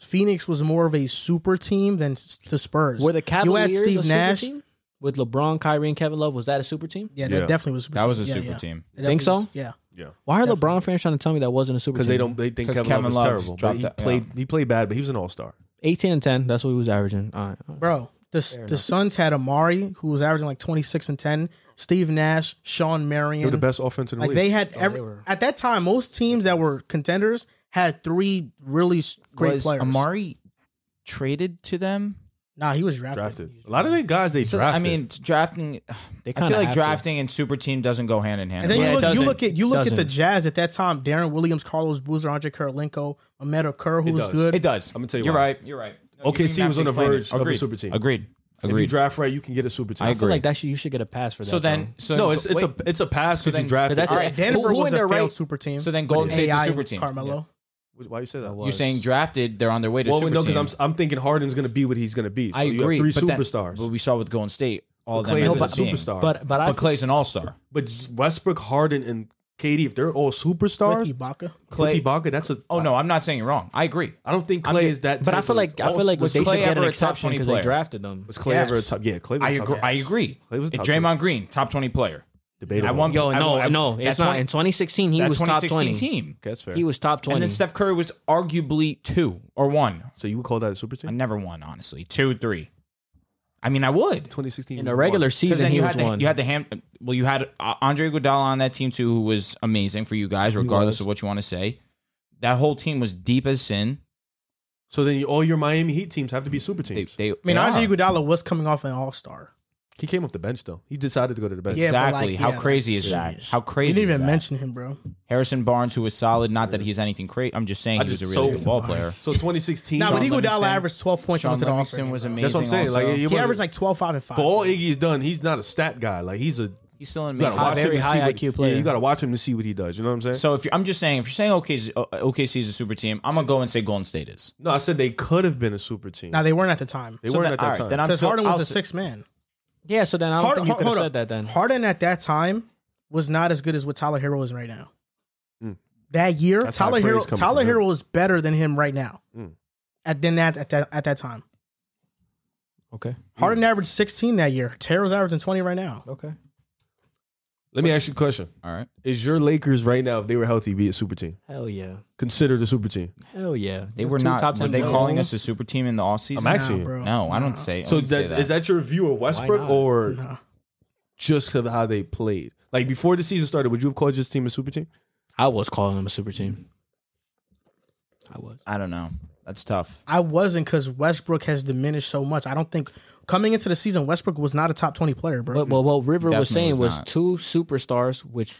Phoenix was more of a super team than s- the Spurs. were the you Cavaliers had Steve a Nash? super team? with Lebron, Kyrie, and Kevin Love? Was that a super team? Yeah, that Yeah. definitely was. A super That team. was a Yeah, super yeah. team. It Think definitely was- so? yeah. Why are LeBron fans trying to tell me that wasn't a super team? Because they don't, they think 'Cause Kevin, Kevin Love Love was terrible. But he dropped out, played, he played bad, but he was an all star. 18 and 10. That's what he was averaging. Uh, All right. all right. Bro, the the Suns had Amari, who was averaging like twenty six and ten. Steve Nash, Sean They were Marion, the best offense in the like league. they had Oh, every they were- at that time. Most teams that were contenders had three really s- great was players. Amari traded to them? nah, he was drafted. drafted a lot of the guys they So, I drafted. mean, drafting. They I kinda feel like have to. drafting and super team doesn't go hand in hand. And then Yeah, you, it look, you doesn't. look at you look at the Doesn't. Jazz at that time: Darren Williams, Carlos Boozer, Andre Karolinko, Ahmed Okur, who was does. good. it does. I'm gonna tell you You're why. right. You're right. No, OKC you didn't have was to on the explain it. verge of a Agreed. super team. Agreed. if you Agreed. draft right, you can get a super team. I feel like that should, you should get a pass for that. so then, though. so no, it's it's wait. a it's a pass So because you then- drafted. that's- All All right. right. Denver who, who was in a their failed right? super team. So then, Golden State's a AI super team. Carmelo. Why you say that? You're saying drafted? They're on their way to Well, super no, team. because I'm I'm thinking Harden's going to be what he's going to be. So I you agree. have three but that- superstars. but we saw with Golden State, all But of them Clay ended isn't a up being- superstar. but but I But Clay's an all star. but Westbrook, Harden, and KD, if they're all superstars, With Ibaka. Clay, with Ibaka, that's a. Oh no, I'm not saying you're wrong. I agree. I don't think I'm Clay get- is that. But I type feel of- like I feel like was they should Clay get ever an a top exception 20 because they player? drafted them. was Clay ever a Yes. top? Yeah, Clay. Was I a top agree. I agree. Clay was top Draymond Green, top twenty player. Debatable. I want Yo, I- no, I- no, that it's not. 20 In 2016, he that was top 2016 20. team. That's fair. He was top 20. And then Steph Curry was arguably two or one. so you would call that a super I team? never won, honestly. Two, three. I mean, I would. 2016 in was the regular one. Because season, then he you was had, the, one. you had the ham. Well, you had uh, Andre Iguodala on that team too, who was amazing for you guys, regardless of what you want to say. That whole team was deep as sin. So then you, all your Miami Heat teams have to be super They, teams. they, I I mean, Andre Iguodala was coming off an All Star. he came off the bench though. He decided to go to the bench. Yeah, but Exactly. like, How yeah, like, crazy is that? jeez. How You crazy didn't is even that? mention him, bro. Harrison Barnes, who was solid. Not that he's anything crazy. I'm just saying I he was just- a really so- good ball player. So 2016. Nah, but Sean Iguodala Livingston. averaged 12 points Sean on the Livingston All-Star. was game, bro. amazing. that's what I'm saying. also. Like He averaged like 12, 5, and 5. for all Iggy's done, he's not a stat guy. Like he's a he's still you gotta amazing. high- watch him very to high see what- IQ player. Yeah, you gotta watch him to see what he does. You know what I'm saying? So if you're, I'm just saying, if you're saying OKC, uh, OKC is a super team, I'm gonna go and say Golden State is. no, I said they could have been a super team. Now, they weren't at the time. they So weren't then- at that all right, time. then I'm Because still- Harden I'll was a say- six man. yeah, so then I don't Hard- think you hold- could have hold said that then. Harden at that time was not as good as what Tyler Hero is right now. Mm. That year, That's high Tyler praise Hero, coming Tyler from him. Hero was better than him right now. Mm. At then that at that at that time, Okay. Harden averaged 16 that year. Hero's averaging 20 right now. Okay. Let me ask you a question: All right. Is your Lakers right now, if they were healthy, be a super team? Hell yeah. Considered a super team. Hell yeah. They were Two not. top were 10 they players. calling us a super team in the offseason? I'm actually- Nah, bro. no, I Nah. don't say. I So wouldn't say that, is that your view of Westbrook not? or Nah. just of how they played? Like before the season started, would you have called this team a super team? I was calling them a super team. I was. I don't know. That's tough. I wasn't because Westbrook has diminished so much. I don't think coming into the season, Westbrook was not a top 20 player, bro. But, but what River was Definitely saying was was, not. two superstars, which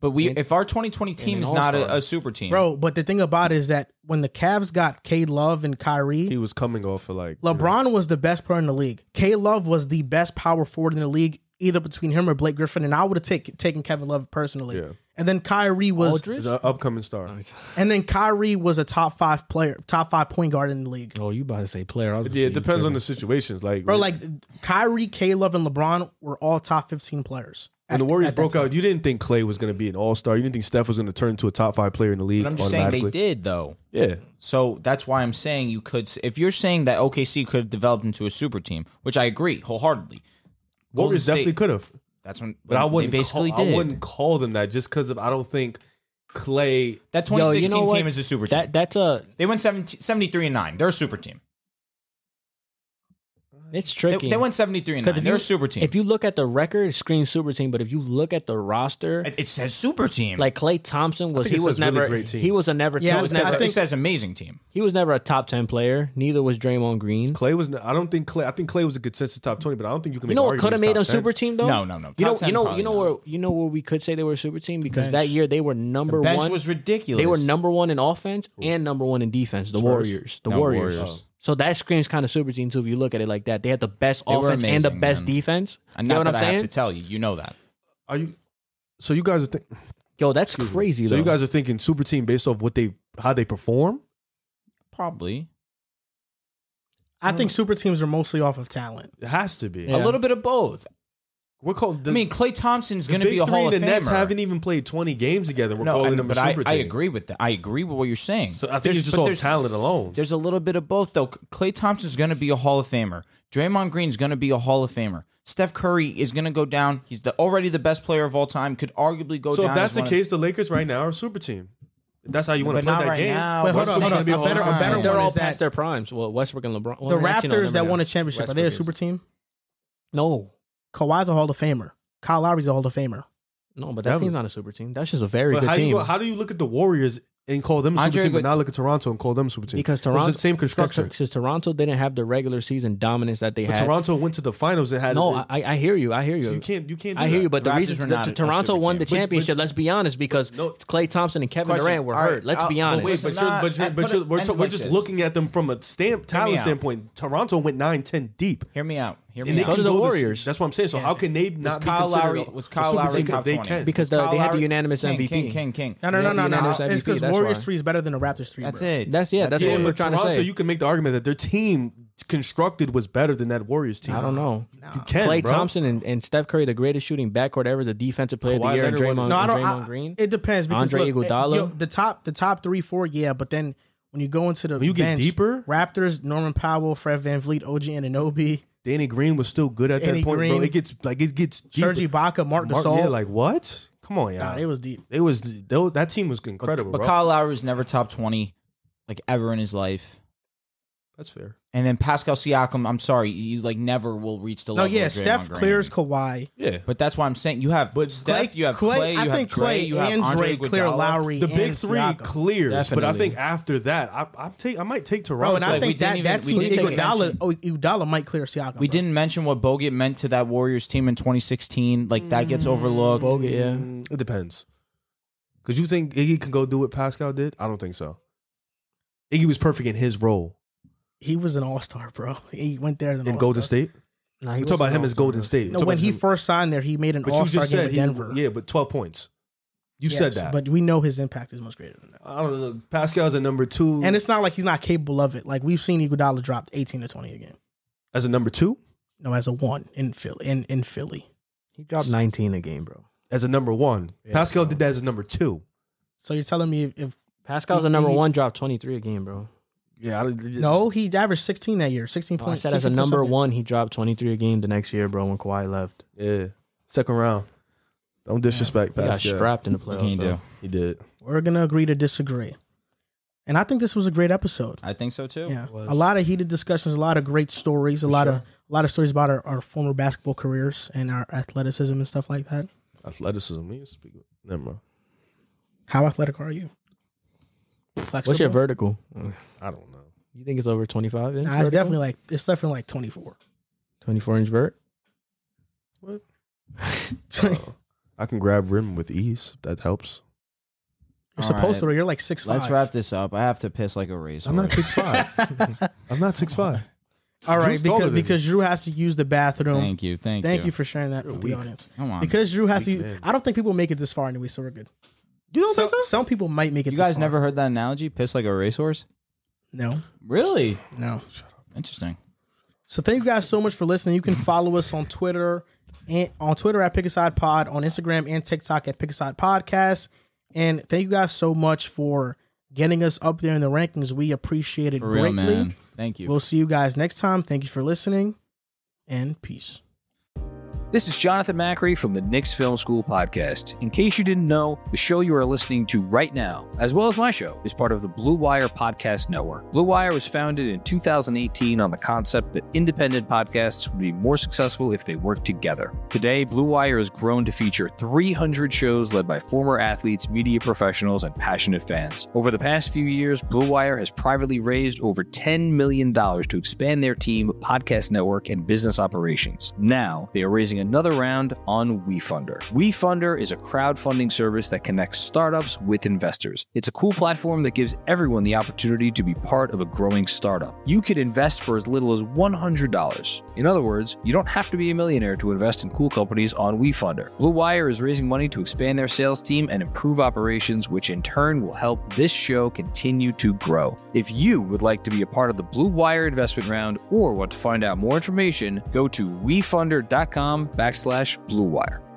But we, if our 2020 team an is not a, all-star. a super team, bro, but the thing about it is that when the Cavs got K Love and Kyrie, He was coming off of like LeBron was the best player in the league. K Love was the best power forward in the league, either between him or Blake Griffin. And I would have taken taken Kevin Love personally. Yeah. And then Kyrie was, Aldridge. He's an upcoming star. and then Kyrie was a top five player, top five point guard in the league. Oh, you about to say player? I was Yeah, it depends on the situations. Like Bro, like Kyrie, K Love, and LeBron were all top 15 players. when the Warriors broke out, you didn't think Clay was going to be an All Star. You didn't think Steph was going to turn into a top five player in the league. but I'm just saying they automatically. did though. Yeah, So that's why I'm saying you could. s- If you're saying that OKC could have developed into a super team, which I agree wholeheartedly, Golden Warriors definitely State- could have, That's when. but I wouldn't. They basically call, did. I wouldn't call them that just because of I don't think Clay. That Yo, you 2016 know what? team is a super team. That that's a they went 17, 73 and nine. They're a super team. it's They, tricky. they went 73 and 'Cause nine. if They're you- a super team. If you look at the record, it screams super team. But if you look at the roster, It- it says super team. like Clay Thompson was, think he it was says really never great team. he was a never Yeah, yeah, it it Now, says, I think- it says amazing team. he was never a top ten player. Neither was Draymond Green. Clay was. I don't think Clay. I think Clay was a consensus top twenty, but I don't think you can. You Make know an what could have argument made them he's top 10. super team though? No, no, no. You know, Top 10 you know, probably you know not. where you know where we could say they were a super team because Bench. that year they were number Bench one. was ridiculous. They were number one in offense and number one in defense. The Warriors, the No, Warriors. Warriors. So that screams kind of super team too. If you look at it like that, they had the best They were offense and the amazing, best man. defense. And you know not what that I'm i saying? have to tell you, you know that. Are you? So you guys are think, Yo, that's crazy. so you though. guys are thinking super team based off what they how they perform. Probably I mm. think super teams are mostly off of talent. It has to be. Yeah. a little bit of both. We're called. The, I mean, Clay Thompson's the going to be big a three Hall and of the Nets Famer. haven't even played twenty games together. We're no, calling I- them a but super I, team. I agree with that. I agree with what you're saying. So I think There's- it's just but all there's- talent alone. There's a little bit of both, though. Clay Thompson's going to be a Hall of Famer. Draymond Green's going to be a Hall of Famer. Steph Curry is going to go down. He's the, already the best player of all time. Could arguably go So down. if that's as the one of- case, the Lakers right now are a super team. If that's how you want but to play not that right game. now. Wait, hold Westbrook's on, hold gonna on. be A all better- a time. better they're one all is that- past their primes. Well, Westbrook and LeBron. well, the actually, no, Raptors never that mind. won a championship are they a Westbrook super is. team? No, Kawhi's a Hall of Famer. Kyle Lowry's a Hall of Famer. no, but that That team's was- not a super team. That's just a very But good how team. you go, how do you look at the Warriors and call them a Andre super team, Iguod- but not look at Toronto and call them a super team? because It was Toronto the same construction. Because Toronto didn't have the regular season dominance that they But had. Toronto went to the finals and had no, it- I, I hear you. I hear you. so you can't you can't. Do I hear that. you, but the, The Raptors were reason not that a- a Toronto super won the team. But- but- championship, let's be honest, because No. Clay Thompson and Kevin Question. Durant were All right, hurt. Let's I'll- be well, honest. But wait, but Listen, you're, nah, but you're, and but put you're, it- we're, and ta- it we're like just this. looking at them from a stamp me talent out. standpoint. Toronto went 9, 10 deep. Hear me out. Hear And me they out. So can did the go to- Warriors. that's what I'm saying. So how can they was not Kyle be considered Lowry? a- Was a Kyle super Lowry team? top they 20? can. because the, Kyle they had the Lowry- unanimous King, MVP. King, King, King. No, no, no, Yeah, no, he's no. unanimous It's MVP, because that's Warriors why. three is better than the Raptors three. That's bro. it. That's- yeah, that's yeah, what but we're trying to Toronto, say. you can make the argument that their team constructed was better than that Warriors team. I don't know. You can, Clay bro. Thompson and, and Steph Curry, the greatest shooting backcourt ever, the defensive player of the Kawhi year, and Leonard Draymond, wasn't- no, No, I don't. Draymond I- Green. It depends because Andre look, it- Iguodala? yo, the top, the top three, four, yeah. But then when you go into the When you get bench, deeper? Raptors, Norman Powell, Fred Van Vliet, OG Ananobi, Danny Green was still good at Danny that point, Green. bro. It gets like it gets deeper. Serge Ibaka, Mark Mark- Gasol. yeah, like what? Come on, nah, y'all. it was deep. It was tho- that team was incredible, But bro. Kyle Lowry was never top twenty, like ever in his life. That's fair. And then Pascal Siakam, I'm sorry, he's like never will reach the No, level. yeah, of Draymond Steph Green. clears Kawhi. Yeah. But that's why I'm saying you have But Steph, you have Clay, you I have think Dre, Clay you have and Andre Dre clear Iguodala. Lowry. The big and three Siakam. clears, but I Definitely. think after that, I, I'm take I might take Bro, Toronto. and Like, I we think didn't that even- that we team, didn't take Iguodala, action. oh, Iguodala might clear Siakam. We bro. didn't mention what Bogut meant to that Warriors team in 2016. Like that gets overlooked. Bogut, yeah. Mm, It depends. Because you think Iggy can go do what Pascal did? I don't think so. Iggy was perfect in his role He was an all star, bro. He went there as an in all-star. Golden State. Nah, We he talk about him as Golden State. No, We're talking when about he his- first signed there, he made an but all you star just game said in he, Denver. yeah, but 12 points. You Yes, said that. but we know his impact is much greater than that. I don't know. Pascal's at number two. And it's not like he's not capable of it. Like we've seen Iguodala drop eighteen to twenty a game. as a number two, No, as a one in Philly. In in Philly. He dropped 19 a game, bro. as a number one. Yeah, Pascal bro. did that as a number two. So you're telling me if, if Pascal's a number one, dropped 23 a game, bro. Yeah. I, no. no, he averaged sixteen that year, sixteen No, Oh, I points. said as a 16 number something. one, he dropped 23 a game the next year, bro, when Kawhi left. Yeah. Second round. Don't disrespect He got Pascal. strapped in the What can playoffs. you bro. do? He did. We're gonna agree to disagree. And I think this was a great episode. I think so too. Yeah, was. a lot of heated discussions, a lot of great stories, a lot of a lot of stories about our, our former basketball careers and our athleticism and stuff like that. Athleticism. We didn't speak. of- Never mind. How athletic are you? Flexible. What's your vertical? I don't know. You think it's over 25 inch? Nah, it's vertical? definitely like it's definitely like twenty four. 24 inch vert. Oh, You're I can grab rim with ease. if That helps. supposed to. You're like six Let's five. wrap this up. I have to piss like a racehorse. I'm not six five. I'm not six five. All right, Drew's taller because than me. because Drew has to use the bathroom. Thank, Thank you. Thank, you. for sharing that with the audience. Come on. Because Drew has to. Weak man. I don't think people make it this far anyway, so we're good. You don't So, think so? some people might make it. you this guys far. never heard that analogy? Piss like a racehorse? No, Really? no. Interesting. So thank you guys so much for listening. You can follow us on Twitter and on Twitter at Pickaside Pod, on Instagram and TikTok at Pickaside Podcast. And thank you guys so much for getting us up there in the rankings. We appreciate it For real, greatly. man. Thank you. We'll see you guys next time. Thank you for listening and peace. This is Jonathan Macri from the Knicks Film School podcast. In case you didn't know, the show you are listening to right now, as well as my show, is part of the Blue Wire Podcast Network. Blue Wire was founded in 2018 on the concept that independent podcasts would be more successful if they worked together. Today, Blue Wire has grown to feature 300 shows led by former athletes, media professionals, and passionate fans. Over the past few years, Blue Wire has privately raised over $10 million to expand their team, podcast network, and business operations. Now, they are raising another round on WeFunder. WeFunder is a crowdfunding service that connects startups with investors. It's a cool platform that gives everyone the opportunity to be part of a growing startup. You could invest for as little as $100. In other words, you don't have to be a millionaire to invest in cool companies on WeFunder. Blue Wire is raising money to expand their sales team and improve operations, which in turn will help this show continue to grow. If you would like to be a part of the Blue Wire investment round or want to find out more information, go to wefunder.com backslash Blue Wire.